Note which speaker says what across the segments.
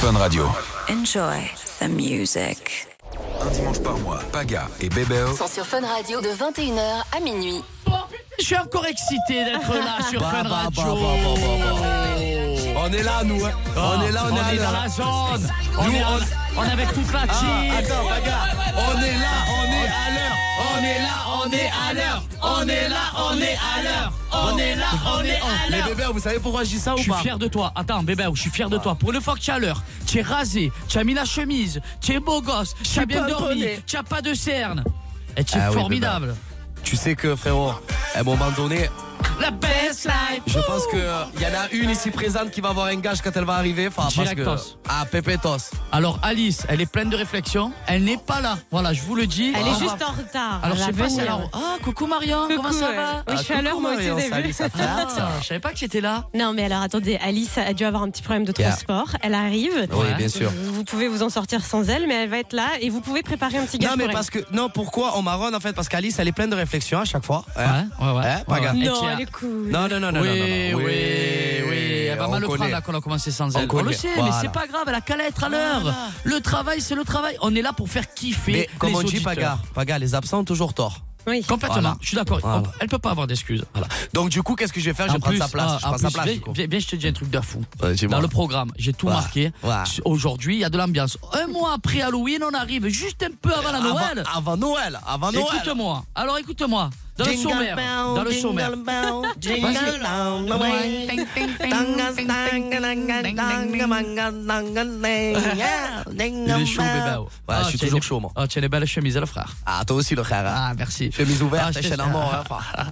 Speaker 1: Fun Radio.
Speaker 2: Enjoy the music.
Speaker 1: Un dimanche par mois, Paga et Bébéo
Speaker 3: sont sur Fun Radio de 21h à minuit.
Speaker 4: Je suis encore excité d'être là sur
Speaker 5: Bah,
Speaker 4: Fun
Speaker 5: bah,
Speaker 4: Radio.
Speaker 5: bah, bah, bah,
Speaker 3: bah,
Speaker 5: On est là, nous. hein. on est là, on,
Speaker 4: Ah, est
Speaker 5: est
Speaker 4: dans
Speaker 5: là.
Speaker 4: la zone. On,
Speaker 5: Nous,
Speaker 4: est, en- on est avec toute la team.
Speaker 5: Ah, attends, bagarre. On est là, on est à l'heure. On est là, on est à l'heure. On est là, on est à l'heure. On est là, on est à l'heure. Mais bébé, vous savez pourquoi je dis ça
Speaker 4: je
Speaker 5: ou
Speaker 4: suis
Speaker 5: pas
Speaker 4: fier de toi. Attends, bébé, je suis fier de toi. Pour le fois que tu es à l'heure, tu es rasé, tu as mis la chemise, tu es beau gosse, tu as bien dormi, tu as pas de cernes. Et Eh, tu es
Speaker 5: Ah oui,
Speaker 4: formidable.
Speaker 5: Tu sais que, frérot, à un moment donné,
Speaker 4: La best life.
Speaker 5: je pense que euh, il y en a une ici présente qui va avoir un gage quand elle va arriver. Enfin, parce que...
Speaker 4: Directos.
Speaker 5: Ah, Pepetos.
Speaker 4: Alors, Alice, elle est pleine de réflexion. Elle n'est pas là. Voilà, je vous le dis.
Speaker 6: Elle
Speaker 4: On
Speaker 6: est
Speaker 4: va-
Speaker 6: juste en retard.
Speaker 4: Ah. Alors, je sais
Speaker 6: Elle
Speaker 4: pas
Speaker 6: va
Speaker 4: si elle a.
Speaker 6: venir.
Speaker 4: Ah, coucou Marion,
Speaker 6: Coucou,
Speaker 4: comment ça
Speaker 6: ouais.
Speaker 4: va
Speaker 6: Oui, je suis à l'heure, moi aussi, au
Speaker 5: Marion,
Speaker 6: début.
Speaker 5: salut, ça flatte,
Speaker 4: Ah,
Speaker 5: ça.
Speaker 4: je savais pas que tu étais là.
Speaker 6: Non, mais alors attendez, Alice a dû avoir un petit problème de
Speaker 5: Yeah.
Speaker 6: transport. Elle arrive. Euh,
Speaker 5: Oui, bien sûr.
Speaker 6: Vous vous pouvez vous en sortir sans elle, mais elle va être là et vous pouvez préparer un petit gage
Speaker 5: Non, mais
Speaker 6: pour
Speaker 5: parce que. Non, pourquoi on marronne en fait Parce qu'Alice, elle est pleine de réflexions à chaque fois. Hein
Speaker 4: ouais, ouais.
Speaker 5: Hein, pas
Speaker 4: Ouais,
Speaker 5: grave.
Speaker 6: elle.
Speaker 4: Et
Speaker 6: Non,
Speaker 4: tiens.
Speaker 6: elle est cool.
Speaker 5: Non, non, non, non,
Speaker 4: oui,
Speaker 5: non, non, non.
Speaker 4: oui, oui, Elle va
Speaker 5: on
Speaker 4: mal le prendre
Speaker 5: connaît.
Speaker 4: là, quand on a commencé sans
Speaker 5: On
Speaker 4: elle. On, le
Speaker 5: connaît.
Speaker 4: sait, mais
Speaker 5: Voilà.
Speaker 4: c'est pas grave, elle a qu'à l'être à l'heure. Le travail, c'est le travail. On est là pour faire kiffer.
Speaker 5: Mais comme
Speaker 4: les
Speaker 5: on dit,
Speaker 4: auditeurs.
Speaker 5: Paga, Paga, les absents ont toujours tort.
Speaker 6: Oui.
Speaker 4: Complètement,
Speaker 5: Voilà.
Speaker 4: je suis d'accord.
Speaker 5: Voilà.
Speaker 4: On- Elle peut pas avoir d'excuses.
Speaker 5: Voilà. Donc, du coup, qu'est-ce que je vais faire Je vais
Speaker 4: En
Speaker 5: prendre
Speaker 4: plus,
Speaker 5: sa place.
Speaker 4: ah,
Speaker 5: je
Speaker 4: en
Speaker 5: prends sa
Speaker 4: plus,
Speaker 5: place.
Speaker 4: viens-
Speaker 5: du coup.
Speaker 4: viens, viens, je te dis un truc de fou.
Speaker 5: Ouais, dis-moi.
Speaker 4: Dans le programme, j'ai tout
Speaker 5: Ouais.
Speaker 4: marqué.
Speaker 5: Ouais.
Speaker 4: Aujourd'hui, il y a de l'ambiance. Un mois après Halloween, on arrive juste un peu avant la
Speaker 5: Avant-
Speaker 4: Noël.
Speaker 5: Avant, Noël. Avant Noël.
Speaker 4: Écoute-moi. Alors écoute-moi. Dans le sommaire. Dans le sommaire. Vas-y. Il est chaud, bébé.
Speaker 5: Ouais, je suis
Speaker 4: tiens,
Speaker 5: toujours
Speaker 4: les-
Speaker 5: chaud, moi.
Speaker 4: Ah, tu as les belles chemises, le frère.
Speaker 5: Ah, toi aussi, le frère. hein.
Speaker 4: Ah, merci.
Speaker 5: Chemise
Speaker 4: Ah,
Speaker 5: ouverte,
Speaker 4: je
Speaker 5: chaîne
Speaker 4: t'ai-
Speaker 5: en mort. hein, enfin.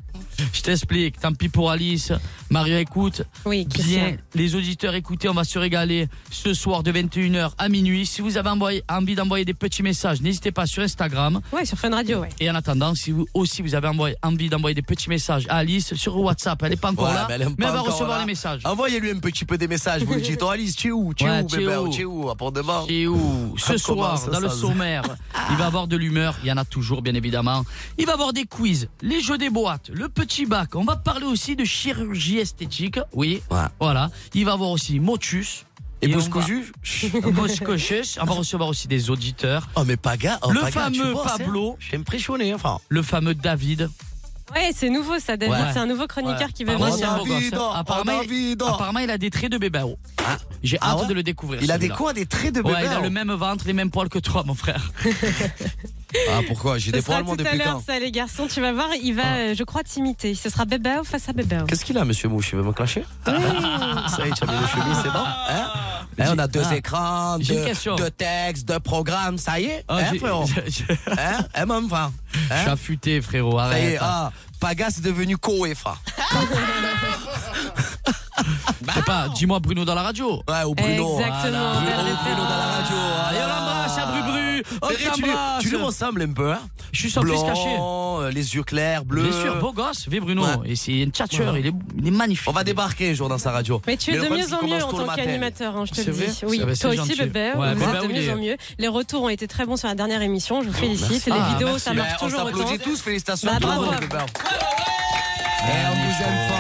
Speaker 4: Je t'explique. Tant pis pour Alice. Mario, écoute.
Speaker 6: Oui,
Speaker 4: Bien.
Speaker 6: Christian.
Speaker 4: Les auditeurs, écoutez, on va se régaler ce soir de 21h à minuit. Si vous avez envoyé- envie d'envoyer des petits messages, n'hésitez pas sur Instagram.
Speaker 6: Ouais, sur Fun Radio, ouais.
Speaker 4: Et en attendant, si vous aussi vous avez envoyé- envie d'envoyer des petits messages à Alice sur WhatsApp, elle n'est pas encore
Speaker 5: Ouais,
Speaker 4: là,
Speaker 5: mais elle aime pas
Speaker 4: elle va
Speaker 5: encore,
Speaker 4: recevoir
Speaker 5: là.
Speaker 4: les messages.
Speaker 5: Envoyez-lui un petit peu des messages. Vous lui dites, oh Alice, tu es où Tu es
Speaker 4: Ouais,
Speaker 5: où,
Speaker 4: tu es
Speaker 5: bébé
Speaker 4: où
Speaker 5: Tu es où Pour demain.
Speaker 4: Et où ce
Speaker 5: Comment
Speaker 4: soir,
Speaker 5: ça,
Speaker 4: dans le
Speaker 5: ça, ça
Speaker 4: sommaire, il va avoir de l'humeur, il y en a toujours bien évidemment. Il va avoir des quiz, les jeux des boîtes, le petit bac. On va parler aussi de chirurgie esthétique, oui.
Speaker 5: Ouais.
Speaker 4: Voilà. Il va avoir aussi Motus.
Speaker 5: Et
Speaker 4: on
Speaker 5: vous
Speaker 4: va-
Speaker 5: cousu
Speaker 4: Moscochus. On va recevoir aussi des auditeurs.
Speaker 5: Oh, mais Paga. oh,
Speaker 4: Le
Speaker 5: Paga, tu
Speaker 4: fameux
Speaker 5: bosses, hein.
Speaker 4: Pablo.
Speaker 5: Je suis impressionné. Enfin.
Speaker 4: Le fameux David.
Speaker 6: Ouais, c'est nouveau ça, David.
Speaker 4: Ouais.
Speaker 6: C'est un nouveau chroniqueur
Speaker 4: Ouais.
Speaker 6: qui veut
Speaker 4: Apparemment,
Speaker 6: venir.
Speaker 4: c'est un beau
Speaker 5: David,
Speaker 4: gosse, hein.
Speaker 5: oh,
Speaker 4: Apparemment,
Speaker 5: David,
Speaker 4: il-
Speaker 5: oh.
Speaker 4: apparemment, il a des traits de bébé. oh. J'ai
Speaker 5: Ah
Speaker 4: hâte
Speaker 5: ouais
Speaker 4: de le découvrir.
Speaker 5: Il a des
Speaker 4: celui-là.
Speaker 5: quoi Des traits de bébé
Speaker 4: Ouais, il a
Speaker 5: hein.
Speaker 4: le même ventre, les mêmes poils que toi, mon frère.
Speaker 5: Ah, pourquoi J'ai
Speaker 6: Ce
Speaker 5: des
Speaker 6: sera
Speaker 5: poils,
Speaker 6: tout
Speaker 5: moi,
Speaker 6: à
Speaker 5: depuis
Speaker 6: l'heure,
Speaker 5: quand
Speaker 6: ça, les garçons. Tu vas voir, il va, euh, je crois, t'imiter. Ce sera Bébao face à Bébao.
Speaker 5: Qu'est-ce qu'il a, monsieur Mouche Il veut me clasher Ah, Ça y est, tu as mis les chemises, c'est bon hein Eh, On a deux
Speaker 4: Ah.
Speaker 5: écrans,
Speaker 4: J'ai une
Speaker 5: deux,
Speaker 4: question.
Speaker 5: deux textes, deux programmes, ça y est
Speaker 4: Ah,
Speaker 5: Hein,
Speaker 4: j'ai-
Speaker 5: frérot
Speaker 4: j'ai- j'ai-
Speaker 5: Hein Eh, mon frère
Speaker 4: Je suis
Speaker 5: Hein
Speaker 4: affûté, frérot.
Speaker 5: Ça y est,
Speaker 4: Arrête. hein.
Speaker 5: ah, Pagas est devenu Koé, frère.
Speaker 4: Je sais pas, dis-moi Bruno dans la radio.
Speaker 5: Bah Ouais, ou Bruno. hein.
Speaker 6: Exactement.
Speaker 5: Bruno,
Speaker 6: belle
Speaker 5: Bruno
Speaker 6: référence.
Speaker 5: dans la radio. hein.
Speaker 4: Et on l'embrasse, à Bru Bru. On
Speaker 5: C'est vrai, tu lui-
Speaker 4: t'embrasse.
Speaker 5: Tu lui ressembles un peu, hein
Speaker 4: Je suis sans plus
Speaker 5: Blanc,
Speaker 4: caché.
Speaker 5: euh, les yeux clairs, bleus.
Speaker 4: Bien sûr, beau gosse,vé Bruno.
Speaker 5: Ouais.
Speaker 4: Et c'est un tchatcheur, il, est, il est magnifique.
Speaker 5: On va débarquer un jour dans sa radio.
Speaker 6: Mais tu es
Speaker 5: le
Speaker 6: de
Speaker 5: problème,
Speaker 6: mieux
Speaker 5: c'est
Speaker 6: en
Speaker 5: qu'il
Speaker 6: mieux en
Speaker 5: commence tôt le
Speaker 6: tant
Speaker 5: matin.
Speaker 6: qu'animateur, hein, je te
Speaker 4: C'est
Speaker 6: le
Speaker 4: vrai
Speaker 6: dis. Oui,
Speaker 4: Ah bah, c'est
Speaker 6: toi aussi,
Speaker 4: gentil.
Speaker 6: bébé,
Speaker 4: Ouais, bah
Speaker 6: vous
Speaker 4: Bébé,
Speaker 6: êtes de
Speaker 4: il
Speaker 6: mieux
Speaker 4: est-
Speaker 6: en mieux. Les retours ont été très bons sur la dernière émission, je vous félicite.
Speaker 4: merci.
Speaker 6: Les
Speaker 4: Ah,
Speaker 6: vidéos,
Speaker 4: merci.
Speaker 6: ça
Speaker 5: Ben,
Speaker 6: marche
Speaker 5: on
Speaker 6: toujours autant.
Speaker 5: s'applaudit tous, félicitations
Speaker 6: Bah,
Speaker 5: à tout le
Speaker 6: bravo.
Speaker 5: monde, les copains. Et on vous aime fort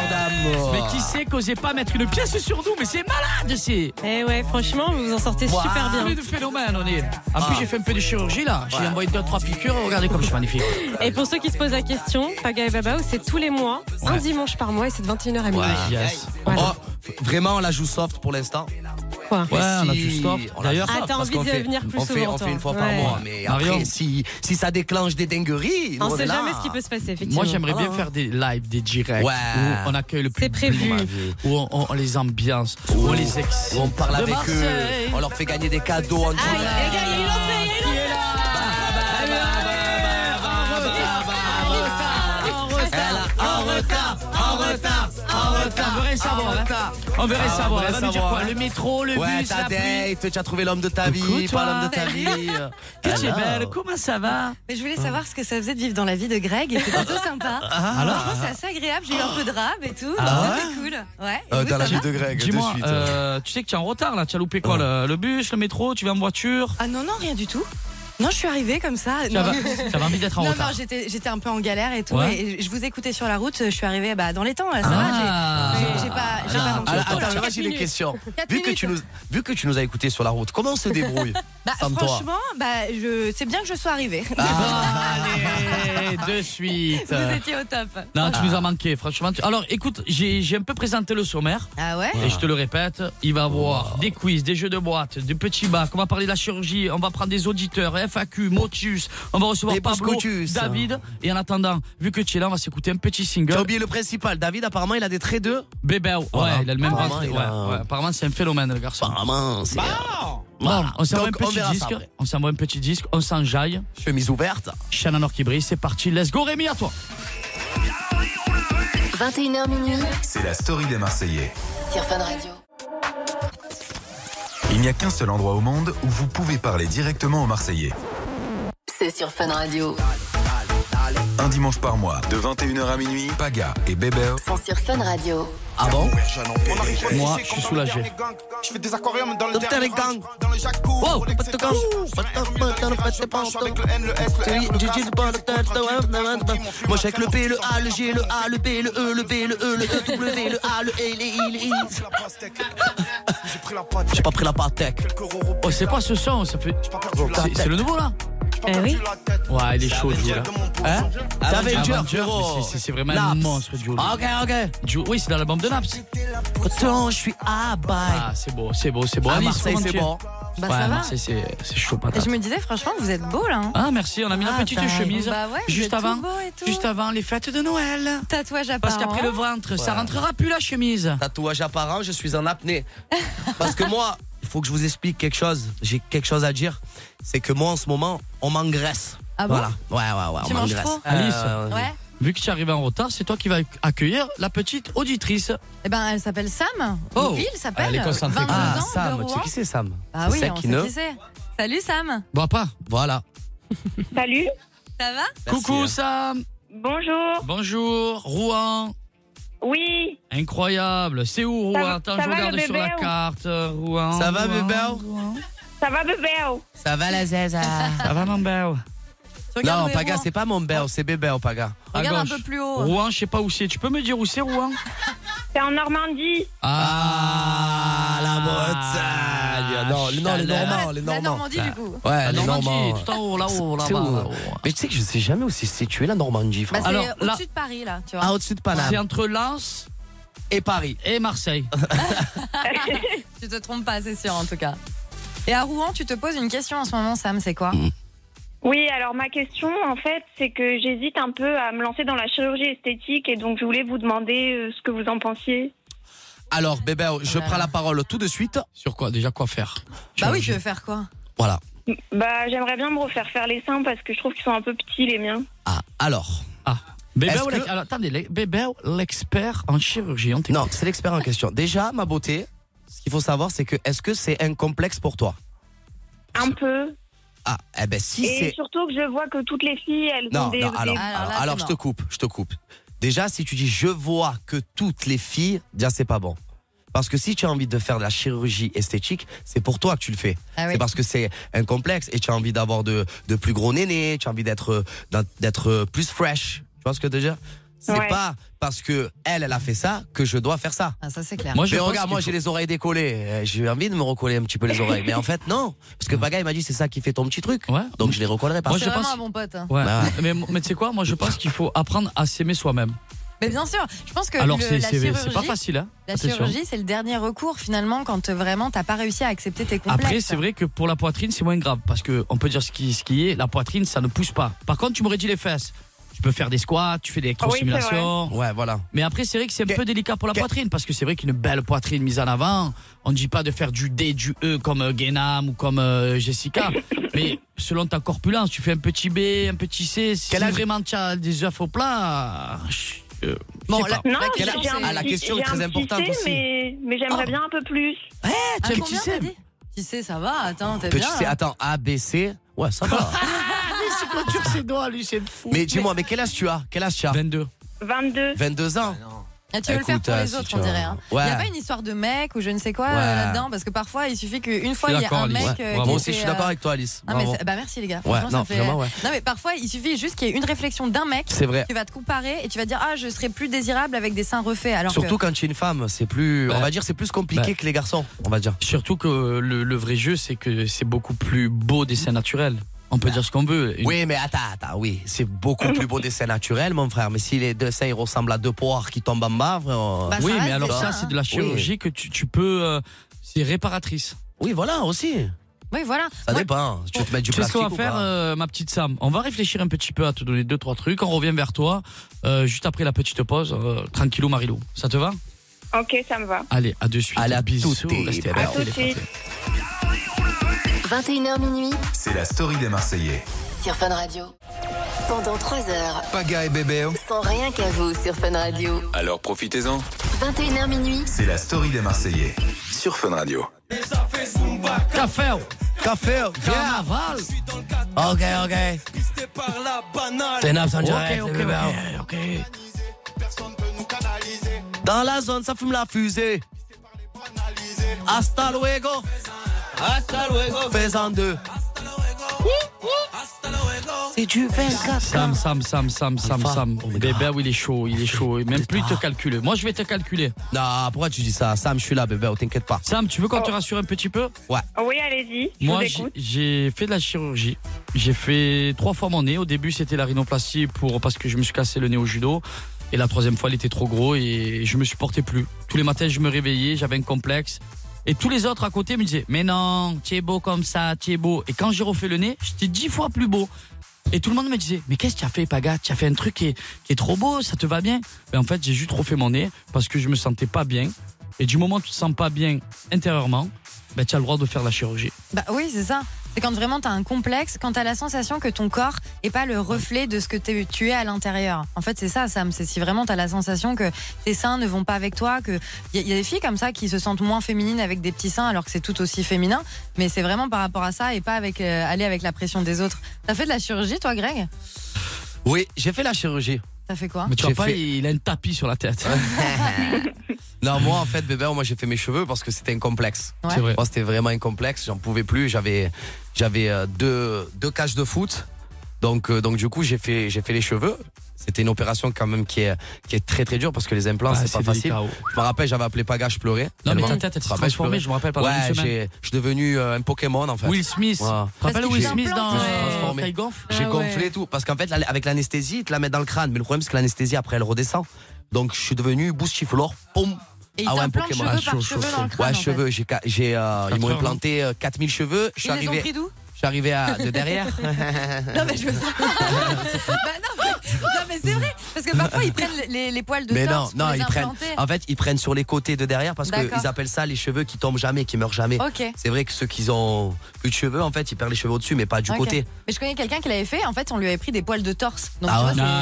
Speaker 5: d'amour.
Speaker 4: Mais qui sait qu'osait pas mettre une pièce sur nous Mais c'est malade, c'est.
Speaker 6: Eh ouais, franchement, vous vous en sortez
Speaker 5: Waouh.
Speaker 6: super
Speaker 4: On
Speaker 6: bien.
Speaker 4: est de phénomène, on est. En plus, j'ai fait un peu de chirurgie là. J'ai envoyé deux, trois piqûres. Regardez comme je suis magnifique.
Speaker 6: Et pour ceux qui se posent la question, Paga et Babao, c'est tous les mois, un dimanche par mois, et c'est de 21h à minuit.
Speaker 4: Yes.
Speaker 6: Voilà.
Speaker 5: Oh, vraiment, on la joue soft pour l'instant.
Speaker 6: Quoi
Speaker 4: Ouais, on a tout
Speaker 5: Si,
Speaker 4: stop.
Speaker 5: on la
Speaker 4: D'ailleurs,
Speaker 6: Ah, t'as
Speaker 5: parce
Speaker 6: envie
Speaker 5: qu'on
Speaker 6: de
Speaker 5: fait-
Speaker 6: venir plus
Speaker 5: on fait,
Speaker 6: souvent,
Speaker 5: On fait
Speaker 6: toi.
Speaker 5: une fois par
Speaker 6: Ouais.
Speaker 5: mois. Mais
Speaker 4: Marion.
Speaker 5: après, si, si ça déclenche des dingueries,
Speaker 6: On
Speaker 5: nous, on est
Speaker 6: sait
Speaker 5: là.
Speaker 6: jamais ce qui peut se passer, effectivement. Oh.
Speaker 4: moi, j'aimerais bien faire des lives, des directs.
Speaker 5: Ouais.
Speaker 4: Où on accueille le
Speaker 6: C'est
Speaker 4: public.
Speaker 6: prévu.
Speaker 4: Où on, on- on les ambiance. Où on les excite.
Speaker 5: Où on parle
Speaker 4: De
Speaker 5: avec
Speaker 4: Marseille. Ah,
Speaker 5: eux, on leur fait gagner des cadeaux. On
Speaker 6: Aïe, les gars, il y a une entrée, il y a une entrée.
Speaker 4: Ah bah,
Speaker 5: en retard, en retard, en
Speaker 4: On
Speaker 5: retard.
Speaker 4: verrait savoir. hein. On
Speaker 5: Ah,
Speaker 4: verrait savoir. Elle va nous dire quoi Le métro, le
Speaker 5: hein. Ouais,
Speaker 4: bus,
Speaker 5: ta
Speaker 4: la pluie. Eh
Speaker 5: date, tu as trouvé l'homme de ta vie,
Speaker 4: Coucou,
Speaker 5: pas
Speaker 4: toi.
Speaker 5: l'homme de ta vie. Ah
Speaker 4: Que tu es belle,
Speaker 5: Alors.
Speaker 4: comment ça va Ah.
Speaker 7: Mais je voulais savoir ce que ça faisait de vivre dans la vie de Greg et c'est plutôt sympa. Franchement, c'est assez agréable. J'ai eu un peu de rab et tout.
Speaker 5: Ah
Speaker 7: C'était cool. Ouais. Et
Speaker 5: Euh,
Speaker 7: vous,
Speaker 5: Dans
Speaker 7: ça
Speaker 5: la
Speaker 7: va
Speaker 5: vie de Greg, de
Speaker 4: Dis-moi,
Speaker 5: suite.
Speaker 4: euh, tu sais que tu es en retard là, tu as loupé quoi le, le bus, le métro, tu vas en voiture
Speaker 7: Ah non, non, rien du tout. Non, je suis arrivée comme ça. Non.
Speaker 4: Ça va, ça va envie d'être en
Speaker 7: Non,
Speaker 4: retard.
Speaker 7: non, j'étais j'étais un peu en galère et tout.
Speaker 4: Ouais.
Speaker 7: Et je vous écoutais sur la route. Je suis arrivée bah, dans les temps. Ça
Speaker 4: Ah.
Speaker 7: va. j'ai- j'ai- J'ai pas, j'ai pas manqué.
Speaker 5: Ah, attends, mais moi
Speaker 6: Quatre
Speaker 5: j'ai une
Speaker 6: minutes.
Speaker 5: question.
Speaker 7: Quatre
Speaker 5: Vu que, tu nous,
Speaker 7: minutes.
Speaker 5: vu que tu nous as écoutés sur la route, comment on se débrouille
Speaker 7: Bah,
Speaker 5: sans toi
Speaker 7: franchement, bah, je... c'est bien que je sois arrivée.
Speaker 4: Ah, allez, Eh, de suite.
Speaker 7: vous étiez au top. Ah.
Speaker 4: Non, tu nous as manqué, franchement. tu- Alors, écoute, j'ai j'ai un peu présenté le sommaire.
Speaker 7: Ah ouais
Speaker 4: Et je te le répète, il va y avoir des quiz, des jeux de boîte, des petits bacs. On va parler de la chirurgie, on va prendre des auditeurs, FAQ, Motus. On va recevoir
Speaker 5: Des
Speaker 4: Pablo,
Speaker 5: Bouscotus.
Speaker 4: David. Et en attendant, vu que tu es là, on va s'écouter un petit
Speaker 5: J'ai
Speaker 4: single.
Speaker 5: oublié le principal. David, apparemment, il a des traits de.
Speaker 4: Bébé, ouais,
Speaker 5: Voilà. Ah,
Speaker 4: il a le même
Speaker 5: Apparemment,
Speaker 4: ventre.
Speaker 5: il
Speaker 4: Ouais,
Speaker 5: a-
Speaker 4: ouais, apparemment, c'est un phénomène, le garçon.
Speaker 5: Apparemment, c'est.
Speaker 4: Bon, on s'envoie un
Speaker 5: Donc, on
Speaker 4: petit
Speaker 5: verra ça
Speaker 4: disque.
Speaker 5: après.
Speaker 4: On s'envoie un petit disque, on s'enjaille.
Speaker 5: Chemise ouverte.
Speaker 4: Shannon Or qui brille, c'est parti. Let's go, Rémi, à toi.
Speaker 3: bah. 21h minuit
Speaker 1: C'est la story des Marseillais.
Speaker 3: sur Fun Radio.
Speaker 1: Il n'y a qu'un seul endroit au monde où vous pouvez parler directement aux Marseillais.
Speaker 3: C'est sur Fun Radio.
Speaker 1: Un dimanche par mois, de 21h à minuit, Paga et Bébert
Speaker 3: C'est sur Fun Radio.
Speaker 5: Ah bon
Speaker 4: Moi, je suis soulagé.
Speaker 8: Je fais des aquariums dans le
Speaker 5: Dans le
Speaker 8: dernier
Speaker 5: gang.
Speaker 8: gang. Dans le jacuzzi.
Speaker 5: Wow.
Speaker 8: Rolex et
Speaker 5: Dans
Speaker 8: Couch.
Speaker 5: le
Speaker 8: Sur un
Speaker 5: gang.
Speaker 8: Hermès,
Speaker 5: Dans le
Speaker 8: Mirage, je
Speaker 5: Dans le
Speaker 8: penche avec le N, le S, le
Speaker 5: Oui,
Speaker 8: R, le
Speaker 5: j'ai
Speaker 8: K,
Speaker 5: dit le bon, le
Speaker 8: le Q,
Speaker 5: tel,
Speaker 8: le
Speaker 5: le
Speaker 8: Q, le
Speaker 5: ouais,
Speaker 8: Q,
Speaker 5: ouais.
Speaker 8: mon film,
Speaker 5: Moi, j'ai que le P, le
Speaker 8: mon
Speaker 5: A, le G, le A,
Speaker 8: film,
Speaker 5: le B, le E, le B, le E, le E, W, le A, le E, le I, le I.
Speaker 8: J'ai la pastèque. J'ai pris la pâte.
Speaker 5: J'ai pas pris la pâtèque.
Speaker 8: Quelques roros
Speaker 4: Oh, c'est quoi ce son Ça fait. Oh,
Speaker 8: J'ai pas perdu la
Speaker 4: C'est-
Speaker 8: tête.
Speaker 4: C'est le nouveau là
Speaker 8: J'ai pas
Speaker 6: Eh
Speaker 8: perdu
Speaker 6: oui.
Speaker 8: la tête.
Speaker 4: Ouais, il est chaud, Joe. là.
Speaker 8: Hein
Speaker 5: C'est Avenger,
Speaker 4: Avenger,
Speaker 5: frérot.
Speaker 4: mais c'est- c'est- c'est vraiment
Speaker 5: Naps. Ah,
Speaker 4: un monstre, Joe.
Speaker 5: Ok, ok.
Speaker 4: Joe- Oui, c'est dans la bande de Naps.
Speaker 5: Autant, je suis à bail.
Speaker 4: Ah, c'est beau, c'est beau, c'est beau.
Speaker 5: À
Speaker 4: Alice,
Speaker 5: Marseille,
Speaker 4: comment
Speaker 5: c'est
Speaker 4: tu es
Speaker 5: bon.
Speaker 7: Bah,
Speaker 4: ouais,
Speaker 7: ça va.
Speaker 4: Marseille, c'est c'est chaud patate.
Speaker 7: Je me disais, franchement, vous êtes beau là. hein.
Speaker 4: Ah, merci, on a mis la
Speaker 7: Ah,
Speaker 4: petite
Speaker 7: bah,
Speaker 4: chemise
Speaker 7: bah ouais, vous
Speaker 4: juste
Speaker 7: êtes
Speaker 4: avant
Speaker 7: tout beau et tout.
Speaker 4: juste avant les fêtes de Noël.
Speaker 7: Tatouage à
Speaker 4: Parce qu'après le ventre, ça rentrera plus la chemise.
Speaker 5: Tatouage apparent, je suis en apnée. Parce que moi, il faut que je vous explique quelque chose. J'ai quelque chose à dire. C'est que moi, en ce moment, on m'engraisse.
Speaker 7: Ah bon
Speaker 5: Voilà. Ouais, ouais, ouais,
Speaker 7: Tu
Speaker 5: on
Speaker 7: manges
Speaker 5: m'engraisse.
Speaker 7: trop
Speaker 5: Euh,
Speaker 4: Alice.
Speaker 7: Ouais.
Speaker 4: Vu que tu arrives en retard, c'est toi qui vas accueillir la petite auditrice.
Speaker 7: Eh ben, elle s'appelle Sam.
Speaker 4: Oh.
Speaker 7: Ou il s'appelle.
Speaker 4: Elle est concentrée,
Speaker 7: 22
Speaker 5: Ah,
Speaker 7: ans, de
Speaker 5: Sam, tu sais
Speaker 7: Rouen.
Speaker 5: qui c'est, Sam
Speaker 7: Ah oui,
Speaker 5: C'est
Speaker 7: on
Speaker 5: qui
Speaker 7: sait
Speaker 5: ne
Speaker 7: qui c'est. Salut Sam,
Speaker 4: Bois pas.
Speaker 5: Voilà.
Speaker 9: Salut, Eh,
Speaker 7: ça va
Speaker 5: Merci,
Speaker 4: Coucou
Speaker 5: hein.
Speaker 4: Sam.
Speaker 9: bonjour.
Speaker 4: Bonjour, Rouen.
Speaker 9: Oui,
Speaker 4: Incroyable. C'est où
Speaker 9: Ça
Speaker 4: Rouen
Speaker 9: va-
Speaker 4: Attends,
Speaker 9: ça
Speaker 4: je
Speaker 9: va, le
Speaker 4: regarde sur la
Speaker 9: bébé ou-
Speaker 4: carte. euh, Rouen.
Speaker 5: Ça va,
Speaker 4: Rouen,
Speaker 5: bébé
Speaker 4: Rouen.
Speaker 9: ça va bébé
Speaker 5: Ça va, la Zaza
Speaker 4: Ça va, mon bébé
Speaker 7: Tu regardes
Speaker 5: Non,
Speaker 7: où est
Speaker 5: Paga,
Speaker 7: Rouen
Speaker 5: c'est pas mon bel, c'est bébé, Paga.
Speaker 4: À
Speaker 7: Regarde un
Speaker 4: gauche.
Speaker 7: peu plus haut.
Speaker 4: Rouen, je sais pas où c'est. Tu peux me dire où c'est Rouen
Speaker 9: C'est en Normandie.
Speaker 5: Ah, la montagne Non, les- non les
Speaker 4: Ah, Chaleur.
Speaker 5: Normands, les
Speaker 7: La
Speaker 5: Normands.
Speaker 7: Normandie, du coup.
Speaker 5: Ouais,
Speaker 4: La
Speaker 5: les
Speaker 4: Normandie,
Speaker 5: Normands.
Speaker 4: tout en haut, là-haut,
Speaker 5: C'est
Speaker 4: là-bas.
Speaker 5: où
Speaker 4: là-haut.
Speaker 5: Mais tu sais que je sais jamais où c'est situé, la Normandie,
Speaker 7: Bah,
Speaker 5: frère.
Speaker 7: c'est
Speaker 4: Alors,
Speaker 7: au-dessus
Speaker 4: là-
Speaker 7: de Paris, là, tu
Speaker 5: Ah,
Speaker 7: vois.
Speaker 5: au-dessus de
Speaker 4: C'est
Speaker 5: Paname.
Speaker 4: entre Lens
Speaker 5: Et Paris.
Speaker 4: et Marseille.
Speaker 7: Tu te trompes pas, c'est sûr, en tout cas. Et à Rouen, tu te poses une question en ce moment, Sam, c'est quoi
Speaker 5: Mmh.
Speaker 9: Oui, alors ma question, en fait, c'est que j'hésite un peu à me lancer dans la chirurgie esthétique et donc je voulais vous demander euh, ce que vous en pensiez.
Speaker 5: Alors, bébé, je
Speaker 7: là
Speaker 5: prends
Speaker 7: là.
Speaker 5: la parole tout de suite.
Speaker 4: Sur quoi Déjà, quoi faire
Speaker 7: Euh. Bah oui, tu veux faire quoi
Speaker 5: Voilà.
Speaker 9: Bah, j'aimerais bien me refaire faire les seins parce que je trouve qu'ils sont un peu petits, les miens.
Speaker 5: Ah, alors.
Speaker 4: Ah. Bébé,
Speaker 5: Est-ce
Speaker 4: ou l'ex-
Speaker 5: que-
Speaker 4: alors, attendez, le- Bébé, ou l'expert en chirurgie. on t'écoute.
Speaker 5: Non, c'est l'expert en question. Déjà, ma beauté, ce qu'il faut savoir, c'est que est-ce que c'est un complexe pour toi
Speaker 9: Un peu.
Speaker 5: Ah, eh ben si
Speaker 9: Et
Speaker 5: c'est.
Speaker 9: surtout que je vois que toutes les filles, elles ont
Speaker 5: Non,
Speaker 9: des.
Speaker 5: non,
Speaker 9: des-
Speaker 7: Alors
Speaker 5: alors,
Speaker 7: là,
Speaker 4: Ah,
Speaker 5: alors,
Speaker 7: c'est
Speaker 5: alors, je te
Speaker 7: mort.
Speaker 5: coupe, je te coupe. Déjà, si tu dis je vois que toutes les filles, déjà c'est pas bon. Parce que si tu as envie de faire de la chirurgie esthétique, c'est pour toi que tu le fais.
Speaker 7: Ah oui.
Speaker 5: C'est parce que c'est un complexe et tu as envie d'avoir de, de plus gros nénés, tu as envie d'être euh, d'un- d'être euh, plus fresh. Tu vois ce que je veux dire C'est
Speaker 9: Ouais.
Speaker 5: pas parce que elle, elle a fait ça que je dois faire ça.
Speaker 7: Ah, ça, c'est clair.
Speaker 4: Moi,
Speaker 5: Mais
Speaker 4: pense
Speaker 5: regarde,
Speaker 4: qu'il
Speaker 5: moi
Speaker 4: faut-
Speaker 5: j'ai les oreilles décollées. Euh, J'ai eu envie de me recoller un petit peu les oreilles. Mais en fait, non. Parce que Baga, il m'a dit c'est ça qui fait ton petit truc.
Speaker 4: Ouais.
Speaker 5: Donc je les recollerai pas.
Speaker 4: Moi,
Speaker 7: c'est
Speaker 4: je
Speaker 7: vraiment
Speaker 4: pense-
Speaker 7: un bon pote. hein.
Speaker 4: Ouais.
Speaker 5: Bah ouais.
Speaker 4: Mais, mais tu sais quoi Moi, je pense qu'il faut apprendre à s'aimer soi-même.
Speaker 7: Mais bien sûr, je pense que
Speaker 4: Alors,
Speaker 7: le-
Speaker 4: c'est
Speaker 7: la
Speaker 4: c'est- c'est
Speaker 7: chirurgie,
Speaker 4: pas facile. Hein
Speaker 7: la
Speaker 4: Attention.
Speaker 7: chirurgie, c'est le dernier recours finalement quand euh, vraiment t'as pas réussi à accepter tes complexes.
Speaker 4: Après, c'est vrai que pour la poitrine, c'est moins grave parce que on peut dire ce qui, ce qui est. La poitrine, ça ne pousse pas. Par contre, tu m'aurais dit les fesses. Tu peux faire des squats, tu fais des
Speaker 9: Ah oui, c'est vrai.
Speaker 4: électrostimulations.
Speaker 5: Ouais, voilà.
Speaker 4: Mais après, c'est vrai que c'est un
Speaker 5: Ah. Que-
Speaker 4: peu délicat pour la
Speaker 5: que-
Speaker 4: poitrine, parce que c'est vrai qu'une belle poitrine mise en avant, on ne dit pas de faire du D, du E comme euh, Guénam ou comme euh, Jessica, mais selon ta corpulence, tu fais un petit B, un petit C, si
Speaker 5: Quel âge
Speaker 4: vraiment tu
Speaker 5: Ah,
Speaker 4: as des œufs au plat, euh, je- euh, je
Speaker 7: Bon,
Speaker 4: sais
Speaker 7: là-
Speaker 4: pas.
Speaker 9: Non,
Speaker 7: Laquelle-
Speaker 9: j'ai j'ai un
Speaker 7: Ah, la
Speaker 9: petit-
Speaker 5: question est
Speaker 9: j'ai
Speaker 5: très
Speaker 9: un petit
Speaker 5: importante
Speaker 9: C,
Speaker 5: aussi.
Speaker 9: Mais, mais j'aimerais bien un peu plus.
Speaker 7: Ah,
Speaker 4: Eh, tu as un petit
Speaker 7: combien
Speaker 4: C.
Speaker 7: t'as dit Tu sais, ça va, attends, t'es
Speaker 5: Que
Speaker 7: bien.
Speaker 5: Bah, tu sais,
Speaker 7: hein. Ah,
Speaker 5: attends, A, B, C. Ouais, ça va.
Speaker 4: ses doigts, lui, c'est fou.
Speaker 5: mais dis-moi, mais quel âge tu as Quel âge tu as
Speaker 4: 22.
Speaker 9: 22.
Speaker 5: 22 ans
Speaker 7: Ah, tu veux le faire
Speaker 5: Écoute,
Speaker 7: pour
Speaker 5: ah,
Speaker 7: les
Speaker 5: si
Speaker 7: autres,
Speaker 5: tu
Speaker 7: on
Speaker 5: as-
Speaker 7: dirait. hein. Il n'y a
Speaker 5: Ouais.
Speaker 7: pas une histoire de mec ou je ne sais quoi euh,
Speaker 5: Ouais.
Speaker 7: là-dedans, parce que parfois il suffit qu'une fois il
Speaker 4: Je suis
Speaker 7: y a
Speaker 4: d'accord,
Speaker 7: un
Speaker 4: Alice.
Speaker 7: mec.
Speaker 5: Ouais.
Speaker 7: euh, qui
Speaker 5: Moi aussi,
Speaker 7: fait,
Speaker 5: je suis
Speaker 7: euh,
Speaker 5: d'accord avec toi, Alice.
Speaker 7: Non, mais
Speaker 5: Bravo.
Speaker 7: c'est- bah merci les gars.
Speaker 5: Ouais,
Speaker 7: Franchement, ça
Speaker 5: non,
Speaker 7: fait-
Speaker 5: vraiment, ouais.
Speaker 7: Non, mais parfois il suffit juste qu'il y ait une réflexion d'un mec.
Speaker 5: C'est vrai.
Speaker 7: Tu vas te comparer et tu vas dire ah je serais plus désirable avec des seins refaits alors
Speaker 5: Surtout
Speaker 7: que
Speaker 5: quand tu es une femme, c'est plus,
Speaker 4: Bah.
Speaker 5: on va dire, c'est plus compliqué
Speaker 4: Bah.
Speaker 5: que les garçons, on va dire.
Speaker 4: Surtout que le, le vrai jeu, c'est que c'est beaucoup plus beau des seins naturels. On peut dire ce qu'on veut. Une-
Speaker 5: Oui, mais attends, attends, oui, c'est beaucoup plus beau des seins naturels, mon frère. Mais si les deux seins ils ressemblent à deux poires qui tombent en bas, frère, euh,
Speaker 7: Bah, ça
Speaker 4: Oui,
Speaker 7: reste
Speaker 4: mais alors
Speaker 7: des
Speaker 4: ça,
Speaker 7: seins,
Speaker 4: c'est
Speaker 7: hein.
Speaker 4: de la chirurgie que tu, tu peux. euh, c'est réparatrice.
Speaker 5: oui, voilà aussi.
Speaker 7: oui voilà
Speaker 5: Ça
Speaker 7: Moi,
Speaker 5: dépend. Eh ben, Tu veux te mettre du
Speaker 4: Tu sais ce
Speaker 5: plastique
Speaker 4: qu'on va
Speaker 5: ou
Speaker 4: faire,
Speaker 5: pas
Speaker 4: euh, ma petite Sam On va réfléchir un petit peu à te donner deux, trois trucs. On revient vers toi euh, juste après la petite pause. euh, tranquillou, Marilou. Ça te va
Speaker 5: Oh.
Speaker 9: Ok, ça me va.
Speaker 4: Allez, à de suite.
Speaker 5: Allez, à
Speaker 4: Bisous.
Speaker 5: toutes et
Speaker 3: Eh
Speaker 4: Restez
Speaker 3: ben,
Speaker 5: belles.
Speaker 9: À
Speaker 4: avec
Speaker 9: tout
Speaker 4: nous,
Speaker 9: de
Speaker 4: les
Speaker 9: suite.
Speaker 4: Français.
Speaker 3: 21h minuit
Speaker 1: C'est la story des Marseillais.
Speaker 3: sur Fun Radio. Pendant 3 heures,
Speaker 1: Paga et Bébé.
Speaker 3: sans rien qu'à vous sur Fun Radio.
Speaker 1: Alors profitez-en.
Speaker 3: 21h minuit
Speaker 1: C'est la story des Marseillais sur Fun Radio.
Speaker 4: Café,
Speaker 5: Café, ok.
Speaker 4: carnaval.
Speaker 5: Ok, ok. C'est hein, Naps en direct,
Speaker 4: ok,
Speaker 5: les bébés.
Speaker 4: ok, ok.
Speaker 5: Dans la zone, ça fume la fusée. Hasta luego. Hasta luego. Fais-en deux. C'est du 24.
Speaker 4: Sam, Sam, Sam, Sam, Sam,
Speaker 5: Alpha,
Speaker 4: Sam.
Speaker 5: Omega.
Speaker 4: Bébé, oui, il est chaud, il est chaud. Et Même plus il te calculer. Moi, je vais te calculer.
Speaker 5: Non, Oh. pourquoi tu dis ça Sam, je suis là, bébé, oh, t'inquiète pas.
Speaker 4: Sam, tu veux qu'on te rassure un petit peu
Speaker 9: Oui, allez-y. Je
Speaker 4: Moi,
Speaker 9: vous
Speaker 4: j'ai-
Speaker 9: écoute.
Speaker 4: j'ai fait de la chirurgie. J'ai fait trois fois mon nez. Au début, c'était la rhinoplastie pour, parce que je me suis cassé le nez au judo. Et la troisième fois, il était trop gros et je me supportais plus. Tous les matins, je me réveillais, j'avais un complexe. Et tous les autres à côté me disaient Mais non, tu es beau comme ça, tu es beau. Et quand j'ai refait le nez, j'étais dix fois plus beau. Et tout le monde me disait Mais qu'est-ce que tu as fait, Paga Tu as fait un truc qui est, qui est trop beau, ça te va bien. Mais en fait, j'ai juste refait mon nez parce que je me sentais pas bien. Et du moment que tu te sens pas bien intérieurement, ben, tu as le droit de faire la chirurgie.
Speaker 7: bah oui c'est ça c'est quand vraiment t'as un complexe quand t'as la sensation que ton corps est pas le reflet de ce que t'es- tu es à l'intérieur en fait c'est ça Sam c'est si vraiment t'as la sensation que tes seins ne vont pas avec toi que il y, a- il y a des filles comme ça qui se sentent moins féminines avec des petits seins alors que c'est tout aussi féminin mais c'est vraiment par rapport à ça et pas avec euh, aller avec la pression des autres t'as fait de la chirurgie toi Greg
Speaker 5: Oui, j'ai fait la chirurgie.
Speaker 7: t'as fait quoi
Speaker 4: Mais tu vois
Speaker 5: J'ai
Speaker 4: pas,
Speaker 5: fait-
Speaker 4: il a un tapis sur la tête.
Speaker 5: Non, moi, en fait, bébé, moi, j'ai fait mes cheveux parce que c'était un complexe.
Speaker 7: Ouais.
Speaker 4: C'est vrai.
Speaker 5: Moi, c'était vraiment un complexe. J'en pouvais plus. J'avais, j'avais euh, deux, deux cages de foot. Donc, euh, donc du coup, j'ai fait, j'ai fait les cheveux. C'était une opération quand même qui est, qui est très très dure parce que les implants,
Speaker 4: Ah,
Speaker 5: c'est pas facile.
Speaker 4: délicat, oh.
Speaker 5: Je me rappelle, j'avais appelé Paga, je pleurais.
Speaker 4: Non, mais
Speaker 5: Tellement.
Speaker 4: ta tête, elle s'est
Speaker 5: Je me rappelle, je
Speaker 4: transformée,
Speaker 5: pleurais.
Speaker 4: je me rappelle, pendant
Speaker 5: Ouais,
Speaker 4: une semaine.
Speaker 5: j'ai- je suis devenu euh, un Pokémon en fait.
Speaker 4: Will Smith. Tu te
Speaker 5: Ouais.
Speaker 4: rappelles
Speaker 7: Parce
Speaker 4: Will
Speaker 7: qu'il
Speaker 4: Smith
Speaker 7: s'implante,
Speaker 4: dans
Speaker 7: ouais.
Speaker 4: euh,
Speaker 5: Ouais.
Speaker 4: Sky Golf
Speaker 5: J'ai
Speaker 7: Ah ouais.
Speaker 5: gonflé et tout. Parce qu'en fait, la- avec l'anesthésie, ils te la mettent dans le crâne. Mais le problème, c'est que l'anesthésie, après, elle redescend. Donc, je suis devenu boustiflore. Poum.
Speaker 7: Et il
Speaker 5: Ah ouais, un
Speaker 7: t'implante
Speaker 5: Pokémon.
Speaker 7: cheveux
Speaker 5: Ah,
Speaker 7: par
Speaker 4: chaud,
Speaker 7: cheveux dans
Speaker 4: chaud,
Speaker 7: le
Speaker 4: chaud. hein.
Speaker 7: crâne.
Speaker 5: Ouais,
Speaker 7: en fait.
Speaker 5: cheveux. j'ai ca- j'ai, euh, ils m'ont
Speaker 4: Quatre-vingts.
Speaker 5: implanté euh, 4000 cheveux. Je suis
Speaker 7: Ils les ont
Speaker 5: arrivé,
Speaker 7: pris d'où
Speaker 5: je suis arrivé à, de derrière.
Speaker 7: Non, mais je veux ça. bah non, mais, non, mais c'est vrai. Parce que parfois, ils prennent les, les poils de
Speaker 5: Mais non,
Speaker 7: torse pour
Speaker 5: non,
Speaker 7: les
Speaker 5: ils prennent.
Speaker 7: implanter.
Speaker 5: En fait, ils prennent sur les côtés de derrière parce
Speaker 7: D'accord.
Speaker 5: qu'ils appellent ça les cheveux qui tombent jamais, qui meurent jamais.
Speaker 7: Ok.
Speaker 5: C'est vrai que ceux qui ont plus de cheveux, en fait, ils perdent les cheveux au-dessus, mais pas du
Speaker 7: Ok.
Speaker 5: côté.
Speaker 7: Mais je connais quelqu'un qui l'avait fait. En fait, on lui avait pris des poils de torse. Donc,
Speaker 5: Ah ouais,
Speaker 7: tu vois,
Speaker 5: là,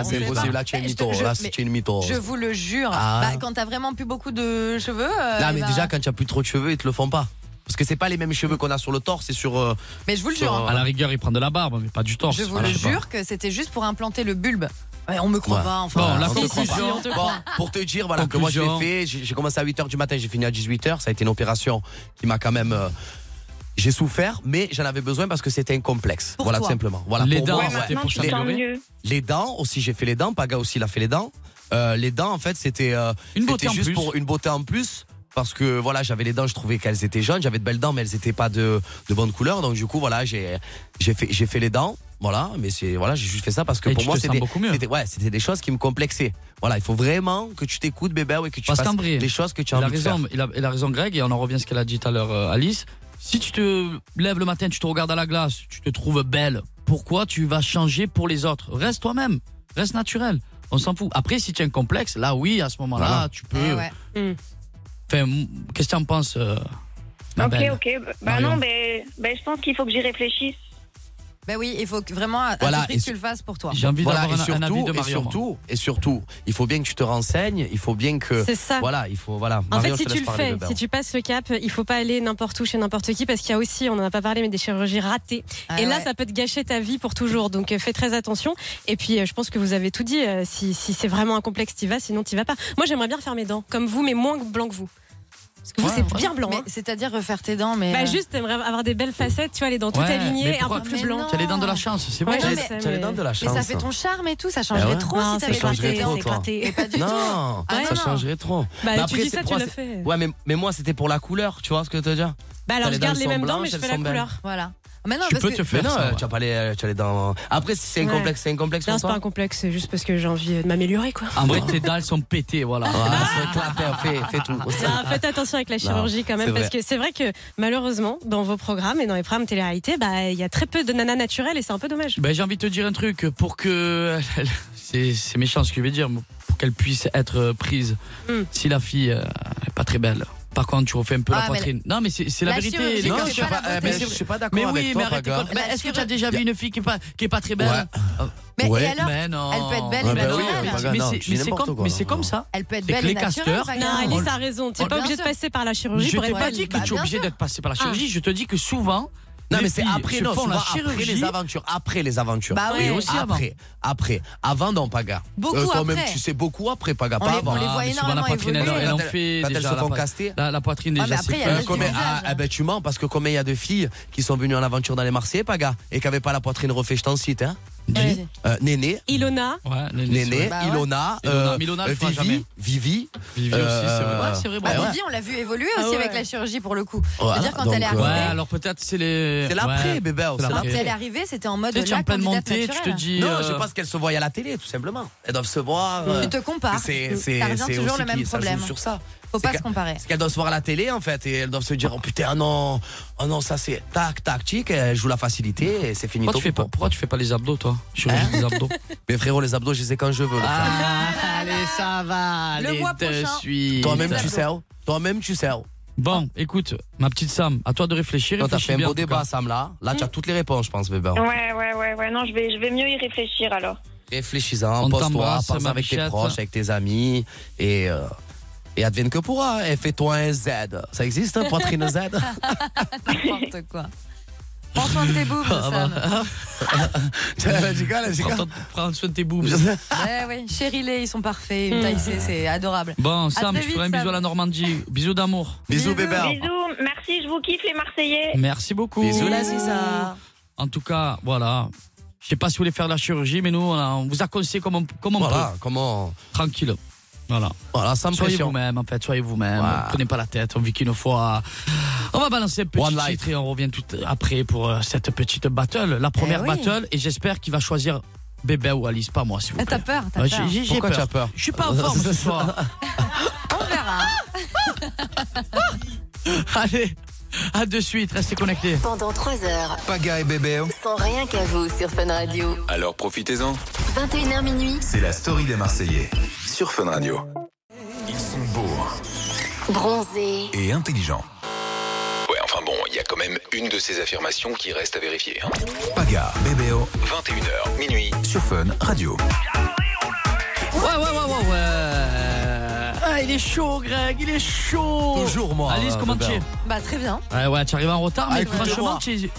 Speaker 7: on
Speaker 5: c'est
Speaker 7: sait
Speaker 5: impossible.
Speaker 7: pas.
Speaker 5: Là, tu es une
Speaker 7: Mais je te-
Speaker 5: mytho.
Speaker 7: je-
Speaker 5: Là, c'est-
Speaker 7: mais
Speaker 5: tu es une mytho.
Speaker 7: Je vous le jure.
Speaker 5: Ah.
Speaker 7: Bah, quand t'as vraiment plus beaucoup de cheveux. euh,
Speaker 5: Là,
Speaker 7: eh
Speaker 5: mais
Speaker 7: ben-
Speaker 5: déjà, quand tu as plus trop de cheveux, ils te le font pas. Parce que c'est pas les mêmes cheveux qu'on a sur le torse et sur. euh,
Speaker 7: Mais je vous le
Speaker 5: sur,
Speaker 7: jure. hein.
Speaker 5: euh,
Speaker 4: À la rigueur, il prend de la barbe, mais pas du torse.
Speaker 7: Je
Speaker 5: ah,
Speaker 7: vous
Speaker 4: Voilà,
Speaker 7: le
Speaker 4: je sais pas.
Speaker 7: jure que c'était juste pour implanter le bulbe. Ouais, on me croit
Speaker 5: Ouais.
Speaker 7: pas, enfin.
Speaker 4: Bon, la
Speaker 7: Si, si,
Speaker 4: conclusion.
Speaker 7: si, on te
Speaker 5: Bon,
Speaker 7: croit.
Speaker 5: pour te dire, voilà, que moi je
Speaker 4: Conclusion.
Speaker 5: l'ai fait, j'ai j'ai commencé à 8h du matin, j'ai fini à 18h, ça a été une opération qui m'a quand même... euh, j'ai souffert, mais j'en avais besoin parce que c'était un complexe.
Speaker 7: Pour
Speaker 5: voilà,
Speaker 7: toi.
Speaker 5: tout simplement. Voilà,
Speaker 4: Les
Speaker 5: pour
Speaker 4: dents,
Speaker 5: moi,
Speaker 4: c'était
Speaker 5: ouais.
Speaker 9: Maintenant,
Speaker 4: pour
Speaker 9: tu te sens
Speaker 4: s'améliorer.
Speaker 9: mieux.
Speaker 5: Les dents aussi, j'ai fait les dents. Paga aussi, il a fait les dents. Euh, les dents, en fait, c'était euh,
Speaker 4: Une beauté
Speaker 5: c'était
Speaker 4: en
Speaker 5: juste
Speaker 4: plus.
Speaker 5: pour une beauté en plus. Parce que voilà, j'avais les dents, je trouvais qu'elles étaient jaunes, j'avais de belles dents, mais elles n'étaient pas de, de bonne couleur. Donc du coup, voilà, j'ai j'ai fait, j'ai fait les dents. Voilà, mais c'est voilà, j'ai juste fait ça parce que
Speaker 4: Et
Speaker 5: pour
Speaker 4: tu
Speaker 5: moi,
Speaker 4: te sens
Speaker 5: c'était
Speaker 4: beaucoup mieux.
Speaker 5: c'était- ouais, c'était des choses qui me complexaient. Voilà, il faut vraiment que tu t'écoutes, bébé, ouais, que tu
Speaker 4: Parce
Speaker 5: fasses
Speaker 4: qu'en vrai,
Speaker 5: les choses que
Speaker 4: Il
Speaker 5: tu
Speaker 4: a
Speaker 5: as envie de
Speaker 4: raison,
Speaker 5: faire.
Speaker 4: il a, il a raison, Greg, et on en revient à ce qu'elle a dit tout à l'heure, euh, Alice. Si tu te lèves le matin, tu te regardes à la glace, tu te trouves belle, pourquoi tu vas changer pour les autres Reste toi-même, reste naturel. On s'en fout. Après, si tu as un complexe, là, oui, à ce moment-là,
Speaker 5: Voilà.
Speaker 4: tu
Speaker 7: Eh
Speaker 4: peux.
Speaker 7: ouais.
Speaker 4: Mmh. Enfin, m- qu'est-ce que tu en penses, euh, ma
Speaker 9: Ok,
Speaker 4: belle
Speaker 9: ok. Bah
Speaker 4: Marion.
Speaker 9: non, ben, ben, je pense qu'il faut que j'y réfléchisse.
Speaker 7: Ben oui, il faut que vraiment à
Speaker 5: Voilà,
Speaker 7: tout prix
Speaker 5: et
Speaker 7: que tu
Speaker 5: sur-
Speaker 7: le fasses pour toi.
Speaker 4: J'ai envie
Speaker 5: Voilà,
Speaker 4: d'avoir un, un avis de Marion.
Speaker 5: et
Speaker 4: moi.
Speaker 5: surtout, et surtout, il faut bien que tu te renseignes, il faut bien que.
Speaker 6: C'est ça.
Speaker 5: Voilà, il faut. Voilà.
Speaker 6: En fait, si
Speaker 5: Marion, Ah, je te
Speaker 6: tu
Speaker 5: laisse
Speaker 6: le
Speaker 5: parler,
Speaker 6: fais,
Speaker 5: Bébert.
Speaker 6: si tu passes le cap, il faut pas aller n'importe où chez n'importe qui parce qu'il y a aussi, on n'en a pas parlé, mais des chirurgies ratées.
Speaker 7: Ah
Speaker 6: et là,
Speaker 7: ouais.
Speaker 6: ça peut te gâcher ta vie pour toujours. Donc, euh, fais très attention. Et puis, euh, je pense que vous avez tout dit. euh, Si, si c'est vraiment un complexe, t'y vas. Sinon, t'y vas pas. Moi, j'aimerais bien faire mes dents, comme vous, mais moins blanc que vous. Parce que vous,
Speaker 4: Ouais.
Speaker 6: c'est bien blanc.
Speaker 7: Mais
Speaker 6: hein.
Speaker 7: c'est-à-dire refaire tes dents, mais.
Speaker 6: Bah,
Speaker 7: euh,
Speaker 6: juste, t'aimerais avoir des belles facettes, tu vois, les dents toutes
Speaker 4: Ouais,
Speaker 6: alignées,
Speaker 4: mais
Speaker 6: et un peu
Speaker 4: pourquoi-
Speaker 6: plus
Speaker 7: Mais
Speaker 6: blanc.
Speaker 7: non.
Speaker 4: T'as les dents de la chance, c'est bon.
Speaker 6: Ouais,
Speaker 5: T'as
Speaker 6: je
Speaker 5: les-
Speaker 6: sais,
Speaker 5: t'as les
Speaker 6: mais-
Speaker 5: dents de la
Speaker 7: Mais
Speaker 5: chance.
Speaker 7: ça fait ton charme et tout, ça changerait
Speaker 5: Eh ouais.
Speaker 7: trop si
Speaker 6: Non, ça
Speaker 7: t'avais pas
Speaker 5: changerait
Speaker 7: tes
Speaker 5: trop,
Speaker 7: dents.
Speaker 5: toi.
Speaker 7: Mais pas du tout.
Speaker 5: Non,
Speaker 7: Ah
Speaker 5: ça
Speaker 7: non.
Speaker 5: changerait trop.
Speaker 6: Bah,
Speaker 5: Mais
Speaker 6: tu
Speaker 5: après,
Speaker 6: dis ça,
Speaker 5: c'est
Speaker 6: tu
Speaker 5: pour-
Speaker 6: l'as fait.
Speaker 5: Ouais, mais, mais moi, c'était pour la couleur, tu vois ce que je veux te dire
Speaker 6: Bah, alors,
Speaker 5: les
Speaker 6: je
Speaker 5: dents,
Speaker 6: garde
Speaker 5: elles
Speaker 6: les
Speaker 5: sont
Speaker 6: mêmes dents,
Speaker 5: blanches,
Speaker 6: mais je
Speaker 5: elles
Speaker 6: fais
Speaker 5: sont
Speaker 6: la
Speaker 5: belles.
Speaker 6: couleur.
Speaker 7: Voilà. Ah, Mais non,
Speaker 4: Tu
Speaker 7: parce
Speaker 4: peux
Speaker 7: que-
Speaker 4: te
Speaker 5: Mais
Speaker 4: faire
Speaker 5: non,
Speaker 4: ça. ouais.
Speaker 5: tu as pas les, euh, tu as les dents. Après, si c'est un
Speaker 6: Ouais.
Speaker 5: complexe, c'est un complexe
Speaker 6: Non,
Speaker 5: pour
Speaker 6: c'est pas
Speaker 5: toi
Speaker 6: un complexe, c'est juste parce que j'ai envie de m'améliorer, quoi.
Speaker 4: En vrai, tes dents, elles sont pétées, voilà.
Speaker 5: Ah, c'est clapet, fais, fais tout.
Speaker 6: Ah, faites attention avec la chirurgie quand même,
Speaker 5: c'est
Speaker 6: parce
Speaker 5: vrai.
Speaker 6: que c'est vrai que malheureusement, dans vos programmes et dans les programmes télé-réalité, bah, il y a très peu de nanas naturelles et c'est un peu dommage.
Speaker 4: Ben, j'ai envie de te dire un truc pour que. C'est c'est méchant ce que je vais dire, mais pour qu'elle puisse être euh, prise.
Speaker 6: Hmm.
Speaker 4: Si la fille euh, est pas très belle. Par contre, tu refais un peu
Speaker 7: Ah,
Speaker 4: la
Speaker 7: mais
Speaker 4: poitrine. Non, mais c'est c'est la,
Speaker 7: La
Speaker 4: vérité.
Speaker 7: chirurgie,
Speaker 4: les
Speaker 7: non,
Speaker 4: gars.
Speaker 7: c'est pas la
Speaker 5: eh,
Speaker 7: beauté.
Speaker 5: ben, je suis pas d'accord
Speaker 4: euh, Mais
Speaker 5: avec
Speaker 4: oui,
Speaker 5: toi,
Speaker 4: mais arrête.
Speaker 5: Paga.
Speaker 4: écoute, ben,
Speaker 7: La
Speaker 4: Est-ce que tu as
Speaker 7: chirurgie-
Speaker 4: déjà vu une fille qui est pas, qui est pas très belle
Speaker 5: Ouais.
Speaker 7: Mais
Speaker 5: Ouais.
Speaker 7: et alors
Speaker 4: Mais non.
Speaker 7: elle peut être belle
Speaker 5: et
Speaker 4: Ouais,
Speaker 5: belle
Speaker 4: ben
Speaker 5: aussi.
Speaker 4: oui,
Speaker 5: Ah,
Speaker 4: mais
Speaker 5: Paga,
Speaker 4: mais
Speaker 5: non,
Speaker 4: c'est-
Speaker 5: tu dis
Speaker 4: mais c'est
Speaker 5: n'importe
Speaker 4: comme,
Speaker 5: quoi,
Speaker 4: mais c'est
Speaker 5: non.
Speaker 4: comme ça.
Speaker 7: Elle peut être
Speaker 4: C'est
Speaker 7: belle
Speaker 4: que
Speaker 7: et
Speaker 4: les
Speaker 7: naturelle.
Speaker 4: casteurs-
Speaker 6: Non,
Speaker 7: regarde.
Speaker 6: Alice a raison, t'es
Speaker 7: Oh,
Speaker 6: pas
Speaker 7: bien
Speaker 6: obligé de
Speaker 7: sûr.
Speaker 6: passer par la chirurgie
Speaker 4: Je
Speaker 6: pour
Speaker 4: t'ai
Speaker 6: être
Speaker 4: pas
Speaker 6: belle.
Speaker 4: dit que
Speaker 7: Bah,
Speaker 4: tu es
Speaker 7: bien
Speaker 4: obligé
Speaker 7: sûr.
Speaker 4: d'être passé par la
Speaker 6: Ah.
Speaker 4: chirurgie. Je te dis que souvent.
Speaker 5: Non,
Speaker 4: les
Speaker 5: mais c'est
Speaker 4: filles
Speaker 5: après,
Speaker 4: se
Speaker 5: non,
Speaker 4: font
Speaker 5: souvent
Speaker 4: la
Speaker 5: après
Speaker 4: chirurgie.
Speaker 5: les aventures. Après les aventures.
Speaker 7: Bah oui.
Speaker 4: Et aussi avant.
Speaker 5: après, après. Avant dans Paga.
Speaker 7: Beaucoup
Speaker 5: toi même,
Speaker 7: après.
Speaker 5: tu sais, beaucoup après Paga,
Speaker 7: On
Speaker 5: pas
Speaker 7: les-
Speaker 5: avant.
Speaker 7: on les
Speaker 4: Ah,
Speaker 7: voit
Speaker 4: mais souvent,
Speaker 7: énormément
Speaker 4: la poitrine,
Speaker 7: évoluer.
Speaker 4: elle, elle en
Speaker 5: Quand elles-
Speaker 4: fait
Speaker 5: quand elles
Speaker 4: déjà,
Speaker 5: se
Speaker 4: la
Speaker 5: font
Speaker 4: poit-
Speaker 5: caster.
Speaker 4: La, la poitrine
Speaker 7: Ah,
Speaker 4: déjà.
Speaker 7: mais après,
Speaker 4: c'est
Speaker 7: il y a
Speaker 4: fait.
Speaker 7: la-
Speaker 5: Euh, combien-
Speaker 7: du
Speaker 5: ah,
Speaker 7: visage.
Speaker 5: ah, ben, tu mens parce que combien il y a de filles qui sont venues en aventure dans les Marseillais, Paga, et qui n'avaient pas la poitrine refaite, je t'en cite. Hein.
Speaker 7: Vas-y.
Speaker 5: Euh, Néné,
Speaker 6: Ilona,
Speaker 4: Ouais, les- les-
Speaker 5: Néné,
Speaker 7: Bah ouais.
Speaker 5: Ilona,
Speaker 4: Ilona,
Speaker 5: euh,
Speaker 4: mais Ilona,
Speaker 5: euh,
Speaker 4: elle fera
Speaker 5: Vivi,
Speaker 4: jamais.
Speaker 5: Vivi. Euh,
Speaker 4: Vivi aussi, c'est vrai. Ouais, c'est vrai.
Speaker 7: Bah,
Speaker 4: bravo.
Speaker 7: Vivi, on l'a vu évoluer
Speaker 6: Ah
Speaker 7: aussi
Speaker 6: ouais.
Speaker 7: avec la chirurgie pour le coup.
Speaker 5: Voilà,
Speaker 7: C'est-à-dire quand
Speaker 5: donc,
Speaker 7: elle est
Speaker 5: euh,
Speaker 7: arrivée,
Speaker 4: Ouais, alors peut-être c'est les.
Speaker 5: C'est l'après,
Speaker 4: ouais.
Speaker 5: bébé.
Speaker 4: C'est
Speaker 5: C'est
Speaker 7: quand
Speaker 4: l'après.
Speaker 5: l'après.
Speaker 7: elle est arrivée, c'était en mode
Speaker 4: Tu sais, tu es
Speaker 7: la
Speaker 4: en pleine
Speaker 7: candidate
Speaker 4: montée, tu te
Speaker 7: naturelle.
Speaker 4: dis.
Speaker 5: Non,
Speaker 4: euh,
Speaker 5: je pense qu'elles se voient à la télé, tout simplement. Elles doivent se voir. euh,
Speaker 7: Tu te compares. Mm.
Speaker 5: C'est c'est-
Speaker 7: Ça revient
Speaker 5: c'est
Speaker 7: toujours
Speaker 5: aussi
Speaker 7: le même
Speaker 5: qui- ça joue
Speaker 7: problème.
Speaker 5: sur ça.
Speaker 7: Faut pas
Speaker 5: c'est
Speaker 7: se comparer.
Speaker 5: Parce qu'elles doivent se voir à la télé, en fait, et elles doivent se dire Oh putain, ah non, oh non, ça c'est tac, tac, tic, elles jouent la facilité et c'est fini.
Speaker 4: Pourquoi
Speaker 5: Tant
Speaker 4: tu, fais
Speaker 5: pis
Speaker 4: pas,
Speaker 5: pour-
Speaker 4: pourquoi tu fais pas les abdos, toi Chirurgie
Speaker 5: Hein
Speaker 4: des abdos.
Speaker 5: Mais frérot, les abdos, je sais quand je veux. le faire.
Speaker 4: Ah, allez, ça va.
Speaker 7: Le allez, mois de prochain.
Speaker 4: suis.
Speaker 5: Toi-même,
Speaker 7: les
Speaker 5: tu
Speaker 7: abdos.
Speaker 5: sais. oh. Toi-même, tu sais. oh.
Speaker 4: Bon, écoute, ma petite Sam, à toi de réfléchir.
Speaker 5: Toi, t'as
Speaker 4: réfléchis
Speaker 5: fait un
Speaker 4: bien, en
Speaker 5: beau
Speaker 4: tout
Speaker 5: débat,
Speaker 4: cas.
Speaker 5: Sam, là. Là, tu as toutes les réponses, je pense, bébé.
Speaker 9: Ouais, ouais, ouais, ouais. Non, je vais, je vais mieux y réfléchir alors.
Speaker 5: Réfléchis-en,
Speaker 4: On
Speaker 5: pose-toi,
Speaker 4: t'embrasse,
Speaker 5: pense
Speaker 4: ma
Speaker 5: avec tes
Speaker 4: bichette.
Speaker 5: proches, avec tes amis et. euh, et advienne que pourra, et fais-toi un Z. Ça existe, hein, poitrine Z
Speaker 7: N'importe quoi. Prends soin de tes boobs,
Speaker 5: Ah, bah.
Speaker 7: Sam.
Speaker 5: Elle dit quoi, elle dit quoi
Speaker 4: Prends, prends soin de tes boobs.
Speaker 7: Ouais, ouais. Chérilés, ils sont parfaits. Une taille C, c'est adorable.
Speaker 4: Bon,
Speaker 7: très
Speaker 4: Sam, je
Speaker 7: vite,
Speaker 4: ferai un bisou
Speaker 7: Sam.
Speaker 4: à la Normandie. Bisous d'amour.
Speaker 5: Bisous, bébé.
Speaker 9: Bisous, merci, je vous kiffe les Marseillais.
Speaker 4: Merci beaucoup.
Speaker 5: Bisous, la
Speaker 7: Ziza.
Speaker 4: En tout cas, voilà. Je sais pas si vous voulez faire de la chirurgie, mais nous, on, a- on vous a conseillé comme on, comme on
Speaker 5: Voilà, comment.
Speaker 4: peut. Tranquille. Voilà.
Speaker 5: Voilà, sans
Speaker 4: Soyez
Speaker 5: pression.
Speaker 4: vous-même, Eh, en fait. Soyez vous-même.
Speaker 5: Ouais.
Speaker 4: Prenez pas la tête. On vit qu'une fois. On va balancer un petit
Speaker 5: One life.
Speaker 4: titre et on revient tout après pour euh, cette petite battle. La première
Speaker 7: Eh oui.
Speaker 4: battle. Et j'espère qu'il va choisir Bébé ou Alice, pas moi, s'il vous
Speaker 7: Ah, T'as
Speaker 4: plaît.
Speaker 7: peur, t'as
Speaker 4: Ouais,
Speaker 7: peur.
Speaker 4: j'ai- j'ai- j'ai
Speaker 5: Pourquoi tu as peur
Speaker 4: Je suis pas en forme ce soir.
Speaker 7: On verra.
Speaker 4: Allez, à de suite. Restez connectés.
Speaker 3: Pendant 3 heures,
Speaker 1: Paga et Bébé,
Speaker 3: sans rien qu'à vous sur Fun Radio.
Speaker 1: alors profitez-en.
Speaker 3: 21h minuit,
Speaker 1: C'est la story des Marseillais sur Fun Radio. Ils sont beaux hein.
Speaker 3: bronzé,
Speaker 1: et intelligents.
Speaker 10: Ouais, enfin bon, il y a quand même une de ces affirmations qui reste à vérifier. hein.
Speaker 1: Paga, Bébéo
Speaker 10: 21h, minuit.
Speaker 1: sur Fun Radio.
Speaker 4: Ouais, ouais, ouais, ouais, ouais. Ah, il est chaud, Greg. Il est chaud.
Speaker 5: Toujours, moi,
Speaker 4: Alice,
Speaker 5: euh,
Speaker 4: comment tu
Speaker 5: Bébert.
Speaker 4: es
Speaker 7: Bah, très bien.
Speaker 4: Ouais, ouais, tu arrives en retard,
Speaker 5: Ah,
Speaker 4: mais
Speaker 5: écoutez-moi.
Speaker 4: franchement, tu es,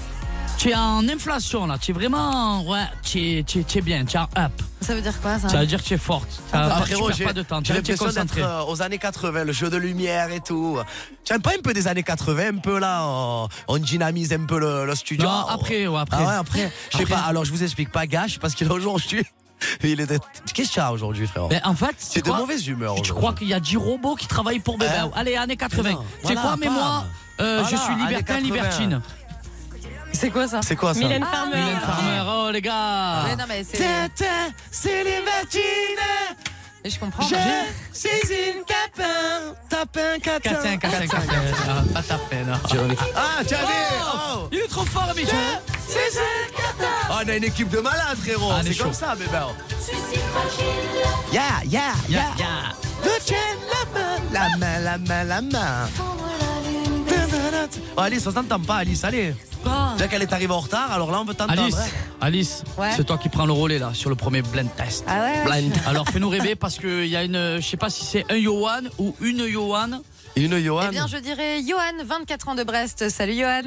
Speaker 4: tu es en inflation là. Tu es vraiment. Ouais, tu es, tu es- tu es bien, tu es en up.
Speaker 7: Ça veut dire quoi, ça
Speaker 4: Ça veut dire que tu es forte. Ça,
Speaker 5: Ah,
Speaker 4: tu
Speaker 5: frérot,
Speaker 4: perds
Speaker 5: j'ai
Speaker 4: pas de temps,
Speaker 5: j'ai
Speaker 4: tu es
Speaker 5: l'impression d'être
Speaker 4: concentré.
Speaker 5: euh, aux années 80, le jeu de lumière et tout. J'aime pas un peu des années 80, un peu là, on, on dynamise un peu le, le studio.
Speaker 4: Non, après, ouais, après.
Speaker 5: Ah ouais, après, je sais
Speaker 4: Après.
Speaker 5: pas, alors je vous explique pas, gars, je sais pas ce qu'il a aujourd'hui. Il est de- Qu'est-ce qu'il y a aujourd'hui, frérot
Speaker 4: Mais Ben, en fait, c'est
Speaker 5: C'est de
Speaker 4: quoi
Speaker 5: mauvaise humeur.
Speaker 4: Tu
Speaker 5: aujourd'hui.
Speaker 4: crois qu'il y a 10 robots qui travaillent pour Bébé
Speaker 5: Hein
Speaker 4: Allez, années 80.
Speaker 5: Non,
Speaker 4: Tu sais
Speaker 5: voilà,
Speaker 4: quoi, mais
Speaker 5: pam.
Speaker 4: moi, euh, je
Speaker 5: Voilà,
Speaker 4: suis
Speaker 5: années
Speaker 4: libertin,
Speaker 5: 80.
Speaker 4: libertine.
Speaker 7: C'est quoi ça
Speaker 5: C'est quoi ça
Speaker 6: Mylène Farmer.
Speaker 4: Mylène Farmer, oh les gars.
Speaker 7: Mais non, mais c'est.
Speaker 5: Tintin, Ah. c'est les matines.
Speaker 7: Je comprends.
Speaker 5: Je suis une tapin, tapin,
Speaker 4: Catin,
Speaker 5: catin.
Speaker 4: catin, catin. Ah, Pas ta peine.
Speaker 5: Ah, tu as vu
Speaker 4: Oh,
Speaker 5: oh.
Speaker 4: Il est trop fort, Michel.
Speaker 5: Oh, on a une équipe de malades, frérot.
Speaker 4: Ah, on est
Speaker 5: c'est
Speaker 4: chaud.
Speaker 5: comme ça, bébé. Yeah, yeah, yeah.
Speaker 4: Ya, ya.
Speaker 5: Le tien, la main, la main, la main, la main. Oh, Alice, on s'entend pas, Alice, allez.
Speaker 7: Bon.
Speaker 5: Déjà qu'elle est arrivée en retard, alors là on peut t'entendre.
Speaker 4: Alice,
Speaker 5: hein.
Speaker 4: Alice,
Speaker 7: Ouais.
Speaker 4: c'est toi qui prends le relais là sur le premier blend test.
Speaker 7: Ah ouais, ouais.
Speaker 4: Alors fais-nous rêver parce qu'il y a une, je sais pas si c'est un Johan ou une Johan.
Speaker 5: Une Johan.
Speaker 7: Eh bien, je dirais Johan, 24 ans de Brest. Salut Johan.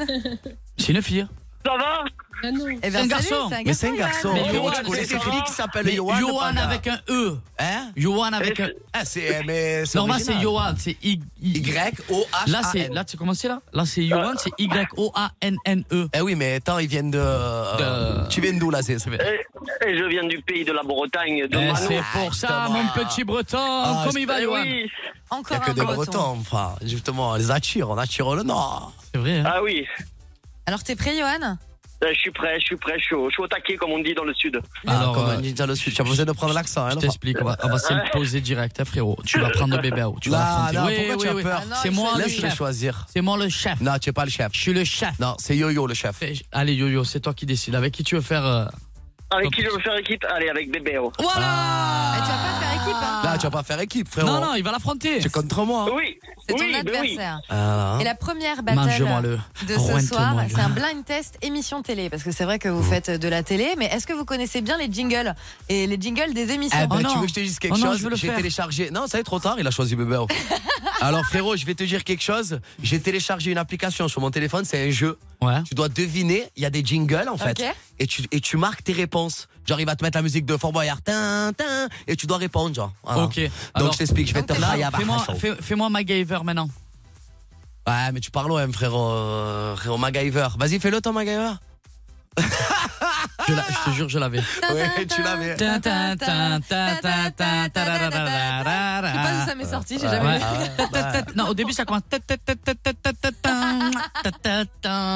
Speaker 4: C'est une fille.
Speaker 9: Ça va
Speaker 6: Ah non.
Speaker 7: Eh
Speaker 4: C'est un
Speaker 7: salut,
Speaker 4: garçon.
Speaker 5: mais c'est un garçon.
Speaker 4: Mais
Speaker 5: Frérot,
Speaker 4: Johan,
Speaker 5: tu connais
Speaker 4: c'est
Speaker 5: des
Speaker 4: ça.
Speaker 5: filles qui s'appellent
Speaker 4: Mais
Speaker 5: Johan.
Speaker 4: Johan
Speaker 5: pas-
Speaker 4: avec un E.
Speaker 5: Hein
Speaker 4: Johan avec un.
Speaker 5: Ah, c'est. Mais c'est
Speaker 4: Normal c'est
Speaker 5: original.
Speaker 4: Johan, c'est I. I-
Speaker 5: Y, O, H.
Speaker 4: Là c'est, là tu commencé là. Là c'est Johan, c'est Y O A N N E. Eh,
Speaker 5: Eh oui, mais attends, ils viennent de. euh,
Speaker 4: De-
Speaker 5: Tu viens d'où là c'est...
Speaker 11: Et, et Eh, je viens du pays de la Bretagne, de
Speaker 4: Eh,
Speaker 11: Manon.
Speaker 4: C'est pour ça
Speaker 5: Justement.
Speaker 4: mon petit Breton.
Speaker 5: Ah,
Speaker 4: Comme il va
Speaker 11: Eh
Speaker 4: Johan.
Speaker 11: oui.
Speaker 5: Il n'y
Speaker 7: Encore
Speaker 5: a que
Speaker 7: un
Speaker 5: des
Speaker 7: breton.
Speaker 5: Bretons, enfin. Justement, on les attire, on attire le Nord.
Speaker 4: C'est vrai. hein.
Speaker 11: Ah oui,
Speaker 7: Alors, t'es prêt, Johan
Speaker 11: Eh, je suis prêt, je suis prêt, je suis au, je suis au taquet comme on dit dans le sud.
Speaker 5: Alors,
Speaker 4: Alors,
Speaker 5: comme
Speaker 4: euh,
Speaker 5: on dit dans le sud, tu as besoin de prendre l'accent. Hein,
Speaker 4: Je
Speaker 5: le
Speaker 4: t'explique, on va, on va se le poser direct, hein, frérot. Tu vas prendre le bébé ou tu vas
Speaker 5: Là,
Speaker 4: affronter.
Speaker 5: là,
Speaker 4: Oui,
Speaker 5: pourquoi
Speaker 4: oui,
Speaker 5: tu as
Speaker 4: oui.
Speaker 5: peur
Speaker 7: Ah non,
Speaker 4: C'est moi le
Speaker 7: laisse-le
Speaker 5: Laisse-les
Speaker 4: chef.
Speaker 5: choisir.
Speaker 4: C'est moi le chef.
Speaker 5: Non, tu n'es pas le chef.
Speaker 4: Je suis le chef.
Speaker 5: Non, c'est Yo-Yo le chef.
Speaker 4: Fais- Allez, Yo-Yo, c'est toi qui décides. Avec qui tu veux faire. euh,
Speaker 11: Avec qui je veux faire équipe Allez, avec oh. Bébéo.
Speaker 5: Ah.
Speaker 7: Mais
Speaker 4: Voilà
Speaker 7: Eh, tu vas pas faire équipe, hein
Speaker 5: Là, tu vas pas faire équipe, frérot.
Speaker 4: Ah. Non, non, il va l'affronter.
Speaker 5: Tu es contre moi. hein.
Speaker 11: Oui,
Speaker 7: C'est ton
Speaker 11: oui, ben oui.
Speaker 7: adversaire.
Speaker 5: Ah,
Speaker 7: Et la première battle
Speaker 4: Mange-moi le.
Speaker 7: de ce soir,
Speaker 4: Rointe-moi le.
Speaker 7: c'est un blind test émission télé. Parce que c'est vrai que
Speaker 5: Mm.
Speaker 7: vous faites de la télé, mais est-ce que vous connaissez bien les jingles Et les jingles des émissions
Speaker 5: Eh ben,
Speaker 4: Oh non.
Speaker 5: tu veux que je te dise quelque
Speaker 4: Oh non,
Speaker 5: chose
Speaker 4: je veux le
Speaker 5: J'ai
Speaker 4: faire.
Speaker 5: téléchargé. Non, ça y est, trop tard, il a choisi Bébéo. Alors, frérot, je vais te dire quelque chose. J'ai téléchargé une application sur mon téléphone, c'est un jeu.
Speaker 4: Ouais.
Speaker 5: Tu dois deviner, il y a des jingles en fait.
Speaker 7: Ok.
Speaker 5: Et, tu, et tu marques tes réponses. Genre, il va te mettre la musique de Fort Boyard. Tin, tin, et tu dois répondre, genre. Voilà.
Speaker 4: Ok.
Speaker 5: Donc,
Speaker 4: Alors,
Speaker 5: je t'explique, je vais te
Speaker 7: donc,
Speaker 5: faire
Speaker 4: là, fais-moi
Speaker 5: Yabba.
Speaker 4: fais, fais-moi MacGyver maintenant.
Speaker 5: Ouais, mais tu parles OM, frérot. euh, frérot MacGyver. Vas-y, fais-le, ton MacGyver.
Speaker 4: Je, la- je te jure, je l'avais.
Speaker 5: Ouais, tu l'avais.
Speaker 7: Tin, tin, tin, tin, tin, tin, tarararara. Je sais pas d'où ça m'est sorti, j'ai jamais
Speaker 4: Ouais.
Speaker 7: vu.
Speaker 4: Non, au début, ça commence.
Speaker 5: Ah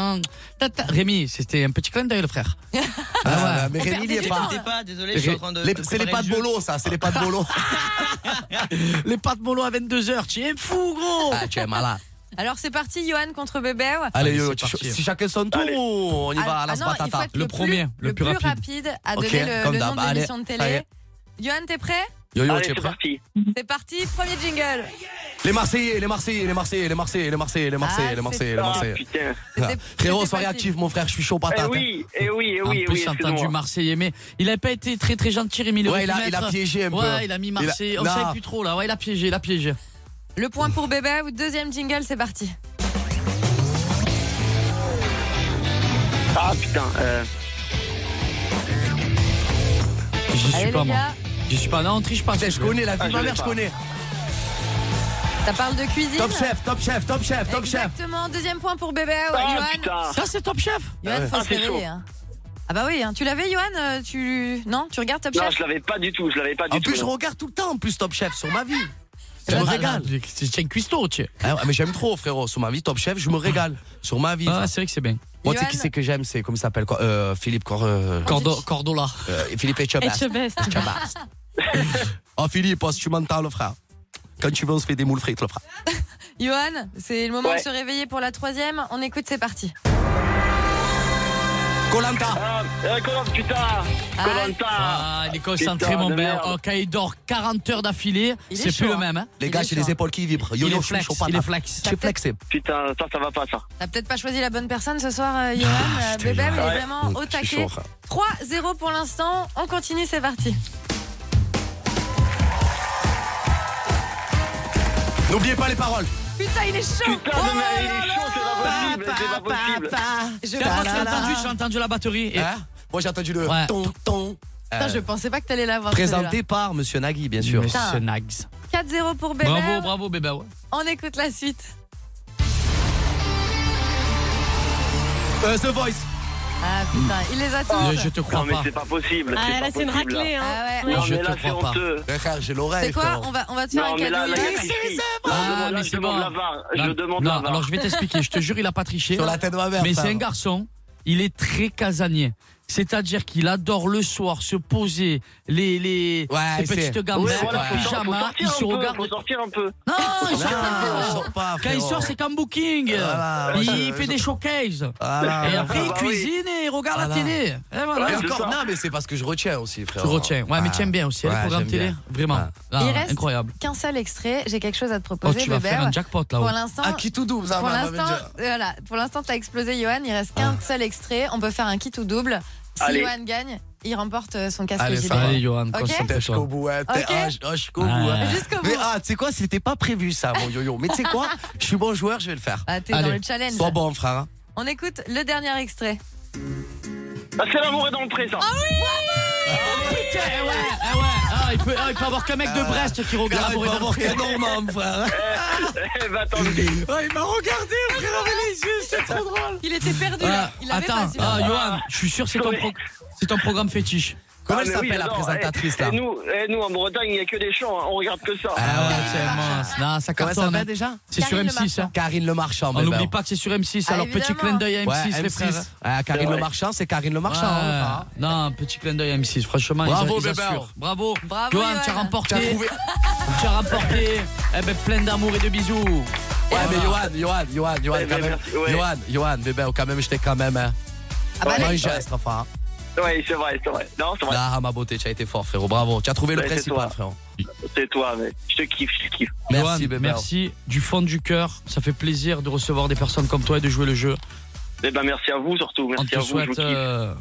Speaker 4: Rémi, c'était un petit clin d'œil, le frère.
Speaker 5: Ah ouais, mais
Speaker 7: perd
Speaker 5: Rémi, il
Speaker 7: des
Speaker 5: y est
Speaker 7: temps,
Speaker 5: pas.
Speaker 7: hein.
Speaker 11: pas, désolé,
Speaker 5: Les- C'est les pas de bolo, ça, c'est les pas de bolo.
Speaker 4: Les pâtes mollo à 22h, tu es fou, gros
Speaker 5: Ah, tu es malade.
Speaker 7: Alors c'est parti, Johan contre Bébé.
Speaker 5: Allez,
Speaker 4: Allez,
Speaker 5: yo,
Speaker 4: c'est
Speaker 5: tu-
Speaker 4: parti. Ah
Speaker 5: si chacun son tour, ou on y va à la
Speaker 7: non, il faut
Speaker 5: spatata.
Speaker 7: être
Speaker 4: Le premier,
Speaker 7: plus-
Speaker 4: le
Speaker 7: le
Speaker 4: plus
Speaker 7: plus
Speaker 4: rapide.
Speaker 7: rapide à
Speaker 5: Ok,
Speaker 7: donner le,
Speaker 5: comme
Speaker 7: le nom
Speaker 5: d'hab.
Speaker 7: de l'émission
Speaker 5: Allez,
Speaker 7: de
Speaker 5: ça y
Speaker 7: télé.
Speaker 5: est.
Speaker 7: Johan, t'es prêt
Speaker 5: Yo, yo,
Speaker 11: Allez,
Speaker 5: tu es
Speaker 11: c'est
Speaker 5: prêt
Speaker 11: parti.
Speaker 7: C'est parti, premier jingle.
Speaker 5: Les Marseillais, les Marseillais, les Marseillais, les Marseillais, les Marseillais, les Marseillais,
Speaker 7: Ah,
Speaker 5: les Marseillais, les
Speaker 11: Ah,
Speaker 5: Marseillais.
Speaker 11: putain.
Speaker 7: C'était-
Speaker 5: Frérot,
Speaker 7: c'était
Speaker 5: sois
Speaker 7: facile.
Speaker 5: réactif, mon frère, je suis chaud
Speaker 11: Eh
Speaker 5: patate. hein.
Speaker 11: oui, eh oui, eh
Speaker 4: En
Speaker 11: oui, eh
Speaker 4: plus,
Speaker 11: oui,
Speaker 4: j'ai entendu
Speaker 11: excuse-moi.
Speaker 4: Marseillais, mais il n'a pas été très très gentil, Rémi. le
Speaker 5: Ouais, il a, il a
Speaker 4: recruteur.
Speaker 5: piégé un peu.
Speaker 4: Ouais, il a mis Marseille.
Speaker 5: Il a-
Speaker 4: On sait
Speaker 5: Non.
Speaker 4: plus trop là. Ouais, il a piégé, il a piégé.
Speaker 7: Le point pour Bébé. Deuxième jingle, c'est parti.
Speaker 11: Ah putain, euh,
Speaker 4: J'y suis
Speaker 7: Allez
Speaker 4: pas
Speaker 7: les
Speaker 4: moi.
Speaker 7: gars,
Speaker 4: J'y suis pas. Non, on triche pas.
Speaker 5: Putain,
Speaker 4: s'il
Speaker 5: je
Speaker 4: vous plaît.
Speaker 5: connais, la vie de
Speaker 11: Ah, je
Speaker 5: ma
Speaker 11: l'ai
Speaker 5: mère, je
Speaker 11: pas.
Speaker 5: connais.
Speaker 7: ça parle de cuisine.
Speaker 5: Top chef, top chef, top chef, top chef.
Speaker 7: Exactement. Deuxième point pour Bébé.
Speaker 11: ah
Speaker 7: Johan,
Speaker 11: putain.
Speaker 4: Ça, c'est Top Chef.
Speaker 7: Johan, faut
Speaker 11: Ah,
Speaker 7: se
Speaker 11: c'est chaud.
Speaker 7: réveiller. hein. Ah bah oui, hein. tu l'avais, Johan euh, Tu non, tu regardes Top
Speaker 11: Non,
Speaker 7: Chef
Speaker 11: je l'avais pas du tout, je l'avais pas du
Speaker 5: En plus, je
Speaker 11: tout.
Speaker 5: regarde tout le temps, en plus, top chef, sur ma vie. Je
Speaker 4: Ah,
Speaker 5: me
Speaker 4: là,
Speaker 5: régale.
Speaker 4: là, C'est c'est un cuistot, tu sais.
Speaker 5: Ah ouais, mais j'aime trop, frérot. Sur ma vie, top chef, je me régale. Sur ma vie.
Speaker 4: Ah, c'est vrai que c'est bien.
Speaker 5: Moi, tu sais
Speaker 7: Johan.
Speaker 5: qui c'est que j'aime, c'est, comment il s'appelle, quoi, euh, Philippe, Cor- euh,
Speaker 4: Cordo- Cordola.
Speaker 5: euh, Philippe Etchebest.
Speaker 6: Etchebest.
Speaker 5: Etchebest. Oh, Philippe, oh, si tu m'entends, le frère. Quand tu veux, on se fait des moules frites, le frère.
Speaker 7: Johan, c'est le moment
Speaker 11: Ouais.
Speaker 7: de se réveiller pour la troisième. On écoute, c'est parti.
Speaker 5: Colanta.
Speaker 11: Ah, euh, comment putain, Colanta.
Speaker 4: Ah, il est concentré,
Speaker 11: Putain
Speaker 4: mon
Speaker 11: de
Speaker 4: père.
Speaker 11: merde.
Speaker 4: Oh, quand il dort 40 heures d'affilée,
Speaker 7: Il est
Speaker 4: c'est
Speaker 7: chaud,
Speaker 4: plus le
Speaker 7: hein.
Speaker 4: même. hein.
Speaker 5: Les
Speaker 7: Il
Speaker 5: gars,
Speaker 7: est
Speaker 5: j'ai les
Speaker 7: chaud.
Speaker 5: épaules qui vibrent. Yo,
Speaker 4: Il
Speaker 5: yo,
Speaker 4: est
Speaker 5: je suis
Speaker 4: flex.
Speaker 5: chaud
Speaker 4: Il est
Speaker 5: patate.
Speaker 4: flex.
Speaker 5: Je suis flexé.
Speaker 11: Putain, ça, ça va pas ça.
Speaker 7: T'as peut-être pas choisi la bonne personne ce soir, euh, Johan.
Speaker 5: Ah,
Speaker 7: Euh, Bébé, il est vraiment au
Speaker 5: Je suis
Speaker 7: taquet.
Speaker 5: chaud, frère.
Speaker 7: 3-0 pour l'instant. On continue, c'est
Speaker 4: Euh,
Speaker 7: parti.
Speaker 5: Oh. N'oubliez pas les paroles.
Speaker 7: Putain, il est chaud
Speaker 11: Putain, de merde, il est chaud, c'est pas possible, c'est pas possible.
Speaker 7: Je
Speaker 4: J'ai entendu,
Speaker 7: pensais
Speaker 4: j'ai entendu la batterie. et-
Speaker 5: Hein Moi, j'ai entendu le
Speaker 4: Ouais.
Speaker 5: ton, ton. Euh,
Speaker 7: pas, Putain, je pensais pas que t'allais l'avoir.
Speaker 5: Présenté par Monsieur Nagui, bien sûr.
Speaker 4: Monsieur
Speaker 7: Putain.
Speaker 4: Nags.
Speaker 7: celui-là. 4-0 pour Bébé.
Speaker 4: Bravo, bravo, bébé. ouais.
Speaker 7: On écoute la suite.
Speaker 5: Euh, The Voice.
Speaker 7: Ah putain, il les a tous.
Speaker 4: Mais Oh, Je te
Speaker 11: Non,
Speaker 4: crois
Speaker 11: mais
Speaker 4: pas.
Speaker 11: c'est pas possible.
Speaker 6: Ah
Speaker 11: c'est
Speaker 6: là,
Speaker 11: pas
Speaker 6: c'est une
Speaker 11: possible, là.
Speaker 6: raclée. Hein.
Speaker 7: Ah ouais.
Speaker 11: Non,
Speaker 4: Je
Speaker 11: mais
Speaker 4: te
Speaker 11: là, c'est
Speaker 4: crois pas.
Speaker 11: honteux.
Speaker 5: Frère, j'ai
Speaker 7: C'est
Speaker 5: l'oreille.
Speaker 7: quoi
Speaker 5: frérot.
Speaker 7: on va, on va te faire
Speaker 11: Non,
Speaker 7: un
Speaker 11: mais là,
Speaker 7: cadeau.
Speaker 11: là, il y a
Speaker 7: Johan.
Speaker 11: tricherie.
Speaker 4: Ah, mais
Speaker 11: Je
Speaker 4: c'est
Speaker 11: demande
Speaker 4: bon.
Speaker 11: la VAR. Je
Speaker 4: Non,
Speaker 11: demande
Speaker 4: non,
Speaker 11: la VAR.
Speaker 4: alors je vais t'expliquer, je te jure, il a pas triché.
Speaker 5: Sur la tête de ma mère.
Speaker 4: Mais c'est
Speaker 5: frère.
Speaker 4: un garçon, il est très casanier. C'est-à-dire qu'il adore le soir se poser les, les,
Speaker 5: Ouais,
Speaker 4: les
Speaker 5: il sait.
Speaker 4: petites gamelles
Speaker 11: Ouais, voilà,
Speaker 4: en
Speaker 11: faut sor- faut
Speaker 4: pyjama, il
Speaker 11: sortir
Speaker 4: se
Speaker 11: un peu,
Speaker 4: regarde.
Speaker 11: Faut sortir un peu.
Speaker 4: Non, Ah, il sort
Speaker 5: Non,
Speaker 4: pas.
Speaker 5: Ah, il sort pas,
Speaker 4: Quand il
Speaker 5: frérot.
Speaker 4: sort, c'est qu'en booking.
Speaker 5: Voilà, moi,
Speaker 4: il
Speaker 5: je-
Speaker 4: fait
Speaker 5: je-
Speaker 4: des showcases.
Speaker 5: Voilà.
Speaker 4: Et après,
Speaker 11: Ah
Speaker 4: il
Speaker 11: bah
Speaker 4: cuisine et il regarde la
Speaker 5: Voilà.
Speaker 4: télé. Et Eh, voilà.
Speaker 5: Et encore, non, mais c'est parce que je retiens aussi, frère.
Speaker 4: Tu retiens. Ouais, mais tu aimes bien aussi, hein, les
Speaker 5: Ouais,
Speaker 4: programmes
Speaker 5: j'aime
Speaker 4: télé.
Speaker 5: bien.
Speaker 4: Vraiment.
Speaker 5: Ouais.
Speaker 4: Ah,
Speaker 7: Il reste
Speaker 4: Incroyable.
Speaker 7: qu'un seul extrait. J'ai quelque chose à te
Speaker 4: Oh,
Speaker 7: proposer,
Speaker 4: tu vas faire
Speaker 7: Bébert.
Speaker 4: un jackpot oh.
Speaker 7: Pour
Speaker 4: là-haut.
Speaker 7: l'instant,
Speaker 5: Ah, qui tout double, ça
Speaker 7: pour
Speaker 5: va,
Speaker 7: l'instant,
Speaker 5: Ravenger.
Speaker 7: voilà, pour l'instant, t'as explosé, Johan. Il reste
Speaker 4: Ah.
Speaker 7: qu'un seul extrait. On peut faire un kit ou double. Si
Speaker 11: Allez.
Speaker 7: Johan gagne, il remporte euh, son casque
Speaker 5: Allez, ça
Speaker 7: gilet.
Speaker 5: va.
Speaker 4: Allez, Johan,
Speaker 7: Ok.
Speaker 5: T'es
Speaker 4: concentre-toi.
Speaker 5: jusqu'au bout, ouais. T'es
Speaker 7: Ok.
Speaker 5: ah, je- ah, jusqu'au bout, ouais.
Speaker 4: Ouais.
Speaker 7: Jusqu'au bout.
Speaker 5: Mais ah, tu sais quoi, c'était pas prévu ça, mon yo-yo. Mais tu sais quoi, je suis bon joueur, je vais le faire.
Speaker 7: Ah, t'es dans
Speaker 4: Allez,
Speaker 7: le challenge.
Speaker 5: Sois bon, frère. hein.
Speaker 7: On écoute le dernier extrait. Ah
Speaker 11: Ah, c'est l'amour est dans le présent.
Speaker 7: Oh,
Speaker 4: Putain, eh ouais, eh ouais. Ah, il peut, ah, il peut avoir qu'un mec de Brest qui regarde
Speaker 5: Ah, il
Speaker 4: Amour
Speaker 5: va
Speaker 4: et
Speaker 5: avoir
Speaker 4: Danger.
Speaker 5: qu'un Normand, frère.
Speaker 11: Eh, va t'en dire.
Speaker 5: Ah, il m'a regardé, frère, avec les yeux, c'est trop drôle.
Speaker 7: Il était perdu.
Speaker 4: Ah,
Speaker 7: là. il avait
Speaker 4: Attends,
Speaker 7: pas su.
Speaker 4: ah, Johan, je suis sûr que c'est ton, pro- c'est ton programme fétiche.
Speaker 5: Comment
Speaker 11: Ah,
Speaker 5: elle
Speaker 11: mais oui,
Speaker 5: s'appelle la
Speaker 11: j'adore.
Speaker 5: présentatrice
Speaker 11: Eh,
Speaker 5: là
Speaker 11: eh, nous, eh, nous, en Bretagne, il n'y a que des champs, hein. on regarde que ça.
Speaker 5: Ah ouais,
Speaker 4: c'est mince. Non, ça
Speaker 5: Comment
Speaker 4: cartonne.
Speaker 5: elle
Speaker 4: hein.
Speaker 5: s'appelle déjà
Speaker 4: C'est sur
Speaker 7: Karine Le
Speaker 4: M6. hein.
Speaker 5: Karine Le Marchand.
Speaker 4: On
Speaker 5: mais
Speaker 4: n'oublie
Speaker 5: ben.
Speaker 4: pas que c'est sur M6.
Speaker 7: Ah,
Speaker 4: Alors, petit
Speaker 7: évidemment.
Speaker 4: clin d'œil à M6,
Speaker 5: Ouais,
Speaker 4: les
Speaker 5: M6.
Speaker 4: frères.
Speaker 5: Ah, Karine
Speaker 11: C'est
Speaker 5: Le
Speaker 11: vrai.
Speaker 5: Marchand, c'est Karine Le Marchand. hein,
Speaker 4: Ouais.
Speaker 5: frère.
Speaker 4: non, petit clin d'œil à M6. Franchement, ils
Speaker 5: Bravo,
Speaker 4: a- ils,
Speaker 5: Bébert.
Speaker 4: assurent. Bravo.
Speaker 7: Bravo,
Speaker 4: Johan,
Speaker 7: Johan.
Speaker 4: tu as
Speaker 5: Tu as
Speaker 4: remporté.
Speaker 5: trouvé.
Speaker 4: Tu as remporté. Eh ben, plein d'amour et de bisous.
Speaker 5: Ouais, mais Johan, Johan, Johan, Johan,
Speaker 11: Eh
Speaker 5: quand
Speaker 11: ben,
Speaker 5: même.
Speaker 11: merci, ouais.
Speaker 5: Johan, Johan, Bébert, quand même, j'étais quand même. hein.
Speaker 7: Ah bah,
Speaker 5: Pas
Speaker 7: là,
Speaker 5: un geste, enfin. hein.
Speaker 11: Oui, c'est vrai, c'est vrai. Non, c'est vrai,
Speaker 5: Ah, ma beauté, tu as été fort, frérot. Bravo. Tu as trouvé le
Speaker 11: Ouais, c'est
Speaker 5: principal,
Speaker 11: toi.
Speaker 5: frérot.
Speaker 11: c'est toi, mais je te kiffe, je te kiffe.
Speaker 5: Merci,
Speaker 4: Johan,
Speaker 5: Bébert.
Speaker 4: merci du fond du cœur. Ça fait plaisir de recevoir des personnes comme toi et de jouer le jeu.
Speaker 11: Eh ben, merci à vous surtout,
Speaker 4: On
Speaker 11: merci
Speaker 4: te
Speaker 11: à vous, je vous
Speaker 4: souhaite
Speaker 11: kiffe.
Speaker 4: euh,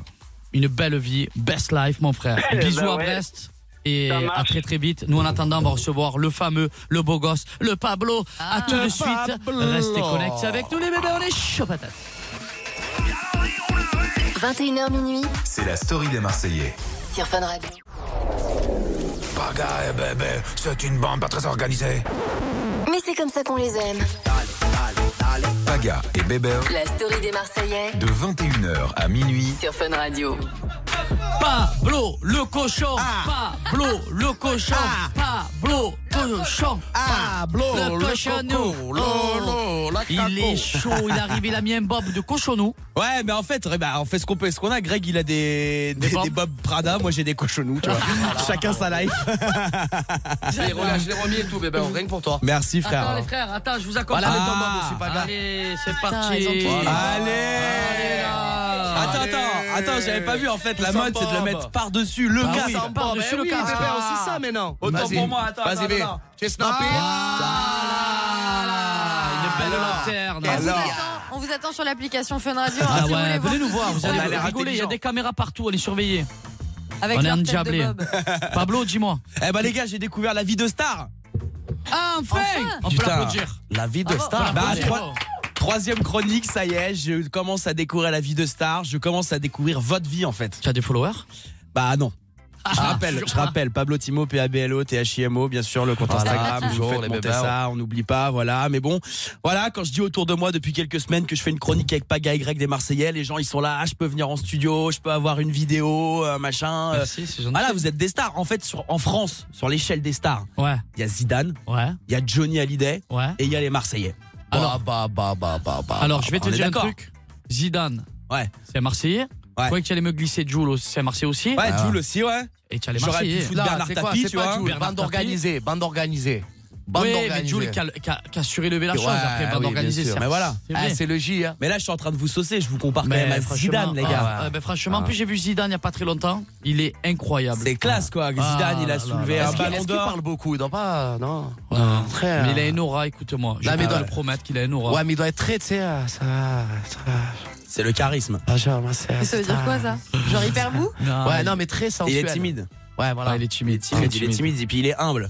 Speaker 4: une belle vie, best life, mon frère.
Speaker 11: Eh ben
Speaker 4: Bisous à
Speaker 11: ouais.
Speaker 4: Brest. Et
Speaker 11: Ça
Speaker 4: à
Speaker 11: marche.
Speaker 4: très très vite. Nous en attendant, on va recevoir le fameux, le beau gosse, le Pablo. à tout de suite.
Speaker 5: Ah, Pablo.
Speaker 4: Restez connectés avec nous les bébés, on est chaud patate.
Speaker 3: 21h minuit
Speaker 1: C'est la story des Marseillais.
Speaker 3: sur Fun Radio.
Speaker 1: Paga et bébé, c'est une bande pas très organisée.
Speaker 3: Mais c'est comme ça qu'on les aime.
Speaker 1: Paga et Bébert,
Speaker 3: La story des Marseillais
Speaker 1: de 21h à minuit
Speaker 3: sur Fun Radio.
Speaker 4: Pablo le cochon, Pablo le cochon, Pablo cochon,
Speaker 5: Pablo,
Speaker 4: le cochonou.
Speaker 5: Lolo, la
Speaker 4: Il
Speaker 5: caco.
Speaker 4: est chaud, il est arrivé, il a mis un bob de cochonou.
Speaker 12: Ouais, mais en fait, eh ben, on fait ce qu'on peut et ce qu'on a. Greg, il a des, des,
Speaker 4: bobs.
Speaker 12: des bobs Prada, moi j'ai des cochonous, tu vois. Chacun sa life.
Speaker 5: Je l'ai remis- je l'ai remis et tout, Bébé, rien que pour toi.
Speaker 12: Merci,
Speaker 4: Attends
Speaker 12: frère.
Speaker 4: les frères, attends, je vous accompagne.
Speaker 5: Voilà, mets ton bob aussi, Paga.
Speaker 4: Allez, c'est
Speaker 7: ils ont
Speaker 4: parti.
Speaker 7: tout fait.
Speaker 12: Allez Attends, attends, attends, j'avais pas vu en fait. La
Speaker 5: Sans
Speaker 12: mode, c'est de le
Speaker 5: bob.
Speaker 12: mettre par-dessus le
Speaker 4: Ah
Speaker 12: casque.
Speaker 4: oui,
Speaker 12: Sans bob.
Speaker 4: par-dessus
Speaker 12: Eh
Speaker 4: le
Speaker 12: oui,
Speaker 4: casque.
Speaker 12: Bébé,
Speaker 4: Ah.
Speaker 12: c'est ça maintenant. Autant
Speaker 5: Bah Vas-y.
Speaker 12: pour moi, attends.
Speaker 5: Vas-y,
Speaker 12: attends,
Speaker 5: Bébé.
Speaker 12: attends. Ah,
Speaker 5: Tu es snappé.
Speaker 4: Une belle lanterne.
Speaker 7: on, vous
Speaker 5: Alors.
Speaker 7: attend, on vous attend sur l'application Fun Radio. hein,
Speaker 4: Ah
Speaker 7: si vous voulez
Speaker 4: ouais, venez nous
Speaker 7: tout
Speaker 4: voir,
Speaker 7: ce qui
Speaker 4: vous
Speaker 7: se
Speaker 4: allez
Speaker 7: passe
Speaker 5: l'air
Speaker 4: rigoler, il y a
Speaker 5: intelligent.
Speaker 4: des caméras partout, allez surveiller.
Speaker 7: Avec
Speaker 4: On est
Speaker 7: leur
Speaker 4: un
Speaker 7: tête de
Speaker 4: diablé.
Speaker 7: Bob.
Speaker 4: Pablo, dis-moi.
Speaker 12: Eh ben les gars, j'ai découvert la vie de star.
Speaker 4: Ah, enfin On peut
Speaker 12: Putain.
Speaker 4: l'applaudir. Ah,
Speaker 12: La vie de
Speaker 4: On peut
Speaker 12: Bah,
Speaker 4: l'applaudir.
Speaker 12: trois- troisième chronique, ça y est, je commence à découvrir la vie de star. Je commence à découvrir votre vie en fait.
Speaker 4: Tu as des followers
Speaker 12: Bah non. Je
Speaker 4: Ah,
Speaker 12: rappelle,
Speaker 4: toujours
Speaker 12: je rappelle, Pablo Timo, PABLO, THIMO, bien sûr, le compte
Speaker 5: Voilà,
Speaker 12: Instagram,
Speaker 5: toujours,
Speaker 12: toujours,
Speaker 5: les
Speaker 12: les monter
Speaker 5: bébés.
Speaker 12: ça, on n'oublie pas, voilà. Mais bon, voilà, quand je dis autour de moi depuis quelques semaines que je fais une chronique avec Paga Y des Marseillais, les gens ils sont là, ah, je peux venir en studio, je peux avoir une vidéo, euh, machin. euh.
Speaker 4: Merci, c'est gentil.
Speaker 12: Voilà, vous êtes des stars. En fait, sur, en France, sur l'échelle des stars,
Speaker 4: Ouais,
Speaker 12: il y a Zidane,
Speaker 4: ouais,
Speaker 12: il y a Johnny Hallyday
Speaker 4: ouais.
Speaker 12: et il y a les Marseillais.
Speaker 5: Alors, bah, bah, bah, bah, bah.
Speaker 4: Alors, je vais te
Speaker 12: on est
Speaker 4: dire un
Speaker 12: d'accord.
Speaker 4: truc. Zidane,
Speaker 12: Ouais.
Speaker 4: c'est un Marseillais. Je croyais que tu allais me glisser Jules, c'est un Marseillais aussi.
Speaker 12: Ouais,
Speaker 5: Ah.
Speaker 12: Jules aussi, ouais.
Speaker 4: Et tu allais
Speaker 12: J'aurais
Speaker 4: Marseillais.
Speaker 12: pu foutre-
Speaker 5: Là,
Speaker 12: Bernard
Speaker 5: c'est quoi,
Speaker 12: Tapie,
Speaker 5: c'est
Speaker 12: tu
Speaker 5: pas
Speaker 12: vois.
Speaker 5: Jules,
Speaker 4: Bernard
Speaker 5: Bande
Speaker 4: Tapie.
Speaker 5: organisée, bande organisée. Bande
Speaker 4: Oui, mais
Speaker 5: organisée.
Speaker 4: Jules qui a, qui a- qui a surélevé la chose
Speaker 5: Ouais,
Speaker 4: après, bande
Speaker 5: oui, bien
Speaker 4: organisée.
Speaker 5: sûr.
Speaker 4: c'est-
Speaker 12: Mais voilà.
Speaker 4: c'est
Speaker 5: Ah,
Speaker 4: vrai.
Speaker 5: c'est le J, hein.
Speaker 12: Mais là, je suis en train de vous saucer, je vous compare quand
Speaker 4: Mais
Speaker 12: même à
Speaker 4: franchement,
Speaker 12: Zidane, les gars.
Speaker 4: ah,
Speaker 5: ouais.
Speaker 4: ben franchement, en
Speaker 5: Ah.
Speaker 4: plus j'ai vu Zidane il n'y a pas très longtemps. Il est incroyable.
Speaker 12: C'est classe, quoi. Zidane,
Speaker 4: Ah
Speaker 12: il
Speaker 4: là
Speaker 12: a soulevé
Speaker 4: là.
Speaker 12: un
Speaker 5: Est-ce qu'il est-ce
Speaker 12: ballon
Speaker 5: qu'il
Speaker 12: d'or.
Speaker 5: parle beaucoup Non, pas. Non.
Speaker 12: Ah,
Speaker 4: Non.
Speaker 5: Très,
Speaker 4: Mais il a
Speaker 5: euh,
Speaker 4: une aura, écoute-moi. Je
Speaker 5: Non, mais
Speaker 4: peux
Speaker 5: dans-
Speaker 4: te le promettre qu'il a une aura.
Speaker 5: Ouais, mais il doit être très, tu sais, euh, ça. ça-
Speaker 12: C'est le charisme.
Speaker 5: Ah, genre, moi, c'est.
Speaker 7: Ça veut
Speaker 5: c'est-
Speaker 7: dire quoi ça Genre hyper mou
Speaker 4: Non,
Speaker 5: Ouais,
Speaker 4: il-
Speaker 5: non, mais très
Speaker 12: Il
Speaker 5: sensuel.
Speaker 12: est timide.
Speaker 5: Ouais, voilà.
Speaker 4: Ah, il est timide.
Speaker 12: Il est timide, il est timide, et puis il est humble.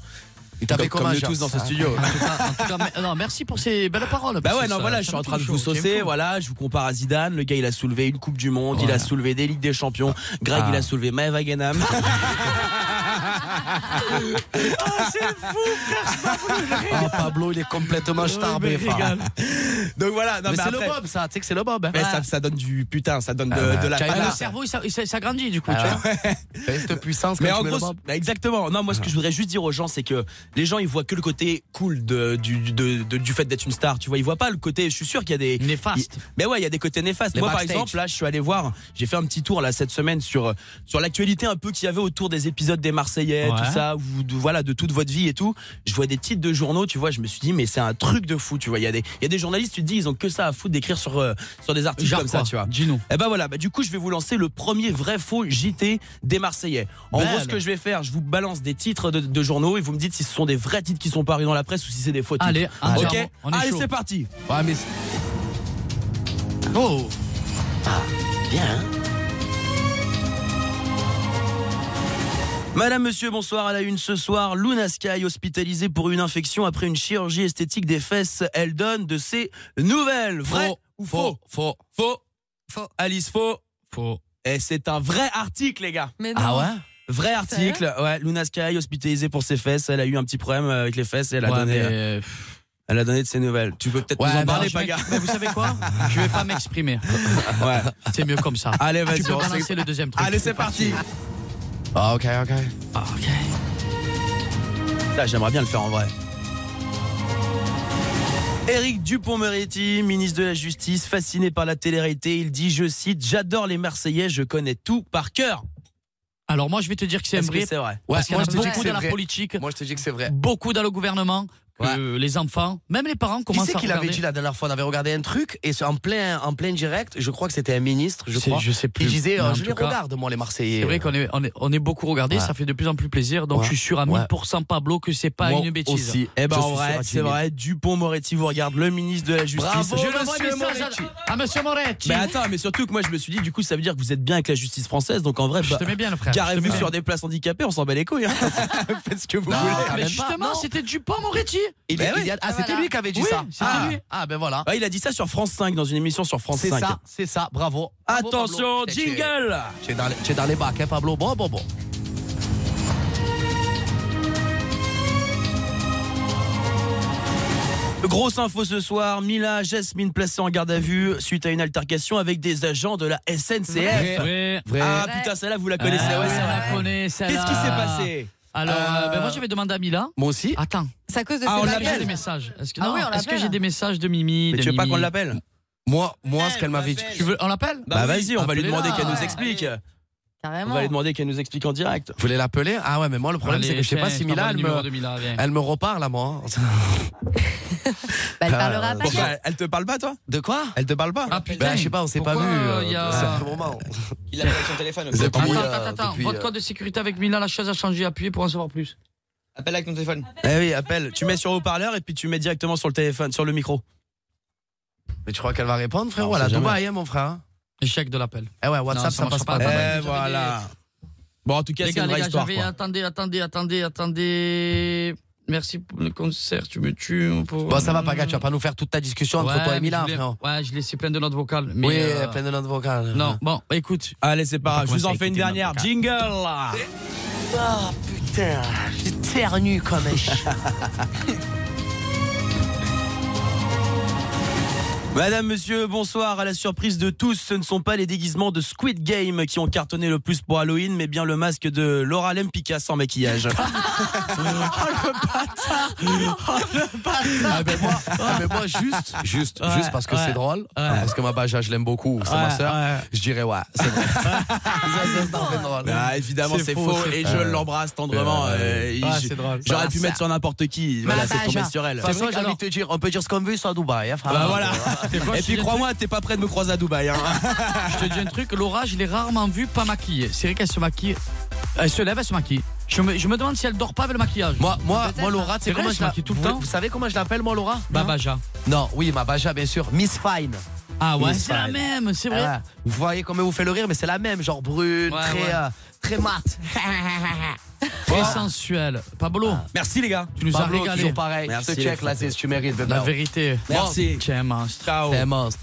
Speaker 5: Il t'a
Speaker 12: Comme,
Speaker 5: fait Ah.
Speaker 12: comme
Speaker 5: un
Speaker 12: nous
Speaker 5: genre,
Speaker 12: tous dans ce
Speaker 5: ça.
Speaker 12: studio.
Speaker 4: Ah, En tout cas- en tout cas, mais- non, merci pour ces belles paroles.
Speaker 12: Bah
Speaker 4: parce
Speaker 12: ouais,
Speaker 4: que
Speaker 12: non,
Speaker 4: ça-
Speaker 12: voilà,
Speaker 4: ça
Speaker 12: je suis en
Speaker 4: me
Speaker 12: train de
Speaker 4: touche,
Speaker 12: vous
Speaker 4: j'aime
Speaker 12: saucer.
Speaker 4: tout.
Speaker 12: Voilà, je vous compare à Zidane. Le gars, il a soulevé une Coupe du Monde, il
Speaker 4: Voilà.
Speaker 12: a soulevé des Ligues des Champions. Greg,
Speaker 5: Ah.
Speaker 12: il a soulevé Maeve Wagenham.
Speaker 4: Oh,
Speaker 5: Ah, Pablo, il est complètement starbé, frère.
Speaker 12: Donc voilà, non,
Speaker 5: Mais
Speaker 12: mais,
Speaker 5: c'est le
Speaker 12: après-
Speaker 5: Bob, ça. Tu sais que c'est le Bob. hein.
Speaker 12: Mais ça, ça donne du putain, ça donne de,
Speaker 5: Ah ouais.
Speaker 12: de la
Speaker 5: Tiens,
Speaker 4: Ah,
Speaker 12: panache.
Speaker 4: le cerveau, il s'a- il s'a- s'agrandit du coup.
Speaker 5: Ah
Speaker 4: tu vois.
Speaker 5: T'as cette puissance quand
Speaker 12: Mais
Speaker 5: tu
Speaker 12: en
Speaker 5: mets le
Speaker 12: gros,
Speaker 5: Bob.
Speaker 12: bah, exactement. Non, moi, ce que je voudrais juste dire aux gens, c'est que les gens, ils voient que le côté cool de, du, de- de- du fait d'être une star. Tu vois, ils voient pas le côté. Je suis sûr qu'il y a des.
Speaker 4: Néfaste.
Speaker 12: Mais ouais, il y a des côtés néfastes.
Speaker 5: Les
Speaker 12: Moi,
Speaker 5: backstage.
Speaker 12: par exemple, là, je suis allé voir. J'ai fait un petit tour là cette semaine sur sur l'actualité un peu qu'il y avait autour des épisodes des Marseillais,
Speaker 4: Ouais.
Speaker 12: tout ça, ou de, voilà, de toute votre vie et tout. Je vois des titres de journaux. Tu vois, je me suis dit, mais c'est un truc de fou. Tu vois, il y a des il y a des journalistes. tu te dis, ils ont que ça à foutre d'écrire sur, euh, sur des articles
Speaker 4: Genre
Speaker 12: comme ça,
Speaker 4: quoi
Speaker 12: tu vois.
Speaker 4: Dis-nous.
Speaker 12: Et ben voilà, bah du coup, je vais vous lancer le premier vrai faux JT des Marseillais. En
Speaker 4: Belle.
Speaker 12: gros, ce que je vais faire, je vous balance des titres de, de journaux et vous me dites si ce sont des vrais titres qui sont parus dans la presse ou si c'est des faux titres.
Speaker 4: Allez,
Speaker 12: ok.
Speaker 4: entièrement, on est
Speaker 12: Allez,
Speaker 4: chaud.
Speaker 12: c'est parti.
Speaker 5: Ouais, mais. Oh
Speaker 12: Bien. Madame, monsieur, bonsoir à la une ce soir. Luna Sky hospitalisée pour une infection après une chirurgie esthétique des fesses. Elle donne de ses nouvelles. Vrai
Speaker 5: Faux,
Speaker 12: ou
Speaker 5: faux,
Speaker 12: faux Faux.
Speaker 5: faux,
Speaker 7: Faux.
Speaker 12: Alice, faux.
Speaker 4: faux.
Speaker 12: Et c'est un vrai article, les gars.
Speaker 7: Mais non.
Speaker 5: Ah ouais
Speaker 12: Vrai article. Ouais, Luna Sky hospitalisée pour ses fesses. Elle a eu un petit problème euh, avec les fesses et elle a
Speaker 4: Ouais,
Speaker 12: donné. euh,
Speaker 4: mais- euh,
Speaker 12: Elle a donné de ses nouvelles. Tu peux peut-être
Speaker 5: Ouais,
Speaker 12: nous en
Speaker 5: mais
Speaker 12: parler,
Speaker 5: alors,
Speaker 4: je
Speaker 12: Paga.
Speaker 4: m'ex- mais vous savez quoi Je vais pas m'exprimer.
Speaker 12: Ouais.
Speaker 4: C'est mieux comme ça.
Speaker 12: Allez, vas-y,
Speaker 4: Tu peux
Speaker 12: on s'est-
Speaker 4: balancer le deuxième truc.
Speaker 12: Allez, c'est parti.
Speaker 5: Ah, ok, ok.
Speaker 4: Ok.
Speaker 12: Là, j'aimerais bien le faire en vrai. Éric Dupont-Moretti, ministre de la Justice, fasciné par la télé-réalité, il dit, je cite, j'adore les Marseillais, je connais tout par cœur.
Speaker 4: Alors moi je vais te dire que c'est un
Speaker 12: Est-ce que
Speaker 4: vrai.
Speaker 12: c'est vrai
Speaker 5: Ouais,
Speaker 4: Parce qu'il y en
Speaker 5: moi,
Speaker 4: a
Speaker 5: je te dis que
Speaker 4: beaucoup
Speaker 5: c'est
Speaker 4: dans la
Speaker 5: vrai.
Speaker 4: politique,
Speaker 5: Moi, je te dis que c'est vrai.
Speaker 4: beaucoup dans le gouvernement, que les enfants, même les parents
Speaker 5: Qui
Speaker 4: commencent
Speaker 5: c'est
Speaker 4: à
Speaker 5: qui l'avait
Speaker 4: regarder.
Speaker 5: dit la dernière fois On avait regardé un truc et c'est en plein, en plein direct, je crois que c'était un ministre, je
Speaker 4: C'est-
Speaker 5: crois.
Speaker 4: je sais plus.
Speaker 5: Il disait,
Speaker 4: Mais
Speaker 5: euh,
Speaker 4: en
Speaker 5: je
Speaker 4: tout
Speaker 5: les
Speaker 4: cas,
Speaker 5: regarde, moi, les Marseillais. euh.
Speaker 4: C'est vrai qu'on est, on est, on est beaucoup regardé,
Speaker 5: Ouais.
Speaker 4: ça fait de plus en plus plaisir, donc
Speaker 5: Ouais.
Speaker 4: je suis sûr à
Speaker 5: Ouais.
Speaker 4: 1000% Pablo que c'est pas
Speaker 5: Moi
Speaker 4: une bêtise.
Speaker 5: aussi.
Speaker 12: Eh ben,
Speaker 5: Je
Speaker 12: en
Speaker 5: suis sûr
Speaker 12: vrai,
Speaker 5: à
Speaker 12: c'est
Speaker 5: 10 000.
Speaker 12: vrai, Dupont-Moretti vous regarde, le ministre de la Justice.
Speaker 5: Bravo,
Speaker 12: Je
Speaker 4: Je
Speaker 12: le
Speaker 4: reçois
Speaker 12: sais,
Speaker 4: un
Speaker 12: mon
Speaker 4: message à, à Monsieur Moretti.
Speaker 12: Mais attends, mais surtout que moi, je me suis dit, du coup, ça veut dire que vous êtes bien avec la justice française, donc en vrai,
Speaker 4: je
Speaker 12: bah,
Speaker 4: te mets bien le frère.
Speaker 12: carré
Speaker 4: je te
Speaker 12: vu
Speaker 4: mets
Speaker 12: sur
Speaker 4: bien.
Speaker 12: des places handicapées, on s'en bat les couilles. hein. Faites ce que vous
Speaker 5: Non,
Speaker 12: voulez.
Speaker 5: quand même
Speaker 4: Mais
Speaker 5: pas,
Speaker 4: justement,
Speaker 5: non.
Speaker 4: c'était Dupont Moretti.
Speaker 5: Il-
Speaker 12: Ben
Speaker 5: il
Speaker 12: oui.
Speaker 5: y a- Ah,
Speaker 7: Ah,
Speaker 5: c'était
Speaker 7: voilà.
Speaker 5: lui qui avait dit
Speaker 4: Oui,
Speaker 5: ça.
Speaker 4: c'était
Speaker 5: ah.
Speaker 4: lui.
Speaker 5: Ah, ben voilà.
Speaker 12: Ouais, il a dit ça sur France 5, dans une émission sur France
Speaker 5: C'est
Speaker 12: 5.
Speaker 5: ça, c'est ça, bravo. Bravo, Pablo.
Speaker 12: Attention,
Speaker 5: Putain, tu es-
Speaker 12: jingle
Speaker 5: Tu es, dans les, tu es dans les bacs, hein, Pablo. Bon, bon, bon.
Speaker 12: Grosse info ce soir, Mila Jasmine placée en garde à vue suite à une altercation avec des agents de la SNCF.
Speaker 4: Vrai.
Speaker 5: Vrai. Bah
Speaker 12: Ah putain, celle-là vous la connaissez.
Speaker 4: Ah,
Speaker 12: ouais,
Speaker 4: ouais,
Speaker 12: celle-là.
Speaker 4: on la connaît,
Speaker 12: Qu'est-ce
Speaker 4: celle-là.
Speaker 12: qui s'est passé
Speaker 4: Alors,
Speaker 12: Euh,
Speaker 4: euh, ben moi j'avais demandé à Mila.
Speaker 5: Moi aussi.
Speaker 4: Attends,
Speaker 7: C'est à cause de
Speaker 12: Ah,
Speaker 7: ces
Speaker 12: on
Speaker 4: est-ce que j'ai
Speaker 12: l'appelle.
Speaker 4: des
Speaker 7: blagues.
Speaker 4: messages Est-ce que,
Speaker 7: Ah
Speaker 4: non,
Speaker 7: oui, on
Speaker 4: est-ce que
Speaker 7: l'appelle.
Speaker 4: j'ai des messages de Mimi
Speaker 12: Mais
Speaker 4: de
Speaker 12: tu veux pas
Speaker 4: Mimi
Speaker 12: qu'on l'appelle
Speaker 5: Moi, moi ce qu'elle m'avait dit.
Speaker 4: Tu veux, on l'appelle
Speaker 12: Bah vas-y,
Speaker 5: Ah,
Speaker 12: on va lui
Speaker 4: appelez-la.
Speaker 12: demander qu'elle nous
Speaker 7: Ouais.
Speaker 12: explique. On
Speaker 7: Carrément.
Speaker 12: va lui
Speaker 5: Bah,
Speaker 12: demander qu'elle nous explique en direct.
Speaker 5: Vous voulez l'appeler Ah ouais, mais moi, le problème,
Speaker 4: Allez,
Speaker 5: c'est que je sais pas
Speaker 4: tiens,
Speaker 5: si
Speaker 4: je t'envoie
Speaker 5: Mila,
Speaker 4: le
Speaker 5: elle
Speaker 4: numéro de
Speaker 5: me,
Speaker 4: Mila, viens.
Speaker 5: elle me reparle à moi.
Speaker 7: Bah, elle parlera
Speaker 5: Euh,
Speaker 7: pas.
Speaker 5: bon,
Speaker 7: bien.
Speaker 12: Bah, Elle te parle pas toi
Speaker 5: De quoi
Speaker 12: Elle te parle pas
Speaker 4: Ah putain,
Speaker 5: Ben, je sais pas, on s'est pas vu.
Speaker 4: Pourquoi,
Speaker 5: euh,
Speaker 4: il y a-
Speaker 5: ça fait un moment.
Speaker 12: Il a son téléphone.
Speaker 5: Vous êtes en
Speaker 4: Attends,
Speaker 5: brouille,
Speaker 12: Ah,
Speaker 4: attends,
Speaker 5: euh,
Speaker 4: attends,
Speaker 5: depuis,
Speaker 4: votre
Speaker 5: euh,
Speaker 4: code de sécurité avec Mila, la chaise a changé, appuyez pour en savoir plus.
Speaker 12: Appelle avec ton téléphone. Eh oui, appelle. Tu mets sur haut-parleur et puis tu mets directement sur le téléphone, sur le micro.
Speaker 5: Mais tu crois qu'elle va répondre, frérot
Speaker 12: Non, on
Speaker 5: Elle a
Speaker 12: sait jamais.
Speaker 5: Dubaï, hein, mon frère.
Speaker 4: Échec de l'appel.
Speaker 5: Eh ouais, WhatsApp,
Speaker 4: Non,
Speaker 5: ça,
Speaker 4: ça marche
Speaker 5: passe pas.
Speaker 4: pas.
Speaker 5: mal.
Speaker 12: Eh voilà. Bon en tout cas,
Speaker 4: les
Speaker 12: c'est
Speaker 4: gars,
Speaker 12: une
Speaker 4: les
Speaker 12: vraie
Speaker 4: gars,
Speaker 12: histoire.
Speaker 4: j'avais.
Speaker 12: quoi.
Speaker 4: Attendez, attendez, attendez, attendez. Merci pour le concert, tu me tues. on peut-
Speaker 5: Bon, ça va, Paga, tu vas pas nous faire toute ta discussion entre
Speaker 4: Ouais,
Speaker 5: toi et
Speaker 4: mais je
Speaker 5: Mila,
Speaker 4: voulais-
Speaker 5: frérot.
Speaker 4: Ouais, je laissais plein de notes vocales. Mais
Speaker 5: Oui,
Speaker 4: euh,
Speaker 5: plein de notes vocales.
Speaker 4: Non, bon, bah, écoute.
Speaker 12: Allez, c'est pas
Speaker 4: On va
Speaker 12: grave. Je vous en
Speaker 4: commencer à
Speaker 12: fais une
Speaker 4: écouter maintenant,
Speaker 12: dernière.
Speaker 4: Paga.
Speaker 12: Jingle.
Speaker 5: Ah putain, j'ai ternu comme un chien.
Speaker 12: Madame, monsieur, bonsoir. À la surprise de tous, ce ne sont pas les déguisements de Squid Game qui ont cartonné le plus pour Halloween, mais bien le masque de Laura Lempicka sans maquillage.
Speaker 4: Oh,
Speaker 13: bah,
Speaker 12: bah,
Speaker 5: ah, ben moi, ah, ben moi, juste, juste,
Speaker 12: Ouais,
Speaker 5: juste parce que
Speaker 12: ouais.
Speaker 5: c'est drôle, parce que ma baja, je l'aime beaucoup, c'est ma
Speaker 12: Ouais,
Speaker 5: sœur.
Speaker 12: ouais.
Speaker 5: Je dirais ouais, c'est bah, vrai. c'est drôle.
Speaker 12: Ah, évidemment,
Speaker 4: C'est
Speaker 12: c'est
Speaker 4: faux,
Speaker 12: faux,
Speaker 4: c'est
Speaker 12: et
Speaker 4: faux.
Speaker 12: je l'embrasse tendrement. euh, et
Speaker 4: Ah,
Speaker 12: je-
Speaker 4: c'est drôle.
Speaker 12: J'aurais
Speaker 5: Bah,
Speaker 12: pu
Speaker 5: ça.
Speaker 12: mettre sur n'importe qui. Voilà, c'est tombé sur elle.
Speaker 5: De toute façon,
Speaker 4: que
Speaker 5: j'ai envie
Speaker 4: Bah, alors-
Speaker 5: de te dire, on peut dire ce qu'on veut sur Dubaï. Hein, frère.
Speaker 12: Bah voilà.
Speaker 4: C'est quoi,
Speaker 12: Et
Speaker 4: je te
Speaker 12: puis
Speaker 4: dis un
Speaker 12: crois-moi, t'es pas prêt de me croiser à Dubaï. hein.
Speaker 4: Je te dis un truc, Laura, je l'ai rarement vue pas maquillée. C'est vrai qu'elle se maquille. Elle se lève, elle se maquille. Je me, je me demande si elle dort pas avec le maquillage.
Speaker 5: Moi, moi,
Speaker 7: Peut-être,
Speaker 5: moi, Laura,
Speaker 4: C'est
Speaker 5: c'est
Speaker 4: vrai,
Speaker 5: comment
Speaker 4: je
Speaker 5: je la-
Speaker 4: maquille tout le
Speaker 5: vous-
Speaker 4: temps.
Speaker 5: Vous savez comment je l'appelle, moi, Laura
Speaker 4: Babaja.
Speaker 5: Non, oui, ma Baja, bien sûr. Miss Fine.
Speaker 4: Ah ouais,
Speaker 5: Miss
Speaker 4: c'est la
Speaker 5: Fine.
Speaker 4: même, c'est
Speaker 5: Ah
Speaker 4: vrai.
Speaker 5: ouais. Vous voyez combien vous fait le rire, mais c'est la même, genre brune,
Speaker 4: Ouais,
Speaker 5: très,
Speaker 4: ouais.
Speaker 5: euh, très mate.
Speaker 4: Très sensuelle. Pablo,
Speaker 12: Merci, les gars.
Speaker 4: tu nous as
Speaker 5: Pablo,
Speaker 4: régalé.
Speaker 5: toujours pareil.
Speaker 12: Merci,
Speaker 5: je te
Speaker 12: les
Speaker 5: check, là,
Speaker 12: Français.
Speaker 5: c'est- tu mérites.
Speaker 4: La
Speaker 5: dedans.
Speaker 4: vérité.
Speaker 12: Merci.
Speaker 4: Tu es un monstre.
Speaker 12: Ciao.
Speaker 5: T'es un monstre.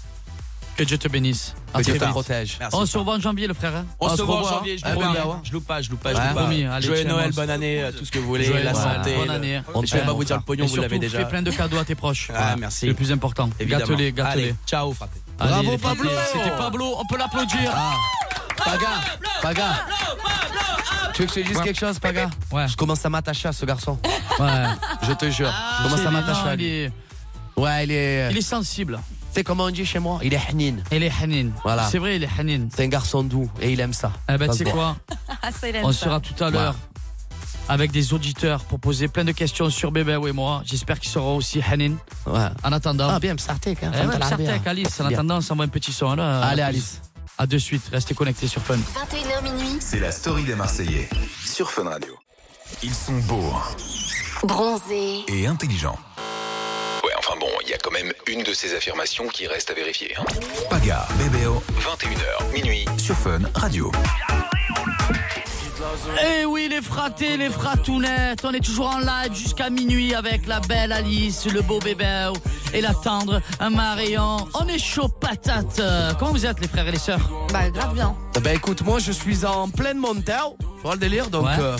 Speaker 4: Que Dieu te bénisse. À
Speaker 5: Que Dieu
Speaker 4: très
Speaker 5: te
Speaker 4: vite.
Speaker 5: protège.
Speaker 12: Merci.
Speaker 4: On se revoit en janvier, le frère. hein.
Speaker 12: On,
Speaker 5: On
Speaker 12: se
Speaker 5: se
Speaker 12: revoit en
Speaker 5: revoit,
Speaker 12: janvier, je
Speaker 5: hein.
Speaker 13: Ah,
Speaker 12: vous
Speaker 5: Eh ben,
Speaker 13: bah,
Speaker 12: promets.
Speaker 5: ouais.
Speaker 12: Je loupe pas, je loupe pas, je
Speaker 5: Ouais.
Speaker 12: loupe pas.
Speaker 4: Promis, allez,
Speaker 12: Joyeux
Speaker 4: tiens,
Speaker 12: Noël,
Speaker 4: bon.
Speaker 12: bonne année, euh, tout ce que vous voulez,
Speaker 4: Joyeux
Speaker 12: la
Speaker 4: Noël,
Speaker 12: santé.
Speaker 4: bonne
Speaker 12: le-
Speaker 4: année.
Speaker 12: On Je vais
Speaker 5: t'aime,
Speaker 12: pas
Speaker 5: mon
Speaker 12: vous dire
Speaker 5: frère.
Speaker 12: le pognon,
Speaker 4: Et
Speaker 12: vous
Speaker 4: surtout,
Speaker 12: l'avez déjà.
Speaker 4: Fais plein de cadeaux à tes proches.
Speaker 12: Ah,
Speaker 4: Voilà.
Speaker 12: merci.
Speaker 4: C'est le plus important.
Speaker 12: Évidemment.
Speaker 4: Gâte-les, gâte-les.
Speaker 12: Allez, ciao, frappé.
Speaker 4: Allez,
Speaker 5: Bravo,
Speaker 4: les frappés.
Speaker 5: Pablo.
Speaker 4: C'était Pablo, on peut l'applaudir.
Speaker 5: Ah. Paga, Paga. Tu veux que je te dise quelque chose, Paga
Speaker 4: Ouais.
Speaker 5: Je commence à m'attacher à ce garçon.
Speaker 4: Ouais. Ah,
Speaker 5: Je te jure. Je commence à m'attacher à
Speaker 4: Il
Speaker 5: lui.
Speaker 4: est-
Speaker 5: Ouais, il est.
Speaker 4: il est sensible.
Speaker 5: Tu sais comment on dit chez moi Il est hnin.
Speaker 4: Il est Hanin.
Speaker 5: Voilà.
Speaker 4: C'est vrai, il est Hanin.
Speaker 5: C'est un garçon doux et il aime ça.
Speaker 4: Eh ben,
Speaker 5: Ça
Speaker 4: tu
Speaker 5: se
Speaker 4: sais
Speaker 5: voit.
Speaker 4: quoi
Speaker 7: Ah, ça, il aime
Speaker 4: On
Speaker 7: ça.
Speaker 4: sera tout à l'heure avec des auditeurs pour poser plein de questions sur Bébé et moi. J'espère qu'il sera aussi Hanin. En attendant.
Speaker 5: Ah, bien, Sartek. hein.
Speaker 4: Eh ouais, Sartek, Alice. En
Speaker 5: Bien.
Speaker 4: attendant, on s'envoie un petit son. Là,
Speaker 5: Allez,
Speaker 4: À-
Speaker 5: Alice.
Speaker 4: À de suite. Restez connectés sur Fun.
Speaker 3: 21h minuit.
Speaker 1: C'est la story des Marseillais sur Fun Radio. Ils sont beaux hein.
Speaker 3: Bronzé.
Speaker 1: et intelligents.
Speaker 10: Ouais, enfin bon, il y a quand même une de ces affirmations qui reste à vérifier. hein.
Speaker 1: Paga, Bébéo
Speaker 10: 21h, minuit.
Speaker 1: sur Fun Radio.
Speaker 4: Eh oui, les fratés, les fratounettes, on est toujours en live jusqu'à minuit avec la belle Alice, le beau bébé et la tendre Marion. On est chaud patate. Euh, Comment vous êtes, les frères et les sœurs
Speaker 7: Bah, grave bien.
Speaker 5: Ben écoute, moi je suis en pleine montée. Tu vois le délire Donc.
Speaker 4: Ouais.
Speaker 5: euh,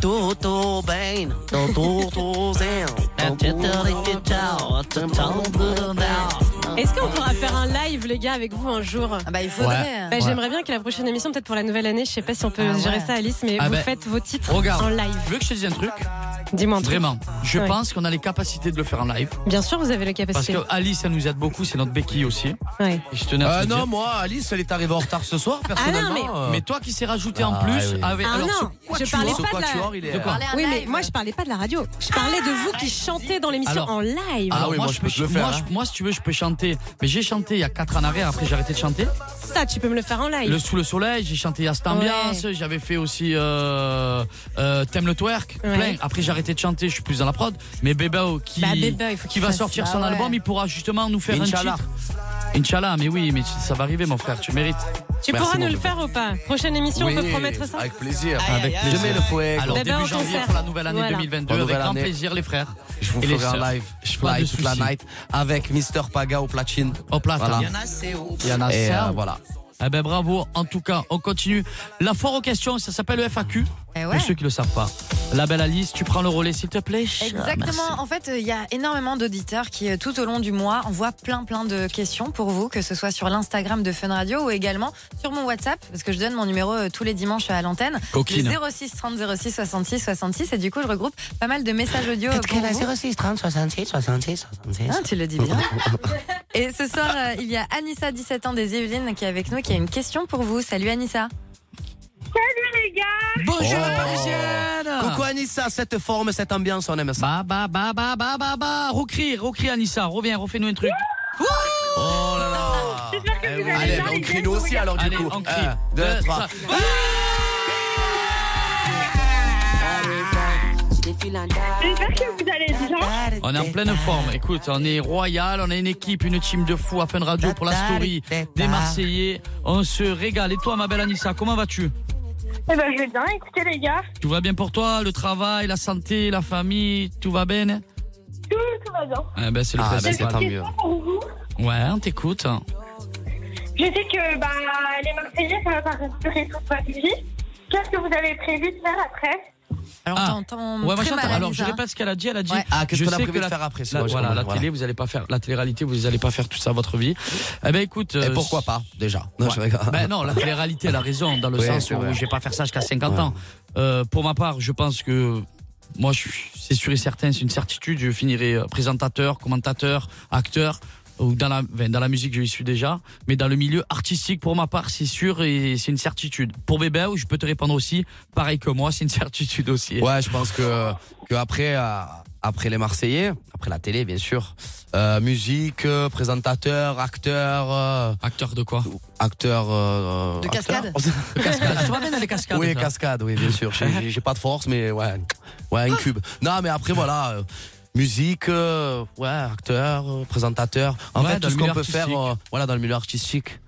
Speaker 5: Toto Bain. Toto Tozen.
Speaker 6: Est-ce qu'on pourra faire un live, les gars, avec vous un jour
Speaker 7: Ah. bah, il
Speaker 4: faudrait. Ouais.
Speaker 6: Bah,
Speaker 4: Ouais.
Speaker 6: J'aimerais bien que la prochaine émission, peut-être pour la nouvelle année, je sais pas si on peut
Speaker 7: Ah ouais.
Speaker 6: gérer ça, Alice, mais
Speaker 4: Ah
Speaker 6: vous
Speaker 5: bah,
Speaker 4: ben,
Speaker 6: faites vos titres
Speaker 4: Regarde,
Speaker 6: en live.
Speaker 4: tu veux que je te dise un truc
Speaker 6: Dis-moi un truc.
Speaker 4: Vraiment, je
Speaker 6: Ouais.
Speaker 4: pense qu'on a les capacités de le faire en live.
Speaker 6: Bien sûr, vous avez Ah la
Speaker 4: Parce
Speaker 6: capacité.
Speaker 4: que
Speaker 5: ah,
Speaker 4: Alice, elle nous aide beaucoup, c'est notre béquille aussi. Et
Speaker 6: Ouais. Ah
Speaker 4: je tenais à te
Speaker 5: Euh,
Speaker 4: le dire.
Speaker 5: non, moi, Alice, elle est arrivée en retard ce soir, personnellement.
Speaker 6: mais-
Speaker 5: euh,
Speaker 4: Mais toi qui s'est rajouté
Speaker 5: Ah,
Speaker 4: en plus
Speaker 5: oui.
Speaker 4: avec.
Speaker 6: Ah
Speaker 4: alors,
Speaker 6: non,
Speaker 4: ce quatuor-
Speaker 6: je parlais
Speaker 5: ce
Speaker 6: pas de
Speaker 5: quatuor, il
Speaker 6: la...
Speaker 5: est-
Speaker 4: De quoi
Speaker 7: Parler en
Speaker 6: Oui, mais
Speaker 7: live. Ah,
Speaker 6: moi, je parlais pas de la radio. Je parlais de vous qui chantez dans l'émission
Speaker 4: Alors-
Speaker 6: en live.
Speaker 4: Alors,
Speaker 5: Ah oui, moi, je peux te le
Speaker 4: ch-
Speaker 5: faire,
Speaker 4: moi,
Speaker 5: hein.
Speaker 4: je- moi, si tu veux, je peux chanter. Mais j'ai chanté il y a 4 ans en arrière, après j'ai arrêté de chanter.
Speaker 6: Ça, tu peux me le faire en live.
Speaker 4: Le Sous le Soleil, j'ai chanté à cette
Speaker 6: Ouais.
Speaker 4: ambiance. J'avais fait aussi euh, euh, T'aimes le twerk.
Speaker 6: Ouais.
Speaker 4: Plein. Après, j'ai arrêté de chanter, je suis plus dans la prod. Mais Bébao qui,
Speaker 6: Bah, Bébao, il faut
Speaker 4: qui
Speaker 6: qu'il
Speaker 4: va
Speaker 6: fasse
Speaker 4: sortir
Speaker 7: ça,
Speaker 4: son
Speaker 7: ouais.
Speaker 4: album, il pourra justement nous faire
Speaker 5: Inch'Allah.
Speaker 4: un titre. Inch'Allah, mais oui, mais tu- ça va arriver, mon frère, tu mérites.
Speaker 6: Tu
Speaker 5: Merci,
Speaker 6: pourras
Speaker 5: mon
Speaker 6: nous le
Speaker 5: bébé.
Speaker 6: faire ou pas Prochaine émission, on peut
Speaker 5: oui,
Speaker 6: promettre ça
Speaker 5: Avec plaisir.
Speaker 4: Avec
Speaker 5: Je mets le fouet.
Speaker 4: Alors,
Speaker 6: Bébao
Speaker 4: début
Speaker 6: au
Speaker 4: janvier
Speaker 6: concert.
Speaker 4: pour la nouvelle année
Speaker 6: Voilà.
Speaker 4: 2022,
Speaker 5: Bonne
Speaker 4: avec
Speaker 5: nouvelle
Speaker 4: grand
Speaker 5: année.
Speaker 4: plaisir, les frères.
Speaker 5: Je vous
Speaker 4: Et les
Speaker 5: ferai
Speaker 4: sœurs.
Speaker 5: un live. Je
Speaker 4: Pas
Speaker 5: fly
Speaker 4: de
Speaker 5: toute la
Speaker 4: soucis.
Speaker 5: night avec Mister Paga au platine.
Speaker 4: Hop là,
Speaker 5: Voilà.
Speaker 4: Il y en a hein. Il y en a
Speaker 5: Et euh,
Speaker 4: sept.
Speaker 5: voilà.
Speaker 4: Eh ben bravo, en tout cas, on continue. La foire aux questions, ça s'appelle le FAQ.
Speaker 7: Eh ouais.
Speaker 4: Pour ceux qui le savent pas. La belle Alice, tu prends le relais s'il te plaît.
Speaker 7: Exactement. En fait, euh, il y a énormément d'auditeurs qui, euh, tout au long du mois, envoient plein, plein de questions pour vous, que ce soit sur l'Instagram de Fun Radio ou également sur mon WhatsApp, parce que je donne mon numéro euh, tous les dimanches à l'antenne.
Speaker 4: Coquine.
Speaker 7: Le 06 30 06 66 66. Et du coup, je regroupe pas mal de messages audio. euh, Pour vous.
Speaker 5: 06 30 66 66 66.
Speaker 7: Hein, tu le dis bien. Et ce soir, euh, il y a Anissa, 17 ans, des Yvelines, qui est avec nous, qui a une question pour vous. Salut Anissa.
Speaker 9: les gars,
Speaker 4: Bonjour
Speaker 5: Oh.
Speaker 4: la Parisienne
Speaker 5: Coucou Anissa, cette forme, cette ambiance, on aime ça.
Speaker 4: Bah bah bah bah bah bah bah Recris, recris Anissa, reviens, refais-nous un truc.
Speaker 5: Oh là là
Speaker 9: j'espère que vous allez
Speaker 5: Allez,
Speaker 9: bien,
Speaker 5: bah, on
Speaker 9: les
Speaker 5: crie
Speaker 9: gars,
Speaker 5: nous
Speaker 9: je
Speaker 5: aussi
Speaker 9: regarde.
Speaker 5: alors
Speaker 4: Allez,
Speaker 5: du coup.
Speaker 4: on crie.
Speaker 5: Un, deux, trois.
Speaker 9: j'espère que vous allez bien.
Speaker 4: On est en pleine forme, écoute, on est royal, on a une équipe, une team de fous à Fun Radio pour la story des Marseillais. On se régale. Et toi ma belle Anissa, comment vas-tu
Speaker 9: Eh ben, je vais bien, écoutez les gars,
Speaker 4: Tout va bien pour toi Le travail, la santé, la famille, tout va bien
Speaker 9: tout, tout va bien.
Speaker 4: Eh ben c'est le
Speaker 5: Ah, bah, c'est
Speaker 4: principal.
Speaker 5: tant mieux.
Speaker 9: Pour vous,
Speaker 4: Ouais, on t'écoute.
Speaker 9: je sais que bah, les Marseillais, ça va pas durer toute votre vie. Qu'est-ce que vous avez prévu de faire après
Speaker 7: Alors,
Speaker 4: Ah.
Speaker 7: t'entends
Speaker 4: Ouais, moi,
Speaker 7: très
Speaker 4: j'entends.
Speaker 7: mal,
Speaker 4: Alors, je
Speaker 7: Anissa.
Speaker 4: répète ce qu'elle a dit. Elle a dit.
Speaker 7: Ouais.
Speaker 5: Ah, qu'est-ce
Speaker 4: je
Speaker 5: qu'on a
Speaker 4: sais
Speaker 5: prévu de faire après, c'est
Speaker 4: la,
Speaker 5: bon, je
Speaker 4: Voilà, la
Speaker 5: comprends,
Speaker 4: télé, vous allez pas faire. La télé-réalité, vous allez pas faire tout ça votre vie. Eh ben, écoute.
Speaker 5: Et
Speaker 4: euh,
Speaker 5: pourquoi pas, déjà Non,
Speaker 4: Ouais.
Speaker 5: je rigole.
Speaker 4: Ben non, la télé-réalité, elle a raison, dans le
Speaker 5: Ouais,
Speaker 4: sens
Speaker 5: c'est
Speaker 4: où
Speaker 5: vrai.
Speaker 4: je vais pas faire ça jusqu'à 50 ans. Euh, pour ma part, je pense que. Moi, je suis- c'est sûr et certain, c'est une certitude. Je finirai euh, présentateur, commentateur, acteur. Ou dans la, ben, dans la musique, je y suis déjà. Mais dans le milieu artistique, pour ma part, c'est sûr et c'est une certitude. Pour Bébé, je peux te répondre aussi. Pareil que moi, c'est une certitude aussi.
Speaker 5: Ouais, je pense que, que après, euh, après les Marseillais, après la télé, bien sûr, euh, musique, euh, présentateur, acteur, euh,
Speaker 4: Acteur de quoi
Speaker 5: acteur. euh,
Speaker 7: De
Speaker 5: acteur.
Speaker 7: cascade
Speaker 4: Cascade. Tu vas bien dans les cascades.
Speaker 5: Oui,
Speaker 4: toi.
Speaker 5: cascade, oui, bien sûr. J'ai- J'ai j'ai pas de force, mais ouais, ouais, un cube. Non, mais après, voilà. euh, Musique, euh, ouais, acteur, euh, présentateur. En
Speaker 4: Ouais,
Speaker 5: fait,
Speaker 4: dans
Speaker 5: tout
Speaker 4: le
Speaker 5: ce qu'on
Speaker 4: milieu
Speaker 5: peut faire,
Speaker 4: artistique.
Speaker 5: euh, voilà, dans le milieu artistique.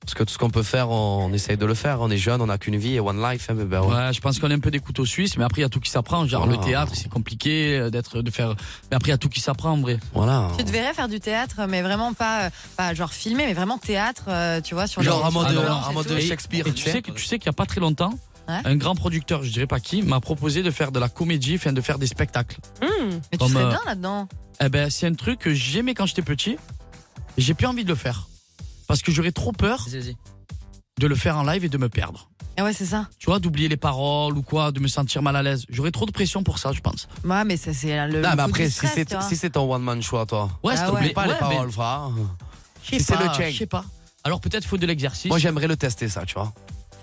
Speaker 5: Parce que tout ce qu'on peut faire, on, on essaye de le faire. On est jeune, on n'a qu'une vie et one life. hein, mais ben, ouais.
Speaker 4: Ouais, je pense qu'on est un peu des couteaux suisses, mais après il y a tout qui s'apprend. Genre
Speaker 5: Voilà.
Speaker 4: le théâtre, c'est compliqué euh, d'être, de faire. Mais après il y a tout qui s'apprend en vrai.
Speaker 5: Voilà.
Speaker 7: Tu devrais faire du théâtre, mais vraiment pas, euh, pas genre filmé, mais vraiment théâtre, euh, tu vois, sur
Speaker 5: Genre
Speaker 7: les-
Speaker 5: en mode,
Speaker 7: sur les
Speaker 4: euh,
Speaker 7: planches
Speaker 5: en
Speaker 7: et
Speaker 5: mode
Speaker 7: tout.
Speaker 5: de
Speaker 4: Et-
Speaker 5: Shakespeare,
Speaker 4: Et tu
Speaker 5: tu sais.
Speaker 4: sais que tu sais qu'il y a pas très longtemps,
Speaker 7: Ouais.
Speaker 4: un grand producteur, je dirais pas qui, m'a proposé de faire de la comédie, enfin de faire des spectacles.
Speaker 9: Mmh.
Speaker 6: Hmm.
Speaker 7: Mais tu
Speaker 4: Comme,
Speaker 7: serais
Speaker 4: euh,
Speaker 7: bien là-dedans.
Speaker 4: Eh ben c'est un truc que j'aimais quand j'étais petit, et j'ai plus envie de le faire parce que j'aurais trop peur de le faire en live et de me perdre.
Speaker 7: Ah ouais, c'est ça.
Speaker 4: Tu vois, d'oublier les paroles ou quoi, de me sentir mal à l'aise. J'aurais trop de pression pour ça, je pense.
Speaker 7: Ouais, Bah, mais ça, c'est le.
Speaker 5: Non,
Speaker 7: le
Speaker 5: mais
Speaker 7: coup
Speaker 5: Ah, bah après,
Speaker 7: du
Speaker 5: si
Speaker 7: stress, tu
Speaker 5: c'est
Speaker 7: vois.
Speaker 5: si c'est ton one man show, à toi.
Speaker 4: Ouais,
Speaker 7: Ah
Speaker 4: c'est-
Speaker 7: ouais.
Speaker 5: N'oublie pas
Speaker 4: ouais,
Speaker 5: les
Speaker 4: mais-
Speaker 5: paroles, frère.
Speaker 4: je sais
Speaker 5: Si c'est
Speaker 4: pas,
Speaker 5: le check.
Speaker 4: Je sais pas. Alors peut-être faut de l'exercice.
Speaker 5: Moi, j'aimerais le tester, ça, tu vois.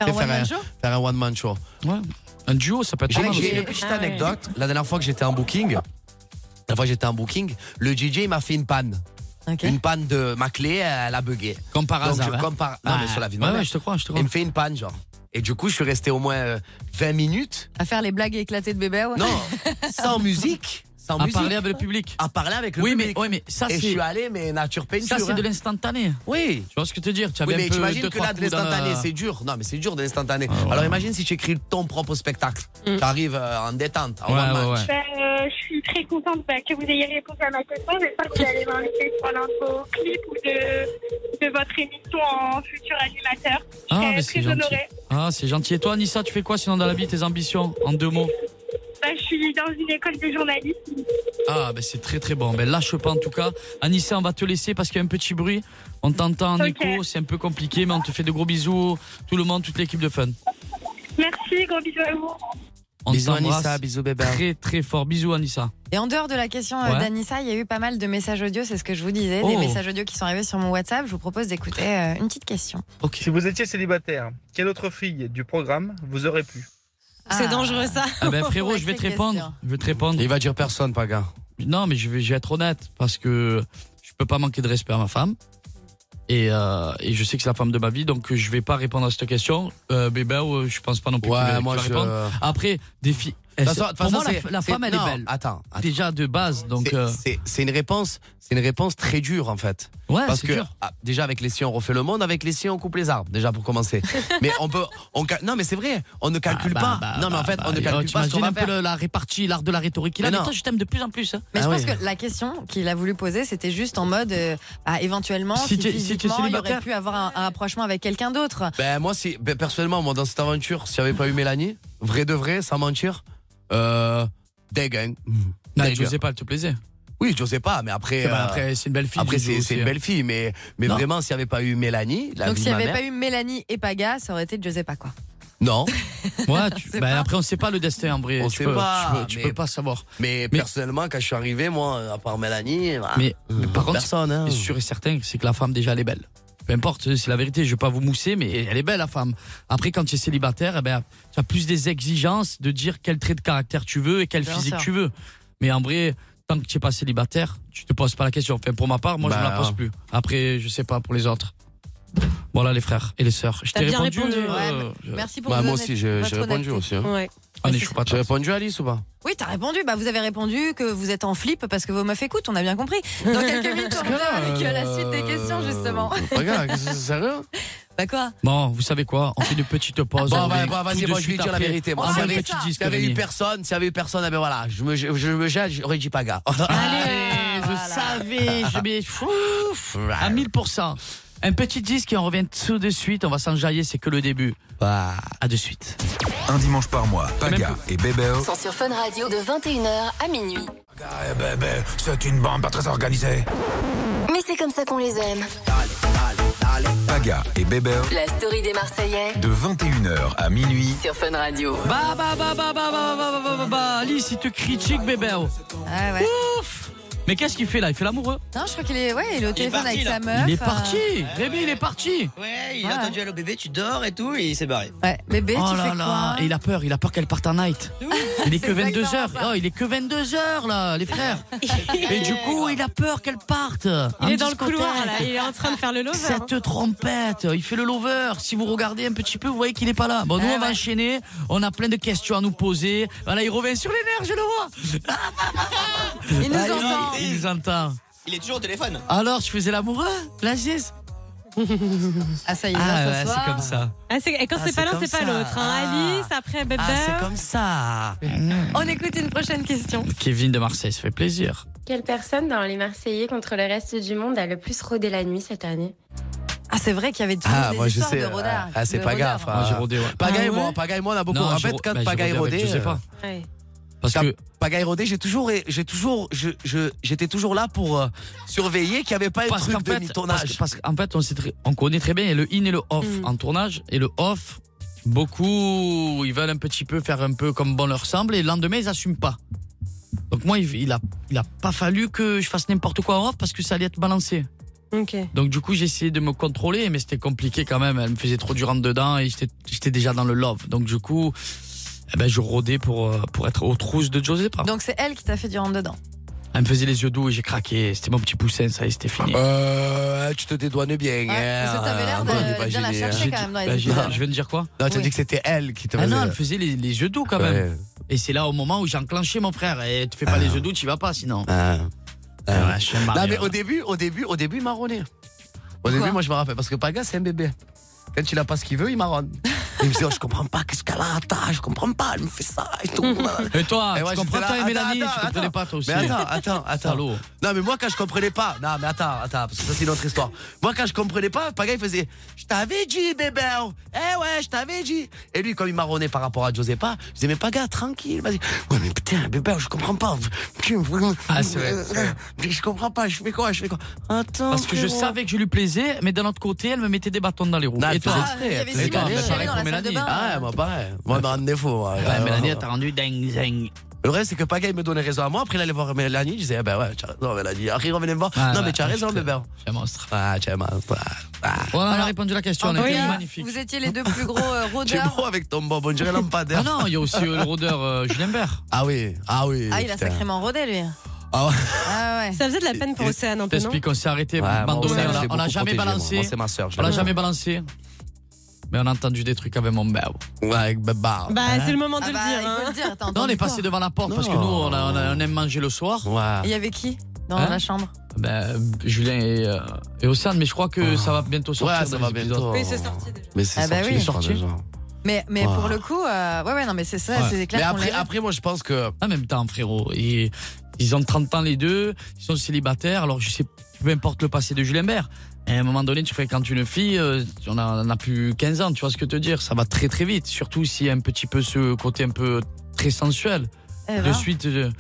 Speaker 7: Faire un one-man show
Speaker 5: faire un one-man show.
Speaker 4: Un duo, ça peut être
Speaker 5: J'ai
Speaker 4: pas mal
Speaker 5: j'ai
Speaker 4: aussi.
Speaker 5: une
Speaker 7: Ah
Speaker 5: petite anecdote. La dernière fois que j'étais en booking, la fois que j'étais en booking, le DJ il m'a fait une panne. Une panne de ma clé, elle a bugué.
Speaker 4: Comme par
Speaker 5: Donc,
Speaker 4: hasard,
Speaker 5: je-
Speaker 4: hein.
Speaker 5: comme par- Non,
Speaker 4: Ouais.
Speaker 5: mais sur la vie de
Speaker 4: Ouais,
Speaker 5: ma mère.
Speaker 4: ouais, je te crois, je te crois.
Speaker 5: Il me fait une panne, genre. Et du coup, je suis resté au moins euh, 20 minutes
Speaker 7: À faire les blagues éclatées de bébé, ouais.
Speaker 5: Non, sans musique. sans
Speaker 4: À
Speaker 5: musique.
Speaker 4: parler avec le public.
Speaker 5: À parler avec le
Speaker 4: Oui, mais-
Speaker 5: public.
Speaker 4: ouais, mais ça,
Speaker 5: Et je
Speaker 4: c'est-
Speaker 5: suis allé, mais nature peinture.
Speaker 4: Ça, c'est
Speaker 5: hein.
Speaker 4: de l'instantané.
Speaker 5: Oui.
Speaker 4: Tu vois ce que je veux te dire Tu
Speaker 5: Oui,
Speaker 4: avais
Speaker 5: mais
Speaker 4: un peu
Speaker 5: t'imagines
Speaker 4: deux,
Speaker 5: que
Speaker 4: trois
Speaker 5: là, de
Speaker 4: coups dans
Speaker 5: l'instantané,
Speaker 4: la- Ah
Speaker 5: c'est dur. Non, mais c'est dur de l'instantané. Alors imagine si tu écris ton propre spectacle. T'arrives euh, en détente, en
Speaker 4: Ouais,
Speaker 5: one man.
Speaker 4: ouais, ouais.
Speaker 9: Ben, euh, je suis très contente ben, que vous ayez répondu à ma question. J'espère que vous allez m'inviter sur l'un de vos clips ou de, de votre émission en futur animateur. Je
Speaker 4: Ah,
Speaker 9: serais
Speaker 4: mais c'est
Speaker 9: très
Speaker 4: gentil.
Speaker 9: honorée.
Speaker 4: Ah, c'est gentil. Et toi, Anissa, tu fais quoi sinon dans la vie, tes ambitions En deux mots
Speaker 9: Ben, je suis dans une école de journalisme.
Speaker 4: Ah, ben c'est très très bon. Ben lâche pas en tout cas. Anissa, on va te laisser parce qu'il y a un petit bruit. On t'entend en
Speaker 9: Ok.
Speaker 4: écho, c'est un peu compliqué, mais on te fait de gros bisous. Tout le monde, toute l'équipe de Fun.
Speaker 9: Merci, gros bisous à vous.
Speaker 4: On
Speaker 5: Bisous,
Speaker 4: t'embrasse
Speaker 5: Anissa, bisous, bébé.
Speaker 4: Très très fort. Bisous, Anissa.
Speaker 7: Et en dehors de la question euh,
Speaker 4: Ouais.
Speaker 7: d'Anissa, il y a eu pas mal de messages audio, c'est ce que je vous disais,
Speaker 4: Oh.
Speaker 7: des messages audio qui sont arrivés sur mon WhatsApp. Je vous propose d'écouter euh, une petite question.
Speaker 14: Si vous étiez célibataire, quelle autre fille du programme vous aurait plu
Speaker 6: C'est dangereux ça.
Speaker 4: Ah ben frérot, je vais te
Speaker 6: Sacrée
Speaker 4: répondre.
Speaker 6: question.
Speaker 4: Je vais te répondre.
Speaker 5: Il va dire personne, Paga.
Speaker 4: Non, mais je vais, je vais être honnête parce que je peux pas manquer de respect à ma femme. Et, euh, et je sais que c'est la femme de ma vie, donc je vais pas répondre à cette question. Euh, bébé, ouais, je pense pas non plus.
Speaker 5: Ouais,
Speaker 4: que tu vas
Speaker 5: moi, je-
Speaker 4: répondre. Après, des filles.
Speaker 5: De toute façon- de toute
Speaker 4: Pour
Speaker 5: façon,
Speaker 4: moi, la,
Speaker 5: c'est-
Speaker 4: la
Speaker 5: c'est-
Speaker 4: femme, elle
Speaker 5: non,
Speaker 4: est belle.
Speaker 5: Attends, attends.
Speaker 4: Déjà de base, donc.
Speaker 5: C'est-
Speaker 4: euh,
Speaker 5: c'est- C'est une réponse, c'est une réponse très dure en fait.
Speaker 4: Ouais,
Speaker 5: Parce
Speaker 4: c'est
Speaker 5: que
Speaker 4: dur.
Speaker 5: ah, déjà avec les si on refait le monde, avec les si on coupe les arbres déjà pour commencer. mais on peut, on cal- non mais c'est vrai, on ne calcule
Speaker 4: bah,
Speaker 5: pas.
Speaker 4: bah,
Speaker 5: non mais en
Speaker 4: bah,
Speaker 5: fait
Speaker 4: bah,
Speaker 5: on ne
Speaker 4: euh,
Speaker 5: calcule pas ce qu'on
Speaker 4: t'imagines
Speaker 5: va
Speaker 4: un peu
Speaker 5: faire.
Speaker 4: le- la répartie, l'art de la rhétorique. Là,
Speaker 5: Mais
Speaker 4: mais
Speaker 5: non.
Speaker 4: toi, je t'aime de plus en plus. hein.
Speaker 7: Mais
Speaker 5: Ah
Speaker 7: je pense
Speaker 5: oui.
Speaker 7: que la question qu'il a voulu poser, c'était juste en mode euh, ah, éventuellement,
Speaker 5: Si
Speaker 7: si,
Speaker 5: t'es- si t'es
Speaker 7: physiquement, il
Speaker 5: célibataire.
Speaker 7: aurait pu avoir un, un rapprochement avec quelqu'un d'autre.
Speaker 5: Ben moi si, ben, personnellement moi dans cette aventure, s'il n'y avait pas eu Mélanie, vrai de vrai, sans mentir, euh, dégain.
Speaker 4: Non, je sais pas, elle te plaisait.
Speaker 5: Oui, je sais pas, mais après.
Speaker 4: Eh ben,
Speaker 5: euh,
Speaker 4: après, c'est une belle fille.
Speaker 5: Après,
Speaker 4: du coup,
Speaker 5: c'est c'est une
Speaker 4: aussi.
Speaker 5: belle fille, mais, mais
Speaker 4: Non.
Speaker 5: vraiment, s'il n'y avait pas eu Mélanie, la
Speaker 7: Donc
Speaker 5: vie
Speaker 7: s'il
Speaker 5: de
Speaker 7: n'y
Speaker 5: ma
Speaker 7: avait
Speaker 5: mère.
Speaker 7: pas eu Mélanie et Paga, ça aurait été je sais pas quoi.
Speaker 5: Non.
Speaker 4: Ouais, tu- bah, après, on sait pas le destin en vrai.
Speaker 5: On
Speaker 4: tu
Speaker 5: sait
Speaker 4: peux,
Speaker 5: pas,
Speaker 4: tu peux- Tu,
Speaker 5: mais-
Speaker 4: peux, pas savoir.
Speaker 5: Mais, personnellement, quand je suis arrivé, moi, à part Mélanie. voilà.
Speaker 4: Mais, mais par contre,
Speaker 5: personne. hein.
Speaker 4: ce qui est sûr et certain, c'est que la femme, déjà, elle est belle. Peu importe, euh, c'est la vérité, je vais pas vous mousser, mais elle est belle, la femme. Après, quand tu es célibataire, eh ben, tu as plus des exigences de dire quel trait de caractère tu veux et quel
Speaker 7: Bien
Speaker 4: physique
Speaker 7: sûr.
Speaker 4: tu veux. Mais en vrai, tant que tu n'es pas célibataire, tu te poses pas la question. Enfin, pour ma part, moi, je
Speaker 5: Bah,
Speaker 4: me la pose plus. Après, je sais pas pour les autres. Voilà, les frères et les sœurs. Je
Speaker 6: T'as
Speaker 4: t'ai
Speaker 6: bien
Speaker 4: répondu.
Speaker 6: répondu,
Speaker 4: euh, je-
Speaker 7: Merci pour
Speaker 5: Bah,
Speaker 7: vous
Speaker 5: moi aussi, j'ai j'ai répondu aussi. hein.
Speaker 6: Ouais.
Speaker 4: Ah, mais je suis pas
Speaker 5: J'ai répondu à Alice ou pas
Speaker 7: Oui, t'as répondu. Bah, vous avez répondu que vous êtes en flip parce que vos meufs écoutent, on a bien compris. Dans quelques minutes, on revient avec euh, la suite des questions, justement.
Speaker 5: Regarde, qu'est-ce que c'est sérieux
Speaker 7: Bah quoi
Speaker 4: Bon, vous savez quoi On fait une petite pause.
Speaker 5: Bon,
Speaker 4: on
Speaker 5: bah,
Speaker 4: revient
Speaker 5: bah,
Speaker 4: tout
Speaker 5: vas-y,
Speaker 4: de
Speaker 5: moi, je vais
Speaker 4: suite
Speaker 5: dire la
Speaker 4: après.
Speaker 5: vérité.
Speaker 4: On
Speaker 5: Moi,
Speaker 4: fait
Speaker 5: s'il
Speaker 4: un
Speaker 5: y avait-
Speaker 4: petit disque,
Speaker 5: s'il y avait eu
Speaker 4: Rémi.
Speaker 5: personne, s'il y avait eu personne, eh ben voilà, je me, je, je me jette, j'aurais dit Paga.
Speaker 4: Allez, je savais, je mets fouf, à 1000%. Un petit disque et on revient tout de suite. On va s'enjailler, c'est que le début.
Speaker 5: Bah,
Speaker 4: à de suite.
Speaker 1: Un dimanche par mois, Paga et Bébéo.
Speaker 3: Sont sur Fun Radio de 21h à minuit.
Speaker 10: Ah,
Speaker 1: Eh
Speaker 10: ben,
Speaker 1: bébé, c'est une bande pas très organisée.
Speaker 3: Mais c'est comme ça qu'on les aime.
Speaker 1: Paga et Bébéo,
Speaker 3: La story des Marseillais
Speaker 1: de 21h à minuit.
Speaker 3: sur Fun Radio.
Speaker 4: Bah, bah, bah, bah, bah, bah, bah, bah, bah, bah, bah, Alice, il te critique, bébé. oh.
Speaker 7: Ah ouais.
Speaker 4: Ouf Mais qu'est-ce qu'il fait là Il fait l'amoureux
Speaker 7: Non, je crois qu'il est, ouais, il est au téléphone
Speaker 15: parti,
Speaker 7: avec
Speaker 15: là.
Speaker 7: sa meuf.
Speaker 4: Il est
Speaker 7: euh,
Speaker 4: parti Rémi, il est parti Ah,
Speaker 15: Ouais, il
Speaker 7: Ouais.
Speaker 15: a attendu Allo bébé, tu dors et tout, et il s'est barré.
Speaker 7: Ouais, bébé,
Speaker 4: Oh
Speaker 7: tu
Speaker 4: là
Speaker 7: fais
Speaker 4: là
Speaker 7: quoi
Speaker 4: Et il a peur, il a peur qu'elle parte en night. Il est que
Speaker 7: C'est exactement
Speaker 4: 22h.
Speaker 7: ça.
Speaker 4: Oh, il est que 22h là, les frères. Et du coup, il a peur qu'elle parte.
Speaker 6: Il est dans le couloir là, il est en train de faire le lover. hein.
Speaker 4: Cette trompette, il fait le lover. Si vous regardez un petit peu, vous voyez qu'il n'est pas là. Bon, nous,
Speaker 7: Ah
Speaker 4: on va
Speaker 7: ouais.
Speaker 4: enchaîner. On a plein de questions à nous poser. Voilà, il revient sur les nerfs, je le vois.
Speaker 7: Il nous
Speaker 4: Ah,
Speaker 7: entend.
Speaker 4: Il nous entend.
Speaker 15: Il est toujours au téléphone.
Speaker 4: Alors, tu faisais l'amoureux La geste
Speaker 7: Oh, Ah ça y est,
Speaker 4: Ah,
Speaker 7: là,
Speaker 4: ouais,
Speaker 7: ce soir.
Speaker 4: c'est comme ça.
Speaker 6: Ah, c'est- et quand
Speaker 5: Ah,
Speaker 6: c'est pas
Speaker 5: c'est
Speaker 6: l'un,
Speaker 5: comme
Speaker 6: c'est pas
Speaker 5: ça.
Speaker 6: l'autre. hein.
Speaker 5: Ah.
Speaker 6: Alice, après bébé.
Speaker 5: Ah, c'est comme ça.
Speaker 7: Eh On écoute une prochaine question.
Speaker 4: Kevin de Marseille, ça fait plaisir.
Speaker 16: Quelle personne dans les Marseillais contre le reste du monde a le plus rodé la nuit cette année
Speaker 7: Ah c'est vrai qu'il y avait toujours
Speaker 5: Ah,
Speaker 7: des
Speaker 5: moi, je
Speaker 7: histoires
Speaker 5: sais.
Speaker 7: de rodard.
Speaker 5: ah, Ah, c'est
Speaker 7: de
Speaker 5: pas
Speaker 7: rodard.
Speaker 5: gaffe.
Speaker 4: Moi, j'ai rodé, ouais.
Speaker 5: Paga
Speaker 6: Ah
Speaker 5: et moi,
Speaker 6: ouais
Speaker 5: Paga et moi, on a beaucoup.
Speaker 4: Non,
Speaker 5: en
Speaker 4: j'ai
Speaker 5: fait,
Speaker 4: ro-
Speaker 5: quand euh,
Speaker 4: bah, j'ai
Speaker 5: Paga est
Speaker 4: rodé
Speaker 5: rodé,
Speaker 4: avec, je sais pas.
Speaker 6: Ouais.
Speaker 4: Parce
Speaker 5: T'as-
Speaker 4: que.
Speaker 5: Paga et rodé, j'ai toujours, j'ai toujours, je, je- j'étais toujours là pour euh, surveiller qu'il n'y avait pas un
Speaker 4: Parce qu'en
Speaker 5: truc de
Speaker 4: fait, parce que-
Speaker 5: mitonnage.
Speaker 4: parce qu'en fait, on, sait très- on connaît très bien il y a le in et le off
Speaker 6: Mm.
Speaker 4: en tournage. Et le off, beaucoup, ils veulent un petit peu faire un peu comme bon leur semble. Et le lendemain, ils n'assument pas. Donc moi, il, il a, il a pas fallu que je fasse n'importe quoi en off parce que ça allait être balancé.
Speaker 6: Ok.
Speaker 4: Donc du coup, j'essayais de me contrôler, mais c'était compliqué quand même. Elle me faisait trop du rentre dedans et j'étais- j'étais déjà dans le love. Donc du coup, eh ben, je rodais pour, euh, pour être aux trousses de Josepa.
Speaker 7: Donc c'est elle qui t'a fait du rentre dedans.
Speaker 4: Elle me faisait les yeux doux et j'ai craqué. C'était mon petit poussin, ça y est, c'était fini.
Speaker 5: Euh, tu te dédouanes bien. hein,
Speaker 7: parce que t'avais l'air de-
Speaker 5: Antoine,
Speaker 7: de
Speaker 5: t'es pas
Speaker 7: bien la
Speaker 5: gêné,
Speaker 7: chercher
Speaker 5: hein.
Speaker 7: quand même dans les
Speaker 5: Bah, j'ai-
Speaker 7: épisodes.
Speaker 4: Je viens de dire quoi
Speaker 5: Non, tu as dit que c'était elle qui te
Speaker 4: Ah
Speaker 5: faisait.
Speaker 4: non, elle me faisait les, les yeux doux quand même.
Speaker 5: Ouais.
Speaker 4: Et c'est là au moment où j'ai enclenché mon frère. Et tu fais pas les yeux doux, tu vas pas sinon.
Speaker 5: Ah.
Speaker 4: ouais, je suis un
Speaker 5: Non,
Speaker 4: marieur.
Speaker 5: mais au début, au début, au début, il marronnait. Au début, moi, je me rappelle, parce que Paga, c'est un bébé. Quand il a pas ce qu'il veut, il marronne. Il me dit, oh, je comprends pas, qu'est-ce qu'elle a, attends, je comprends pas, elle me fait ça et tout.
Speaker 4: Et toi, tu
Speaker 5: moi,
Speaker 4: comprends,
Speaker 5: j'étais là,
Speaker 4: toi et
Speaker 5: attends,
Speaker 4: Mélanie,
Speaker 5: attends,
Speaker 4: tu comprenais pas, toi aussi.
Speaker 5: Mais attends, attends, attends.
Speaker 4: Salaud.
Speaker 5: Non, mais moi, quand je comprenais pas, non, mais attends, attends, parce que ça, c'est une autre histoire. Moi, quand je comprenais pas, Paga, il faisait, je t'avais dit, bébé, oh. eh ouais, je t'avais dit. Et lui, comme il marronnait par rapport à Josepa, je disais, mais Paga, tranquille, vas-y. Ouais, mais putain, bébé, je comprends pas.
Speaker 4: Ah, c'est vrai, c'est vrai.
Speaker 5: Je comprends pas, je fais quoi, je fais quoi. Attends.
Speaker 4: Parce que je
Speaker 5: frérot.
Speaker 4: savais que je lui plaisais, mais d'un autre côté, elle me mettait des bâtons dans les roues. et toi,
Speaker 5: Ah, il y avait Simone qui allait dans la salle de bain. Ah, moi, pareil. Moi, elle m'a rendu fou. moi. Euh,
Speaker 4: Ouais, Mélanie, elle t'a rendu dingue, dingue.
Speaker 5: Le reste, c'est que Paga, il me donnait raison à moi. Après, il allait voir Mélanie. Je disais, eh ben ouais, tu as raison, Mélanie. Après, il revenait me voir. non, mais tu as raison, bébé.
Speaker 4: Je suis un monstre.
Speaker 5: Ah, tu es un monstre. Ah.
Speaker 4: Voilà, on a répondu à la question.
Speaker 7: En
Speaker 4: on a
Speaker 7: tout
Speaker 4: été
Speaker 7: cas,
Speaker 4: magnifique.
Speaker 7: Vous étiez les deux plus gros euh,
Speaker 5: Tu es
Speaker 7: rôdeurs.
Speaker 5: beau avec ton bonbon, on dirait lampadaire.
Speaker 4: Ah non, il y a aussi euh, le rôdeur euh, Julien Bert.
Speaker 5: Ah oui, ah oui.
Speaker 7: Ah, il a sacrément rodé lui.
Speaker 5: Ah ouais.
Speaker 7: Ah ouais.
Speaker 6: Ça faisait de la peine pour Océane un peu, non
Speaker 4: T'expliques, on s'est arrêté.
Speaker 5: Ouais, moi,
Speaker 4: bande de
Speaker 5: Océane,
Speaker 4: merde,
Speaker 5: je l'ai
Speaker 4: on n'a
Speaker 5: beaucoup
Speaker 4: jamais
Speaker 5: protégé, moi.
Speaker 4: balancé.
Speaker 5: Moi, c'est ma sœur, je
Speaker 4: On n'a
Speaker 5: l'aime.
Speaker 4: jamais balancé. Mais on a entendu des trucs avec mon bébé. hein.
Speaker 5: Ouais, avec Baba.
Speaker 6: Bah, c'est le moment de
Speaker 7: Ah
Speaker 6: le
Speaker 7: bah,
Speaker 6: dire.
Speaker 7: il faut
Speaker 6: hein.
Speaker 7: le dire. t'as
Speaker 4: Non, on
Speaker 7: entendu
Speaker 4: est passé
Speaker 7: quoi
Speaker 4: devant la porte parce que
Speaker 5: Non.
Speaker 4: nous, on, a- on a- on aime manger le soir.
Speaker 7: Il
Speaker 5: Ouais.
Speaker 7: y avait qui dans
Speaker 4: Hein
Speaker 7: la chambre
Speaker 4: Ben, Julien et, euh, et Océane, mais je crois que ça va bientôt sortir.
Speaker 5: Ouais, ça
Speaker 4: dans
Speaker 5: va
Speaker 4: les épisodes.
Speaker 5: bientôt.
Speaker 6: Oui, c'est sorti déjà.
Speaker 5: Mais c'est
Speaker 7: Ah bah
Speaker 5: sorti,
Speaker 7: oui.
Speaker 5: je crois,
Speaker 4: Sorti.
Speaker 5: déjà.
Speaker 7: Mais, mais
Speaker 5: Wow.
Speaker 7: pour le coup, euh, ouais, ouais, non, mais c'est ça,
Speaker 4: Ouais.
Speaker 7: c'est
Speaker 5: Mais
Speaker 7: clair qu'on l'a
Speaker 5: après,
Speaker 7: vu.
Speaker 5: après, moi, je pense que.
Speaker 4: En même temps, frérot, ils, ils ont 30 ans les deux, ils sont célibataires, alors je sais, peu importe le passé de Julien Bert. À un moment donné, tu fréquentes une fille, euh, on a, on a plus 15 ans, tu vois ce que je veux te dire, ça va très très vite, surtout s'il y a un petit peu ce côté un peu très sensuel.
Speaker 7: Eh
Speaker 4: De
Speaker 7: ben.
Speaker 4: suite, euh,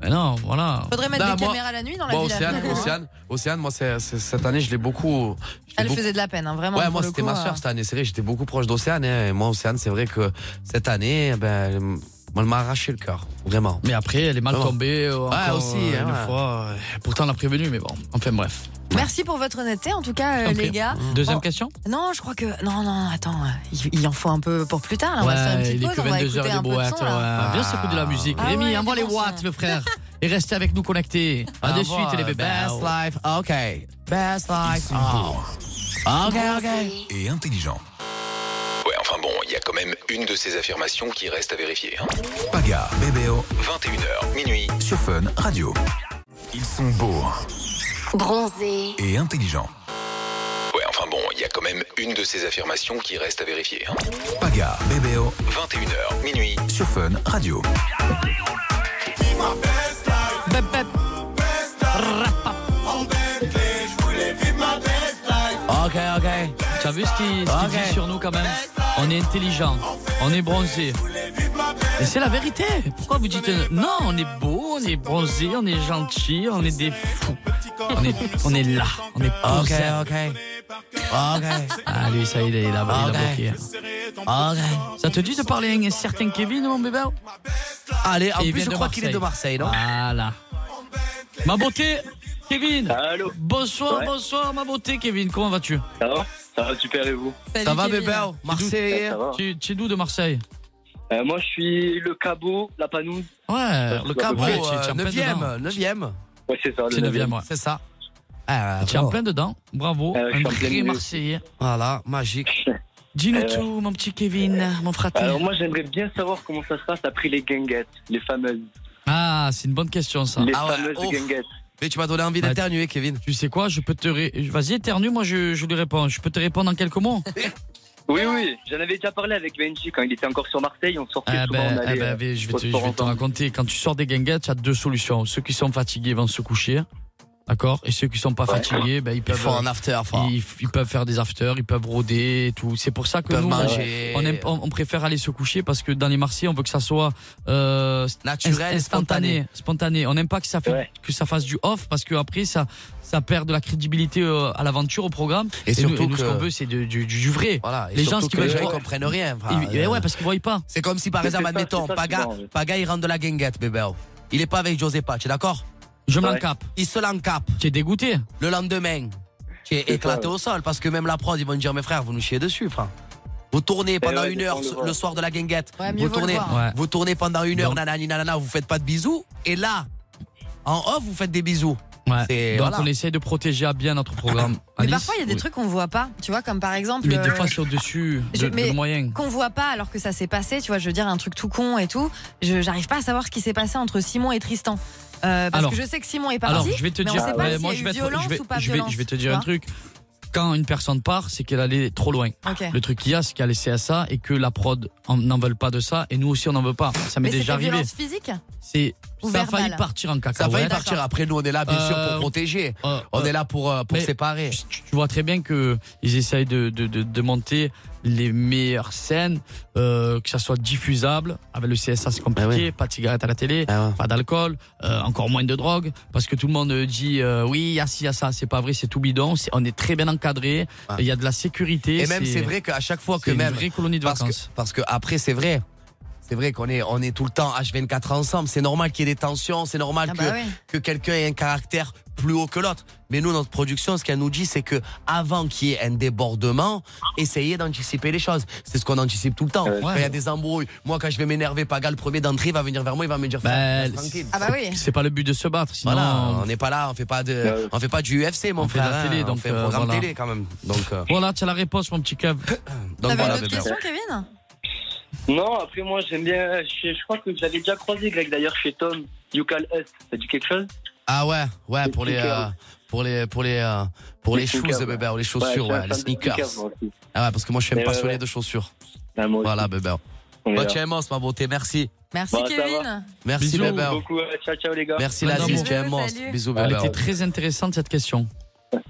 Speaker 4: ben non, voilà.
Speaker 7: Faudrait mettre
Speaker 5: Non,
Speaker 7: des
Speaker 5: Bah, moi-
Speaker 7: caméras la nuit dans la
Speaker 5: Moi,
Speaker 7: villa.
Speaker 5: Océane,
Speaker 7: finalement, hein.
Speaker 5: Océane, Océane, moi, c'est- c'est- cette année, je l'ai beaucoup. je l'ai
Speaker 7: Elle
Speaker 5: beaucoup-
Speaker 7: faisait de la peine, hein, vraiment.
Speaker 5: Ouais,
Speaker 7: pour
Speaker 5: moi
Speaker 7: le
Speaker 5: c'était
Speaker 7: coup,
Speaker 5: ma
Speaker 7: euh,
Speaker 5: soeur cette année, c'est vrai, j'étais beaucoup proche d'Océane. hein, et moi, Océane, c'est vrai que cette année, ben, elle m- moi, elle m'a arraché le cœur, vraiment.
Speaker 4: Mais après, elle est mal
Speaker 5: Bon.
Speaker 4: tombée, euh,
Speaker 5: Ouais,
Speaker 4: encore,
Speaker 5: aussi,
Speaker 4: euh,
Speaker 5: hein,
Speaker 4: une
Speaker 5: ouais.
Speaker 4: fois. euh, Pourtant, on l'a prévenu, mais bon, enfin bref.
Speaker 7: Merci pour votre honnêteté, en tout cas, euh,
Speaker 4: T'en
Speaker 7: les
Speaker 4: prie.
Speaker 7: gars.
Speaker 4: Deuxième
Speaker 7: Bon,
Speaker 4: question
Speaker 7: Non, je crois que. Non, non, attends, euh, il, il en faut un peu pour plus tard. Là, Ah, on va se faire une petite
Speaker 4: il est
Speaker 7: pause,
Speaker 4: que
Speaker 7: on va
Speaker 4: 22h
Speaker 7: écouter
Speaker 4: des
Speaker 7: un peu de
Speaker 4: boîtes.
Speaker 7: son. là.
Speaker 4: ouais. Viens s'écouter de la musique.
Speaker 7: Ah
Speaker 4: Rémi,
Speaker 7: ouais,
Speaker 4: envoie les
Speaker 7: des bons
Speaker 4: watts,
Speaker 7: sons.
Speaker 4: le frère. Et restez avec nous connectés. À de
Speaker 5: Au
Speaker 4: suite,
Speaker 5: revoir.
Speaker 4: les bébés.
Speaker 5: eh ben, Best life, Ah, ok. Best life. Oh.
Speaker 4: Ah,
Speaker 5: Ok, ok.
Speaker 1: Ah. et intelligent.
Speaker 10: Ouais, enfin bon, il y a quand même une de ces affirmations qui reste à vérifier. hein.
Speaker 1: Paga, Bébéo,
Speaker 10: 21h, minuit.
Speaker 1: sur Fun Radio. Ils sont beaux
Speaker 10: hein.
Speaker 3: Bronzé,
Speaker 1: et intelligents.
Speaker 10: Ouais, enfin bon, il y a quand même une de ces affirmations qui reste à vérifier. hein.
Speaker 1: Paga, Bébéo,
Speaker 10: 21h, minuit.
Speaker 1: sur Fun Radio.
Speaker 5: Ok, ok.
Speaker 4: Tu as vu ce qu'il ce qu'il
Speaker 5: Ok.
Speaker 4: dit sur nous quand même On est intelligent, on est bronzé. Et c'est la vérité. Pourquoi vous dites euh, non On est beau, on est bronzé, on est gentil, on est des fous. On est, on est là, on est
Speaker 5: Ok,
Speaker 4: posé.
Speaker 5: ok. Ok.
Speaker 4: Ah lui, ça il est là-bas, il a
Speaker 5: Ok.
Speaker 4: bloqué. hein.
Speaker 5: Ok.
Speaker 4: Ça te dit de parler à un certain Kevin, mon bébé
Speaker 5: Allez, en
Speaker 4: Et il
Speaker 5: plus,
Speaker 4: vient
Speaker 5: je
Speaker 4: de
Speaker 5: crois qu'il est de Marseille, non
Speaker 4: Voilà. Ma beauté, Kevin.
Speaker 11: Allô
Speaker 4: Bonsoir,
Speaker 11: Ouais.
Speaker 4: bonsoir, ma beauté, Kevin. Comment vas-tu
Speaker 11: Ça va Ça va super et vous
Speaker 7: Salut,
Speaker 5: Ça va,
Speaker 7: Kevin.
Speaker 5: bébé Marseille.
Speaker 11: Ça va.
Speaker 4: Tu tu es d'où de Marseille
Speaker 11: Euh, Moi je suis le cabot, la panoune.
Speaker 4: Ouais,
Speaker 11: je
Speaker 4: le euh,
Speaker 11: suis
Speaker 4: Cap,
Speaker 11: à peu près,
Speaker 4: ouais, tu- tu es en plein dedans.
Speaker 5: 9ème, 9ème.
Speaker 11: Ouais c'est ça, Ah, le
Speaker 4: Tu
Speaker 11: 9
Speaker 4: es neuvième, ouais.
Speaker 5: C'est ça. Ah,
Speaker 4: Tu es en
Speaker 5: bravo.
Speaker 4: plein dedans, bravo,
Speaker 11: Euh, je
Speaker 4: un
Speaker 11: suis en plein
Speaker 4: vrai
Speaker 11: milieu.
Speaker 4: Marseillais.
Speaker 5: Voilà, magique.
Speaker 4: Dis-nous
Speaker 11: Euh,
Speaker 4: tout, mon petit Kevin, mon frater.
Speaker 11: Alors moi j'aimerais bien savoir comment ça se passe après les guinguettes, les fameuses.
Speaker 4: Ah, c'est une bonne question ça.
Speaker 11: Les
Speaker 5: Ah ouais,
Speaker 11: fameuses
Speaker 5: ouf.
Speaker 11: guinguettes.
Speaker 5: Mais tu m'as donné envie
Speaker 4: Ouais.
Speaker 5: d'éternuer, Kevin.
Speaker 4: Tu sais quoi, je peux te... ré- Vas-y, éternue, moi je, je lui réponds. Je peux te répondre en quelques mots
Speaker 11: Oui, oui, j'en avais déjà parlé avec Benji quand il était encore sur Marseille, on sortait
Speaker 4: Eh
Speaker 11: souvent,
Speaker 4: ben,
Speaker 11: on
Speaker 4: eh
Speaker 11: allait,
Speaker 4: ben,
Speaker 11: euh,
Speaker 4: vais- je vais
Speaker 11: au
Speaker 4: te, je
Speaker 11: sport
Speaker 4: vais te
Speaker 11: ensemble.
Speaker 4: raconter. Quand tu sors des guinguettes, tu as deux solutions. Ceux qui sont fatigués vont se coucher, d'accord Et ceux qui sont pas
Speaker 11: Ouais.
Speaker 4: fatigués, ben, ils
Speaker 5: Ils
Speaker 4: peuvent...
Speaker 5: font un after, fort.
Speaker 4: Ils, ils peuvent faire des afters, ils peuvent rôder et tout. C'est pour ça que
Speaker 5: Ils peuvent
Speaker 4: nous,
Speaker 5: manger.
Speaker 4: on, aime- on- on préfère aller se coucher parce que dans les Marseillais, on veut que ça soit euh,
Speaker 5: Naturel,
Speaker 4: inst-
Speaker 5: spontané.
Speaker 4: spontané. spontané. On n'aime pas que ça, fait,
Speaker 11: Ouais.
Speaker 4: que ça fasse du off parce que après ça, ça perd de la crédibilité euh, à l'aventure, au programme.
Speaker 5: Et
Speaker 4: nous-
Speaker 5: surtout
Speaker 4: nous, ce
Speaker 5: que-
Speaker 4: qu'on veut, c'est du, du- du vrai.
Speaker 5: Voilà. et
Speaker 4: Les gens,
Speaker 5: surtout
Speaker 4: ce qu'ils
Speaker 5: que
Speaker 4: veulent,
Speaker 5: les
Speaker 4: je
Speaker 5: gens, ils
Speaker 4: vois-
Speaker 5: comprennent rien.
Speaker 4: Ils-
Speaker 5: frère.
Speaker 4: eh ouais, parce qu'ils voient pas.
Speaker 5: C'est comme si par
Speaker 11: Mais
Speaker 5: exemple,
Speaker 11: c'est pas-
Speaker 5: admettons,
Speaker 11: c'est pas
Speaker 5: Paga,
Speaker 11: souvent, oui.
Speaker 5: Paga, il rentre de la guinguette, bébé. Il est pas avec Josépa, tu es d'accord
Speaker 4: Je
Speaker 11: Ouais.
Speaker 4: m'en m'encape.
Speaker 5: Il se l'encape
Speaker 4: Tu es dégoûté.
Speaker 5: le lendemain. qui est éclaté au sol. Parce que même la prod, ils vont me dire, mes frères, vous nous chiez dessus, frère. Vous tournez pendant
Speaker 12: ouais,
Speaker 5: une
Speaker 12: des
Speaker 5: heure
Speaker 12: fois, on le
Speaker 5: ce-
Speaker 12: voit.
Speaker 5: le soir de la guinguette.
Speaker 12: Ouais, mieux
Speaker 5: vous,
Speaker 12: vaut le
Speaker 5: tournez,
Speaker 12: voir. Ouais.
Speaker 5: vous tournez pendant une heure,
Speaker 12: Donc-
Speaker 5: nanani, nanana, vous faites pas de bisous. Et là, en off, vous faites des bisous. C'est-
Speaker 4: Donc
Speaker 5: voilà.
Speaker 4: on essaie de protéger à bien notre programme.
Speaker 7: Mais
Speaker 4: Alice
Speaker 7: parfois, il y a des
Speaker 4: Oui.
Speaker 7: trucs qu'on voit pas, tu vois, comme par exemple.
Speaker 4: Mais des
Speaker 7: euh,
Speaker 4: fois sur dessus,
Speaker 7: je-
Speaker 4: de, de
Speaker 7: mais
Speaker 4: moyen.
Speaker 7: qu'on voit pas alors que ça s'est passé, tu vois, je veux dire un truc tout con et tout, je j'arrive pas à savoir ce qui s'est passé entre Simon et Tristan. Euh, parce
Speaker 4: Alors-
Speaker 7: que je sais que Simon est parti,
Speaker 4: Alors, je vais te
Speaker 7: mais
Speaker 4: dire,
Speaker 7: on sait
Speaker 4: ouais,
Speaker 7: pas s'il
Speaker 4: moi
Speaker 7: y a
Speaker 4: je
Speaker 7: eu
Speaker 4: vais, être-
Speaker 7: violence
Speaker 4: je vais-
Speaker 7: ou pas
Speaker 4: je vais-
Speaker 7: violence.
Speaker 4: je vais te
Speaker 7: tu
Speaker 4: dire un
Speaker 7: vois.
Speaker 4: truc. Quand une personne part, c'est qu'elle allait trop loin.
Speaker 7: Ok.
Speaker 4: Le truc qu'il y a, c'est qu'il y a les CSA et que la prod en- n'en veulent pas de ça et nous aussi on n'en veut pas. Ça m'est
Speaker 7: Mais
Speaker 4: déjà
Speaker 7: c'était
Speaker 4: arrivé.
Speaker 7: violence physique
Speaker 4: C'est
Speaker 7: Ou
Speaker 4: ça a failli
Speaker 7: verbale.
Speaker 4: partir en
Speaker 5: Ça
Speaker 4: cacahuète.
Speaker 5: va y partir. Après, nous, on est là, bien sûr,
Speaker 4: Euh,
Speaker 5: pour protéger. on est là pour, euh, pour
Speaker 4: mais
Speaker 5: séparer.
Speaker 4: Tu, tu vois très bien que ils essayent de, de, de, de monter les meilleures scènes, euh, que ça soit diffusable. Avec le CSA,
Speaker 5: Bah
Speaker 4: c'est compliqué. Pas de cigarette à la télé,
Speaker 5: Ah
Speaker 4: pas d'alcool, euh, encore moins de drogue, parce que tout le monde dit euh, oui, il y a ci, il y a ça. C'est pas vrai, c'est tout bidon. C'est- on est très bien encadré. Il y a de la sécurité.
Speaker 5: Et même, c'est vrai qu'à chaque fois que
Speaker 4: c'est une
Speaker 5: même.
Speaker 4: vraie colonie de
Speaker 5: parce que-
Speaker 4: vacances.
Speaker 5: parce que après, c'est vrai. C'est vrai qu'on est, on est tout le temps H24 ensemble. C'est normal qu'il y ait des tensions. C'est normal
Speaker 7: Ah
Speaker 5: que,
Speaker 7: bah ouais.
Speaker 5: que quelqu'un ait un caractère plus haut que l'autre. Mais nous, notre production, ce qu'elle nous dit, c'est que avant qu'il y ait un débordement, essayez d'anticiper les choses. C'est ce qu'on anticipe tout le
Speaker 4: Euh,
Speaker 5: temps. Quand il y a des embrouilles, moi, quand je vais m'énerver, Paga, le premier d'entrée, il va venir vers moi, il va me dire
Speaker 4: Ben,
Speaker 5: Frère, tranquille.
Speaker 7: Ah bah oui.
Speaker 4: C'est pas le but de se battre. Sinon,
Speaker 5: Voilà, on n'est pas là, on fait pas de, on fait pas du UFC, mon
Speaker 4: on fait de
Speaker 5: frère.
Speaker 4: la
Speaker 5: hein.
Speaker 4: télé,
Speaker 5: on
Speaker 4: donc,
Speaker 5: fait un
Speaker 4: euh,
Speaker 5: programme
Speaker 4: voilà.
Speaker 5: télé quand même. Donc, euh,
Speaker 4: Voilà, tu as la réponse, mon petit cave.
Speaker 5: donc
Speaker 7: T'avais
Speaker 5: voilà,
Speaker 7: une autre
Speaker 5: bébé.
Speaker 7: Ah bah, question, Kevin
Speaker 11: Non, après moi j'aime bien. Je, je crois que j'avais déjà croisé Greg d'ailleurs chez Tom, You Call Us. Ça dit quelque chose
Speaker 5: Ah ouais, ouais, pour les, euh, pour les, pour les, euh, pour les,
Speaker 11: Les
Speaker 5: shoes,
Speaker 11: sneakers,
Speaker 5: euh, bébé,
Speaker 11: ouais.
Speaker 5: ou les chaussures,
Speaker 11: Ouais, je suis
Speaker 5: ouais,
Speaker 11: un fan
Speaker 5: les
Speaker 11: de
Speaker 5: sneakers.
Speaker 11: sneakers, moi aussi.
Speaker 5: Ah ouais, parce que moi, je suis un
Speaker 11: Mais ouais,
Speaker 5: passionné
Speaker 11: ouais.
Speaker 5: de chaussures.
Speaker 11: Ah, moi aussi.
Speaker 5: Voilà, bébé.
Speaker 11: On est
Speaker 5: Bah,
Speaker 11: là.
Speaker 5: tu es immense, ma beauté, merci.
Speaker 7: Merci
Speaker 11: Bon, ça
Speaker 7: Kevin.
Speaker 5: Merci,
Speaker 11: Bisous.
Speaker 5: bébé.
Speaker 11: beaucoup. euh, Ciao, ciao les gars.
Speaker 5: Merci,
Speaker 4: Madame,
Speaker 5: Lazis, tu es
Speaker 4: bisous,
Speaker 5: un monstre.
Speaker 4: salut.
Speaker 5: Bisous,
Speaker 4: Elle
Speaker 5: bébé.
Speaker 4: était très intéressante cette question.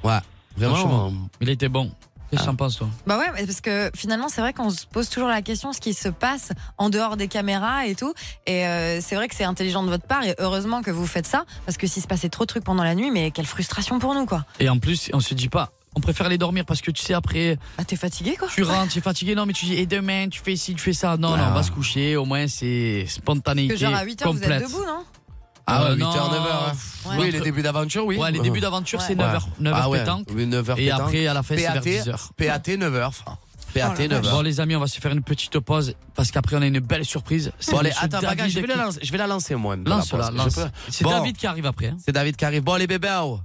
Speaker 5: Ouais,
Speaker 4: Franchement,
Speaker 5: vraiment. Ah.
Speaker 4: Il était bon. Qu'est-ce que t'en penses, toi
Speaker 7: Bah ouais, mais parce que finalement, c'est vrai qu'on se pose toujours la question ce qui se passe en dehors des caméras et tout. Et euh, c'est vrai que c'est intelligent de votre part et heureusement que vous faites ça parce que s'il se passait trop de trucs pendant la nuit, mais quelle frustration pour nous quoi.
Speaker 4: Et en plus, on se dit pas, on préfère aller dormir parce que tu sais, après,
Speaker 7: Ah, t'es fatigué quoi
Speaker 4: tu rentres, tu es fatigué, non, mais tu dis, et demain, tu fais ci, tu fais ça. Non,
Speaker 5: Ouais.
Speaker 4: non, on va se coucher, au moins, c'est spontanéité
Speaker 7: Parce que genre à 8h, vous
Speaker 4: complète.
Speaker 7: êtes debout, non
Speaker 5: Ah ouais,
Speaker 4: Euh,
Speaker 5: 8h,
Speaker 4: non.
Speaker 5: 9h.
Speaker 4: Ouais.
Speaker 5: hein. Oui, les débuts d'aventure, oui.
Speaker 4: Ouais, les débuts d'aventure, c'est 9h, 9h
Speaker 5: Ah ouais,
Speaker 4: pétanque.
Speaker 5: oui, 9h
Speaker 4: Et
Speaker 5: pétanque.
Speaker 4: après, à la fin, c'est vers
Speaker 5: PAT,
Speaker 4: 10h.
Speaker 5: PAT 9h, frère. PAT
Speaker 4: Bon,
Speaker 5: 9h.
Speaker 4: les amis, on va se faire une petite pause parce qu'après, on a une belle surprise. C'est
Speaker 5: Bon, allez,
Speaker 4: monsieur
Speaker 5: attends,
Speaker 4: David
Speaker 5: bagage, je vais,
Speaker 4: qui-
Speaker 5: la lancer, je vais la lancer, moi. même,
Speaker 4: Lance-la,
Speaker 5: la pause.
Speaker 4: lance.
Speaker 5: Je peux-
Speaker 4: C'est
Speaker 5: Bon.
Speaker 4: David qui arrive après. hein.
Speaker 5: C'est David qui arrive. Bon, les bébés, oh.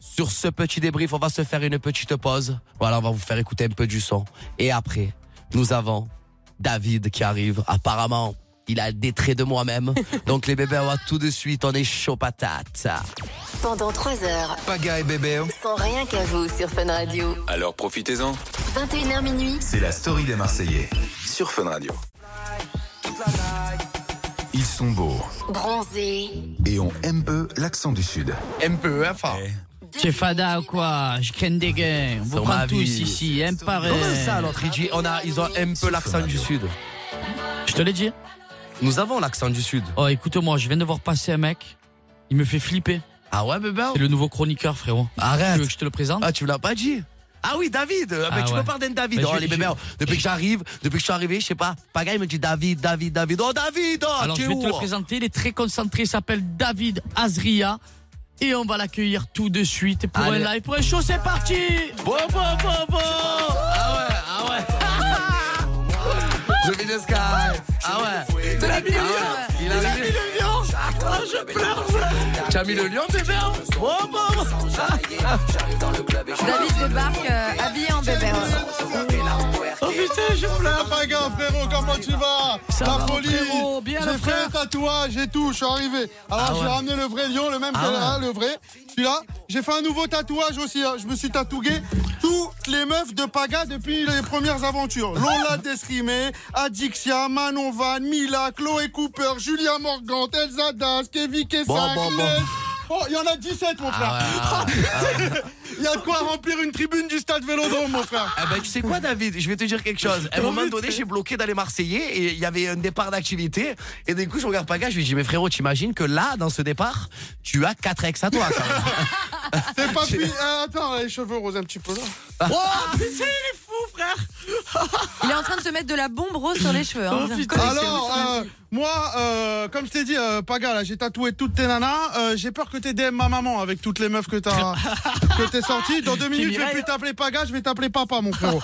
Speaker 5: sur ce petit débrief, on va se faire une petite pause. Voilà, on va vous faire écouter un peu du son. Et après, nous avons David qui arrive. Apparemment, il a des traits de moi-même. Donc, les bébés, oh, tout de suite, on est chaud patate. Ah,
Speaker 3: Pendant 3 heures,
Speaker 1: Paga et Bébé.
Speaker 3: sans rien qu'à vous sur Fun Radio.
Speaker 1: Alors profitez-en,
Speaker 3: 21h minuit,
Speaker 1: c'est la story des Marseillais sur Fun Radio. Ils sont beaux
Speaker 3: bronzé,
Speaker 1: et ont un peu l'accent du Sud. Eh.
Speaker 5: Un peu, hein,
Speaker 4: C'est fada ou quoi Je ken des gains. Vous
Speaker 5: Sur ma
Speaker 4: prends tous
Speaker 5: vie.
Speaker 4: ici, hein, un par un.
Speaker 5: Comment ça, l'autre, il dit, on a, ils ont un peu l'accent du Sud.
Speaker 4: Je te l'ai dit
Speaker 5: Nous avons l'accent du Sud.
Speaker 4: Oh, écoute-moi, je viens de voir passer un mec. Il me fait flipper.
Speaker 5: Ah ouais, bébé oh
Speaker 4: C'est le nouveau chroniqueur, frérot.
Speaker 5: Arrête.
Speaker 4: Tu veux que je te le présente
Speaker 5: Ah, tu me l'as pas dit Ah oui, David Ah, mais
Speaker 4: Ah
Speaker 5: Tu
Speaker 4: ouais.
Speaker 5: me parles d'un David
Speaker 4: Mais
Speaker 5: Oh,
Speaker 4: je-
Speaker 5: les
Speaker 4: je-
Speaker 5: bébés, oh. depuis que j'arrive, depuis que je suis arrivé, je sais pas, Paga, il me dit David, David, David. Oh, David oh,
Speaker 4: Alors,
Speaker 5: tu
Speaker 4: je
Speaker 5: es
Speaker 4: vais te
Speaker 5: où,
Speaker 4: le
Speaker 5: oh
Speaker 4: présenter. Il est très concentré. Il s'appelle David Azria. Et on va l'accueillir tout de suite pour
Speaker 5: Allez.
Speaker 4: un live, pour un show. C'est parti
Speaker 5: Bon, bon, bon, bon Ah ouais, ah ouais Je vis le sky Ah ouais Tu l'as mis le lion Il a mis le lion Ah, je pleure Tu as mis le lion, bébé hein Bon, bon, bon
Speaker 7: David débarque euh, habillé en bébé. ouais.
Speaker 17: Oh putain, je pleure Paga, frérot, comment tu vas
Speaker 4: Ça
Speaker 17: La
Speaker 4: va,
Speaker 17: folie
Speaker 4: frérot, bien, le
Speaker 17: J'ai fait
Speaker 4: frère
Speaker 17: un tatouage et tout, je suis arrivé. Alors
Speaker 4: Ah ouais.
Speaker 17: j'ai ramené le vrai lion, le même
Speaker 4: Ah
Speaker 17: que
Speaker 4: ouais.
Speaker 17: là, le vrai. Celui-là, j'ai fait un nouveau tatouage aussi, hein. je me suis tatoué toutes les meufs de Paga depuis les premières aventures. Lola Desrimé, Adixia, Manon Van, Mila, Chloé Cooper, Julia Morgante, Elsa Das, Kevin Kessac,
Speaker 5: Bon, bon, bon.
Speaker 17: Les- Oh, il y en a 17, mon frère
Speaker 5: Ah ouais,
Speaker 17: Il y a de quoi remplir une tribune du stade Vélodrome, mon frère
Speaker 5: Eh ben, tu sais quoi, David Je vais te dire quelque chose. À un moment donné, j'ai bloqué dans les Marseillais et il y avait un départ d'activité. Et du coup, je regarde Paga, je lui dis, mais frérot, t'imagines que là, dans ce départ, tu as 4 ex à toi, quand même.
Speaker 17: C'est pas puis. euh, attends, les cheveux roses un petit peu là.
Speaker 5: Oh putain, il est fou, frère Oh,
Speaker 7: Il est en train de se mettre de la bombe rose sur les cheveux. hein.
Speaker 17: Alors, euh, moi, euh, comme je t'ai dit, euh, Paga, là, j'ai tatoué toutes tes nanas. Euh, j'ai peur que t'aies DM ma maman avec toutes les meufs que t'as que t'es sorties. Dans deux minutes, je vais plus t'appeler Paga, je vais t'appeler Papa, mon frérot.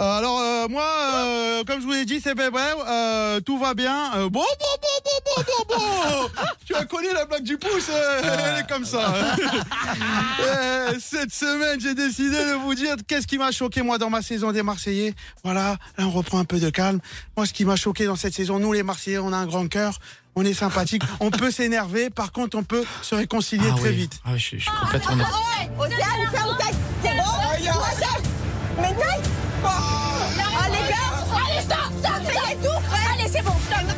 Speaker 17: Euh, alors, euh, moi, euh, comme je vous l'ai dit, c'est bébé, euh, tout va bien. Euh, bon, bon, bon, bon, bon, bon, bon. tu as connu la blague du pouce, euh,
Speaker 5: Ah.
Speaker 17: elle est comme ça. Euh, cette semaine, j'ai décidé de vous dire qu'est-ce qui m'a choqué, moi, dans ma saison des Marseillais. Voilà, là, on reprend un peu de calme. Moi, ce qui m'a choqué dans cette saison, nous, les Marseillais, on a un grand cœur. On est sympathique, on peut s'énerver, par contre on peut se réconcilier très
Speaker 4: oui.
Speaker 17: vite.
Speaker 4: Ah oui, je, suis- je suis complètement d'accord.
Speaker 18: C'est bon Mais Allez, Ah. Allez, stop, stop, Allez, c'est bon, stop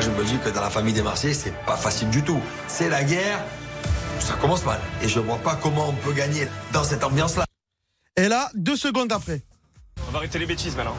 Speaker 13: Je me dis que dans la famille des Marseillais, c'est pas facile du tout. C'est la guerre, ça commence mal. Et je vois pas comment on peut gagner dans cette ambiance-là.
Speaker 17: Et là, deux secondes après.
Speaker 19: On va arrêter les bêtises maintenant.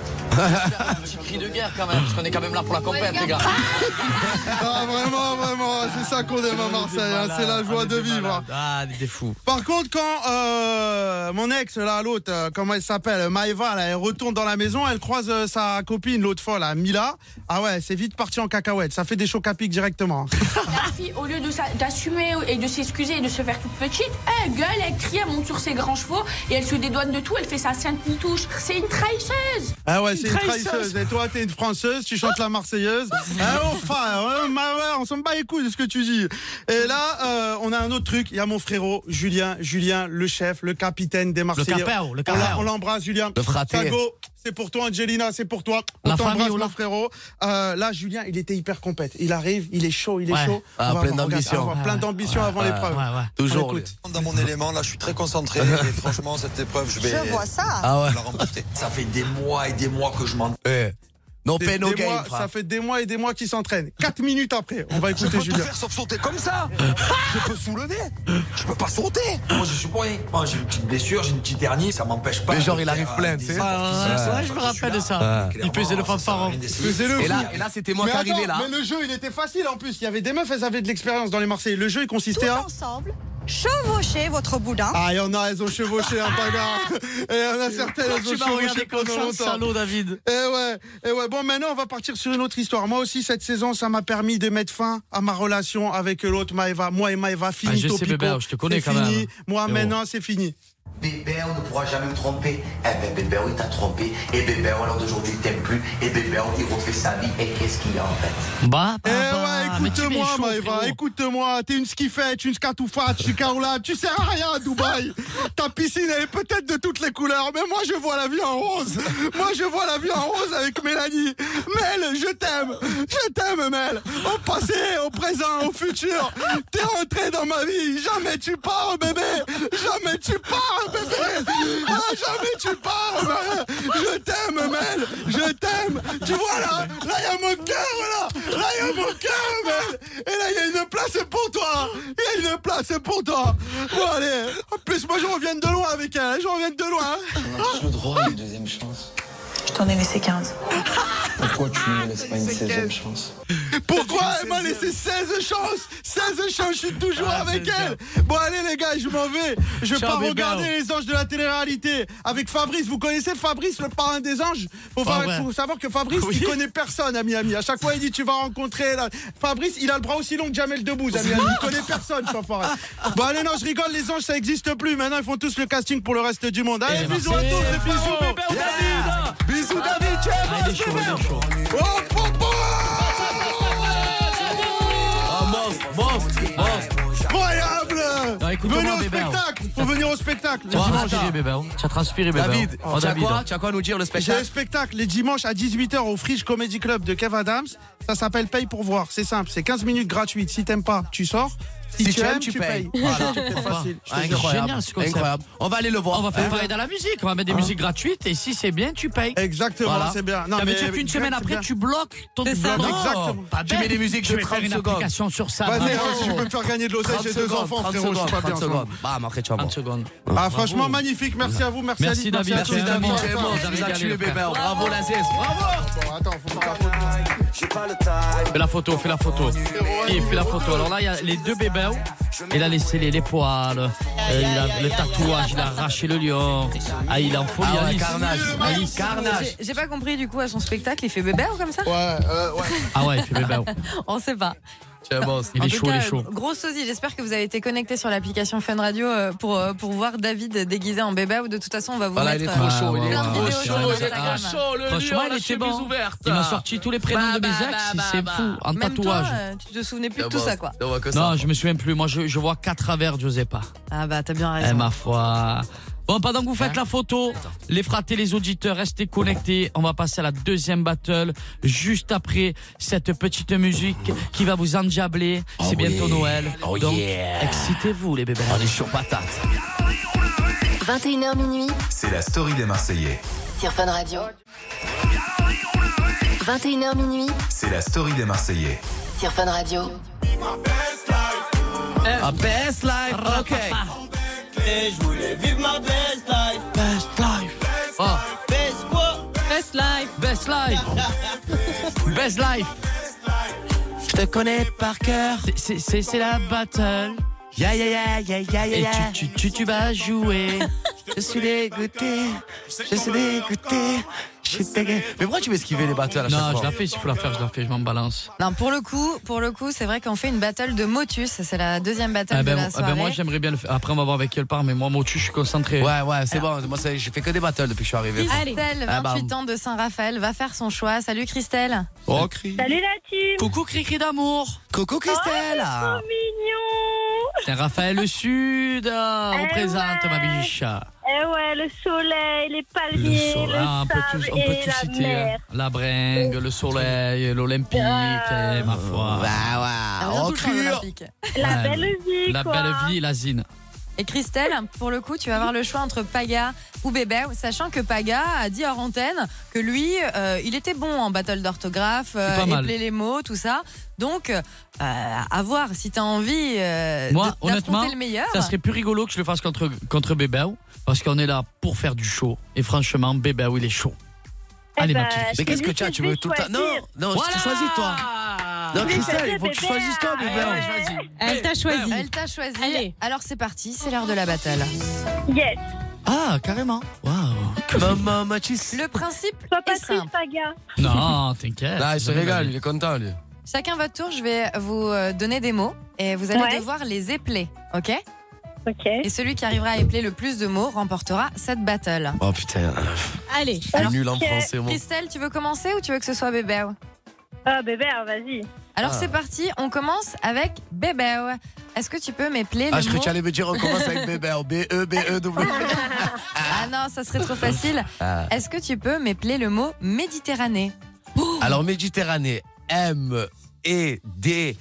Speaker 20: Petit cri de guerre quand même, parce qu'on est quand même là pour la compète, les gars.
Speaker 17: Ah, vraiment, vraiment, c'est ça qu'on aime à Marseille, hein, c'est la joie de vivre.
Speaker 12: Ah, des fous.
Speaker 17: Par contre, quand euh, mon ex, là, l'autre, euh, comment elle s'appelle, Maëva, là, elle retourne dans la maison, elle croise euh, sa copine, l'autre folle, là, Mila. Ah ouais, c'est vite parti en cacahuète, ça fait des chocs à pic directement.
Speaker 18: La fille, au lieu de sa- d'assumer et de s'excuser et de se faire toute petite, elle gueule, elle crie, elle monte sur ses grands chevaux et elle se dédouane de tout, elle fait sa sainte touche. C'est une trahisseuse
Speaker 17: Ah ouais, c'est une
Speaker 18: Trahisseuse.
Speaker 17: trahisseuse. Et toi, t'es une française, tu chantes la Marseillaise. Ah, enfin, euh, ma- ouais, on s'en bat les couilles de ce que tu dis. Et là, euh, on a un autre truc. Il y a mon frérot, Julien. Julien, le chef, le capitaine des Marseillais.
Speaker 5: capao, le
Speaker 17: On l'a-
Speaker 5: capao.
Speaker 17: On l'embrasse, Julien.
Speaker 5: Le fraté.
Speaker 17: Tago, c'est pour toi, Angelina, c'est pour toi.
Speaker 5: La
Speaker 17: On t'embrasse,
Speaker 5: famille,
Speaker 17: mon frérot. Euh, là, Julien, il était hyper compète. Il arrive, il est chaud, il est
Speaker 5: Ouais.
Speaker 17: chaud.
Speaker 5: Ah,
Speaker 17: On va
Speaker 5: plein
Speaker 17: avoir- regarde,
Speaker 5: d'ambition.
Speaker 17: on va avoir Plein d'ambition
Speaker 5: Ouais,
Speaker 17: avant
Speaker 5: ouais,
Speaker 17: l'épreuve.
Speaker 5: ouais, ouais.
Speaker 17: On
Speaker 5: Toujours,
Speaker 17: écoute.
Speaker 13: Dans mon élément, là, je suis très concentré. Et franchement, cette épreuve, je vais
Speaker 17: Je vois ça.
Speaker 5: Ah ouais.
Speaker 13: la remporter. Ça fait des mois et des mois que je m'en.
Speaker 5: Eh. Non
Speaker 17: Des-
Speaker 5: pain, no
Speaker 17: des
Speaker 5: gain,
Speaker 17: mois,
Speaker 5: frère.
Speaker 17: ça fait des mois et des mois qu'il s'entraîne. 4 minutes après, on va
Speaker 13: Je
Speaker 17: écouter
Speaker 13: peux te
Speaker 17: Julien.
Speaker 13: faire sursauter comme ça Bah, Je peux soulever Je peux pas sauter Moi je suis pour rien. Moi j'ai une petite blessure, j'ai une petite hernie, ça m'empêche pas.
Speaker 5: Mais genre,
Speaker 13: de
Speaker 5: il
Speaker 13: faire,
Speaker 5: arrive
Speaker 13: euh,
Speaker 5: plein,
Speaker 13: des
Speaker 5: tu sais.
Speaker 13: efforts
Speaker 4: Ah,
Speaker 13: qui sont-
Speaker 5: Ouais,
Speaker 13: Quand
Speaker 5: je me
Speaker 13: suis là,
Speaker 5: rappelle de
Speaker 7: Ah.
Speaker 5: ça.
Speaker 13: clairement,
Speaker 5: Ah. Il faisait le
Speaker 13: ça sert à
Speaker 5: fanfaron.
Speaker 13: rien d'essayer.
Speaker 17: Faisais-le
Speaker 5: Et là-
Speaker 17: fou.
Speaker 5: et là, c'était moi
Speaker 17: Mais
Speaker 5: qui arrivais,
Speaker 17: attends,
Speaker 5: là.
Speaker 17: Mais le jeu, il était facile en plus. Il y avait des meufs, elles avaient de l'expérience dans les Marseillais. Le jeu, il consistait à.
Speaker 21: ensemble, chevauchez votre boudin.
Speaker 17: Ah, il y en a, elles ont chevauché un bagarre. Et il y en a certaines,
Speaker 4: Toi,
Speaker 17: elles ont
Speaker 4: tu m'as regardé
Speaker 17: chevauché
Speaker 4: comme
Speaker 17: pendant
Speaker 4: ça,
Speaker 17: longtemps.
Speaker 4: salaud, David.
Speaker 17: Eh ouais, eh ouais. Bon, maintenant, on va partir sur une autre histoire. Moi aussi, cette saison, ça m'a permis de mettre fin à ma relation avec l'autre Maeva. Moi et Maeva, fini
Speaker 4: Ah, je sais, bébé, je te connais quand même.
Speaker 17: fini. Moi,
Speaker 4: Frérot.
Speaker 17: maintenant, c'est fini.
Speaker 13: Bébé, on ne pourra jamais me tromper. Eh ben bébé, il t'a trompé. Et bébé, alors d'aujourd'hui, il t'aime plus. Et bébé, il refait sa vie. Et qu'est-ce qu'il y a en fait
Speaker 4: Bah,
Speaker 17: Eh ouais,
Speaker 4: bah, mais tu
Speaker 17: écoute-moi,
Speaker 4: m'es chaud,
Speaker 17: Maëva,
Speaker 4: frérot.
Speaker 17: écoute-moi. T'es une skiffette, une scatoufate, chicaoula. Tu sers à rien à Dubaï. Ta piscine, elle est peut-être de toutes les couleurs, mais moi, je vois la vie en rose. Moi, je vois la vie en rose avec Mélanie. Mel, je t'aime. Je t'aime, Mel. Au passé, au présent, au futur. T'es rentré dans ma vie. Jamais tu pars, bébé. Jamais tu pars, bébé. Ah, jamais tu pars. Mel. Je t'aime, Mel. Je t'aime. Tu vois là, là, il y a mon cœur, là. Là, il y a mon cœur, Mel. Et là, il y a une place pour toi. Il y a une place pour toi. Bon, allez. En plus, moi, je reviens de loin avec elle. Je reviens de loin.
Speaker 22: le droit à une deuxième chance.
Speaker 2: Je t'en ai laissé 15.
Speaker 22: Pourquoi tu ne me laisses pas une deuxième chance
Speaker 17: Pourquoi elle m'a laissé 16 chances 16 chances, je suis toujours avec elle Bon allez les gars, je m'en vais Je
Speaker 5: Ah, Ciao,
Speaker 17: pars
Speaker 5: bébé.
Speaker 17: regarder les anges de la télé-réalité avec Fabrice. Vous connaissez Fabrice, le parrain des anges faut,
Speaker 5: Ah
Speaker 17: fa-
Speaker 5: ouais.
Speaker 17: faut savoir que Fabrice,
Speaker 5: Ah
Speaker 17: il connaît personne à Miami. À chaque fois, il dit tu vas rencontrer... Là. Fabrice, il a le bras aussi long que Jamel Debbouze à Miami. Il connaît personne, ce enfoiré. Bon allez, non, je rigole, les anges, ça existe plus. Maintenant, ils font tous le casting pour le reste du monde. Allez, bisous à tous, les bisous, bébé, au David Bisous, David, tu es
Speaker 5: Ah, il est
Speaker 17: boss,
Speaker 5: chaud, il est
Speaker 17: bébé.
Speaker 5: chaud.
Speaker 17: Oh, papa
Speaker 5: Oh, monstre, monstre, monstre.
Speaker 17: Incroyable
Speaker 4: Non, écoute-moi,
Speaker 17: Venez au
Speaker 4: bébé.
Speaker 5: hein.
Speaker 17: spectacle Faut venir au spectacle
Speaker 4: Tu as transpiré, bébé. hein. Tu as transpiré, bébé.
Speaker 5: David,
Speaker 4: Oh,
Speaker 5: tu as
Speaker 4: David.
Speaker 5: quoi Tu as quoi à nous dire le
Speaker 17: J'ai le
Speaker 5: spectacle
Speaker 17: spectacle les dimanches à 18h au Fridge Comedy Club de Kev Adams. Ça s'appelle Paye pour voir. C'est simple, c'est 15 minutes gratuites. Si t'aimes pas, tu sors. Si, tu aimes, H&M, tu payes.
Speaker 5: Voilà.
Speaker 17: C'est facile. je te
Speaker 4: Ah,
Speaker 17: jure.
Speaker 5: Incroyable.
Speaker 4: Génial, ce concept.
Speaker 5: Incroyable. On va aller le voir.
Speaker 4: On va faire
Speaker 5: Hein
Speaker 4: pareil dans la musique, on va mettre des musiques gratuites et si c'est bien, tu payes.
Speaker 17: Hein Exactement,
Speaker 4: Voilà.
Speaker 17: c'est bien.
Speaker 4: Ça veut
Speaker 17: mais
Speaker 4: dire qu'une
Speaker 17: exact,
Speaker 4: semaine
Speaker 17: c'est
Speaker 4: après,
Speaker 17: bien.
Speaker 4: tu bloques ton
Speaker 17: C'est ça.
Speaker 4: blog.
Speaker 17: Exactement.
Speaker 4: Pas
Speaker 5: Tu
Speaker 4: belle.
Speaker 5: mets des musiques
Speaker 4: Je
Speaker 5: de
Speaker 4: vais faire
Speaker 5: 30
Speaker 4: une
Speaker 5: secondes.
Speaker 4: application sur ça.
Speaker 17: Vas-y,
Speaker 4: Bravo.
Speaker 17: hein, si tu peux me faire gagner de l'oseille,
Speaker 5: 30
Speaker 17: j'ai deux
Speaker 5: secondes,
Speaker 17: enfants,
Speaker 5: 30
Speaker 17: frérot, je suis pas
Speaker 5: secondes,
Speaker 17: bien.
Speaker 5: 30
Speaker 17: ça.
Speaker 5: secondes. Bam, après tu vas voir.
Speaker 4: 30 secondes.
Speaker 17: Ah, franchement, magnifique. Merci à vous, merci,
Speaker 5: Merci
Speaker 17: à Nick,
Speaker 5: David,
Speaker 17: merci à tous.
Speaker 5: merci David,
Speaker 17: Merci à
Speaker 5: tu es
Speaker 17: toi.
Speaker 5: mort, tu nous as tué, bébé. Bravo, la zeste.
Speaker 17: Bon, attends, faut faire la faute.
Speaker 4: Fais la photo, fais la photo. Et fais la photo. Alors là, il y a les deux bébés. Il a laissé les, les poils, euh, il a- le tatouage, il a arraché le lion. Ah, il est en folie,
Speaker 5: Ah ouais,
Speaker 4: Alice.
Speaker 5: carnage.
Speaker 4: Alice.
Speaker 7: J'ai- J'ai pas compris du coup à son spectacle, il fait bébé ou comme ça
Speaker 17: Ouais, ouais.
Speaker 4: Ah ouais, il fait bébé.
Speaker 7: On sait pas.
Speaker 4: Il
Speaker 7: En
Speaker 4: est
Speaker 7: tout
Speaker 4: chaud,
Speaker 7: cas,
Speaker 4: il est chaud.
Speaker 7: euh, Gros sosie, j'espère que vous avez été connecté sur l'application Fun Radio euh, pour, euh, pour voir David déguisé en bébé ou de toute façon on va vous
Speaker 4: Voilà,
Speaker 7: mettre
Speaker 4: il est trop
Speaker 7: euh,
Speaker 4: chaud, il est
Speaker 7: plein de
Speaker 4: trop
Speaker 7: vidéos
Speaker 4: chaud,
Speaker 7: sur
Speaker 4: il est trop
Speaker 7: Instagram.
Speaker 4: chaud, le Franchement, lion, il la était chemise bon. ouverte. Il m'a sorti tous les prénoms
Speaker 7: Bah,
Speaker 4: de mes ex, c'est fou, en
Speaker 7: Même toi,
Speaker 4: tatouage.
Speaker 7: euh, tu te souvenais plus de tout ça quoi.
Speaker 4: Ah Non, bah, je me souviens plus. Moi, je, je vois qu'à travers Giuseppa.
Speaker 7: Ah bah t'as bien
Speaker 4: Eh
Speaker 7: raison.
Speaker 4: ma foi. Bon, pendant que vous faites la photo, les fratés, les auditeurs, restez connectés. On va passer à la deuxième battle juste après cette petite musique qui va vous endiabler. C'est bientôt Noël. Donc, excitez-vous les bébés. On est chaud patate.
Speaker 3: 21h minuit
Speaker 1: C'est la story des Marseillais.
Speaker 3: sur Fun Radio. 21h minuit
Speaker 1: C'est la story des Marseillais.
Speaker 3: sur Fun Radio.
Speaker 5: Ah, best life, ok.
Speaker 15: Et je voulais vivre ma best life. Best life.
Speaker 17: Ah.
Speaker 15: Best quoi
Speaker 7: Best life.
Speaker 4: Best life. Best life.
Speaker 5: Je te connais par cœur.
Speaker 4: C'est- C'est c'est la battle.
Speaker 5: Ya ya ya ya ya ya
Speaker 4: Et
Speaker 5: ya.
Speaker 4: tu, tu, tu, tu vas jouer.
Speaker 5: Je suis dégoûté. Je suis dégoûté. Je suis dégoûté. Mais pourquoi tu veux esquiver les battles à chaque
Speaker 4: Non,
Speaker 5: fois
Speaker 4: je la fais, s'il faut la faire, je la fais, je m'en balance.
Speaker 7: Non, pour le coup, pour le coup, c'est vrai qu'on fait une battle de motus, c'est la deuxième battle
Speaker 4: Ah ben,
Speaker 7: de la
Speaker 4: ah ben
Speaker 7: soirée.
Speaker 4: moi j'aimerais bien le faire. Après on va voir avec quelle part, mais moi Motu je suis concentré.
Speaker 5: Ouais, ouais, c'est bon. Moi, ça, j'ai fait que des battles depuis que je suis arrivé.
Speaker 7: Christelle,
Speaker 5: Ah bah.
Speaker 7: 28 ans de Saint-Raphaël, va faire son choix. Salut Christelle.
Speaker 5: Oh, cri.
Speaker 7: Salut la team.
Speaker 4: Coucou Cricri d'amour.
Speaker 5: Coucou Christelle.
Speaker 4: Ah, C'est Raphaël le Sud euh, représente ma biche.
Speaker 8: Eh ouais, le soleil, les palmiers, le,
Speaker 4: soleil, on peut
Speaker 8: sable
Speaker 4: tous- on peut
Speaker 8: et
Speaker 4: tous
Speaker 8: la
Speaker 4: citer
Speaker 5: hein.
Speaker 8: mer. Oh.
Speaker 4: euh, la bringue, le soleil, l'Olympique, eh, ma foi.
Speaker 7: Ah, on vient tout le temps à l'Olympique.
Speaker 4: Ouais, La belle vie, la zine.
Speaker 7: Et Christelle, pour le coup, tu vas avoir le choix entre Paga ou Bébé, sachant que Paga a dit hors antenne que lui, euh, il était bon en battle d'orthographe,
Speaker 4: C'est pas mal.
Speaker 7: épeler les mots, tout ça. Donc, euh, à voir si tu as envie euh, de-
Speaker 4: Moi,
Speaker 7: d'affronter
Speaker 4: honnêtement,
Speaker 7: le meilleur.
Speaker 4: ça serait plus rigolo que je le fasse contre, contre Bébéo, parce qu'on est là pour faire du show. Et franchement, Bébéo, il est chaud.
Speaker 8: Eh
Speaker 4: Allez,
Speaker 8: ben,
Speaker 4: ma Christelle.
Speaker 8: c'est Mais qu'est-ce que lui tu as, qui tu veux devait tout le temps- choisir.
Speaker 5: Non, non, tu choisis, toi. Non, Christelle, il faut que tu choisisses toi, Bébé.
Speaker 7: Elle t'a choisi. Elle t'a choisi. Alors, c'est parti, c'est l'heure de la battle.
Speaker 8: Yes.
Speaker 4: Ah, carrément.
Speaker 5: Waouh. Maman, Mathis.
Speaker 7: Le principe est simple.
Speaker 4: Non, t'inquiète.
Speaker 5: Là, il se régale, il est content, lui.
Speaker 7: Chacun votre tour, je vais vous euh, donner des mots et vous allez
Speaker 8: Ouais.
Speaker 7: devoir les épeler, ok
Speaker 8: Ok.
Speaker 7: Et celui qui arrivera à épeler le plus de mots remportera cette battle.
Speaker 5: Oh putain.
Speaker 7: Allez.
Speaker 5: suis nul en français, moi.
Speaker 7: Christelle, tu veux commencer ou tu veux que ce soit Bébé
Speaker 8: Ah, bébé, vas-y.
Speaker 7: Alors
Speaker 5: Ah.
Speaker 7: c'est parti, on commence avec Bébé. Est-ce que tu peux m'épeler
Speaker 5: Ah,
Speaker 7: le
Speaker 5: je croyais
Speaker 7: mot
Speaker 5: que tu allais me dire, on commence avec Bébé. E, B-E-B-E-W.
Speaker 7: Ah non, ça serait trop facile.
Speaker 5: Ah.
Speaker 7: Est-ce que tu peux m'épeler le mot Méditerranée
Speaker 5: Oh. Alors, Méditerranée, M, E, D,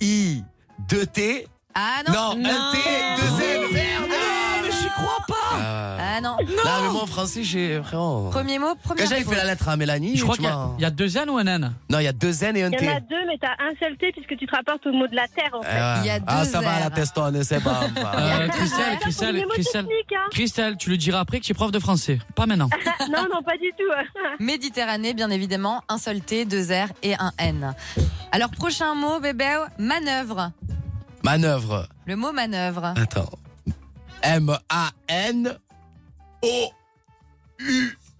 Speaker 5: I, 2 T.
Speaker 7: Ah non. Ah,
Speaker 5: Non, un T, deux L. Merde.
Speaker 7: mais j'y crois pas. Ah non.
Speaker 5: Non, mais moi, en français, j'ai. Frérot.
Speaker 7: Premier mot, première
Speaker 5: Déjà, il
Speaker 7: faute.
Speaker 5: fait la lettre à Mélanie.
Speaker 4: Je crois
Speaker 5: tu
Speaker 4: qu'il y a-
Speaker 5: m'as-
Speaker 4: il y, a deux N ou un N
Speaker 5: Non, il y a deux N et un
Speaker 8: Il y
Speaker 5: T.
Speaker 8: en a deux, mais t'as un seul T puisque tu te rapportes au mot de la terre en
Speaker 5: Eh
Speaker 8: fait.
Speaker 5: ouais. ah, ça va, la testone, c'est
Speaker 8: Bah,
Speaker 5: bon.
Speaker 4: Euh, Christelle, Christelle, Christelle,
Speaker 8: hein.
Speaker 4: Christelle, tu le diras après que tu es prof de français. Pas maintenant.
Speaker 7: non, non, pas du tout. Méditerranée, bien évidemment, un seul T, deux R et un N. Alors, prochain mot, bébé, manœuvre.
Speaker 5: Manœuvre.
Speaker 7: Le mot manœuvre.
Speaker 5: Attends. M-A-N-O.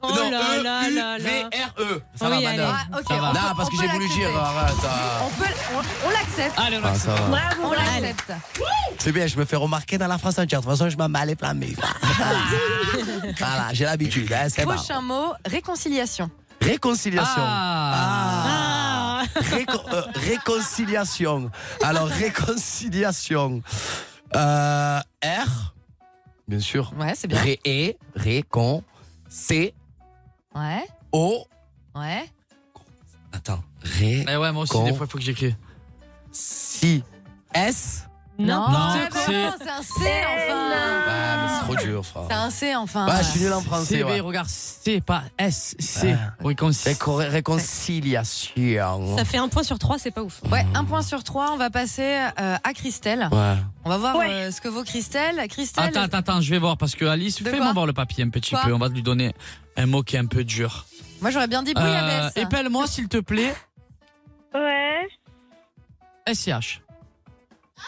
Speaker 7: Oh
Speaker 5: non,
Speaker 7: là
Speaker 5: E,
Speaker 7: là
Speaker 5: U,
Speaker 7: là là.
Speaker 5: V-R-E. Ça va,
Speaker 7: Oui, allez.
Speaker 5: manœuvre.
Speaker 7: Ah, ok,
Speaker 5: Ça va.
Speaker 7: on peut-
Speaker 5: Non, parce
Speaker 7: on
Speaker 5: que
Speaker 7: peut
Speaker 5: j'ai voulu dire,
Speaker 7: l'accepter.
Speaker 5: arrête. ah.
Speaker 7: On, peut, on, on l'accepte.
Speaker 4: Allez,
Speaker 5: on Ah, ça l'accepte. va.
Speaker 7: on l'accepte.
Speaker 5: C'est bien, je me fais remarquer dans la France entière. De toute façon, je m'en bats les plans, mais Voilà, j'ai l'habitude, hein, c'est bon.
Speaker 7: Prochain mot, réconciliation.
Speaker 5: Réconciliation.
Speaker 4: Ah.
Speaker 5: Réco- euh, réconciliation. Alors, réconciliation. Euh, R, bien sûr.
Speaker 7: Ouais, c'est bien.
Speaker 5: Ré, é, récon, C,
Speaker 7: Ouais,
Speaker 5: O.
Speaker 7: ouais.
Speaker 5: Attends, ré.
Speaker 4: Eh ouais, moi aussi, des fois, il faut que j'écris.
Speaker 5: Si. S.
Speaker 7: Non,
Speaker 4: Non,
Speaker 7: c'est
Speaker 4: c'est-
Speaker 7: vraiment, c'est un C enfin.
Speaker 5: Ah, mais c'est trop dur, frère.
Speaker 7: C'est un C enfin.
Speaker 5: Ouais, je suis nul en français.
Speaker 4: CB,
Speaker 5: ouais.
Speaker 4: regarde, C, pas S, C. Réconciliation.
Speaker 5: Ah. Réconciliation.
Speaker 6: Ça fait un point sur trois, c'est pas ouf.
Speaker 7: Ouais, un point sur trois, on va passer euh, à Christelle.
Speaker 5: Ouais.
Speaker 7: On va voir euh, ce que vaut Christelle. Christelle,
Speaker 4: Attends, attends, attends, je vais voir parce que Alice, fais-moi voir le papier un petit
Speaker 7: Quoi
Speaker 4: peu. On va lui donner un mot qui est un peu dur.
Speaker 7: moi j'aurais bien dit
Speaker 4: Euh,
Speaker 7: bouillabaisse.
Speaker 4: Épelle-moi, s'il te plaît,
Speaker 8: Ouais.
Speaker 4: SCH.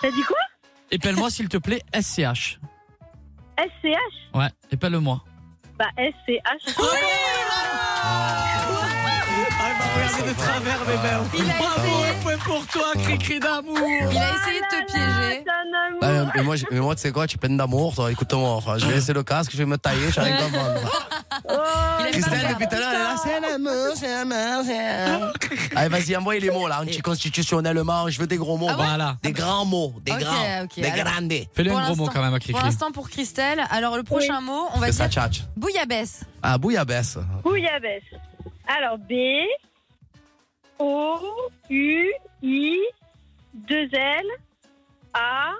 Speaker 8: T'as dit quoi
Speaker 4: Épelle-moi, s'il te plaît, SCH.
Speaker 8: SCH
Speaker 4: Ouais, épelle-moi.
Speaker 8: Bah, SCH.
Speaker 12: Ah, de travers, bébé. Bravo, un point pour toi, cri-cri d'amour.
Speaker 7: Il a essayé de te piéger.
Speaker 5: Ah, mais moi, j'ai- mais moi, tu sais quoi, tu es pleine d'amour, toi. Écoute-moi, enfin, je vais laisser le casque, je vais me tailler, j'arrive
Speaker 7: Ouais.
Speaker 5: comme
Speaker 8: Oh,
Speaker 5: Christelle, depuis tout à l'heure, elle est là, c'est l'amour, c'est l'amour, c'est l'amour. Allez, vas-y, envoyez les mots, là, anticonstitutionnellement, je veux des gros mots.
Speaker 4: Voilà.
Speaker 5: Des grands mots, des
Speaker 7: Ah Ok,
Speaker 5: grands,
Speaker 7: ok,
Speaker 5: des
Speaker 7: alors.
Speaker 5: grandes.
Speaker 4: Fais-le
Speaker 7: Pour
Speaker 4: un gros mot
Speaker 7: l'instant-
Speaker 4: quand même à
Speaker 7: Pour
Speaker 4: Cricri.
Speaker 7: l'instant, pour Christelle. Alors, le prochain mot, on va
Speaker 5: C'est ça,
Speaker 7: dire
Speaker 5: tchatch.
Speaker 7: bouillabaisse.
Speaker 5: Ah, bouillabaisse.
Speaker 8: Bouillabaisse. Alors, B, O, U, I, 2 L, A,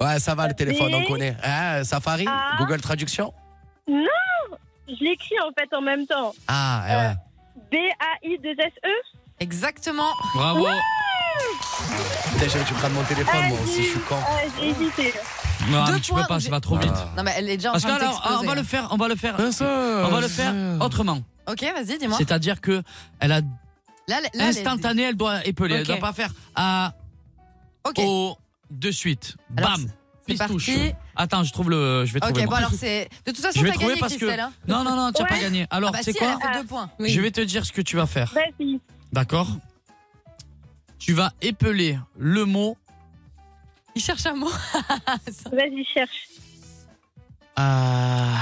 Speaker 5: Ouais, ça va, le téléphone, on
Speaker 8: Oui.
Speaker 5: connaît. Hein, Safari,
Speaker 8: Ah.
Speaker 5: Google Traduction.
Speaker 8: non! Je l'écris en fait en même temps.
Speaker 5: Ah,
Speaker 7: Euh.
Speaker 5: eh ouais.
Speaker 8: B, A, I, 2 S, E.
Speaker 7: Exactement.
Speaker 4: Bravo.
Speaker 5: Putain, j'ai- tu me prends mon téléphone, moi aussi, je suis con.
Speaker 8: Ah, J'ai hésité.
Speaker 4: Non,
Speaker 7: Deux
Speaker 4: mais tu peux
Speaker 7: points,
Speaker 4: pas, ça
Speaker 7: j'ai-
Speaker 4: va trop vite.
Speaker 7: Non, mais elle est déjà en
Speaker 4: Parce que
Speaker 7: train hein. de
Speaker 4: alors, ah, on va le
Speaker 7: t'exploser.
Speaker 4: faire, on va le faire.
Speaker 5: Ça,
Speaker 4: On va le faire autrement.
Speaker 7: Ok, vas-y, dis-moi.
Speaker 4: C'est-à-dire que elle a
Speaker 7: Là, là, elle-
Speaker 4: instantané, elle doit épeler. Elle
Speaker 7: Ok.
Speaker 4: doit pas faire à
Speaker 7: Ok.
Speaker 4: au de suite.
Speaker 7: Alors,
Speaker 4: Bam.
Speaker 7: c'est
Speaker 4: Pistouche.
Speaker 7: parti.
Speaker 4: Attends, je trouve le. Je vais trouver.
Speaker 7: Ok, bon,
Speaker 4: moi.
Speaker 7: alors c'est. De toute façon,
Speaker 4: je vais
Speaker 7: t'as
Speaker 4: trouver
Speaker 7: gagné,
Speaker 4: parce que.
Speaker 7: Christelle. hein.
Speaker 4: Non, non, non, tu n'as pas
Speaker 7: Ouais.
Speaker 4: gagné. Alors,
Speaker 7: Ah bah
Speaker 4: c'est
Speaker 7: si,
Speaker 4: quoi
Speaker 7: Elle a fait deux points.
Speaker 4: Je vais te dire ce que tu vas faire.
Speaker 8: Vas-y.
Speaker 4: D'accord Tu vas épeler le mot
Speaker 7: Il cherche un mot.
Speaker 8: Vas-y, cherche.
Speaker 4: Ah,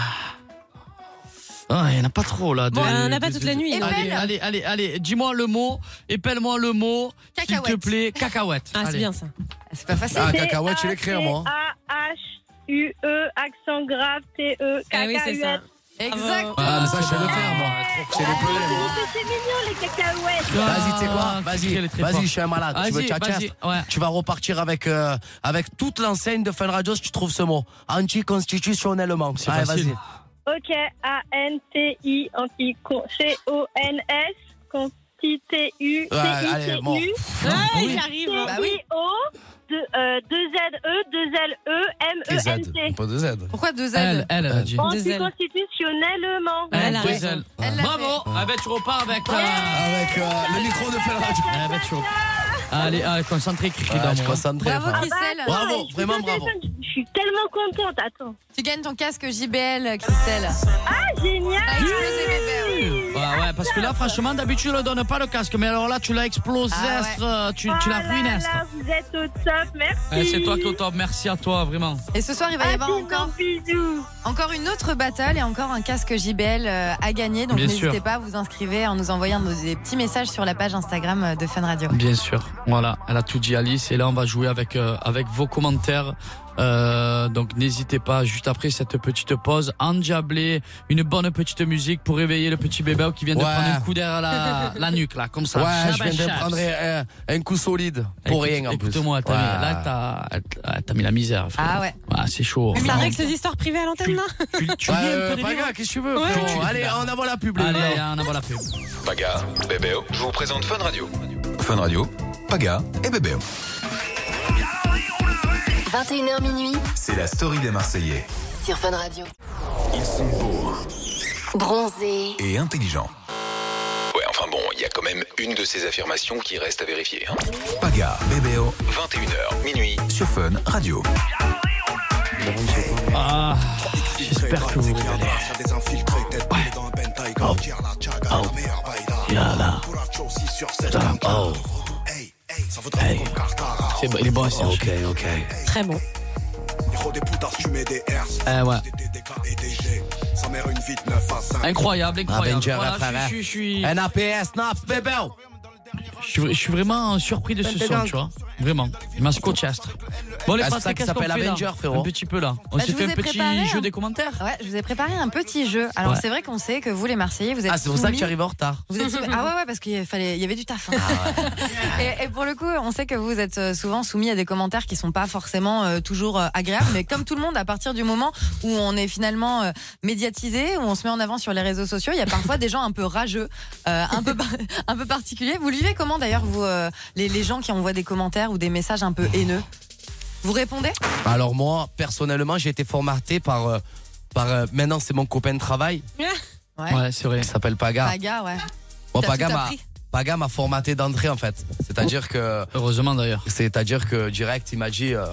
Speaker 4: Ah, il n'y en a pas trop là. de-
Speaker 6: Bon, on n'a
Speaker 4: de-
Speaker 6: pas
Speaker 4: de-
Speaker 6: toute la
Speaker 4: de-
Speaker 6: nuit, hein. non.
Speaker 4: Allez,
Speaker 6: Épelle.
Speaker 4: allez, allez, allez, dis-moi le mot, épelle-moi le mot, s'il te
Speaker 6: Cacahuète.
Speaker 4: plaît, cacahuète.
Speaker 6: Ah, c'est
Speaker 4: Allez.
Speaker 6: bien ça.
Speaker 7: C'est pas facile.
Speaker 5: Ah, cacahuète, je l'écris,
Speaker 4: hein.
Speaker 5: moi. hein.
Speaker 8: A, H, U, E, accent grave, T, E, K, K,
Speaker 6: Ah oui, c'est
Speaker 8: U,
Speaker 6: ça.
Speaker 8: S.
Speaker 7: Exactement.
Speaker 5: Ah, mais ça, je sais le faire, moi. Je sais les pleurer, moi.
Speaker 8: Oh, C'est mignon, les cacahuètes.
Speaker 5: Vas-y, tu
Speaker 6: Ah.
Speaker 4: Cricri,
Speaker 5: sais quoi
Speaker 4: elle Ah, est
Speaker 5: Vas-y,
Speaker 4: très
Speaker 5: vas-y,
Speaker 4: forte.
Speaker 5: je suis un malade. Tu veux
Speaker 4: Vas-y,
Speaker 5: tchatcha
Speaker 4: vas-y, ouais.
Speaker 5: Tu vas repartir avec, euh, avec toute l'enseigne de Fun Radio si tu trouves ce mot. Anticonstitutionnellement.
Speaker 4: C'est
Speaker 5: Allez,
Speaker 4: facile.
Speaker 5: vas-y.
Speaker 8: Ok, A, N, T, I, anti, con- C, O, N, S, conti, T, U, T,
Speaker 5: Ouais,
Speaker 8: I,
Speaker 5: allez,
Speaker 8: T,
Speaker 5: bon.
Speaker 8: U,
Speaker 6: Ah,
Speaker 4: oui.
Speaker 6: il arrive.
Speaker 7: Bah
Speaker 8: T,
Speaker 7: oui.
Speaker 8: I, O, 2 Z, E, 2 L, E, M, E, N, T.
Speaker 5: Pas de Z.
Speaker 7: Pourquoi deux
Speaker 4: Elle,
Speaker 7: ailes
Speaker 4: elle, elle a dit.
Speaker 6: Deux L.
Speaker 8: Anticonstitutionnellement.
Speaker 4: Elle,
Speaker 6: Voilà.
Speaker 4: deux ailes.
Speaker 7: Elle l'a
Speaker 4: Bravo Ah ben tu repars avec... euh,
Speaker 5: Avec euh, le micro de Fun Radio.
Speaker 4: Ah ben tu repars. Allez, allez, concentré, Cricri
Speaker 5: Ouais, je
Speaker 4: d'amour.
Speaker 5: concentre.
Speaker 7: Bravo,
Speaker 5: frère.
Speaker 4: Ah
Speaker 7: Christelle.
Speaker 4: bah,
Speaker 7: Ah
Speaker 8: Ah,
Speaker 5: Bravo, vraiment bravo.
Speaker 8: Je suis tellement contente, attends. Ah,
Speaker 7: Tu gagnes ton casque JBL, Christelle.
Speaker 8: Génial.
Speaker 7: T'as explosé, bébé.
Speaker 4: Bah ouais, parce que là, franchement, d'habitude, on ne donne pas le casque, mais alors là, tu l'as explosé,
Speaker 7: Ah ouais.
Speaker 4: euh, tu,
Speaker 8: Oh
Speaker 4: tu l'as
Speaker 8: là
Speaker 4: ruiné.
Speaker 8: là, Vous êtes au top, merci.
Speaker 4: Eh, C'est toi qui es au top, merci à toi, vraiment.
Speaker 7: Et ce soir, il va y
Speaker 8: Ah,
Speaker 7: avoir
Speaker 8: bisous,
Speaker 7: encore,
Speaker 8: bisous.
Speaker 7: encore une autre battle et encore un casque JBL euh, à gagner. Donc
Speaker 4: Bien
Speaker 7: n'hésitez
Speaker 4: sûr.
Speaker 7: pas à vous inscrivez en nous envoyant nos- des petits messages sur la page Instagram euh, de Fun Radio.
Speaker 4: Bien sûr, voilà, elle a tout dit Alice et là on va jouer avec euh, avec vos commentaires. Euh, donc n'hésitez pas juste après cette petite pause endiablée, une bonne petite musique pour réveiller le petit bébé qui vient de
Speaker 5: Ouais.
Speaker 4: prendre un coup d'air à la, la nuque là, bah, comme ça.
Speaker 5: Ouais, je
Speaker 4: Shabba
Speaker 5: viens de
Speaker 4: shabs.
Speaker 5: prendre euh, un coup solide. Pour
Speaker 4: Écoute-
Speaker 5: rien, en plus.
Speaker 4: Écoute-moi, elle t'a
Speaker 5: Ouais.
Speaker 4: mis- là elle t'a- elle t'a elle t'a mis la misère. frère.
Speaker 7: Ah ouais.
Speaker 4: c'est chaud.
Speaker 6: Ça règle ces histoires privées à l'antenne, là
Speaker 4: Tu, tu
Speaker 5: Ouais,
Speaker 4: lis un peu
Speaker 5: euh,
Speaker 4: des
Speaker 5: pas
Speaker 4: liens
Speaker 5: grave, qu'est-ce que tu veux
Speaker 6: Ouais. hein.
Speaker 5: frérot Allez, en avant la pub. les
Speaker 7: Oh.
Speaker 5: gars.
Speaker 4: Allez, on envoie la pub.
Speaker 10: Paga, Bébéo, je vous présente Fun Radio.
Speaker 1: Fun Radio, Paga et Bébé.
Speaker 3: 21h minuit
Speaker 1: C'est la story des Marseillais.
Speaker 3: sur Fun Radio.
Speaker 1: Ils sont beaux
Speaker 3: Bronzé,
Speaker 1: et intelligents.
Speaker 10: Ouais, enfin bon, il y a quand même une de ces affirmations qui reste à vérifier. hein.
Speaker 1: Paga, Bébéo
Speaker 10: 21h, minuit.
Speaker 1: sur Fun Radio.
Speaker 4: Ah, j'espère que vous.
Speaker 5: Oh,
Speaker 4: C'est bon, il est bon, Serge.
Speaker 5: ok, ok.
Speaker 6: Très bon.
Speaker 4: Eh ouais.
Speaker 15: Incroyable.
Speaker 4: Incroyable, incroyable.
Speaker 5: Avenger,
Speaker 4: Voilà,
Speaker 5: frère,
Speaker 4: je suis- je suis- je suis-
Speaker 5: NAPS, NAPS, bébé.
Speaker 4: Je suis, je suis vraiment surpris de ce son, tu vois. Vraiment. Il m'a scotché astre. Bon, les
Speaker 5: Ah, c'est
Speaker 4: Français,
Speaker 5: ça qui
Speaker 4: qu'est-ce qu'on
Speaker 5: s'appelle
Speaker 4: fait, là
Speaker 5: Avenger, frérot.
Speaker 4: Un petit peu là. On
Speaker 7: Bah,
Speaker 4: s'est
Speaker 7: je
Speaker 4: fait un
Speaker 7: vous ai
Speaker 4: petit
Speaker 7: préparé,
Speaker 4: jeu
Speaker 7: hein.
Speaker 4: des commentaires.
Speaker 7: Ouais, je vous ai préparé un petit jeu. Alors
Speaker 4: Ouais.
Speaker 7: c'est vrai qu'on sait que vous les Marseillais, vous êtes
Speaker 5: Ah, c'est pour ça que
Speaker 7: soumis-
Speaker 5: tu arrives en retard.
Speaker 7: Vous êtes soumis- Ah ouais, ouais, parce qu'il fallait, il y avait du taf. hein.
Speaker 4: Ah
Speaker 7: et, et pour le coup, on sait que vous êtes euh, souvent soumis à des commentaires qui sont pas forcément euh, toujours euh, agréables, mais comme tout le monde, à partir du moment où on est finalement euh, médiatisé, où on se met en avant sur les réseaux sociaux, il y a parfois des gens un peu rageux, euh, un peu, par- un peu particuliers. Vous le vivez comment d'ailleurs, vous, euh, les, les gens qui envoient des commentaires ou des messages un peu haineux Vous répondez
Speaker 5: Alors moi, personnellement, j'ai été formaté par... euh, par euh, maintenant, c'est mon copain de travail.
Speaker 4: Ouais, c'est vrai.
Speaker 5: Il s'appelle Paga.
Speaker 7: Paga, ouais.
Speaker 5: Moi,
Speaker 7: T'as
Speaker 5: Paga
Speaker 7: tout
Speaker 5: m'a
Speaker 7: appris.
Speaker 5: Paga m'a formaté d'entrée en fait. C'est-à-dire que.
Speaker 4: Oh, Heureusement d'ailleurs.
Speaker 5: C'est-à-dire que direct, il m'a dit. euh,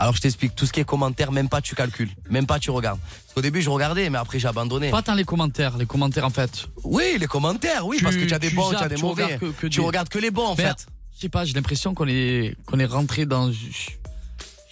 Speaker 5: alors je t'explique, tout ce qui est commentaire, même pas tu calcules, même pas tu regardes. Parce qu'au début je regardais, mais après j'ai abandonné.
Speaker 4: Pas tant les commentaires, les commentaires en fait.
Speaker 5: Oui, les commentaires, oui, parce que tu as des bons, tu as des mauvais.
Speaker 4: regardes que- que
Speaker 5: tu
Speaker 4: des-
Speaker 5: regardes que les bons en
Speaker 4: Mais,
Speaker 5: fait.
Speaker 4: Je sais pas, j'ai l'impression qu'on est, qu'on est rentré dans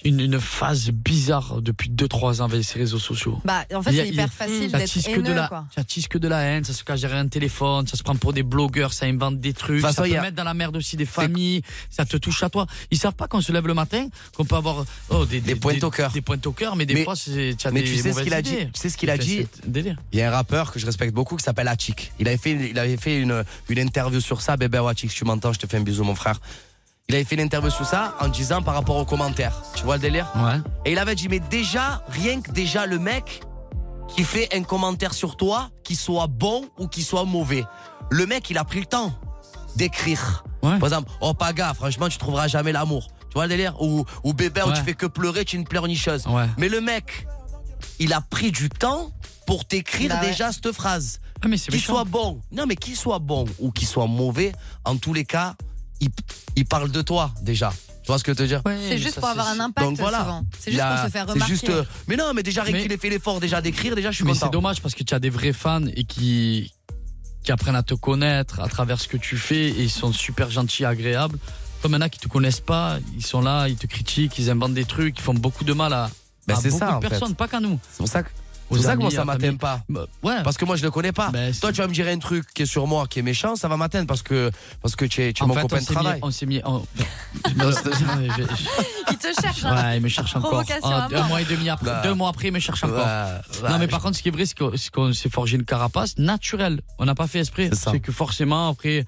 Speaker 4: une, une phase bizarre depuis 2-3 ans avec ces réseaux sociaux.
Speaker 7: Bah, en fait,
Speaker 4: Il y a-
Speaker 7: c'est hyper
Speaker 4: il-
Speaker 7: facile
Speaker 4: ça
Speaker 7: d'être
Speaker 4: tisse que
Speaker 7: haineux,
Speaker 4: de la,
Speaker 7: quoi.
Speaker 4: Ça tisse que de la haine, ça se cache derrière un téléphone, ça se prend pour des blogueurs, ça invente des trucs,
Speaker 5: façon,
Speaker 4: ça peut
Speaker 5: il y a-
Speaker 4: mettre dans la merde aussi des familles, ça te touche à toi. Ils savent pas qu'on se lève le matin, qu'on peut avoir oh, des, des,
Speaker 5: pointes au cœur.
Speaker 4: Des pointes au cœur, mais des fois, c'est, t'as
Speaker 5: mais
Speaker 4: des
Speaker 5: tu sais ce
Speaker 4: mauvaises
Speaker 5: qu'il a dit,
Speaker 4: idées.
Speaker 5: tu sais ce qu'il a
Speaker 4: Enfin,
Speaker 5: dit.
Speaker 4: c'est délire.
Speaker 5: Il y a un rappeur que je respecte beaucoup qui s'appelle Hachik. Il avait fait, il avait fait une, une interview sur ça. Bébé Hachik, si tu m'entends, je te fais un bisou, mon frère. Il avait fait une interview sur ça en disant par rapport aux commentaires. Tu vois le délire
Speaker 4: Ouais.
Speaker 5: Et il avait dit, mais déjà, rien que déjà le mec qui fait un commentaire sur toi, qu'il soit bon ou qu'il soit mauvais, le mec, il a pris le temps d'écrire. Par exemple, oh Paga, franchement, tu trouveras jamais l'amour. Tu vois le délire Ou, ou bébé, où
Speaker 4: Ouais.
Speaker 5: tu fais que pleurer, tu es une pleurnicheuse.
Speaker 4: Ouais.
Speaker 5: Mais le mec, il a pris du temps pour t'écrire
Speaker 4: Bah ouais.
Speaker 5: déjà cette phrase.
Speaker 4: Ah, mais c'est
Speaker 5: Qu'il
Speaker 4: méchant.
Speaker 5: soit bon, non mais qu'il soit bon ou qu'il soit mauvais, en tous les cas, il, il parle de toi déjà. Tu vois ce que je veux te dire
Speaker 7: C'est juste pour avoir un impact
Speaker 5: donc voilà.
Speaker 7: souvent. C'est juste
Speaker 5: Il a-
Speaker 7: pour se faire
Speaker 5: c'est
Speaker 7: remarquer.
Speaker 5: juste, euh, mais non, mais déjà, rien
Speaker 4: Mais-
Speaker 5: qu'il ait fait l'effort déjà d'écrire, déjà, je suis
Speaker 4: Mais
Speaker 5: content.
Speaker 4: c'est dommage parce que tu as des vrais fans et qui, qui apprennent à te connaître à travers ce que tu fais et ils sont super gentils, agréables. Comme il y en a qui te connaissent pas, ils sont là, ils te critiquent, ils inventent des trucs, ils font beaucoup de mal à,
Speaker 5: Ben,
Speaker 4: à
Speaker 5: c'est
Speaker 4: beaucoup
Speaker 5: ça, en
Speaker 4: de personnes,
Speaker 5: fait.
Speaker 4: pas qu'à nous.
Speaker 5: C'est pour ça que,
Speaker 4: Aux
Speaker 5: c'est pour ça que moi,
Speaker 4: amis, à
Speaker 5: ça
Speaker 4: la
Speaker 5: m'atteint
Speaker 4: famille. Bah,
Speaker 5: pas.
Speaker 4: ouais. Ben,
Speaker 5: Parce que moi, je le connais pas. Toi, tu vas me dire un truc qui est sur moi, qui est méchant, ça va m'atteindre parce que, parce que tu es, tu es
Speaker 4: En
Speaker 5: mon
Speaker 4: fait,
Speaker 5: copain
Speaker 4: on
Speaker 5: de
Speaker 4: s'est
Speaker 5: travail.
Speaker 4: mis- on s'est mis. en- Non, c'est- je- je-
Speaker 7: Il te cherche. hein.
Speaker 4: Ouais, il me cherche encore.
Speaker 7: Provocation
Speaker 4: Ah,
Speaker 7: à
Speaker 4: deux
Speaker 7: mort.
Speaker 4: mois et demi après,
Speaker 5: Bah.
Speaker 4: deux mois après, il me cherche encore.
Speaker 5: Bah, bah,
Speaker 4: non, mais
Speaker 5: je-
Speaker 4: par contre, ce qui est vrai, c'est qu'on- c'est qu'on s'est forgé une carapace naturelle. On n'a pas fait esprit. C'est que forcément, après,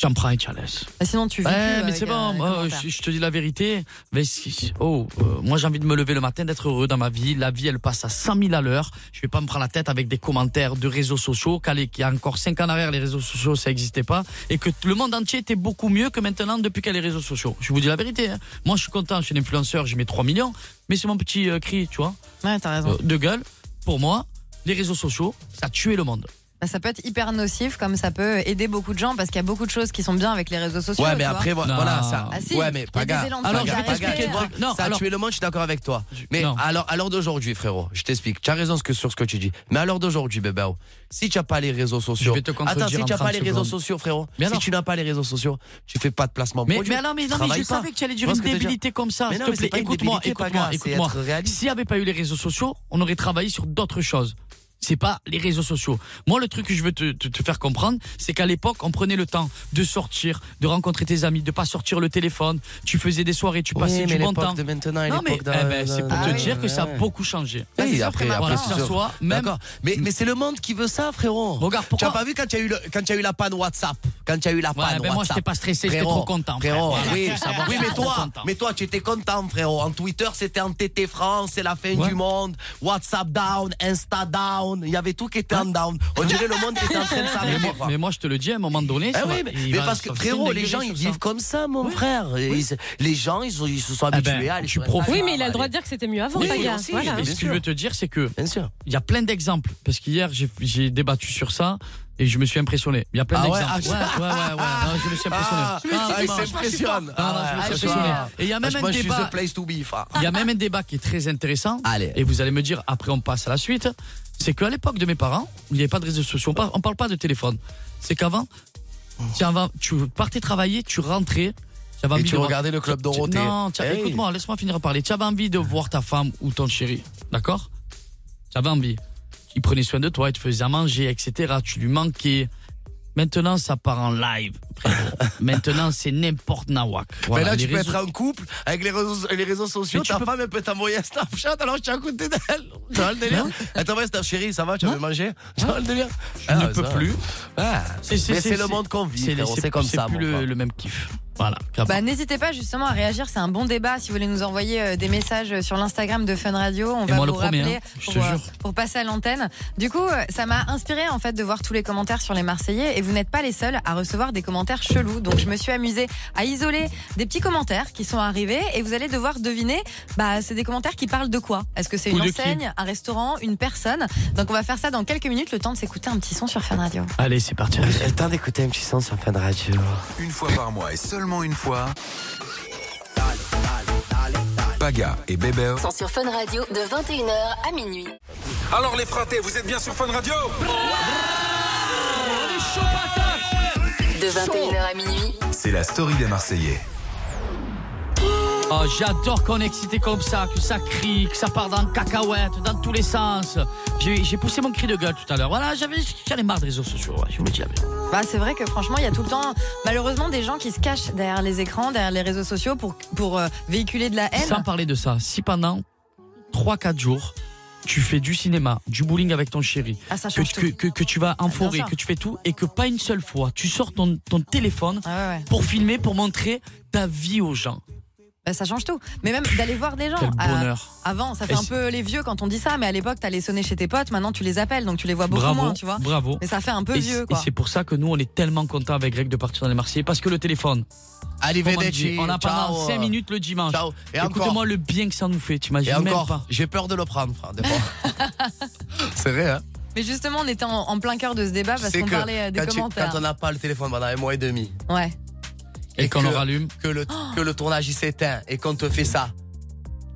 Speaker 4: j'en prends un challenge.
Speaker 7: Bah, Sinon, tu vis.
Speaker 4: Ouais,
Speaker 7: plus
Speaker 4: Eh, mais
Speaker 7: avec,
Speaker 4: c'est
Speaker 7: euh,
Speaker 4: bon,
Speaker 7: les
Speaker 4: moi,
Speaker 7: commentaires.
Speaker 4: je, je te dis la vérité. Mais si- si- oh, euh, moi j'ai envie de me lever le matin, d'être heureux dans ma vie. La vie, elle passe à 100 000 à l'heure. Je vais pas me prendre la tête avec des commentaires de réseaux sociaux. Qu'à l'é- Qu'il y a encore 5 ans en arrière, les réseaux sociaux, ça n'existait pas. Et que t- le monde entier était beaucoup mieux que maintenant depuis qu'il y a les réseaux sociaux. Je vous dis la vérité. hein. Moi, je suis content, je suis un influenceur, je mets 3 millions. Mais c'est mon petit euh, cri, tu vois,
Speaker 7: Ouais, t'as raison.
Speaker 4: euh, de gueule. Pour moi, les réseaux sociaux, ça a tué le monde.
Speaker 7: Bah, ça peut être hyper nocif, comme ça peut aider beaucoup de gens, parce qu'il y a beaucoup de choses qui sont bien avec les réseaux sociaux.
Speaker 5: Ouais,
Speaker 7: tu
Speaker 5: Ah, mais
Speaker 7: vois.
Speaker 5: après, vo-
Speaker 4: Non.
Speaker 5: voilà, ça.
Speaker 7: Ah, si,
Speaker 5: ouais,
Speaker 7: il y
Speaker 5: mais
Speaker 7: a
Speaker 5: Paga,
Speaker 7: des élans de
Speaker 5: Paga,
Speaker 7: solidarité. Alors,
Speaker 5: Paga,
Speaker 7: je vais
Speaker 5: Paga,
Speaker 7: t'expliquer.
Speaker 4: Non,
Speaker 5: ça a
Speaker 4: alors-
Speaker 5: tué le monde, je suis d'accord avec toi. Mais alors, à l'heure d'aujourd'hui, frérot, je t'explique. Tu as raison ce que- sur ce que tu dis. Mais à l'heure d'aujourd'hui, bébé, oh, si tu n'as pas les réseaux sociaux.
Speaker 4: vais te contredire
Speaker 5: Attends, si
Speaker 4: en
Speaker 5: tu n'as pas
Speaker 4: 30
Speaker 5: les réseaux
Speaker 4: secondes.
Speaker 5: sociaux, frérot,
Speaker 4: Mais
Speaker 5: si
Speaker 4: alors
Speaker 5: tu n'as pas les réseaux sociaux, tu fais pas de placement
Speaker 4: Mais,
Speaker 5: produit.
Speaker 4: mais alors, mais, non, mais
Speaker 5: Travaille
Speaker 4: je
Speaker 5: pas.
Speaker 4: savais que tu allais
Speaker 5: Tu
Speaker 4: dire
Speaker 5: vois
Speaker 4: une
Speaker 5: ce que je veux dire
Speaker 4: débilité comme ça.
Speaker 5: Mais
Speaker 4: S'il
Speaker 5: non,
Speaker 4: te
Speaker 5: mais c'est
Speaker 4: plaît,
Speaker 5: pas une
Speaker 4: écoute-moi,
Speaker 5: débilité,
Speaker 4: écoute-moi,
Speaker 5: Paga, c'est
Speaker 4: écoute-moi.
Speaker 5: être réaliste.
Speaker 4: S'il n'y avait pas eu les réseaux sociaux, on aurait travaillé sur d'autres choses. C'est pas les réseaux sociaux. Moi, le truc que je veux te, te- te faire comprendre, c'est qu'à l'époque, on prenait le temps de sortir, de rencontrer tes amis, de pas sortir le téléphone. Tu faisais des soirées, tu
Speaker 5: Oui,
Speaker 4: passais
Speaker 5: mais
Speaker 4: du bon
Speaker 5: l'époque
Speaker 4: temps.
Speaker 5: de maintenant et
Speaker 4: non, mais
Speaker 5: l'époque d'un-
Speaker 4: eh ben, c'est pour
Speaker 5: d'un-
Speaker 4: te
Speaker 5: d'un-
Speaker 4: dire que ça a
Speaker 5: ouais.
Speaker 4: beaucoup changé.
Speaker 5: Oui, après, après,
Speaker 4: voilà,
Speaker 5: c'est
Speaker 4: que ça
Speaker 5: sûr.
Speaker 4: soit même.
Speaker 5: D'accord. Mais, mais c'est le monde qui veut ça, frérot.
Speaker 4: Regarde, pourquoi-
Speaker 5: Tu as pas vu quand il y a eu le- quand il y a eu la panne WhatsApp, quand il y a eu la
Speaker 4: Ouais,
Speaker 5: panne
Speaker 4: ben moi,
Speaker 5: WhatsApp.
Speaker 4: j'étais pas stressé, j'étais
Speaker 5: Frérot,
Speaker 4: trop content, frère.
Speaker 5: Frérot,
Speaker 4: Voilà,
Speaker 5: oui,
Speaker 4: faut savoir,
Speaker 5: oui,
Speaker 4: j'étais
Speaker 5: mais
Speaker 4: trop
Speaker 5: toi,
Speaker 4: content.
Speaker 5: mais toi, tu étais content, frérot. En Twitter, c'était en TT France, c'est la fin
Speaker 4: Ouais.
Speaker 5: du monde. WhatsApp down, Insta down, il y avait tout qui était en down. On dirait le monde qui était en train de
Speaker 4: Mais
Speaker 5: s'arrêter.
Speaker 4: moi, mais moi, je te le dis, à un moment donné,
Speaker 5: Eh
Speaker 4: ça va-
Speaker 5: oui, mais,
Speaker 4: il
Speaker 5: mais
Speaker 4: va-
Speaker 5: parce
Speaker 4: ça
Speaker 5: que
Speaker 4: va
Speaker 5: frérot,
Speaker 4: s'inaugurer
Speaker 5: les gens
Speaker 4: sur
Speaker 5: ils
Speaker 4: ça.
Speaker 5: vivent comme ça, mon frère. Et ils- les gens ils, sont- ils se sont
Speaker 4: Eh ben,
Speaker 5: habitués à aller
Speaker 4: tu
Speaker 5: sur
Speaker 4: profites.
Speaker 6: Oui,
Speaker 5: Instagram,
Speaker 6: mais il a le droit
Speaker 5: aller-
Speaker 6: de dire que c'était mieux avant,
Speaker 5: Oui,
Speaker 6: Paga.
Speaker 5: aussi,
Speaker 6: Voilà.
Speaker 5: mais
Speaker 4: Et
Speaker 5: bien
Speaker 4: ce que
Speaker 5: sûr.
Speaker 4: je veux te dire, c'est que
Speaker 5: Bien sûr.
Speaker 4: il y a plein d'exemples. Parce qu'hier, j'ai- j'ai débattu sur ça et je me suis impressionné. Il y a plein
Speaker 5: Ah ouais,
Speaker 4: d'exemples.
Speaker 5: ah,
Speaker 4: Ouais, ouais, ouais, ouais. Non, je me suis impressionné. Ah,
Speaker 5: Ah, ah, il
Speaker 4: non, je-
Speaker 5: s'impressionne.
Speaker 4: Ah, non, je me suis impressionné. Ah, Et il y a même
Speaker 5: Moi,
Speaker 4: un
Speaker 5: je suis
Speaker 4: débat.
Speaker 5: the place to be. enfin.
Speaker 4: Il y a même un débat qui est très intéressant.
Speaker 5: ah. Allez.
Speaker 4: Et vous allez me dire, après on passe à la suite. C'est qu'à l'époque de mes parents, il n'y avait pas de réseaux sociaux. On par- On parle pas de téléphone. C'est qu'avant, tu avant- tu partais travailler, tu rentrais. J'avais
Speaker 5: Oh. Et
Speaker 4: envie
Speaker 5: tu
Speaker 4: de voir-
Speaker 5: regardais le Club
Speaker 4: Tu-
Speaker 5: Dorothée. Eh
Speaker 4: Non, tiens,
Speaker 5: Hey.
Speaker 4: écoute-moi, laisse-moi finir à parler. Tu avais envie de voir ta femme ou ton chéri, d'accord Tu avais envie. Il prenait soin de toi, il te faisait à manger, etc. Tu lui manquais. Maintenant, ça part en live. frérot. Maintenant, c'est n'importe nawak.
Speaker 5: Mais
Speaker 4: Voilà,
Speaker 5: là,
Speaker 4: les
Speaker 5: tu peux
Speaker 4: réseaux-
Speaker 5: être en couple avec les réseaux, les réseaux sociaux.
Speaker 4: Mais tu
Speaker 5: Ta
Speaker 4: peux-
Speaker 5: femme, elle peut t'envoyer un Snapchat alors je tiens à côté d'elle. Tu vois le délire Elle t'envoie un Snap, chérie, ça va, tu veux manger Tu vois le délire
Speaker 4: Je ne peux plus.
Speaker 5: Ah, mais c'est le monde qu'on vit,
Speaker 4: c'est-
Speaker 5: frérot,
Speaker 4: c'est-
Speaker 5: c'est comme
Speaker 4: c'est
Speaker 5: ça,
Speaker 4: plus
Speaker 5: mon
Speaker 4: le,
Speaker 5: frère.
Speaker 4: le même kiff. Voilà. qu'avant.
Speaker 7: Bah, N'hésitez pas justement à réagir, c'est un bon débat. Si vous voulez nous envoyer euh, des messages euh, sur l'Instagram de Fun Radio, on
Speaker 4: Et
Speaker 7: va
Speaker 4: moi,
Speaker 7: vous
Speaker 4: le premier,
Speaker 7: rappeler
Speaker 4: hein, je te
Speaker 7: pour, euh,
Speaker 4: jure.
Speaker 7: pour passer à l'antenne. Du coup, euh, ça m'a inspiré en fait de voir tous les commentaires sur les Marseillais et vous n'êtes pas les seuls à recevoir des commentaires chelous. Donc je me suis amusée à isoler des petits commentaires qui sont arrivés et vous allez devoir deviner. Bah, c'est des commentaires qui parlent de quoi Est-ce que c'est
Speaker 4: Ou
Speaker 7: une
Speaker 4: de qui
Speaker 7: enseigne, un restaurant, une personne Donc on va faire ça dans quelques minutes, le temps de s'écouter un petit son sur Fun Radio.
Speaker 4: Allez, c'est parti.
Speaker 9: J'ai le temps d'écouter un petit son sur Fun Radio.
Speaker 1: Une fois par mois et seulement une fois. Paga et Bébert
Speaker 3: Sont sur Fun Radio de 21h à minuit.
Speaker 1: Alors les fratés, vous êtes bien sur Fun Radio
Speaker 3: De 21h à minuit.
Speaker 1: C'est la story des Marseillais.
Speaker 4: Oh, J'adore qu'on est excité comme ça, que ça crie, que ça part dans le cacahuète, dans tous les sens. J'ai j'ai poussé mon cri de gueule tout à l'heure. Voilà, j'avais- j'en ai marre des réseaux sociaux, ouais, je vous le dis. la vérité.
Speaker 7: Bah, c'est vrai que franchement, il y a tout le temps, malheureusement, des gens qui se cachent derrière les écrans, derrière les réseaux sociaux pour, pour euh, véhiculer de la haine.
Speaker 4: Sans parler de ça, si pendant 3-4 jours, tu fais du cinéma, du bowling avec ton chéri,
Speaker 7: Ah, ça
Speaker 4: que,
Speaker 7: change
Speaker 4: que,
Speaker 7: tout. Ah,
Speaker 4: que- que tu vas en
Speaker 7: bien
Speaker 4: forêt,
Speaker 7: sûr.
Speaker 4: que tu fais tout, et que pas une seule fois, tu sors ton, ton téléphone
Speaker 7: Ah,
Speaker 4: pour filmer, pour montrer ta vie aux gens.
Speaker 7: Bah, ça change tout. Mais même d'aller voir des gens.
Speaker 4: Quel
Speaker 7: Ah,
Speaker 4: bonheur.
Speaker 7: Avant, ça fait
Speaker 4: Et
Speaker 7: un
Speaker 4: c'est-
Speaker 7: peu les vieux quand on dit ça, mais à l'époque, t'allais sonner chez tes potes, maintenant tu les appelles, donc tu les vois beaucoup
Speaker 4: bravo,
Speaker 7: moins, tu vois.
Speaker 4: Bravo.
Speaker 7: Mais ça fait un peu
Speaker 4: Et c'est-
Speaker 7: vieux,
Speaker 4: et
Speaker 7: quoi.
Speaker 4: c'est pour ça que nous, on est tellement contents avec Greg de partir dans les Marseillais parce que le téléphone.
Speaker 5: Allez,
Speaker 4: comme on
Speaker 5: Vedeci,
Speaker 4: dit, On a
Speaker 5: ciao.
Speaker 4: pendant 5 minutes le dimanche.
Speaker 5: Ciao. Et encore.
Speaker 4: Écoute-moi le bien que ça nous fait,
Speaker 5: Et
Speaker 4: t'imagines même
Speaker 5: encore,
Speaker 4: pas.
Speaker 5: j'ai peur de le prendre, frère, des fois. C'est vrai, hein
Speaker 7: Mais justement, on était en, en plein cœur de ce débat parce
Speaker 5: C'est
Speaker 7: qu'on
Speaker 5: que
Speaker 7: parlait euh, des
Speaker 5: quand, tu-
Speaker 7: commentaires.
Speaker 5: quand on n'a pas le téléphone pendant un mois et demi
Speaker 7: Ouais.
Speaker 4: et,
Speaker 5: qu'on
Speaker 4: le rallume,
Speaker 5: que le, que le tournage il s'éteint et qu'on te fait ça,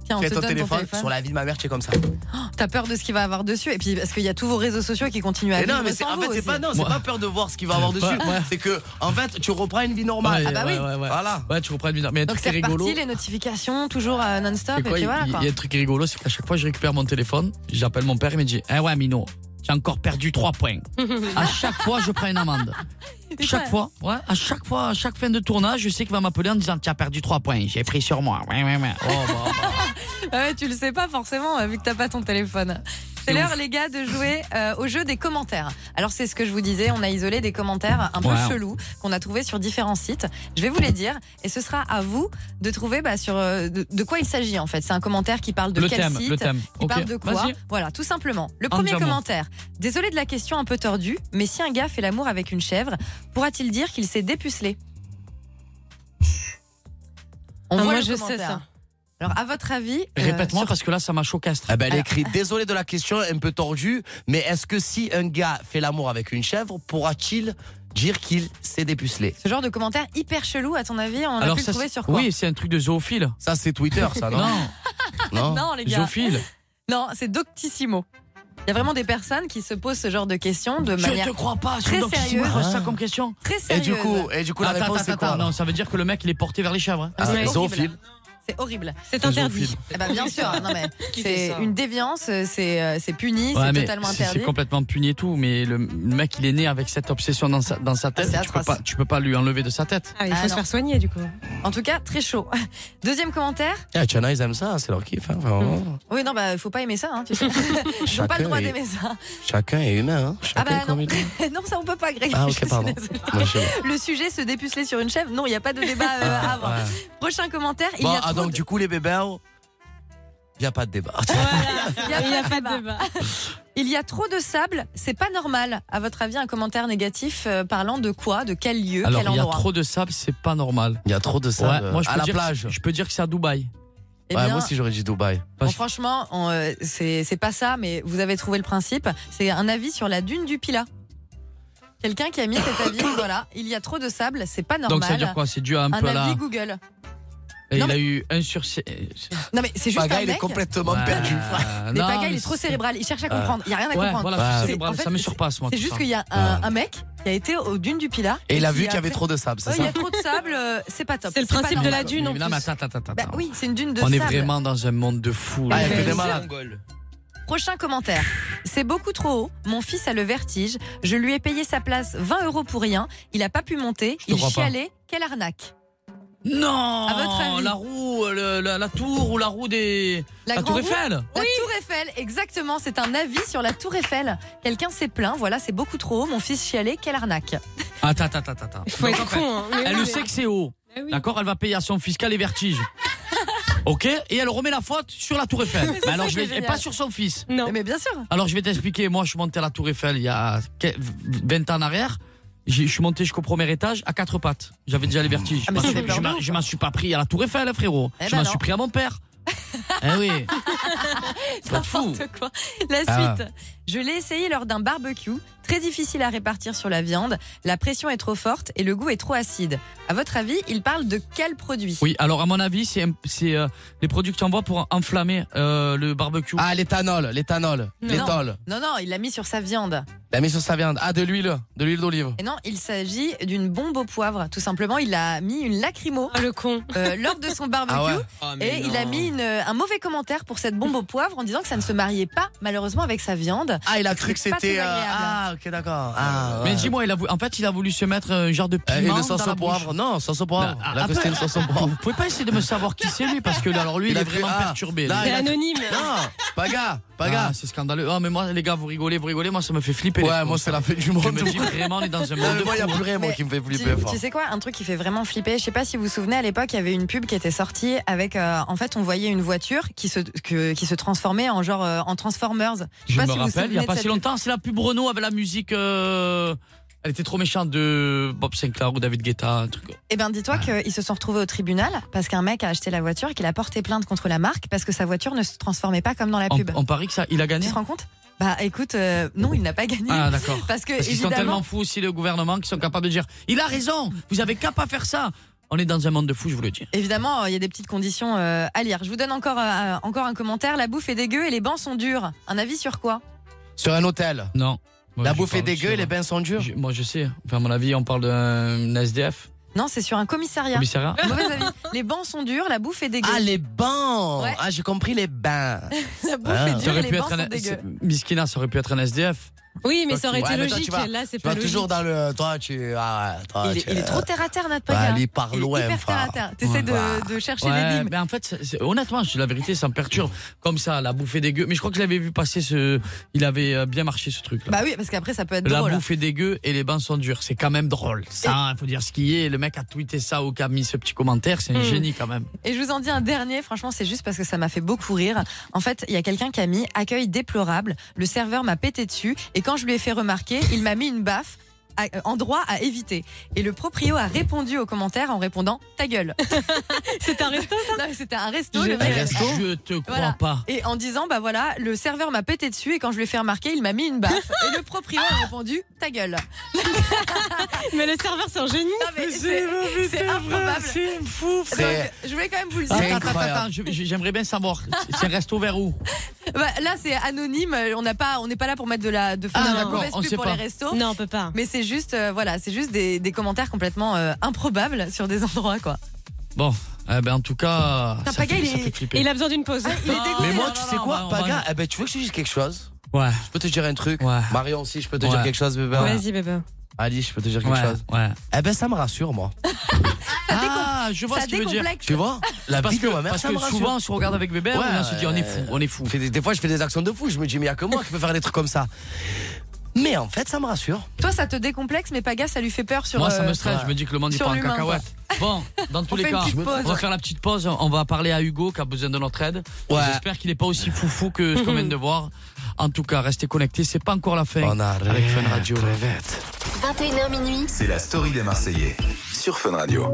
Speaker 7: Tiens, on
Speaker 5: tu
Speaker 7: te
Speaker 5: mets ton
Speaker 7: donne
Speaker 5: téléphone,
Speaker 7: ton téléphone.
Speaker 5: sur la vie de ma mère, tu es comme ça.
Speaker 7: Oh, T'as peur de ce qu'il va avoir dessus, et puis parce qu'il y a tous vos réseaux sociaux qui continuent à
Speaker 5: Et
Speaker 7: vivre
Speaker 5: non, mais c'est-
Speaker 7: sans
Speaker 5: en
Speaker 7: vous
Speaker 5: fait, c'est
Speaker 7: aussi.
Speaker 5: pas, non, c'est pas peur de voir ce qu'il va avoir dessus.
Speaker 4: Ouais, ouais.
Speaker 5: C'est que, en fait, tu reprends une vie normale.
Speaker 4: Ouais,
Speaker 7: Ah, bah
Speaker 4: ouais, ouais, ouais.
Speaker 5: Voilà.
Speaker 4: Ouais, tu reprends une Mais un
Speaker 7: Donc
Speaker 4: truc qui
Speaker 7: c'est
Speaker 4: est rigolo.
Speaker 7: reparti, les notifications, toujours euh, non-stop,
Speaker 4: C'est
Speaker 7: et
Speaker 4: quoi,
Speaker 7: puis
Speaker 4: il,
Speaker 7: voilà,
Speaker 4: il
Speaker 7: quoi.
Speaker 4: y a un truc rigolo, c'est qu'à chaque fois je récupère mon téléphone, j'appelle mon père, il me dit Eh ouais, Mino, j'ai encore perdu 3 points. à chaque fois, je prends une amende. Chaque fois, ouais, à chaque fois, à chaque fin de tournage, je sais qu'il va m'appeler en disant Tiens, perdu 3 points, j'ai pris sur moi. Ouais, ouais, ouais. Oh, bah, bah.
Speaker 7: Ah ouais, tu le sais pas forcément euh, vu que t'as pas ton téléphone. C'est
Speaker 4: C'est
Speaker 7: l'heure,
Speaker 4: ouf.
Speaker 7: les gars, de jouer euh, au jeu des commentaires. Alors, c'est ce que je vous disais, on a isolé des commentaires un peu
Speaker 4: Ouais.
Speaker 7: chelous qu'on a trouvés sur différents sites. Je vais vous les dire et ce sera à vous de trouver bah, sur, euh, de, de quoi il s'agit en fait. C'est un commentaire qui parle de
Speaker 4: Le
Speaker 7: quel
Speaker 4: thème,
Speaker 7: site,
Speaker 4: le thème.
Speaker 7: qui
Speaker 4: Ok,
Speaker 7: parle de quoi.
Speaker 4: vas-y.
Speaker 7: Voilà, tout simplement. Le
Speaker 4: Un
Speaker 7: premier
Speaker 4: diamant.
Speaker 7: commentaire. Désolé de la question un peu tordue, mais si un gars fait l'amour avec une chèvre, pourra-t-il dire qu'il s'est dépucelé On
Speaker 6: Ah,
Speaker 7: voit
Speaker 6: moi,
Speaker 7: le
Speaker 6: je sais
Speaker 7: commentaire.
Speaker 6: ça.
Speaker 7: Alors, à votre avis, euh,
Speaker 4: Répète-moi parce que là, ça m'a choquastre.
Speaker 5: Ah ben, elle écrit Désolé de la question un peu tordue, mais est-ce que si un gars fait l'amour avec une chèvre, pourra-t-il dire qu'il s'est dépucelé
Speaker 7: Ce genre de commentaire hyper chelou, à ton avis, on a pu le
Speaker 4: ça,
Speaker 7: trouver
Speaker 4: c'est-
Speaker 7: sur quoi
Speaker 4: Oui, c'est un truc de zoophile.
Speaker 5: Ça, c'est Twitter, ça, non
Speaker 4: bah.
Speaker 7: non. les gars.
Speaker 4: Zoophile.
Speaker 7: Non, c'est Doctissimo. Il y a vraiment des personnes qui se posent ce genre de questions de manière
Speaker 4: Je te crois pas,
Speaker 7: très sérieuse.
Speaker 4: ça comme question.
Speaker 7: Très
Speaker 5: Et
Speaker 7: sérieuse.
Speaker 5: du coup, et du coup la
Speaker 4: Attends,
Speaker 5: réponse,
Speaker 4: attends,
Speaker 5: c'est quoi
Speaker 4: attends,
Speaker 5: alors
Speaker 4: Non, ça veut dire que le mec, il est porté vers les chèvres. hein.
Speaker 5: Ah,
Speaker 7: c'est
Speaker 5: zoophile.
Speaker 7: C'est horrible.
Speaker 6: C'est interdit.
Speaker 4: Zoophile.
Speaker 7: Eh ben, bien sûr, non mais
Speaker 6: Qui fait
Speaker 7: c'est
Speaker 6: ça
Speaker 7: une déviance, euh, c'est euh, c'est puni,
Speaker 4: Ouais,
Speaker 7: c'est
Speaker 4: mais
Speaker 7: totalement
Speaker 4: c'est-
Speaker 7: interdit.
Speaker 4: C'est complètement puni et tout, mais le, le mec, il est né avec cette obsession dans sa, dans sa tête.
Speaker 7: Ah, c'est
Speaker 4: tu, peux
Speaker 7: atroce.
Speaker 4: pas, tu peux pas lui enlever de sa tête.
Speaker 6: Ah, il faut
Speaker 7: Ah,
Speaker 6: se
Speaker 7: non.
Speaker 6: faire soigner du coup.
Speaker 7: En tout cas, très chaud. Deuxième commentaire.
Speaker 5: Ah, tu en as, ils aiment ça, c'est leur kiff. hein, vraiment.
Speaker 7: Oui, non, bah faut pas aimer ça. Hein, tu sais. Ils ont pas
Speaker 5: Chacun
Speaker 7: le droit
Speaker 5: est-
Speaker 7: d'aimer ça.
Speaker 5: Chacun est humain. Hein.
Speaker 7: Ah
Speaker 5: Chacun
Speaker 7: bah
Speaker 5: est
Speaker 7: non.
Speaker 5: comme il est.
Speaker 7: non, ça on peut pas, Greg.
Speaker 5: Ah,
Speaker 7: Je suis
Speaker 5: ok, pardon.
Speaker 7: désolée.
Speaker 5: Non, je sais pas.
Speaker 7: Le sujet se dépuceler sur une chèvre. Non, il n'y a pas de débat euh, à avoir.
Speaker 5: Ouais.
Speaker 7: Prochain commentaire. il y
Speaker 5: Bon,
Speaker 7: a
Speaker 5: ah,
Speaker 7: trop
Speaker 5: donc,
Speaker 7: de- Ah,
Speaker 5: du coup, les bébés, il n'y a pas de débat.
Speaker 7: Il
Speaker 6: Il
Speaker 7: n'y
Speaker 6: n'y
Speaker 7: a,
Speaker 6: a pas de débat.
Speaker 7: Il y a trop de sable, c'est pas normal. À votre avis, un commentaire négatif euh, parlant de quoi De quel lieu
Speaker 4: Alors,
Speaker 7: Quel
Speaker 4: il y a
Speaker 7: endroit
Speaker 4: trop de sable, c'est pas normal.
Speaker 5: Il y a trop de ça.
Speaker 4: Ouais, moi, je
Speaker 5: à
Speaker 4: peux
Speaker 5: la
Speaker 4: dire que-
Speaker 5: plage.
Speaker 4: Je peux dire que c'est à Dubaï.
Speaker 7: Eh
Speaker 5: Ouais,
Speaker 7: bien,
Speaker 5: moi aussi, j'aurais dit Dubaï.
Speaker 7: bon, franchement, on, euh, c'est c'est pas ça, mais vous avez trouvé le principe. C'est un avis sur la dune du Pila. Quelqu'un qui a mis cet avis, voilà, il y a trop de sable, c'est pas normal.
Speaker 4: Donc, ça veut dire quoi C'est dû à un,
Speaker 7: un
Speaker 4: peu à
Speaker 7: avis
Speaker 4: la.
Speaker 7: Google.
Speaker 4: Et
Speaker 7: Non,
Speaker 4: il a eu un sur. c'est-
Speaker 7: Non mais c'est juste
Speaker 5: Paga,
Speaker 7: un
Speaker 5: Bah, il est
Speaker 7: mec.
Speaker 5: complètement perdu.
Speaker 4: Ah,
Speaker 7: Mais
Speaker 4: non,
Speaker 7: Paga, il
Speaker 4: mais
Speaker 7: est trop
Speaker 4: c'est-
Speaker 7: cérébral. Il cherche à
Speaker 4: Ouais.
Speaker 7: comprendre. Il y a rien à
Speaker 4: Ouais,
Speaker 7: comprendre.
Speaker 4: voilà, je suis
Speaker 7: C'est-
Speaker 4: cérébral,
Speaker 7: en fait,
Speaker 4: ça me
Speaker 7: c'est-
Speaker 4: surpasse, moi.
Speaker 7: C'est
Speaker 4: tout
Speaker 7: juste
Speaker 4: ça.
Speaker 7: qu'il y a un, un mec qui a été aux dunes du Pila.
Speaker 5: Ah. Et il a vu
Speaker 7: qui
Speaker 5: qu'il y avait
Speaker 7: fait-
Speaker 5: trop de sable, c'est
Speaker 7: Ouais, Il y
Speaker 5: ça
Speaker 7: a trop de sable, euh, c'est pas top.
Speaker 6: C'est le
Speaker 7: pas
Speaker 6: principe de la
Speaker 7: normal.
Speaker 6: dune en
Speaker 4: Mais non, mais
Speaker 6: plus.
Speaker 4: attends, attends, attends.
Speaker 7: Bah oui, c'est une dune de
Speaker 4: On est
Speaker 7: sable.
Speaker 4: vraiment dans un monde de fous.
Speaker 5: Ah,
Speaker 4: là.
Speaker 5: il y a que des
Speaker 7: Ouais.
Speaker 5: malades.
Speaker 7: Prochain commentaire. C'est beaucoup trop haut. Mon fils a le vertige. Je lui ai payé sa place 20 euros pour rien. Il a pas pu monter.
Speaker 4: te
Speaker 7: Il
Speaker 4: crois pas.
Speaker 7: chialait. Quelle arnaque.
Speaker 4: Non
Speaker 7: À votre avis
Speaker 4: La roue, le- la, la tour ou la roue des. La,
Speaker 7: grande
Speaker 4: tour Eiffel
Speaker 7: La Tour Eiffel, exactement. C'est un avis sur la Tour Eiffel. Quelqu'un s'est plaint. Voilà, c'est beaucoup trop haut. Mon fils chialait. Quelle arnaque.
Speaker 4: Attends, attends, attends, attends.
Speaker 6: Il faut être
Speaker 4: Donc, en fait,
Speaker 6: con. hein. Mais
Speaker 4: Elle
Speaker 6: oui,
Speaker 4: le
Speaker 6: mais-
Speaker 4: sait que c'est haut.
Speaker 6: Ah oui.
Speaker 4: D'accord Elle va payer à son fiscal les vertiges. ok Et elle remet la faute sur la Tour Eiffel. Mais
Speaker 7: ça
Speaker 4: alors,
Speaker 7: qui
Speaker 4: je
Speaker 7: est
Speaker 4: vais... Et
Speaker 7: génial.
Speaker 4: pas sur son fils.
Speaker 6: Non.
Speaker 7: Eh, Mais bien sûr.
Speaker 4: Alors, je vais t'expliquer. Moi, je suis monté à la Tour Eiffel il y a que- 20 ans en arrière. j'ai- je suis monté jusqu'au premier étage à quatre pattes. J'avais déjà les vertiges.
Speaker 14: Ah, mais
Speaker 4: Je m'en
Speaker 14: c'est
Speaker 4: suis- je
Speaker 14: pardon.
Speaker 4: m'en- je m'en suis pas pris à la Tour Eiffel, hein, frérot.
Speaker 14: Eh
Speaker 4: je
Speaker 14: ben
Speaker 4: m'en
Speaker 14: non.
Speaker 4: suis pris à mon père. eh oui. C'est pas fou.
Speaker 7: N'importe quoi. La suite.
Speaker 4: Ah.
Speaker 7: Je l'ai essayé lors d'un barbecue. Très difficile à répartir sur la viande. La pression est trop forte et le goût est trop acide. À votre avis, il parle de quel produit
Speaker 4: Oui, alors à mon avis, c'est un- c'est euh, les produits que tu envoies pour enflammer euh, le barbecue.
Speaker 14: Ah, l'éthanol, l'éthanol,
Speaker 7: Non.
Speaker 14: l'éthol.
Speaker 7: Non, non, il l'a mis sur sa viande.
Speaker 14: La mise sur sa viande. Ah, de l'huile, de l'huile d'olive.
Speaker 7: Et non, il s'agit d'une bombe au poivre. Tout simplement, il a mis une lacrymo.
Speaker 6: Ah,
Speaker 7: euh,
Speaker 6: le con.
Speaker 7: lors de son barbecue.
Speaker 14: Ah ouais. Ah, mais
Speaker 7: et
Speaker 14: non.
Speaker 7: il a mis une- un mauvais commentaire pour cette bombe au poivre en disant que ça ne se mariait pas, malheureusement, avec sa viande.
Speaker 5: Ah, il a
Speaker 7: cru
Speaker 5: que c'était, euh, ah, ok, d'accord.
Speaker 4: Mais dis-moi, il a vou- en fait, il a voulu se mettre un genre de piment
Speaker 14: Ah, Euh, une sauce
Speaker 4: dans la
Speaker 14: au poivre.
Speaker 4: bouche.
Speaker 14: Non, sauce au poivre.
Speaker 4: Bah,
Speaker 14: Il a
Speaker 4: après-
Speaker 14: testé une sauce au poivre.
Speaker 4: Vous pouvez pas essayer de me savoir qui c'est lui parce que alors lui, il,
Speaker 14: Il a
Speaker 4: est
Speaker 14: cru-
Speaker 4: vraiment
Speaker 14: ah,
Speaker 4: perturbé.
Speaker 14: là, il a- C'est
Speaker 6: anonyme.
Speaker 14: Non, Paga, Paga.
Speaker 4: Paga, c'est scandaleux. Ah, mais moi, les gars, vous rigolez, vous rigolez. Moi, ça me fait flipper.
Speaker 14: Ouais, moi, c'est la fête du monde.
Speaker 4: Je me dis vraiment, on est dans un monde. de
Speaker 14: Moi, il y a
Speaker 4: fous,
Speaker 14: plus
Speaker 4: hein.
Speaker 14: rien, moi, qui me fait
Speaker 7: Tu-
Speaker 14: flipper.
Speaker 7: Tu,
Speaker 14: fort.
Speaker 7: sais quoi, un truc qui fait vraiment flipper, je sais pas si vous vous souvenez, à l'époque, il y avait une pub qui était sortie avec, euh, en fait, on voyait une voiture qui se, que- qui se transformait en genre, euh, en Transformers. sais
Speaker 4: Je
Speaker 7: pas
Speaker 4: me
Speaker 7: si vous vous
Speaker 4: rappelle, il y
Speaker 7: souvenez
Speaker 4: a
Speaker 7: de
Speaker 4: pas
Speaker 7: cette
Speaker 4: si
Speaker 7: pub.
Speaker 4: longtemps, c'est la pub Renault avec la musique. euh, Elle était trop méchante de Bob Sinclair ou David Guetta, un truc.
Speaker 7: Eh ben, dis-toi
Speaker 4: Ah.
Speaker 7: qu'ils se sont retrouvés au tribunal parce qu'un mec a acheté la voiture et qu'il a porté plainte contre la marque parce que sa voiture ne se transformait pas comme dans la
Speaker 4: On,
Speaker 7: pub.
Speaker 4: on parie que ça, il a gagné.
Speaker 7: Tu te rends compte Bah, écoute, euh, non, il n'a pas gagné.
Speaker 4: Ah d'accord.
Speaker 7: Parce que
Speaker 4: qu'ils sont
Speaker 7: évidemment,
Speaker 4: tellement fous aussi le gouvernement qu'ils sont capables de dire il a raison, vous avez qu'à pas faire ça. On est dans un monde de fous, je vous le dis.
Speaker 7: Évidemment, il y a des petites conditions euh, à lire. Je vous donne encore, euh, encore un commentaire. La bouffe est dégueu et les bancs sont durs. Un avis sur quoi
Speaker 14: Sur un hôtel.
Speaker 4: Non.
Speaker 14: la
Speaker 4: je
Speaker 14: bouffe est
Speaker 4: parle-
Speaker 14: dégueu,
Speaker 4: je-
Speaker 14: les bains sont durs.
Speaker 4: Je- moi je sais. Enfin, à mon avis, on parle d'un SDF.
Speaker 7: Non, c'est sur un commissariat.
Speaker 4: Commissariat.
Speaker 7: Mauvais avis. Les bancs sont durs, la bouffe est dégueu.
Speaker 14: Ah, les bains.
Speaker 7: Ouais.
Speaker 14: Ah, j'ai compris les bains.
Speaker 7: La bouffe
Speaker 14: Ah.
Speaker 7: est
Speaker 4: Ça
Speaker 7: dure,
Speaker 4: aurait
Speaker 7: les
Speaker 4: pu
Speaker 7: bancs
Speaker 4: être
Speaker 7: sont
Speaker 4: un.
Speaker 7: dégueux.
Speaker 4: c'est- Miskina, ça aurait pu être un SDF.
Speaker 14: Oh,
Speaker 6: Oui, mais
Speaker 14: Toi,
Speaker 6: ça aurait
Speaker 14: tu-
Speaker 6: été
Speaker 14: ouais, mais toi,
Speaker 6: logique.
Speaker 14: tu vas-
Speaker 6: Là, c'est
Speaker 14: tu
Speaker 6: pas
Speaker 14: vas
Speaker 6: logique.
Speaker 14: toujours dans le. Toi, tu. Ah, ouais, toi,
Speaker 7: Il est,
Speaker 14: tu-
Speaker 7: il est trop terre à terre, notre
Speaker 14: Ouais,
Speaker 4: Bah,
Speaker 7: pote.
Speaker 14: il parle
Speaker 7: Il est
Speaker 14: loin,
Speaker 7: hyper terre à
Speaker 14: frère.
Speaker 7: terre. T'essaies de, de chercher
Speaker 4: Ouais,
Speaker 7: l'énigme.
Speaker 4: mais en fait, c'est- c'est- honnêtement, je- la vérité, ça me perturbe. Comme ça, la bouffe est dégueu. Mais je crois que je l'avais vu passer ce. Il avait euh, bien marché ce truc. là.
Speaker 7: Bah oui, parce qu'après, ça peut être
Speaker 4: La
Speaker 7: drôle.
Speaker 4: bouffe est dégueu et les bains sont durs. C'est quand même drôle. Ça, il faut dire ce qui est. Le mec a tweeté ça ou qui a mis ce petit commentaire. C'est un
Speaker 7: Hmm.
Speaker 4: génie quand même.
Speaker 7: Et je vous en dis un dernier, franchement, c'est juste parce que ça m'a fait beaucoup rire. En fait, il y a quelqu'un qui a mis accueil déplorable, le serveur m'a pété dessus, et quand je lui ai fait remarquer, il m'a mis une baffe. à- euh, Endroit à éviter. Et le proprio a répondu aux commentaires en répondant ta gueule.
Speaker 6: C'était un resto
Speaker 7: ça C'était un resto,
Speaker 4: je,
Speaker 7: le mec.
Speaker 4: je te crois
Speaker 7: Voilà.
Speaker 6: Ah.
Speaker 4: pas.
Speaker 7: Et en disant, bah voilà, le serveur m'a pété dessus et quand je lui ai fait remarquer, il m'a mis une baffe. Et le proprio a répondu, ta gueule.
Speaker 6: Mais le serveur, c'est un génie.
Speaker 7: Non, mais c'est c'est improbable.
Speaker 14: fou,
Speaker 7: Donc, je voulais quand même vous le
Speaker 4: Attends,
Speaker 7: dire.
Speaker 4: Ah, attends, attends, attends, je- je- j'aimerais bien savoir. C'est un resto vers où
Speaker 7: Bah, là, c'est anonyme. euh, On n'a pas, on n'est pas là pour mettre de la, de faire
Speaker 4: Ah,
Speaker 7: de la
Speaker 4: d'accord,
Speaker 7: mauvaise
Speaker 4: on
Speaker 7: pub
Speaker 4: sait
Speaker 7: pour
Speaker 4: pas.
Speaker 7: les restos.
Speaker 6: Non, on peut pas.
Speaker 7: Mais c'est juste, euh, voilà, c'est juste des, des commentaires complètement euh, improbables sur des endroits, quoi.
Speaker 4: Bon, eh ben, en tout cas.
Speaker 7: Putain,
Speaker 4: ça
Speaker 7: Paga,
Speaker 4: fait-
Speaker 7: il
Speaker 4: ça
Speaker 7: est-
Speaker 4: fait flipper.
Speaker 6: Et il a besoin d'une pause.
Speaker 7: Il est dégoûté.
Speaker 14: Mais moi,
Speaker 4: non,
Speaker 14: tu
Speaker 4: non,
Speaker 14: sais
Speaker 4: non,
Speaker 7: Ah,
Speaker 14: quoi,
Speaker 4: on va- on
Speaker 14: Paga
Speaker 4: va-
Speaker 14: Eh ben, tu veux que je te dise quelque chose
Speaker 4: Ouais,
Speaker 14: Je peux te dire un truc.
Speaker 4: ouais.
Speaker 14: Marion aussi, je peux te
Speaker 4: Ouais.
Speaker 14: dire quelque chose, bébé.
Speaker 6: Vas-y, bébé.
Speaker 14: Ali, je peux te dire quelque
Speaker 4: ouais,
Speaker 14: chose.
Speaker 4: ouais.
Speaker 14: Eh ben, ça me rassure, moi.
Speaker 4: Ah, je vois
Speaker 7: ça
Speaker 4: ce qu'il veut dire.
Speaker 7: décomplexe.
Speaker 14: Tu vois La
Speaker 4: Parce
Speaker 14: vie
Speaker 4: que,
Speaker 14: de ma mère,
Speaker 4: parce
Speaker 14: ça
Speaker 4: que
Speaker 14: me rassure.
Speaker 4: souvent, on se regarde avec bébé,
Speaker 14: Ouais,
Speaker 4: on se dit on est fou,
Speaker 14: euh,
Speaker 4: on est fou.
Speaker 14: Je fais des, des fois, je fais des actions de fou. Je me dis, mais il n'y a que moi qui peux faire des trucs comme ça. Mais en fait, ça me rassure.
Speaker 7: Toi, ça te décomplexe, mais Paga, ça lui fait peur sur.
Speaker 4: Moi, ça
Speaker 7: euh,
Speaker 4: me stresse. Je me dis que le monde, il
Speaker 7: sur
Speaker 4: part en
Speaker 7: l'humain,
Speaker 4: cacahuète. Bon, dans tous
Speaker 7: On
Speaker 4: les
Speaker 7: fait une
Speaker 4: cas,
Speaker 7: petite pause.
Speaker 4: on va faire la petite pause. On va parler à Hugo qui a besoin de notre aide.
Speaker 14: Ouais.
Speaker 4: J'espère qu'il n'est pas aussi foufou que ce qu'on vient de voir. En tout cas, restez connectés. C'est pas encore la fin.
Speaker 14: On a
Speaker 4: avec Fun Radio.
Speaker 3: 21h minuit.
Speaker 1: C'est la story des Marseillais sur Fun Radio.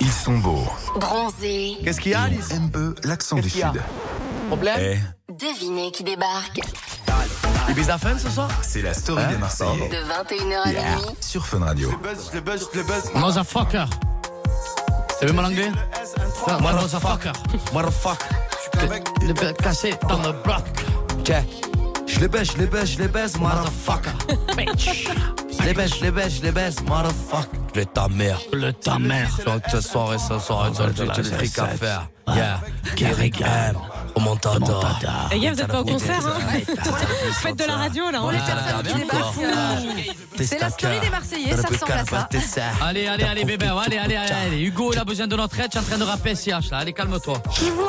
Speaker 1: Ils sont beaux.
Speaker 3: Bronzé.
Speaker 5: Qu'est-ce qu'il y a, Alice
Speaker 1: Ils ont un peu l'accent
Speaker 5: Qu'est-ce
Speaker 1: du
Speaker 5: qu'il y a
Speaker 1: Sud.
Speaker 14: Problème
Speaker 1: Eh,
Speaker 3: Devinez qui débarque.
Speaker 5: Les baiser à fun ce soir Hein
Speaker 1: c'est la story des Marseillais
Speaker 3: De 21h à
Speaker 1: Yeah.
Speaker 3: minuit.
Speaker 1: sur Fun Radio.
Speaker 15: Le buzz, le buzz.
Speaker 4: Motherfucker. T'as vu mon anglais Ça, Motherfucker.
Speaker 14: Motherfuck.
Speaker 4: Le bec cassé dans le bloc.
Speaker 14: Tiens. Je les baisse, je les baisse, je les baisse, motherfucker.
Speaker 4: Bitch.
Speaker 14: Je les baisse, je les baisse, je les baisse, motherfucker. Je vais ta mère.
Speaker 4: Le ta mère.
Speaker 14: Donc, ce soir et ce soir, tu as le truc à faire. Yeah. Gary Graham. Commentateur.
Speaker 6: Les gars, Eh, vous êtes pas au concert, hein Faites de la radio, là.
Speaker 7: Les
Speaker 6: hein.
Speaker 7: personnes qui débarquent.
Speaker 6: euh,
Speaker 7: C'est la story des Marseillais, ça ressemble à ça.
Speaker 4: Allez, allez, allez, bébé. Allez, allez, allez, allez. Hugo, il a besoin de notre aide. Je suis en train de rappeler SCH là. Allez, calme-toi.
Speaker 7: Hugo,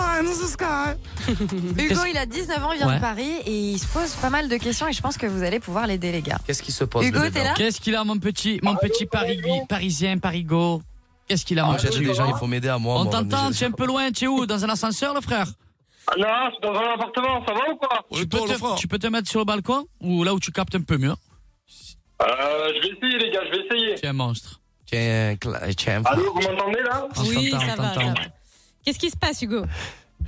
Speaker 7: il a 19 ans, il vient
Speaker 4: Ouais.
Speaker 7: de Paris et il se pose pas mal de questions et je pense que vous allez pouvoir l'aider, les gars.
Speaker 14: Qu'est-ce qui se pose
Speaker 7: Hugo, t'es là
Speaker 4: Qu'est-ce qu'il a, mon petit, mon petit Parigui- parisien, Parigo Qu'est-ce qu'il a,
Speaker 5: Ah,
Speaker 4: mon
Speaker 14: J'ai
Speaker 4: petit
Speaker 14: des gens, il faut m'aider à moi.
Speaker 4: On
Speaker 14: moi,
Speaker 4: t'entend,
Speaker 14: mais
Speaker 4: tu
Speaker 14: j'ai-
Speaker 4: es un peu loin, tu es où Dans un ascenseur, le frère
Speaker 11: Ah non, je suis dans un appartement, ça va ou quoi
Speaker 4: tu, peux te, tu peux te mettre sur le balcon ou là où tu captes un peu mieux.
Speaker 11: Euh, je vais essayer, les gars, je vais essayer.
Speaker 4: Tu es un monstre.
Speaker 5: Tu es un cla- tu es un
Speaker 11: Allô, vous m'entendez là
Speaker 6: Oui,
Speaker 5: On s'entend,
Speaker 6: ça va.
Speaker 5: on t'entend.
Speaker 6: ça va. Qu'est-ce qui se passe, Hugo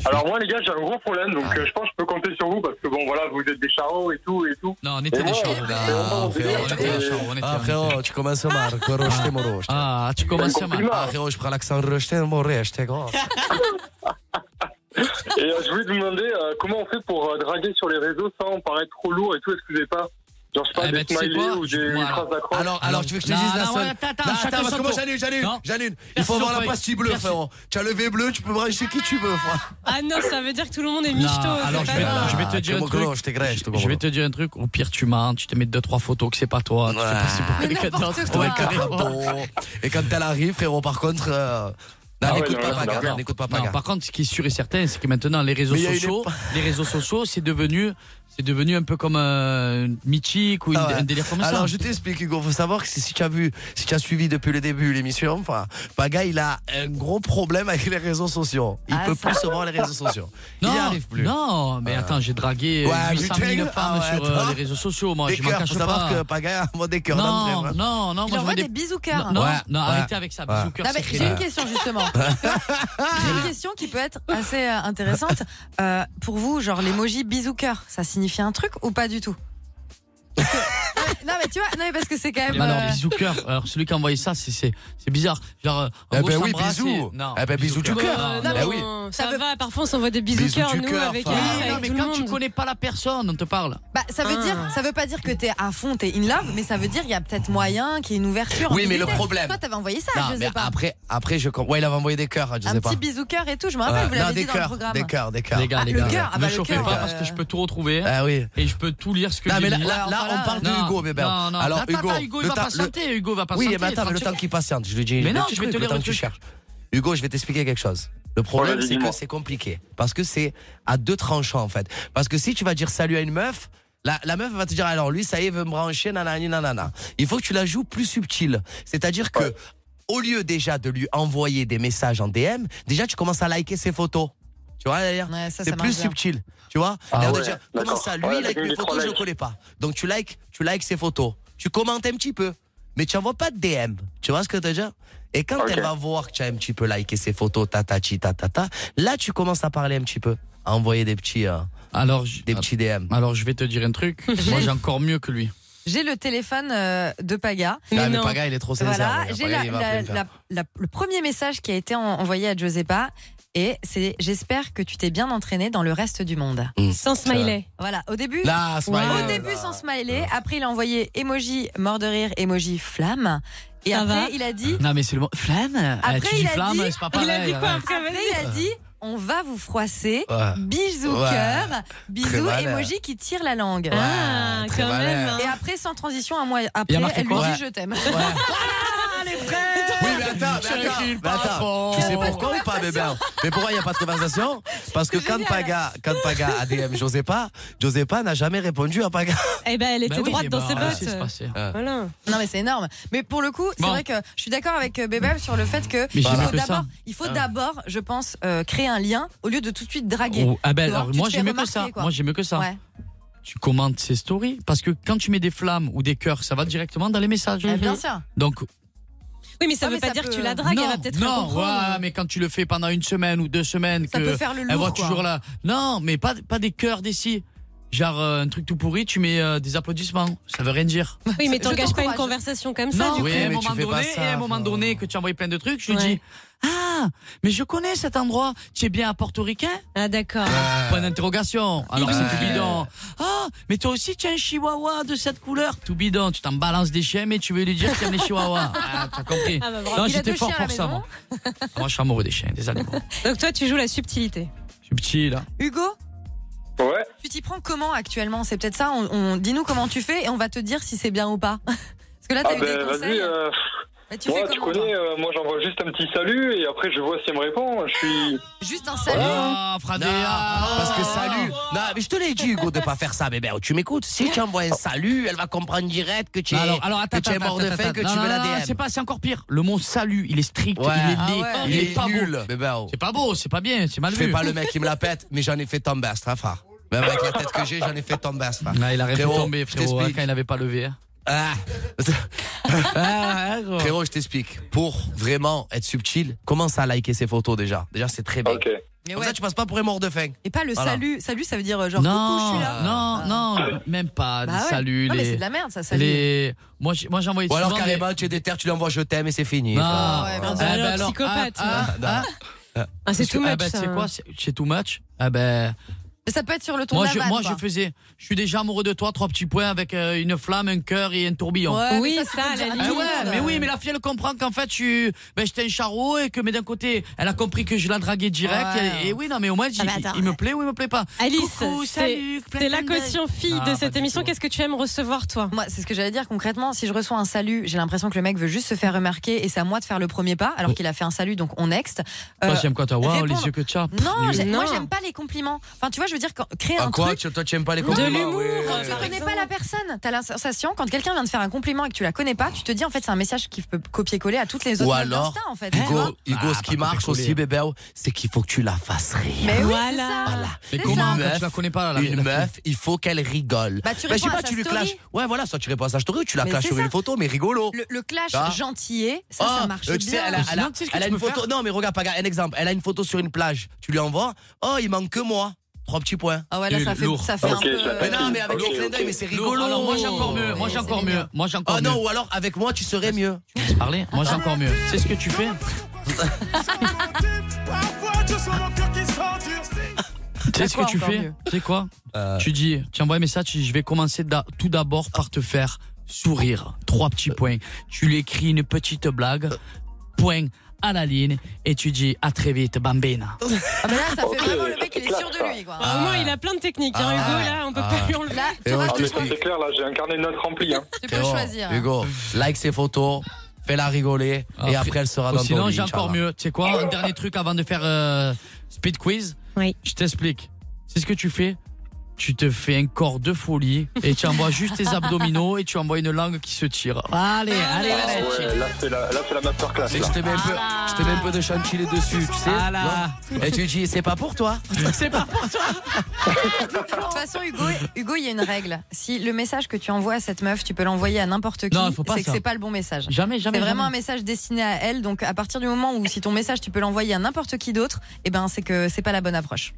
Speaker 11: Alors moi les gars j'ai un gros problème
Speaker 4: Ah.
Speaker 11: donc euh, je pense que je peux compter sur vous parce que bon voilà vous êtes des charros et tout et tout.
Speaker 4: Non on
Speaker 5: était des charros. Ah, frérot, tu commences- ah, frérot, tu commences mal. Quoi, rejeter mon rejeter.
Speaker 4: Ah, tu
Speaker 11: commences mal.
Speaker 5: Ah, frérot, je prends l'accent rejeté, mon rejeté, gros.
Speaker 11: Et euh, je voulais vous demander euh, comment on fait pour euh, draguer sur les réseaux sans paraître trop lourd et tout est-ce que vous avez pas genre je sais pas
Speaker 4: Eh
Speaker 11: des
Speaker 4: ben, tu sais
Speaker 11: smileys
Speaker 4: quoi
Speaker 11: ou
Speaker 4: Je-
Speaker 11: des
Speaker 4: moi, alors-
Speaker 11: phrases d'accroche.
Speaker 5: Alors, alors, tu veux que je te
Speaker 4: Non,
Speaker 5: dise la
Speaker 4: non,
Speaker 5: seule
Speaker 4: ouais, attends, attends,
Speaker 5: Non,
Speaker 4: chacun
Speaker 5: parce
Speaker 4: son
Speaker 5: que moi
Speaker 4: tour.
Speaker 5: j'allume, j'allume,
Speaker 4: Non.
Speaker 5: j'allume. Il
Speaker 4: Personne
Speaker 5: faut avoir
Speaker 4: son
Speaker 5: la
Speaker 4: feuille.
Speaker 5: pastille bleue,
Speaker 4: Personne.
Speaker 5: frérot. Tu as le V bleu, tu peux brancher qui tu veux, frère.
Speaker 6: Ah non, ça veut dire que tout le monde est michto. c'est
Speaker 4: alors je
Speaker 6: pas
Speaker 4: vais,
Speaker 6: grave.
Speaker 4: je vais te
Speaker 5: Ah,
Speaker 4: dire un
Speaker 5: comment
Speaker 4: truc.
Speaker 5: que je t'égrège, je te
Speaker 4: je, vais te dire un truc. Au pire, tu mens, tu te mets deux trois photos que c'est pas toi. Tu fais passer pour
Speaker 7: Mais
Speaker 4: quelqu'un
Speaker 7: n'importe
Speaker 4: d'autre.
Speaker 7: quoi.
Speaker 4: Ouais, carrément.
Speaker 5: Et quand elle arrive, frérot, par contre. euh, Non,
Speaker 4: Ah ouais,
Speaker 5: n'écoute
Speaker 4: non,
Speaker 5: pas
Speaker 4: non,
Speaker 5: Paga,
Speaker 4: non, non.
Speaker 5: n'écoute pas
Speaker 4: Non,
Speaker 5: Paga.
Speaker 4: par contre, ce qui est sûr et certain, c'est que maintenant les réseaux
Speaker 5: Mais il y a une
Speaker 4: sociaux,
Speaker 5: époque-
Speaker 4: les réseaux sociaux, c'est devenu, c'est devenu un peu comme euh, une mythique ou une-
Speaker 5: Ah ouais.
Speaker 4: un délire comme
Speaker 5: Alors, je
Speaker 4: ça.
Speaker 5: t'explique, Hugo. Faut savoir que si si tu as vu, si tu as suivi depuis le début l'émission, enfin, Paga, il a un gros problème avec les réseaux sociaux. Il
Speaker 7: Ah,
Speaker 5: peut
Speaker 7: ça.
Speaker 5: plus se voir les réseaux sociaux.
Speaker 4: Non,
Speaker 5: il y arrive plus. Euh.
Speaker 4: non, mais attends, j'ai dragué euh,
Speaker 5: Ouais,
Speaker 4: 800 000
Speaker 5: putain,
Speaker 4: femmes
Speaker 5: ah ouais,
Speaker 4: sur euh,
Speaker 5: attends.
Speaker 4: les réseaux sociaux, moi,
Speaker 5: Des
Speaker 4: je m'en
Speaker 5: cœurs,
Speaker 4: cache
Speaker 5: faut savoir que
Speaker 4: pas.
Speaker 5: Paga a des cœurs d'entrée,
Speaker 4: Non,
Speaker 5: vraiment.
Speaker 4: non, non,
Speaker 7: Il
Speaker 4: moi je
Speaker 7: envoie
Speaker 4: vois
Speaker 7: des bisous cœurs.
Speaker 4: Non,
Speaker 5: Ouais,
Speaker 4: non,
Speaker 5: ouais.
Speaker 4: arrêtez avec ça, bisous cœur,
Speaker 7: Non, mais
Speaker 4: c'est
Speaker 7: j'ai une question justement. j'ai une question qui peut être assez euh, intéressante. Euh, pour vous, genre l'emoji bisou cœur, ça signifie un truc ou pas du tout Parce que- Non mais tu vois, non mais parce que c'est quand même.
Speaker 4: Non, non,
Speaker 7: euh,
Speaker 4: bisous cœur. Eh ben Alors celui qui a envoyé ça, c'est c'est c'est bizarre. Genre, euh, en
Speaker 5: Eh
Speaker 4: gros,
Speaker 5: ben
Speaker 4: je
Speaker 5: oui,
Speaker 4: t'embrasse
Speaker 5: bisous.
Speaker 4: et- Non,
Speaker 5: Eh ben, bisous du cœur.
Speaker 4: Non,
Speaker 6: Non,
Speaker 4: non.
Speaker 5: Bah
Speaker 6: mais
Speaker 5: oui.
Speaker 6: on- ça va, parfois on s'envoie des bisous
Speaker 5: Bisous
Speaker 6: cœurs,
Speaker 5: du
Speaker 6: nous,
Speaker 5: cœur,
Speaker 6: avec
Speaker 5: enfin.
Speaker 6: Alice,
Speaker 5: Oui,
Speaker 4: Non,
Speaker 6: avec
Speaker 4: mais
Speaker 6: tout le
Speaker 4: quand tu
Speaker 6: monde.
Speaker 4: connais pas la personne, on te parle.
Speaker 7: Bah, ça veut
Speaker 6: Ah.
Speaker 7: dire, ça veut pas dire que t'es à fond, t'es in love, mais ça veut dire qu'il y a peut-être moyen qu'il y ait une ouverture.
Speaker 5: Oui,
Speaker 7: en
Speaker 5: mais le
Speaker 7: vérité.
Speaker 5: problème-
Speaker 7: Toi, t'avais envoyé ça,
Speaker 5: Non,
Speaker 7: je
Speaker 5: mais
Speaker 7: sais pas.
Speaker 5: après, après, je comprends. Ouais, il avait envoyé des cœurs, hein, je
Speaker 7: un
Speaker 5: sais
Speaker 7: petit
Speaker 5: pas.
Speaker 7: bisou cœur et tout. Je me rappelle,
Speaker 5: Ouais.
Speaker 7: vous
Speaker 5: Euh, Non,
Speaker 7: l'avez
Speaker 5: des
Speaker 7: dit dans le
Speaker 5: cœurs,
Speaker 7: programme.
Speaker 5: des cœurs, des cœurs.
Speaker 4: Les gars,
Speaker 7: Ah,
Speaker 4: les
Speaker 7: le
Speaker 4: gars,
Speaker 7: cœur, ah
Speaker 4: ne
Speaker 7: bah,
Speaker 4: me
Speaker 7: le
Speaker 4: chauffez
Speaker 7: cœur,
Speaker 4: pas
Speaker 7: euh,
Speaker 4: parce que je peux tout retrouver
Speaker 5: Ah oui.
Speaker 4: et je peux tout lire ce que
Speaker 5: Non,
Speaker 4: j'ai
Speaker 5: mais là,
Speaker 4: dit.
Speaker 5: là, là,
Speaker 7: voilà.
Speaker 5: on parle de
Speaker 4: Non,
Speaker 5: Hugo, bébé.
Speaker 4: non, non.
Speaker 5: Alors,
Speaker 4: Attends,
Speaker 5: Hugo,
Speaker 4: attends, Hugo, il
Speaker 5: le
Speaker 4: va
Speaker 5: temps-
Speaker 4: patienter,
Speaker 5: le-
Speaker 4: Hugo va
Speaker 5: Oui,
Speaker 4: patienter,
Speaker 5: mais attends, mais le
Speaker 4: tranquille.
Speaker 5: temps qu'il patiente, je lui dis.
Speaker 4: Mais
Speaker 5: le
Speaker 4: non,
Speaker 5: petit
Speaker 4: je vais
Speaker 5: truc,
Speaker 4: te
Speaker 5: le
Speaker 4: lire
Speaker 5: temps
Speaker 4: le
Speaker 5: que tu
Speaker 4: truc.
Speaker 5: cherches. Hugo, je vais t'expliquer quelque chose. Le problème,
Speaker 11: Ouais, vas-y,
Speaker 5: c'est que
Speaker 11: dis-moi.
Speaker 5: c'est compliqué. Parce que c'est à deux tranchants, en fait. Parce que si tu vas dire salut à une meuf, la, la meuf va te dire, alors lui, ça y est, veut me brancher, nanani, nanana. Il faut que tu la joues plus subtile. C'est-à-dire que, au lieu déjà de lui envoyer des messages en DM, déjà, tu commences à liker ses photos. Tu vois, d'ailleurs
Speaker 7: Ouais, ça,
Speaker 5: c'est
Speaker 7: ça
Speaker 5: plus
Speaker 7: marche bien.
Speaker 5: subtil. Tu vois
Speaker 11: Ah
Speaker 5: L'air de
Speaker 11: ouais,
Speaker 5: dire,
Speaker 11: d'accord.
Speaker 5: Comment ça Lui,
Speaker 11: Ouais,
Speaker 5: il like
Speaker 11: j'ai eu
Speaker 5: mes
Speaker 11: des
Speaker 5: photos, je le
Speaker 11: problèmes.
Speaker 5: connais pas. Donc tu likes, tu likes ses photos. Tu commentes un petit peu. Mais tu envoies pas de DM. Tu vois ce que je veux dire Et quand
Speaker 11: Ok.
Speaker 5: elle va voir que tu as un petit peu liké ses photos, ta ta chi, ta ta ta, là tu commences à parler un petit peu, à envoyer des petits, euh,
Speaker 4: Alors, je-
Speaker 5: des petits DM.
Speaker 4: alors je vais te dire un truc. Moi, j'ai encore mieux que lui.
Speaker 7: J'ai le téléphone euh, de Paga.
Speaker 5: Ah, mais
Speaker 6: non.
Speaker 5: Paga, il est trop sincère.
Speaker 7: Voilà,
Speaker 5: le gars.
Speaker 7: j'ai
Speaker 5: Paga,
Speaker 7: la-
Speaker 5: il va
Speaker 7: la-
Speaker 5: appeler le
Speaker 7: la- la- le premier message qui a été en- envoyé à Giuseppa et c'est j'espère que tu t'es bien entraîné dans le reste du monde.
Speaker 5: Mmh.
Speaker 6: Sans smiley.
Speaker 7: Voilà, au début,
Speaker 5: faire. Là, smiley.
Speaker 7: au début sans smiley, après il a envoyé emoji mort de rire, emoji flamme et
Speaker 6: Ça
Speaker 7: après
Speaker 6: va.
Speaker 7: il a
Speaker 5: Eh,
Speaker 7: dit
Speaker 4: Non, mais c'est le mot. Flamme euh,
Speaker 7: Après,
Speaker 4: Tu
Speaker 7: il
Speaker 4: dis
Speaker 7: a
Speaker 4: flamme,
Speaker 7: dit-
Speaker 4: c'est pas
Speaker 6: Il a dit
Speaker 4: pareil.
Speaker 6: quoi
Speaker 4: ouais.
Speaker 6: après
Speaker 7: après
Speaker 6: vas-y.
Speaker 7: il a dit on va vous froisser.
Speaker 5: Ouais.
Speaker 7: Bisous
Speaker 5: Ouais.
Speaker 7: cœur, bisous
Speaker 5: malin.
Speaker 7: emoji qui tire la langue.
Speaker 6: Ah,
Speaker 5: très
Speaker 6: quand
Speaker 5: malin.
Speaker 6: même. hein.
Speaker 7: Et après sans transition un mois
Speaker 4: Il y
Speaker 7: après
Speaker 4: a marqué
Speaker 7: elle lui
Speaker 4: quoi
Speaker 7: dit je t'aime.
Speaker 5: Ouais.
Speaker 7: les frères.
Speaker 5: Oui, mais attends, mais attends,
Speaker 4: Chacune
Speaker 5: mais
Speaker 4: par
Speaker 5: attends.
Speaker 4: rapport.
Speaker 5: Tu sais pourquoi ou pas, bébé Mais pourquoi il n'y a pas de conversation Parce que quand Paga, quand Paga a DM Josépa, Josépa n'a jamais répondu à Paga.
Speaker 6: Eh ben, elle
Speaker 4: Bah
Speaker 6: était
Speaker 4: oui,
Speaker 6: droite
Speaker 4: mais
Speaker 6: dans
Speaker 4: bah,
Speaker 6: ses
Speaker 4: voilà, c'est ce qui s'est
Speaker 6: bottes.
Speaker 4: passé.
Speaker 5: Ah.
Speaker 6: Voilà.
Speaker 7: Non mais c'est énorme. Mais pour le coup, c'est
Speaker 4: Bon.
Speaker 7: vrai que je suis d'accord avec euh, Bébé sur le fait que
Speaker 4: Mais
Speaker 7: il
Speaker 4: j'ai
Speaker 7: faut
Speaker 4: vu que ça.
Speaker 7: d'abord, il faut
Speaker 4: Ah.
Speaker 7: d'abord, je pense, euh, créer un lien au lieu de tout de suite draguer.
Speaker 4: Oh, ah ben,
Speaker 7: Tu vois,
Speaker 4: alors,
Speaker 7: tu
Speaker 4: moi,
Speaker 7: te
Speaker 4: j'ai
Speaker 7: fais
Speaker 4: mieux que ça.
Speaker 7: remarquer, quoi.
Speaker 4: Moi, j'ai mieux que ça.
Speaker 7: Ouais.
Speaker 4: Tu commentes ses stories parce que quand tu mets des flammes ou des cœurs, ça va directement dans les messages.
Speaker 7: Eh, bien sûr.
Speaker 4: Donc,
Speaker 6: Oui, mais ça
Speaker 7: Ouais,
Speaker 6: veut
Speaker 7: mais
Speaker 6: pas
Speaker 7: ça
Speaker 6: dire que tu
Speaker 7: peut-
Speaker 6: la dragues,
Speaker 4: non,
Speaker 6: elle va peut-être rien
Speaker 4: non,
Speaker 6: comprendre.
Speaker 4: ouais, mais quand tu le fais pendant une semaine ou deux semaines,
Speaker 7: Ça
Speaker 4: que
Speaker 7: peut faire le
Speaker 4: elle
Speaker 7: lourd,
Speaker 4: voit
Speaker 7: quoi.
Speaker 4: toujours là. Non, mais pas, pas des cœurs d'ici. Genre euh, un truc tout pourri, tu mets euh, des applaudissements. Ça veut rien dire.
Speaker 6: Oui, mais
Speaker 7: Je
Speaker 6: t'engages pas une
Speaker 7: t'encourage.
Speaker 6: conversation comme ça,
Speaker 4: Non,
Speaker 6: du coup.
Speaker 4: oui, à un
Speaker 5: mais tu
Speaker 4: moment
Speaker 5: fais pas
Speaker 4: donné,
Speaker 5: ça,
Speaker 4: et à un moment
Speaker 5: faut-
Speaker 4: donné que tu as envoyé plein de trucs, je lui
Speaker 6: Ouais.
Speaker 4: dis Ah, mais je connais cet endroit. Tu es bien à portoricain
Speaker 6: Ah, d'accord.
Speaker 4: Point d'interrogation. Alors
Speaker 5: Ouais.
Speaker 4: c'est tout bidon. Ah, mais toi aussi tu as un chihuahua de cette couleur. Tout bidon, tu t'en balances des chiens mais tu veux lui dire que tu aimes les chihuahuas. Ah, t'as compris.
Speaker 6: Ah, bah, bravo.
Speaker 4: non,
Speaker 7: Il a
Speaker 4: j'étais
Speaker 7: deux
Speaker 4: fort
Speaker 7: chiens à
Speaker 4: pour
Speaker 7: la
Speaker 4: ça,
Speaker 7: maison.
Speaker 4: moi. moi, je suis amoureux des chiens, des animaux.
Speaker 6: Donc, toi, tu joues la subtilité.
Speaker 4: Je suis petit, là.
Speaker 7: Hugo,
Speaker 11: Ouais.
Speaker 7: tu t'y prends comment actuellement C'est peut-être ça. On, on- dis-nous comment tu fais et on va te dire si c'est bien ou pas. Parce que là, t'as
Speaker 11: Ah
Speaker 7: eu des
Speaker 11: ben
Speaker 7: conseils. hein.
Speaker 11: vas-y. euh,
Speaker 7: Mais tu
Speaker 11: Moi
Speaker 7: fais
Speaker 11: tu
Speaker 7: comment toi
Speaker 11: connais euh, moi j'envoie juste un petit salut et après je vois si elle me répond. Je suis
Speaker 7: Juste un salut. hein.
Speaker 4: Ah, Fradé,
Speaker 5: Non,
Speaker 4: ah.
Speaker 5: parce
Speaker 7: Oh.
Speaker 5: que salut. Non, mais je te l'ai dit, Hugo, de pas faire ça, bébé. Tu m'écoutes Si tu envoies un salut, elle va comprendre direct que tu es,
Speaker 4: Alors, alors attends,
Speaker 5: que tu es
Speaker 4: attends,
Speaker 5: mort de
Speaker 4: attends,
Speaker 5: faim, que
Speaker 4: attends.
Speaker 5: tu
Speaker 4: Non,
Speaker 5: veux la
Speaker 4: non, non,
Speaker 5: DM.
Speaker 4: C'est pas, c'est encore pire. Le mot salut, il est strict,
Speaker 5: Ouais.
Speaker 4: il est
Speaker 7: Ah
Speaker 4: laid,
Speaker 7: ouais.
Speaker 4: il, est pas beau.
Speaker 5: nul, bébé. oh.
Speaker 4: C'est pas beau, c'est pas bien, c'est mal
Speaker 5: Je
Speaker 4: vu.
Speaker 5: fais pas le mec qui me la pète, mais j'en ai fait tomber, Strafa. Même avec la tête que j'ai, j'en ai fait tomber, Strafa.
Speaker 4: Ah, il a rêvé
Speaker 5: Frérot,
Speaker 4: tomber,
Speaker 5: je
Speaker 4: frérot, hein,
Speaker 5: t'explique.
Speaker 4: quand il avait pas levé. hein.
Speaker 5: Ah. Ah, gros. Frérot, je t'explique. Pour vraiment être subtil, commence à liker ses photos déjà. Déjà, c'est très bien.
Speaker 7: Mais
Speaker 5: Comme
Speaker 7: ouais.
Speaker 5: ça, tu passes pas pour un mort de faim.
Speaker 7: Et pas le
Speaker 5: Voilà.
Speaker 7: salut. Salut, ça veut dire euh, genre
Speaker 4: non,
Speaker 7: coucou, je suis là.
Speaker 4: non,
Speaker 5: Ah,
Speaker 4: non, même pas.
Speaker 7: Bah
Speaker 4: des
Speaker 7: ouais.
Speaker 4: saluts,
Speaker 7: Non, mais
Speaker 4: les-
Speaker 7: c'est de la merde, ça, salut.
Speaker 4: les- Moi, j'ai moi, j'ai envoyé
Speaker 5: Ou alors,
Speaker 4: souvent des-
Speaker 5: carrément, tu es déter, tu lui envoies je t'aime et c'est fini.
Speaker 4: Non.
Speaker 5: Enfin,
Speaker 4: Ah,
Speaker 5: voilà.
Speaker 4: ben alors,
Speaker 7: psychopathe,
Speaker 4: ah,
Speaker 7: ouais.
Speaker 4: ah,
Speaker 7: Ah,
Speaker 4: ah.
Speaker 7: c'est
Speaker 4: Parce que-
Speaker 7: too
Speaker 5: eh
Speaker 7: much,
Speaker 4: Ah, ben,
Speaker 7: ça.
Speaker 4: c'est quoi c'est- C'est too much Ah, ben.
Speaker 7: Mais ça peut être sur le ton
Speaker 4: Moi,
Speaker 7: de la
Speaker 4: je,
Speaker 7: vanne,
Speaker 4: moi
Speaker 7: quoi.
Speaker 4: je faisais. Je suis déjà amoureux de toi, trois petits points avec euh, une flamme, un cœur et un tourbillon.
Speaker 7: Ouais, mais
Speaker 6: Oui,
Speaker 7: tu
Speaker 6: ça,
Speaker 7: peux
Speaker 6: à
Speaker 7: le dire
Speaker 6: la
Speaker 4: Ah
Speaker 7: tout le
Speaker 4: ouais,
Speaker 7: monde.
Speaker 4: mais oui, mais la fille elle comprend qu'en fait je, ben, j'étais un charreau et que mais d'un côté elle a compris que je la draguais direct
Speaker 6: Ouais.
Speaker 4: et, et oui non mais au moins j'ai-
Speaker 6: Ah, mais attends.
Speaker 4: il me plaît ou il me plaît pas.
Speaker 6: Alice,
Speaker 4: Coucou,
Speaker 6: c'est
Speaker 4: salut, plein
Speaker 6: c'est la
Speaker 4: plein de-
Speaker 6: caution fille
Speaker 4: Ah,
Speaker 6: de
Speaker 4: pas
Speaker 6: cette
Speaker 4: du
Speaker 6: émission.
Speaker 4: tout.
Speaker 6: Qu'est-ce que tu aimes recevoir, toi
Speaker 7: Moi, c'est ce que j'allais dire concrètement. Si je reçois un salut, j'ai l'impression que le mec veut juste se faire remarquer et c'est à moi de faire le premier pas, alors qu'il a fait un salut, donc on next. Euh,
Speaker 4: Toi j'aime quoi toi Waouh les
Speaker 7: répondre-
Speaker 4: yeux que tu as.
Speaker 7: Non, j'ai- moi
Speaker 6: Non.
Speaker 7: j'aime pas les compliments. Enfin, tu vois, je veux dire, quand- créer
Speaker 5: Ah,
Speaker 7: un
Speaker 5: quoi
Speaker 7: truc.
Speaker 5: tu, Toi, tu aimes pas les
Speaker 7: Non,
Speaker 5: compliments
Speaker 7: de l'humour,
Speaker 5: oui.
Speaker 7: Tu connais pas la personne. T'as la sensation quand quelqu'un vient de faire un compliment et que tu la connais pas, tu te dis en fait c'est un message qui peut copier-coller à toutes les autres
Speaker 5: Ou
Speaker 7: notes
Speaker 5: alors,
Speaker 7: d'Insta, en fait. Hein tu vois.
Speaker 5: Hugo, Hugo,
Speaker 4: Ah,
Speaker 5: ce
Speaker 4: pas
Speaker 5: qui marche
Speaker 4: copier-coller.
Speaker 5: aussi, bébé, c'est qu'il faut que tu la fasses rire.
Speaker 7: Mais oui, c'est
Speaker 6: Voilà.
Speaker 7: ça.
Speaker 4: Mais
Speaker 7: C'est
Speaker 4: comment
Speaker 7: ça.
Speaker 4: quand tu la connais pas la- la
Speaker 5: Une
Speaker 4: fille
Speaker 5: meuf, il faut qu'elle rigole.
Speaker 7: Bah, tu
Speaker 5: je sais
Speaker 7: réponds à
Speaker 5: pas,
Speaker 7: sa
Speaker 5: tu lui
Speaker 7: story.
Speaker 5: clashes. Ouais, voilà, soit tu réponds à sa story, tu la
Speaker 7: Mais
Speaker 5: clashes
Speaker 7: c'est
Speaker 5: sur
Speaker 7: ça.
Speaker 5: une photo, mais rigolo.
Speaker 7: Le, le clash
Speaker 5: Ah.
Speaker 7: gentillet, ça, ça
Speaker 5: Ah,
Speaker 7: marche
Speaker 5: euh, tu sais,
Speaker 7: bien.
Speaker 5: elle a, elle a-
Speaker 4: Sinon, tu sais ce que
Speaker 5: elle a
Speaker 4: tu
Speaker 5: une
Speaker 4: peux
Speaker 5: photo.
Speaker 4: faire
Speaker 5: Non, mais regarde, pas un exemple. Elle a une photo sur une plage. Tu lui envoies. Oh, il manque que moi. Trois petits points.
Speaker 7: Ah ouais, là, ça fait,
Speaker 4: Lourd.
Speaker 7: ça fait
Speaker 5: Ok,
Speaker 7: un peu.
Speaker 5: Mais non, mais avec les clins d'œil, mais c'est rigolo.
Speaker 4: Alors moi j'ai encore mieux, moi j'ai
Speaker 7: c'est
Speaker 4: encore
Speaker 7: mignon.
Speaker 4: mieux, moi j'ai encore
Speaker 5: Oh
Speaker 4: mieux.
Speaker 5: non, ou alors avec moi, tu serais mieux.
Speaker 4: Tu me laisses parler Moi j'ai encore mieux. C'est ce que tu fais Tu sais ce
Speaker 7: Quoi
Speaker 4: que tu
Speaker 7: encore
Speaker 4: fais
Speaker 7: mieux
Speaker 4: Tu sais quoi Tu dis, tu envoies un message, tu dis, je vais commencer d'a- tout d'abord par te faire sourire. Trois petits points. Tu lui écris une petite blague, point à la ligne, et tu dis à très vite, bambina.
Speaker 7: Ah, mais là, ça fait
Speaker 19: Ok,
Speaker 7: vraiment le mec,
Speaker 19: ça
Speaker 7: il est sûr de lui, quoi.
Speaker 6: Ah, Au moins, il a plein de techniques. hein,
Speaker 5: Ah.
Speaker 6: Hugo, là, on peut
Speaker 5: Ah.
Speaker 6: pas lui enlever.
Speaker 7: Là, tu
Speaker 5: Et on
Speaker 7: vois,
Speaker 19: Ah,
Speaker 5: te
Speaker 19: mais
Speaker 7: tu
Speaker 19: ça,
Speaker 5: l'explique.
Speaker 19: c'est clair, là, j'ai un carnet de notes rempli. Hein.
Speaker 7: tu peux
Speaker 5: Frérot,
Speaker 7: choisir.
Speaker 5: Hugo, like ses photos, fais-la rigoler, et
Speaker 4: Après-
Speaker 5: après elle sera
Speaker 4: Ou
Speaker 5: dans ton
Speaker 4: Ah, oh, sinon,
Speaker 5: lit,
Speaker 4: j'ai encore
Speaker 5: Inch'Allah.
Speaker 4: mieux. Tu sais quoi Un dernier truc avant de faire euh, speed quiz.
Speaker 6: Oui.
Speaker 4: Je t'explique. C'est ce que tu fais. Tu te fais un corps de folie et tu envoies juste tes abdominaux et tu envoies une langue qui se tire. Allez, allez,
Speaker 19: Ah
Speaker 4: allez.
Speaker 19: ouais, là, c'est la, là, c'est la masterclass.
Speaker 5: Et
Speaker 19: Là.
Speaker 5: je te mets un peu, je te mets un peu de chantilly dessus, tu sais.
Speaker 4: Ah là.
Speaker 5: Non Et tu lui dis, c'est pas pour toi.
Speaker 4: C'est pas
Speaker 7: De toute façon, Hugo, Hugo, il y a une règle. Si le message que tu envoies à cette meuf, tu peux l'envoyer à n'importe qui,
Speaker 4: Non, faut pas
Speaker 7: c'est que
Speaker 4: ça.
Speaker 7: c'est pas le bon message.
Speaker 4: Jamais, jamais.
Speaker 7: C'est vraiment un
Speaker 4: jamais.
Speaker 7: message destiné à elle, donc à partir du moment où si ton message tu peux l'envoyer à n'importe qui d'autre, eh ben c'est que c'est pas la bonne approche.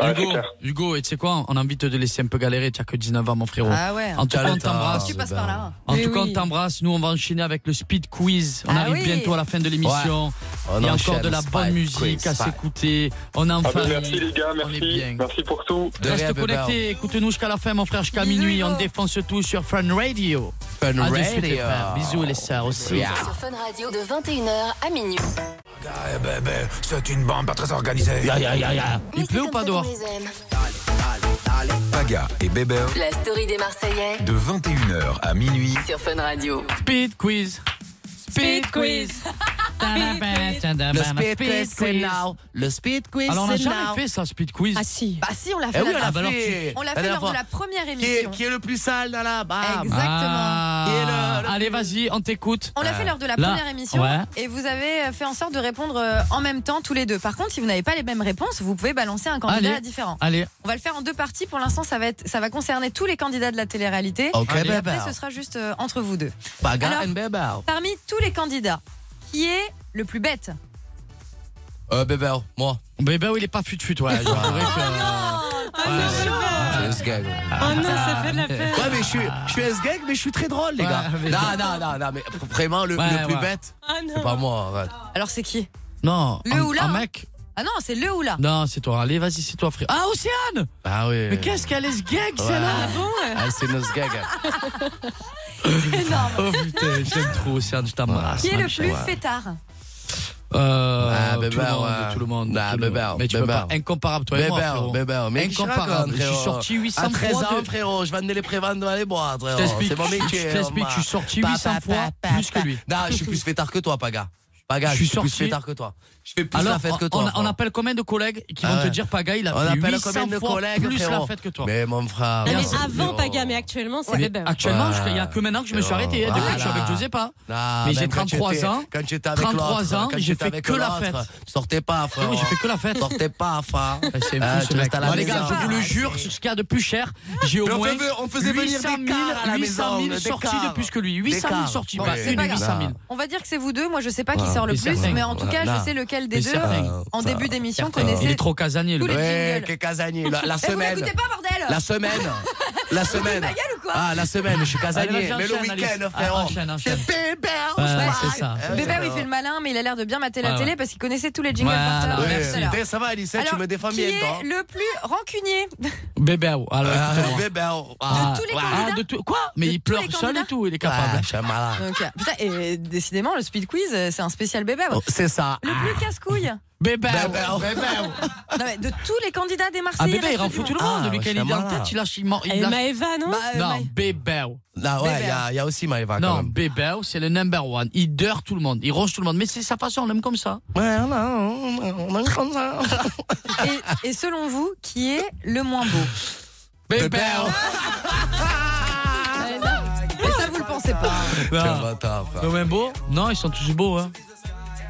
Speaker 19: Ouais, c'est
Speaker 4: Hugo,
Speaker 19: clair.
Speaker 4: Hugo, et tu sais quoi On a envie de te laisser un peu galérer, tu as que 19 ans, mon frérot.
Speaker 7: Ah ouais.
Speaker 4: En tout cas, on
Speaker 7: Si
Speaker 4: t'embrasse. Bah
Speaker 7: tu passes par là. hein.
Speaker 4: En
Speaker 6: Mais
Speaker 4: tout cas, on
Speaker 6: oui.
Speaker 4: t'embrasse. Nous, on va enchaîner avec le speed quiz. On
Speaker 7: Ah
Speaker 4: arrive
Speaker 7: oui.
Speaker 4: bientôt à la fin de l'émission.
Speaker 5: On
Speaker 4: Il y a
Speaker 5: enchaîne,
Speaker 4: encore de la
Speaker 5: Spike
Speaker 4: bonne musique
Speaker 5: Quiz,
Speaker 4: à
Speaker 5: Spike.
Speaker 4: s'écouter. On est en
Speaker 19: Ah, ben,
Speaker 4: famille.
Speaker 19: merci, les gars,
Speaker 4: On est
Speaker 19: merci.
Speaker 4: bien.
Speaker 19: Merci pour tout.
Speaker 5: De rien,
Speaker 4: Reste
Speaker 5: bébé.
Speaker 4: connecté, écoute-nous jusqu'à la fin, mon frère, jusqu'à
Speaker 7: Bisous,
Speaker 4: minuit. On
Speaker 7: Hugo.
Speaker 4: défonce tout sur Fun Radio.
Speaker 5: Fun
Speaker 4: À de suite, les
Speaker 5: radio.
Speaker 4: frères. Bisous, les sœurs aussi.
Speaker 3: Sur Fun Radio de 21h à minuit.
Speaker 1: Eh ben, ben, c'est une bande pas très organisée.
Speaker 5: Ya, ya, ya, ya.
Speaker 4: Il pleut ou pas dehors
Speaker 1: Paga et Bébert,
Speaker 3: La story des Marseillais
Speaker 1: de 21h à minuit.
Speaker 3: sur Fun Radio.
Speaker 4: Speed quiz. Speed quiz.
Speaker 5: Le speed quiz, c'est
Speaker 4: quiz.
Speaker 5: now. Le speed quiz,
Speaker 4: Alors, on n'a
Speaker 5: c'est now.
Speaker 4: jamais fait ça, speed quiz.
Speaker 6: Ah si.
Speaker 7: Bah si, on l'a fait.
Speaker 5: Eh oui,
Speaker 7: la-
Speaker 5: on
Speaker 4: Ah,
Speaker 5: l'a
Speaker 4: bah, alors,
Speaker 5: fait.
Speaker 7: on l'a fait lors
Speaker 5: dernière
Speaker 7: de
Speaker 5: fois.
Speaker 7: la première
Speaker 5: Qui
Speaker 7: émission.
Speaker 5: est, qui est le plus sale dans la barbe
Speaker 7: Exactement.
Speaker 4: Ah.
Speaker 5: Qui est le- le-
Speaker 4: Allez, vas-y, on t'écoute.
Speaker 7: On l'a fait lors de la
Speaker 4: Là,
Speaker 7: première émission
Speaker 4: Ah. ouais.
Speaker 7: et vous avez fait en sorte de répondre euh, en même temps tous les deux. Par contre, si vous n'avez pas les mêmes réponses, vous pouvez balancer un candidat
Speaker 4: Allez.
Speaker 7: différent.
Speaker 4: Allez,
Speaker 7: On va le faire en deux parties. Pour l'instant, ça va être, ça va concerner tous les candidats de la télé-réalité.
Speaker 5: Ok,
Speaker 4: Allez.
Speaker 7: Et après,
Speaker 5: Bébert.
Speaker 7: ce sera juste euh, entre vous deux.
Speaker 5: Baga
Speaker 7: Alors-
Speaker 5: bah, and Bébert.
Speaker 7: Parmi tous les candidats, qui est le plus bête
Speaker 5: Euh, Bébert, moi.
Speaker 4: bébé, il est pas fut-fut, ouais. j'aurais adoré que- euh,
Speaker 6: Ah, c'est chaud.
Speaker 5: C'est ce gag, ouais.
Speaker 6: Oh non, ça fait de la peine.
Speaker 5: Ouais, mais je suis, je suis S-gag, mais je suis très drôle, les
Speaker 4: Ouais,
Speaker 5: gars.
Speaker 4: mais-
Speaker 5: Non, non, non, non, mais vraiment, le,
Speaker 4: Ouais,
Speaker 5: le plus
Speaker 4: ouais.
Speaker 5: bête,
Speaker 6: Ah non.
Speaker 5: c'est pas moi. ouais.
Speaker 7: Alors c'est qui
Speaker 4: Non,
Speaker 7: Le
Speaker 4: un,
Speaker 7: ou la,
Speaker 4: un
Speaker 7: hein.
Speaker 4: mec
Speaker 7: Ah non, c'est le ou là.
Speaker 4: Non, Euh. c'est toi. Allez, vas-y, c'est toi, frère. Ah, Océane
Speaker 5: Ah oui.
Speaker 4: Mais qu'est-ce qu'elle est ce gag, celle-là
Speaker 5: Ah, c'est nos gags.
Speaker 7: Énorme.
Speaker 4: Oh putain, j'aime trop Océane, je t'embrasse.
Speaker 7: Qui est
Speaker 4: ma
Speaker 7: le
Speaker 4: chérie.
Speaker 7: plus fêtard
Speaker 4: Euh,
Speaker 5: Ah,
Speaker 4: tout, le
Speaker 5: Bébert,
Speaker 4: monde,
Speaker 5: ouais.
Speaker 4: tout le monde,
Speaker 5: Ah,
Speaker 4: tout le monde.
Speaker 5: Bébert,
Speaker 4: Mais tu peux
Speaker 5: Bébert.
Speaker 4: pas. Incomparable, Ah, toi et moi.
Speaker 5: Bébert,
Speaker 4: frérot.
Speaker 5: Bébert, mais qu'est-ce que tu racontes,
Speaker 4: Incomparable. Je suis
Speaker 5: frérot
Speaker 4: sorti 800
Speaker 5: À 13
Speaker 4: fois.
Speaker 5: ans,
Speaker 4: de-
Speaker 5: frérot, je vendais les préventes dans les boîtes, frérot.
Speaker 4: Je t'explique.
Speaker 5: C'est mon métier.
Speaker 4: Je t'explique,
Speaker 5: moi.
Speaker 4: je suis sorti
Speaker 5: Pa, pa,
Speaker 4: 800 fois
Speaker 5: pa, pa,
Speaker 4: plus que
Speaker 5: pa.
Speaker 4: lui.
Speaker 5: Non, je suis plus fêtard que toi, Paga. Paga,
Speaker 4: je suis
Speaker 5: je suis plus
Speaker 4: sorti.
Speaker 5: fêtard que toi. Je fais plus
Speaker 4: Alors,
Speaker 5: la fête que
Speaker 4: on-
Speaker 5: toi,
Speaker 4: on- On,
Speaker 5: frère.
Speaker 4: appelle combien de collègues qui
Speaker 5: Ah
Speaker 4: vont
Speaker 5: ouais.
Speaker 4: te dire Paga, il a
Speaker 5: On
Speaker 4: fait
Speaker 5: appelle
Speaker 4: 800
Speaker 5: combien de
Speaker 4: fois
Speaker 5: collègues,
Speaker 4: plus la
Speaker 5: frérot
Speaker 4: fête que toi.
Speaker 5: Mais mon frère.
Speaker 6: Non, mais
Speaker 5: c'est-
Speaker 6: avant Paga, mais actuellement, c'est
Speaker 4: Ah,
Speaker 7: Eh
Speaker 4: Mais
Speaker 7: ben
Speaker 6: Weber.
Speaker 4: Actuellement,
Speaker 5: Ouais.
Speaker 4: je- il y a que maintenant que je me suis
Speaker 5: Frérot,
Speaker 4: arrêté. hein, Depuis que je suis
Speaker 5: voilà.
Speaker 4: avec Josépa.
Speaker 5: Ah,
Speaker 4: mais
Speaker 5: même
Speaker 4: j'ai
Speaker 5: quand
Speaker 4: 33
Speaker 5: j'étais-
Speaker 4: ans.
Speaker 5: Quand j'étais avec
Speaker 4: 33
Speaker 5: l'autre,
Speaker 4: ans,
Speaker 5: quand
Speaker 4: j'ai
Speaker 5: j'étais
Speaker 4: fait
Speaker 5: avec
Speaker 4: que la
Speaker 5: l'autre,
Speaker 4: fête. Ah
Speaker 5: Sortez pas, frère.
Speaker 4: Oui, j'ai fait que la fête.
Speaker 5: Sortez pas, frère.
Speaker 4: C'est
Speaker 5: Ah,
Speaker 4: fou, ce
Speaker 5: tu restes
Speaker 4: mec.
Speaker 5: à la
Speaker 4: Bon, les gars,
Speaker 5: maison.
Speaker 4: je vous le jure, sur ce qu'il y a de plus cher, j'ai au
Speaker 5: On
Speaker 4: moins
Speaker 5: faisait- on faisait venir des
Speaker 4: 800 000,
Speaker 5: cars à la
Speaker 4: 800 000
Speaker 5: maison, des
Speaker 4: sorties
Speaker 5: cars.
Speaker 4: de plus que lui.
Speaker 5: Des
Speaker 4: 800 000
Speaker 5: cars.
Speaker 4: sorties,
Speaker 5: Bon,
Speaker 4: pas
Speaker 5: c'est
Speaker 4: une
Speaker 5: pas
Speaker 4: 800 000.
Speaker 5: grave.
Speaker 7: On va dire que c'est vous deux. Moi, je sais pas qui
Speaker 4: Voilà.
Speaker 7: sort le
Speaker 4: Et
Speaker 7: plus,
Speaker 4: certain.
Speaker 7: mais en tout cas,
Speaker 4: Voilà.
Speaker 7: je sais lequel des
Speaker 4: Et
Speaker 7: deux, euh,
Speaker 4: certain.
Speaker 7: en début d'émission, connaissait.
Speaker 4: Il est trop casanier, le
Speaker 7: tous les
Speaker 4: mec.
Speaker 5: Eh,
Speaker 7: jingles.
Speaker 5: que casanier. La, la
Speaker 7: Eh, vous
Speaker 5: semaine.
Speaker 7: l'écoutez pas, bordel
Speaker 5: La semaine. La semaine.
Speaker 7: ma gueule ou quoi
Speaker 5: ah, la semaine, je suis
Speaker 4: Allez,
Speaker 5: casanier.
Speaker 4: vas-y,
Speaker 5: Mais le
Speaker 4: enchaîne,
Speaker 5: week-end,
Speaker 4: Alice.
Speaker 5: frérot.
Speaker 4: Enchaîne,
Speaker 5: C'est
Speaker 4: enchaîne.
Speaker 5: pépère.
Speaker 4: Ouais,
Speaker 5: je
Speaker 4: c'est ça.
Speaker 5: parle. Eh,
Speaker 7: Bébé, oui, il
Speaker 5: frérot.
Speaker 7: fait le malin, mais il a l'air de bien mater la
Speaker 5: Ouais,
Speaker 7: télé
Speaker 5: ouais.
Speaker 7: parce qu'il connaissait tous les jingles
Speaker 4: Voilà,
Speaker 7: par cœur.
Speaker 5: Ouais,
Speaker 7: Tout à l'heure.
Speaker 5: t'es- ça va, Alice, tu
Speaker 7: Alors,
Speaker 5: me défends
Speaker 7: qui
Speaker 5: bien,
Speaker 7: est
Speaker 5: toi.
Speaker 7: le plus rancunier de
Speaker 4: Bébé, alors
Speaker 5: Ah,
Speaker 4: écoute-moi.
Speaker 5: bébé, oh.
Speaker 4: Ah,
Speaker 7: tous les
Speaker 4: ouais.
Speaker 7: candidats
Speaker 4: Ah, de tout- Quoi Mais il pleure
Speaker 7: les
Speaker 4: seul
Speaker 7: candidats
Speaker 4: et tout, il est capable.
Speaker 5: Ouais, je suis un malin.
Speaker 7: Donc, euh, putain, et décidément, le speed quiz, euh, c'est un spécial bébé.
Speaker 5: Oh, C'est ça.
Speaker 7: Le plus casse-couille
Speaker 4: Bébé,
Speaker 5: Bébé, oh.
Speaker 7: Non, mais de tous les candidats des
Speaker 4: ah
Speaker 7: Marseillais.
Speaker 4: bébé, il renfle tout le monde.
Speaker 5: Ah,
Speaker 4: Lui, quand il
Speaker 5: je
Speaker 4: est en
Speaker 5: suis
Speaker 4: tête, il lâche. il ment- il
Speaker 6: Et
Speaker 4: lâche-
Speaker 6: Maëva, non
Speaker 7: Bah, euh,
Speaker 4: Non,
Speaker 7: Maë-
Speaker 4: bébé.
Speaker 5: Non, Ah ouais, il y, a- il y a aussi Maëva quand
Speaker 4: Non,
Speaker 5: même.
Speaker 4: bébé, c'est le number one. Il dort tout le monde, il ronge tout le monde. Mais c'est sa façon, on l'aime comme ça.
Speaker 5: Ouais, non, on a comme ça.
Speaker 7: et, et selon vous, qui est le moins beau
Speaker 4: Bébé.
Speaker 7: Ouais, non. Mais ça, vous le pensez pas.
Speaker 5: Quel bâtard, frère.
Speaker 4: Ah. Le moins beau Non, ils sont tous beaux. Hein.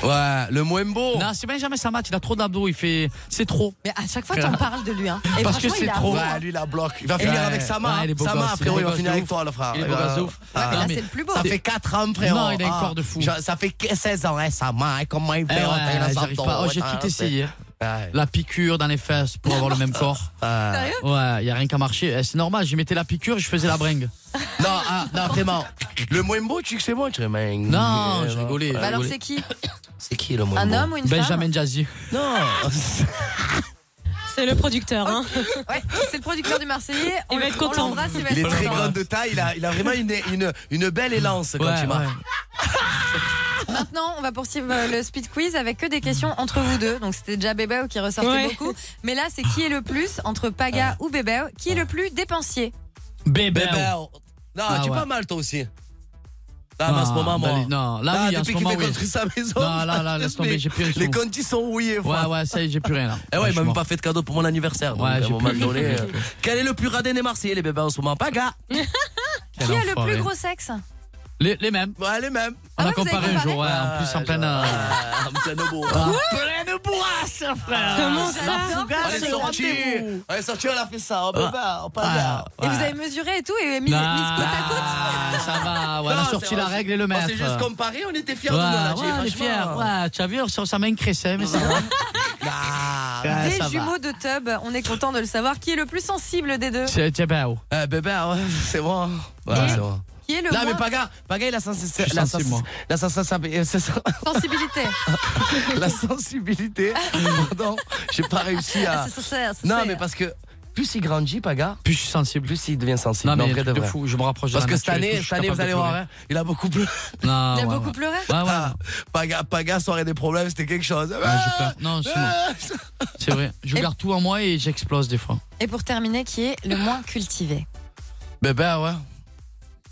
Speaker 5: Ouais, le Mwembo.
Speaker 4: Non, c'est Benjamin Samat, il a trop d'abdos, il fait. C'est trop.
Speaker 7: Mais à chaque fois, t'en parles de lui. Hein. Et
Speaker 4: Parce que
Speaker 7: franchement,
Speaker 4: c'est
Speaker 7: il a
Speaker 4: trop.
Speaker 7: raison, hein.
Speaker 5: Ouais, lui, il la bloque. Il va
Speaker 4: Ouais.
Speaker 5: finir avec Sama.
Speaker 4: Ouais, il est beau
Speaker 5: Sama,
Speaker 4: gosse, il
Speaker 5: frérot,
Speaker 4: est
Speaker 5: il
Speaker 4: beau
Speaker 5: va finir
Speaker 4: gosse de
Speaker 5: avec
Speaker 4: ouf.
Speaker 5: toi, le frère.
Speaker 4: Il est beau
Speaker 5: Euh,
Speaker 4: gosse de ouf.
Speaker 5: ah,
Speaker 7: mais là,
Speaker 4: Non,
Speaker 7: c'est le plus beau.
Speaker 5: Ça fait 4 ans, frérot.
Speaker 4: Non, il a un corps de fou.
Speaker 5: Genre, ça fait que 16 ans, hein, Sama. hein, Comment il
Speaker 4: Eh
Speaker 5: fait
Speaker 4: ouais,
Speaker 5: hein, t'as une
Speaker 4: j'arrive
Speaker 5: assortante,
Speaker 4: pas. Oh,
Speaker 5: ouais,
Speaker 4: j'ai
Speaker 5: t'as-
Speaker 4: tout essayé.
Speaker 5: Ouais.
Speaker 4: La piqûre dans les fesses pour avoir le même corps.
Speaker 5: Euh,
Speaker 4: Ouais, y a rien qu'à marcher. Eh, C'est normal, j'y mettais la piqûre, je faisais la bringue.
Speaker 5: Non, ah, non, vraiment. Le Mwembo, tu sais que c'est moi, tu sais, mais-
Speaker 4: Non, je rigolais. je
Speaker 7: Bah alors,
Speaker 4: rigolais.
Speaker 7: c'est qui
Speaker 5: C'est qui le Mwembo
Speaker 7: Un homme ou une femme Ah,
Speaker 4: Benjamin Jazzy.
Speaker 5: Non.
Speaker 6: C'est le producteur, hein.
Speaker 7: Ouais, c'est le producteur du Marseillais. On
Speaker 6: Il va
Speaker 7: le-
Speaker 6: être content.
Speaker 7: On l'embrasse, il va
Speaker 5: Il est
Speaker 7: être
Speaker 5: très
Speaker 7: content.
Speaker 5: grand de taille, il a, il a vraiment une, une, une belle élance quand
Speaker 4: Ouais,
Speaker 5: il marche.
Speaker 7: Maintenant, on va poursuivre euh, le speed quiz avec que des questions entre vous deux. Donc, c'était déjà Bébéo qui ressortait
Speaker 6: Ouais.
Speaker 7: beaucoup. Mais là, c'est qui est le plus, entre Paga ou Bébéo, qui est le plus dépensier
Speaker 4: Bébé.
Speaker 5: Bébé. Non, tu es
Speaker 4: Ah, ouais.
Speaker 5: pas mal toi aussi. Là, mais en ce moment, moi.
Speaker 4: bah, Non, là,
Speaker 5: Ah,
Speaker 4: oui, en ce
Speaker 5: depuis qu'il
Speaker 4: moment,
Speaker 5: fait
Speaker 4: oui.
Speaker 5: construire sa maison.
Speaker 4: Non, là, là, laisse tomber, j'ai plus rien.
Speaker 5: Les comptes, ils sont rouillés,
Speaker 4: Ouais,
Speaker 5: frère.
Speaker 4: ouais, ça y est, j'ai plus rien là.
Speaker 5: Eh ouais, il m'a même
Speaker 4: Franchement.
Speaker 5: pas fait de cadeau pour mon anniversaire. donc,
Speaker 4: Ouais,
Speaker 5: à un
Speaker 4: j'ai
Speaker 5: moment
Speaker 4: plus-
Speaker 5: donné, euh, Quel est le plus radin des Marseillais, les bébés, en ce moment Paga
Speaker 4: Quel
Speaker 7: Qui a le
Speaker 4: enfoiré.
Speaker 7: plus gros sexe
Speaker 5: Ah.
Speaker 4: Les, les mêmes.
Speaker 5: Ouais, les mêmes.
Speaker 4: On
Speaker 7: Ah
Speaker 4: a
Speaker 7: ouais, vous avez
Speaker 4: comparé un jour, ouais, en plus en pleine. euh,
Speaker 5: Ah, en pleine bourre.
Speaker 4: Pleine bourrasse, frère.
Speaker 6: Comment ça
Speaker 7: J'adore
Speaker 5: On
Speaker 7: ce
Speaker 5: est sortis.
Speaker 7: rendez-vous.
Speaker 5: On est sortis, on a fait ça. Oh, bébé, oh, Paga.
Speaker 4: Ah,
Speaker 7: Et vous
Speaker 4: ouais.
Speaker 7: avez mesuré et tout, et mis, mis côte
Speaker 4: Non,
Speaker 7: à côte
Speaker 4: Ça va, Ah ouais, on
Speaker 5: Non,
Speaker 4: a
Speaker 5: c'est-
Speaker 4: sorti
Speaker 5: on
Speaker 4: la
Speaker 5: s'est-
Speaker 4: règle et le
Speaker 5: On
Speaker 4: maître.
Speaker 5: s'est juste comparé, on était fiers
Speaker 4: Ouais,
Speaker 5: de nous,
Speaker 4: ouais, on est fiers.
Speaker 5: euh,
Speaker 4: Ouais, tu as vu, sur sa main cressait,
Speaker 5: Ah.
Speaker 4: mais ça va.
Speaker 5: Bah,
Speaker 4: Ouais,
Speaker 7: Des
Speaker 4: ça va.
Speaker 7: jumeaux de tub, on est content de le savoir. Qui est le plus sensible des deux
Speaker 4: C'est c'est bien, oh.
Speaker 5: Eh, bébé, ouais, c'est bon. Ouais,
Speaker 7: Et-
Speaker 5: c'est bon.
Speaker 7: Qui est le
Speaker 5: Non,
Speaker 7: moins
Speaker 5: mais Paga, Paga, il a sens-
Speaker 4: suis
Speaker 5: la
Speaker 4: sensible, moi.
Speaker 5: sens- la sens- euh, c'est ça.
Speaker 7: sensibilité
Speaker 5: la sensibilité. Pardon, j'ai pas réussi à.
Speaker 7: Ah, c'est ça, c'est ça.
Speaker 5: Non, mais parce que plus il grandit, Paga,
Speaker 4: Puis je suis sensible.
Speaker 5: plus il devient sensible.
Speaker 4: Non, mais
Speaker 5: En
Speaker 4: il y a
Speaker 5: vrai
Speaker 4: un truc de fou, je me rapproche de
Speaker 5: Parce
Speaker 4: la
Speaker 5: que cette
Speaker 4: nature et tout,
Speaker 5: année,
Speaker 4: je suis
Speaker 5: cette année, vous
Speaker 4: capable
Speaker 5: allez
Speaker 4: de
Speaker 5: voir,
Speaker 4: pleurer.
Speaker 5: hein, il a beaucoup plu.
Speaker 4: Non,
Speaker 7: Il a
Speaker 4: ouais,
Speaker 7: beaucoup
Speaker 4: ouais.
Speaker 7: pleuré
Speaker 4: Ouais, ouais.
Speaker 5: Ah, Paga, Paga, soirée des problèmes, c'était quelque chose.
Speaker 4: Ouais, j'ai peur. Non, c'est bon.
Speaker 5: Ah,
Speaker 4: C'est vrai. Je
Speaker 7: Et-
Speaker 4: garde tout en moi et j'explose des fois.
Speaker 7: Et pour terminer, qui est le moins cultivé
Speaker 5: Bébé, ouais.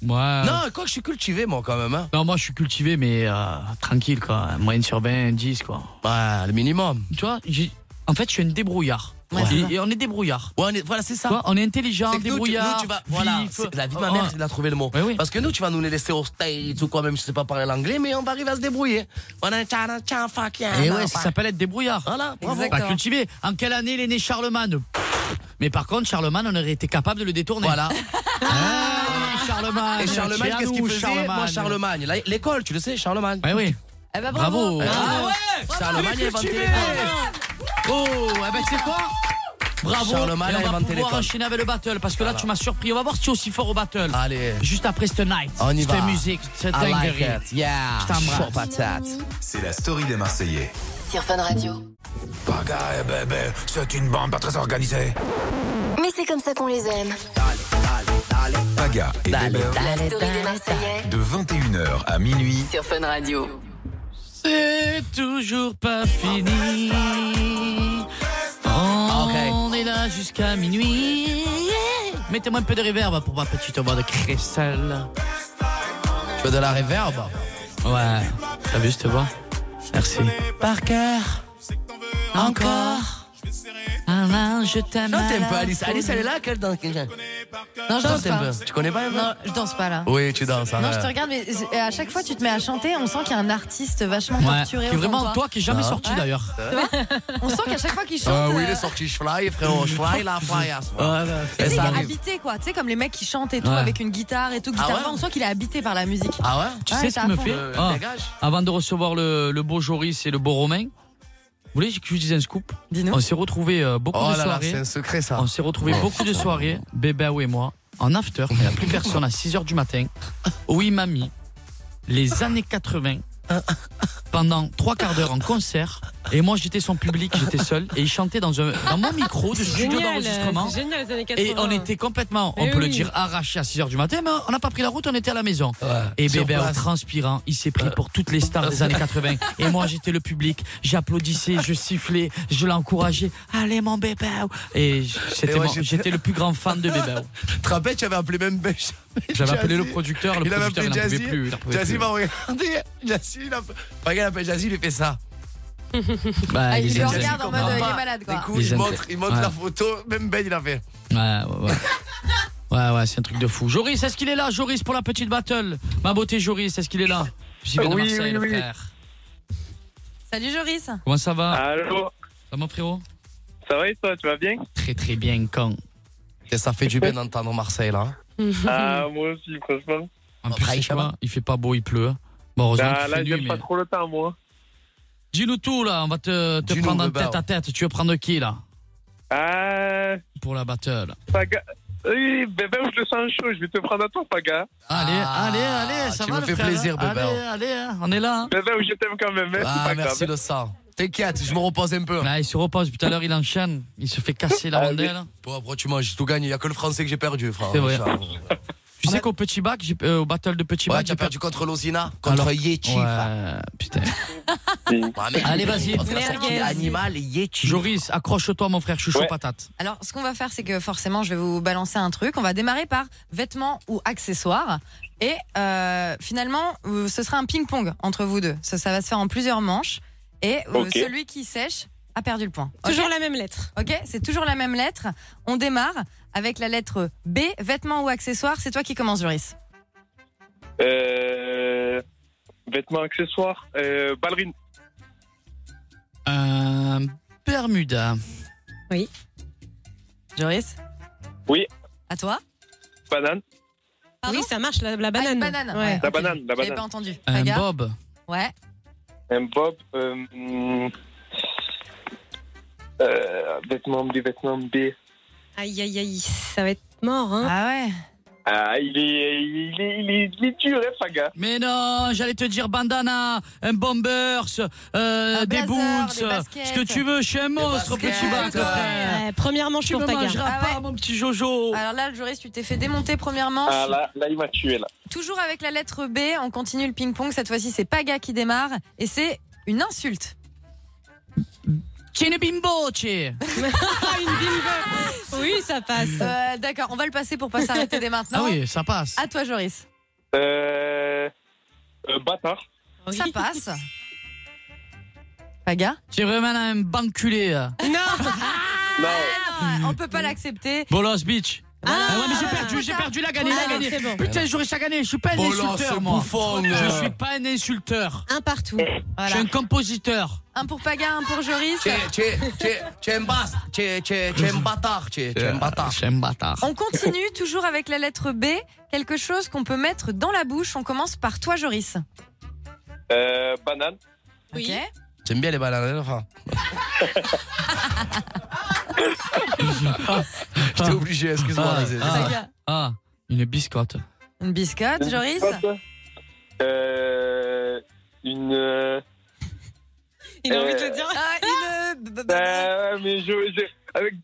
Speaker 4: Ouais.
Speaker 5: Non, quoi que je suis cultivé, moi, quand même. Hein.
Speaker 4: Non, moi je suis cultivé, mais euh, tranquille quoi. Moyenne sur 20, 10 quoi.
Speaker 5: Ouais, le minimum.
Speaker 4: Tu vois, j'ai- en fait je suis un débrouillard.
Speaker 7: Ouais, c'est ça.
Speaker 4: et, et on est débrouillard.
Speaker 5: Ouais, on est- voilà, c'est ça.
Speaker 4: Tu vois, on est intelligent,
Speaker 5: C'est que nous, tu-
Speaker 4: débrouillard.
Speaker 5: nous, tu vas- voilà,
Speaker 4: vif.
Speaker 5: c'est la vie de ma mère,
Speaker 4: Ouais.
Speaker 5: il a trouvé le mot.
Speaker 4: Oui, oui.
Speaker 5: Parce que nous, tu vas nous les laisser au States ou quoi, même si je sais pas parler l'anglais, mais on va arriver à se débrouiller. On a tchan, tchan, fuck yeah,
Speaker 4: Et
Speaker 5: bah,
Speaker 4: Eh ouais, ça
Speaker 5: bah.
Speaker 4: s'appelle être débrouillard.
Speaker 5: Voilà, bravo.
Speaker 4: Pas
Speaker 7: Exactement.
Speaker 4: cultivé. En quelle année il est né Charlemagne Pfff. Mais par contre, Charlemagne, on aurait été capable de le détourner.
Speaker 5: Voilà.
Speaker 4: Ah, oui, Charlemagne.
Speaker 5: Et Charlemagne,
Speaker 4: Tiens,
Speaker 5: qu'est-ce qu'il
Speaker 4: nous,
Speaker 5: faisait Moi, Charlemagne. La- L'école, tu le sais, Charlemagne.
Speaker 4: Ouais, oui.
Speaker 7: Eh ben,
Speaker 4: Bravo.
Speaker 5: Ah
Speaker 4: ouais
Speaker 5: Charlemagne a inventé l'école.
Speaker 4: Oh, eh ben c'est quoi Bravo.
Speaker 5: Charlemagne
Speaker 4: Et
Speaker 5: a
Speaker 4: on va
Speaker 5: inventé
Speaker 4: pouvoir
Speaker 5: l'école.
Speaker 4: enchaîner avec le battle parce que là tu m'as surpris. On va voir si tu es aussi fort au battle.
Speaker 5: Allez.
Speaker 4: Juste après cette night.
Speaker 5: On y
Speaker 4: cette
Speaker 5: va.
Speaker 4: musique, cette
Speaker 5: I like
Speaker 4: dinguerie.
Speaker 5: it. Yeah.
Speaker 4: Je t'embrasse.
Speaker 5: Chaud patate.
Speaker 1: C'est la story des Marseillais.
Speaker 3: Sur Fun Radio.
Speaker 1: Paga et bébé, c'est une bande pas très organisée.
Speaker 3: Mais c'est comme ça qu'on les aime.
Speaker 1: Paga et bébé,
Speaker 3: La story des Marseillais
Speaker 1: de 21h à minuit.
Speaker 3: sur Fun Radio.
Speaker 4: C'est toujours pas fini.
Speaker 5: Ah,
Speaker 4: On est là jusqu'à minuit. Mettez-moi un peu de reverb pour ma petite voix de crécelle.
Speaker 5: Tu veux de la réverbe
Speaker 4: Ouais. T'as vu cette voix
Speaker 12: Merci.
Speaker 5: Par cœur. Encore.
Speaker 7: Alain, je t'aime.
Speaker 5: Non,
Speaker 7: à
Speaker 5: t'aimes
Speaker 7: la
Speaker 5: pas Alice. Alice, elle est là, qu'elle danse. Non,
Speaker 7: danse
Speaker 5: je danse un
Speaker 7: pas.
Speaker 5: peu. Tu connais pas Emma
Speaker 7: Non, je danse pas là.
Speaker 5: Oui, tu danses. hein,
Speaker 7: Non,
Speaker 5: ouais.
Speaker 7: je te regarde, mais et à chaque fois, tu te mets à chanter. On sent qu'il y a un artiste vachement
Speaker 5: Ouais,
Speaker 7: torturé.
Speaker 5: qui est
Speaker 7: au fond de
Speaker 5: vraiment toi qui est jamais Ah. sorti,
Speaker 7: Ouais.
Speaker 5: d'ailleurs.
Speaker 7: Tu vois On sent qu'à chaque fois qu'il chante.
Speaker 5: Ah oui,
Speaker 7: euh,
Speaker 5: il est sorti, je fly, frérot. Je fly, la fly. à ce moment.
Speaker 7: tu sais,
Speaker 5: Et
Speaker 7: il
Speaker 5: ça
Speaker 7: est
Speaker 5: arrive.
Speaker 7: habité quoi, tu sais comme les mecs qui chantent et tout
Speaker 4: Ouais.
Speaker 7: avec une guitare et tout, guitare
Speaker 4: Ah ouais
Speaker 7: on sent qu'il est habité par la musique.
Speaker 5: Ah ouais Euh,
Speaker 4: Tu sais ce
Speaker 7: t'es
Speaker 4: qui
Speaker 7: à
Speaker 4: me
Speaker 7: fond.
Speaker 4: fait Ah, Avant de recevoir le, le beau Joris et le beau Romain, vous voulez que je vous dise un scoop On s'est retrouvé beaucoup
Speaker 5: Oh
Speaker 4: de
Speaker 5: là là,
Speaker 4: soirées.
Speaker 5: c'est un secret, ça.
Speaker 4: On s'est retrouvé
Speaker 5: Ouais.
Speaker 4: beaucoup de soirées, Bébéo et moi, en after. Il n'y a plus personne à 6h du matin. Oui, mamie, les années 80. Pendant trois quarts d'heure en concert, et moi j'étais son public, j'étais seul, et il chantait dans, un, dans mon micro de
Speaker 6: C'est
Speaker 4: studio
Speaker 6: génial,
Speaker 4: d'enregistrement.
Speaker 6: c'est génial, les années
Speaker 4: Et
Speaker 6: 80.
Speaker 4: on était complètement, on
Speaker 6: Eh
Speaker 4: peut le
Speaker 6: oui.
Speaker 4: dire, arraché à 6h du matin, mais on n'a pas pris la route, on était à la maison. Et
Speaker 5: Sur
Speaker 4: bébé, en
Speaker 5: place. Euh.
Speaker 4: transpirant, il s'est pris pour toutes les stars des années 80. Et moi, j'étais le public. J'applaudissais, je sifflais, je l'encourageais. Allez, mon bébé. Et j'étais
Speaker 5: Et ouais,
Speaker 4: mon-
Speaker 5: j'étais-
Speaker 4: j'étais le plus grand fan de bébé.
Speaker 5: Tu te rappelles, tu avais appelé même Benjamin
Speaker 4: J'avais appelé
Speaker 5: Jazzy.
Speaker 4: le producteur, le
Speaker 5: il avait
Speaker 4: producteur,
Speaker 5: appelé
Speaker 4: il en pouvait
Speaker 5: Jazzy.
Speaker 4: plus, il en pouvait
Speaker 5: Jazzy
Speaker 4: plus.
Speaker 5: m'a regardé. Jazzy, il a. Regarde, il appelle Jazzy, il lui fait ça.
Speaker 4: Bah,
Speaker 7: il
Speaker 4: les
Speaker 7: Ah, le
Speaker 4: années
Speaker 7: regarde en mode
Speaker 4: 80.
Speaker 7: euh, il est malade quoi.
Speaker 5: Du coup,
Speaker 4: Les
Speaker 5: il
Speaker 4: années-
Speaker 5: montre, il montre
Speaker 4: Ouais.
Speaker 5: la photo, même Ben, il a fait.
Speaker 4: Ouais, ouais, ouais. Ouais, ouais, c'est un truc de fou. Joris, est-ce qu'il est là, Joris, pour la petite battle Ma beauté, Joris, est-ce qu'il est là J'y vais de
Speaker 7: Oui,
Speaker 4: Marseille,
Speaker 7: oui,
Speaker 4: le
Speaker 7: oui.
Speaker 4: frère.
Speaker 7: Salut Joris.
Speaker 4: Comment ça va
Speaker 11: Allô
Speaker 4: Ça va, mon frérot
Speaker 11: Ça va et toi, tu vas bien
Speaker 4: Très, très bien, quand
Speaker 5: Et ça fait du bien d'entendre Marseille, là.
Speaker 11: Ah, moi aussi, franchement.
Speaker 4: hein? En plus, c'est quoi Il fait pas beau, il pleut. hein. Bon, heureusement
Speaker 11: Ah,
Speaker 4: qu'il
Speaker 11: là,
Speaker 4: fait
Speaker 11: j'aime
Speaker 4: nuit,
Speaker 11: pas
Speaker 4: mais...
Speaker 11: trop le temps, moi.
Speaker 4: Dis-nous tout, là, on va te, te
Speaker 11: Dis-nous,
Speaker 4: prendre en
Speaker 11: Beba.
Speaker 4: tête à tête. Tu veux prendre qui, là
Speaker 11: Ah,
Speaker 4: Pour la battle.
Speaker 11: Paga. Oui, bébé, je le sens chaud, je vais te prendre à toi, Paga.
Speaker 4: Allez,
Speaker 5: Ah,
Speaker 4: allez, allez, ça
Speaker 11: tu
Speaker 4: va,
Speaker 11: me
Speaker 4: le
Speaker 11: fais
Speaker 4: frère,
Speaker 11: plaisir,
Speaker 4: hein
Speaker 11: Beba.
Speaker 4: Allez, allez, hein, on est là. hein.
Speaker 11: Bébé, Ben, je t'aime quand même, merci,
Speaker 5: Ah,
Speaker 11: Paga.
Speaker 5: merci le sang. T'inquiète, je me repose un peu.
Speaker 4: il se repose. Tout à l'heure, il enchaîne. Il se fait casser
Speaker 11: Ah,
Speaker 4: la rondelle.
Speaker 5: Pauvre, tu manges, j'ai tout gagné. Il n'y a que le français que j'ai perdu, frère.
Speaker 4: Ah, C'est vrai.
Speaker 5: Ça,
Speaker 4: Tu sais qu'au petit bac, j'ai- euh, au battle de petit
Speaker 5: Ouais,
Speaker 4: bac,
Speaker 5: tu as
Speaker 4: j'ai
Speaker 5: perdu contre Lozina, contre
Speaker 4: Alors-
Speaker 5: Yechi.
Speaker 4: Ouais,
Speaker 5: putain.
Speaker 4: Allez, vas-y.
Speaker 5: Animal, Yechi.
Speaker 4: Joris, accroche-toi, mon frère, je suis chaud
Speaker 5: Ouais.
Speaker 4: patate.
Speaker 7: Alors, ce qu'on va faire, c'est que forcément, je vais vous balancer un truc. On va démarrer par vêtements ou accessoires. Et euh, finalement, euh, ce sera un ping-pong entre vous deux. Ça, ça va se faire en plusieurs manches. Et euh,
Speaker 6: Ok.
Speaker 7: celui qui sèche a perdu le point.
Speaker 6: Toujours
Speaker 7: Ok
Speaker 6: la même lettre.
Speaker 7: Ok, c'est toujours la même lettre. On démarre avec la lettre B, vêtements ou accessoires. C'est toi qui commences, Joris.
Speaker 11: hein. Euh, vêtements, accessoires, euh, ballerine.
Speaker 4: Euh, Bermuda.
Speaker 7: Oui. Joris
Speaker 11: Oui,
Speaker 7: À toi
Speaker 11: banane.
Speaker 6: oui, ça marche, la, la banane.
Speaker 7: Ah, une banane,
Speaker 11: La banane, la
Speaker 7: J'avais
Speaker 11: banane.
Speaker 7: pas ben, entendu.
Speaker 4: Un
Speaker 7: Regarde.
Speaker 4: Bob.
Speaker 7: Ouais.
Speaker 11: Un bob. Euh, hum, euh, vêtements B, vêtements B.
Speaker 6: Aïe, aïe, aïe, ça va être mort, hein.
Speaker 7: Ah ouais.
Speaker 11: Ah, il est, il est, il est, il est dur, hein, Paga.
Speaker 4: Mais non, j'allais te dire bandana, un bombers, euh,
Speaker 6: Un
Speaker 4: des
Speaker 6: blazer,
Speaker 4: boots,
Speaker 6: des
Speaker 4: euh,
Speaker 6: baskets.
Speaker 4: ce que tu veux, je suis un monstre, petit bac, le frère.
Speaker 7: Eh,
Speaker 6: Ouais, première manche
Speaker 4: Tu
Speaker 6: pour
Speaker 4: me
Speaker 6: ta gare.
Speaker 4: mangeras pas, mon petit Jojo.
Speaker 7: Ah Alors là, Joris, tu t'es fait démonter première manche.
Speaker 11: Ah, là, là, il m'a tué, là.
Speaker 7: Toujours avec la lettre B, on continue le ping-pong. Cette fois-ci, c'est Paga qui démarre et c'est une insulte.
Speaker 4: Tiene bimbo, che.
Speaker 7: Oui, ça passe. Euh, D'accord, on va le passer pour pas s'arrêter dès maintenant.
Speaker 4: Ah oui, ça passe.
Speaker 7: À toi, Joris.
Speaker 11: Euh, euh, bâtard.
Speaker 7: Ça passe. Paga
Speaker 4: Tu es vraiment un banculé. hein. là.
Speaker 7: Non,
Speaker 11: Non.
Speaker 7: Ah, on peut pas l'accepter.
Speaker 4: Bolos Beach.
Speaker 7: Ah,
Speaker 4: Ah ouais, mais j'ai
Speaker 7: ah,
Speaker 4: perdu,
Speaker 7: trop
Speaker 4: j'ai
Speaker 7: tard.
Speaker 4: perdu, la gagné,
Speaker 7: Ah,
Speaker 4: la gagné.
Speaker 7: c'est bon.
Speaker 4: Putain, j'aurais ça gagné, je suis pas un
Speaker 5: Bolos,
Speaker 4: insulteur,
Speaker 5: ce
Speaker 4: moi.
Speaker 5: bouffon,
Speaker 4: Je
Speaker 5: euh.
Speaker 4: suis pas un insulteur.
Speaker 7: Un partout.
Speaker 4: Je
Speaker 7: Voilà.
Speaker 4: suis un compositeur.
Speaker 7: Un pour Paga, un pour Joris.
Speaker 5: Tu es- tu es- tu es- tu es un bas- tu es- tu es- tu es un bâtard. Tu es tu es un bâtard.
Speaker 4: Je suis un Euh, bâtard.
Speaker 7: On continue toujours avec la lettre B, quelque chose qu'on peut mettre dans la bouche. On commence par toi, Joris.
Speaker 11: Euh, banane.
Speaker 7: Oui.
Speaker 5: J'aime bien les bananes, hein, enfin. J'étais obligé, excuse-moi.
Speaker 4: Ah,
Speaker 5: vas-y.
Speaker 4: ah, ah, une biscotte.
Speaker 7: Une biscotte, Joris.
Speaker 11: Euh, une. euh,
Speaker 6: Il a envie de
Speaker 11: euh,
Speaker 6: le dire.
Speaker 7: Ah, une-
Speaker 11: Euh, mais je, je- avec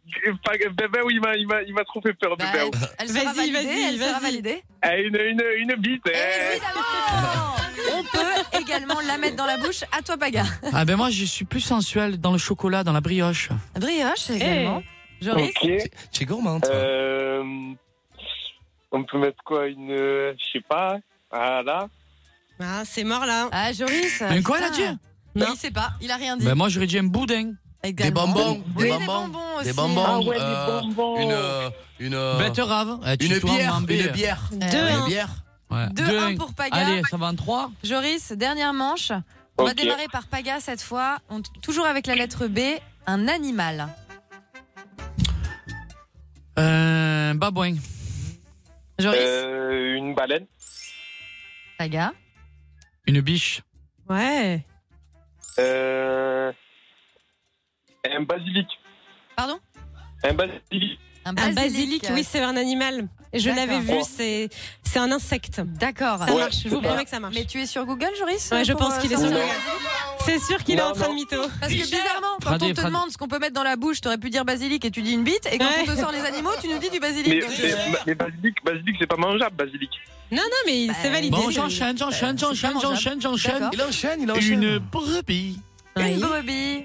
Speaker 11: Paga- Bébé, oui, il m'a- il m'a, il m'a trop fait peur,
Speaker 6: Bah,
Speaker 11: Bébé. oui.
Speaker 7: Elle sera
Speaker 6: Vas-y,
Speaker 7: validée,
Speaker 6: vas-y,
Speaker 7: elle sera
Speaker 6: vas-y.
Speaker 7: validée.
Speaker 11: Ah, une, une, une bite.
Speaker 6: Eh,
Speaker 11: euh.
Speaker 7: On peut également la mettre dans la bouche. À toi, Paga.
Speaker 4: Ah ben moi, je suis plus sensuel dans le chocolat, dans la brioche.
Speaker 7: Brioche
Speaker 6: Eh.
Speaker 7: également. Joris.
Speaker 11: Ok.
Speaker 5: Tu es gourmand, toi.
Speaker 11: Euh, on peut mettre quoi Une. euh, Je sais pas. Ah là.
Speaker 6: Ah, c'est mort là.
Speaker 7: Ah, Joris.
Speaker 4: Mais quoi,
Speaker 7: putain.
Speaker 4: là, Dieu
Speaker 7: Non. Il sait pas, il a rien dit.
Speaker 4: Ben moi j'aurais dit un boudin.
Speaker 7: Également.
Speaker 16: bonbons, des
Speaker 7: Oui, des
Speaker 16: bonbons,
Speaker 7: bonbons
Speaker 16: des
Speaker 7: aussi.
Speaker 16: bonbons,
Speaker 7: Ah ouais, des
Speaker 16: euh,
Speaker 7: bonbons.
Speaker 16: une euh, une euh,
Speaker 4: Betterave. Eh, tu
Speaker 16: une
Speaker 4: tournes
Speaker 16: bière,
Speaker 4: en bière.
Speaker 16: une bière,
Speaker 7: Deux,
Speaker 16: une
Speaker 7: un.
Speaker 16: bière.
Speaker 4: Ouais.
Speaker 7: 2-1 pour Paga.
Speaker 4: Allez, ça va en 3
Speaker 7: Joris, dernière manche. On va
Speaker 4: Ok.
Speaker 7: démarrer par Paga cette fois. On- toujours avec la lettre B, un animal.
Speaker 4: Euh, babouin.
Speaker 7: Joris
Speaker 11: euh,
Speaker 19: Une baleine.
Speaker 7: Paga.
Speaker 4: Une biche.
Speaker 6: Ouais.
Speaker 19: Euh, un basilic.
Speaker 7: Pardon
Speaker 19: Un basilic.
Speaker 7: Un
Speaker 6: basilic,
Speaker 7: basilic,
Speaker 6: oui, c'est un animal. Et Je l'avais vu,
Speaker 7: D'accord.
Speaker 6: c'est c'est un insecte.
Speaker 7: D'accord.
Speaker 6: Ça marche, je vous promets que ça marche.
Speaker 7: Mais tu es sur Google, Joris
Speaker 6: Ouais, je
Speaker 7: pour,
Speaker 6: pense
Speaker 7: euh,
Speaker 6: qu'il est sur
Speaker 7: savoir
Speaker 6: Google. C'est sûr qu'il est
Speaker 7: Non,
Speaker 6: en train
Speaker 7: non.
Speaker 6: de mytho.
Speaker 7: Parce que bizarrement, quand
Speaker 4: Fradé,
Speaker 7: on te
Speaker 4: Fradé.
Speaker 7: demande ce qu'on peut mettre dans la bouche, t'aurais pu dire basilic et tu dis une bite, et quand
Speaker 6: Ouais.
Speaker 7: on te sort les animaux, tu nous dis du
Speaker 19: Mais,
Speaker 7: basilic. Donc,
Speaker 19: mais, mais basilic, basilic, c'est pas mangeable, basilic.
Speaker 6: Non, non,
Speaker 7: Bah,
Speaker 6: mais c'est validé.
Speaker 4: Bon,
Speaker 7: euh,
Speaker 4: j'enchaîne, j'enchaîne, j'enchaîne, j'enchaîne, j'enchaîne.
Speaker 7: Il enchaîne, il
Speaker 4: enchaîne. Une brebis.
Speaker 7: Une brebis.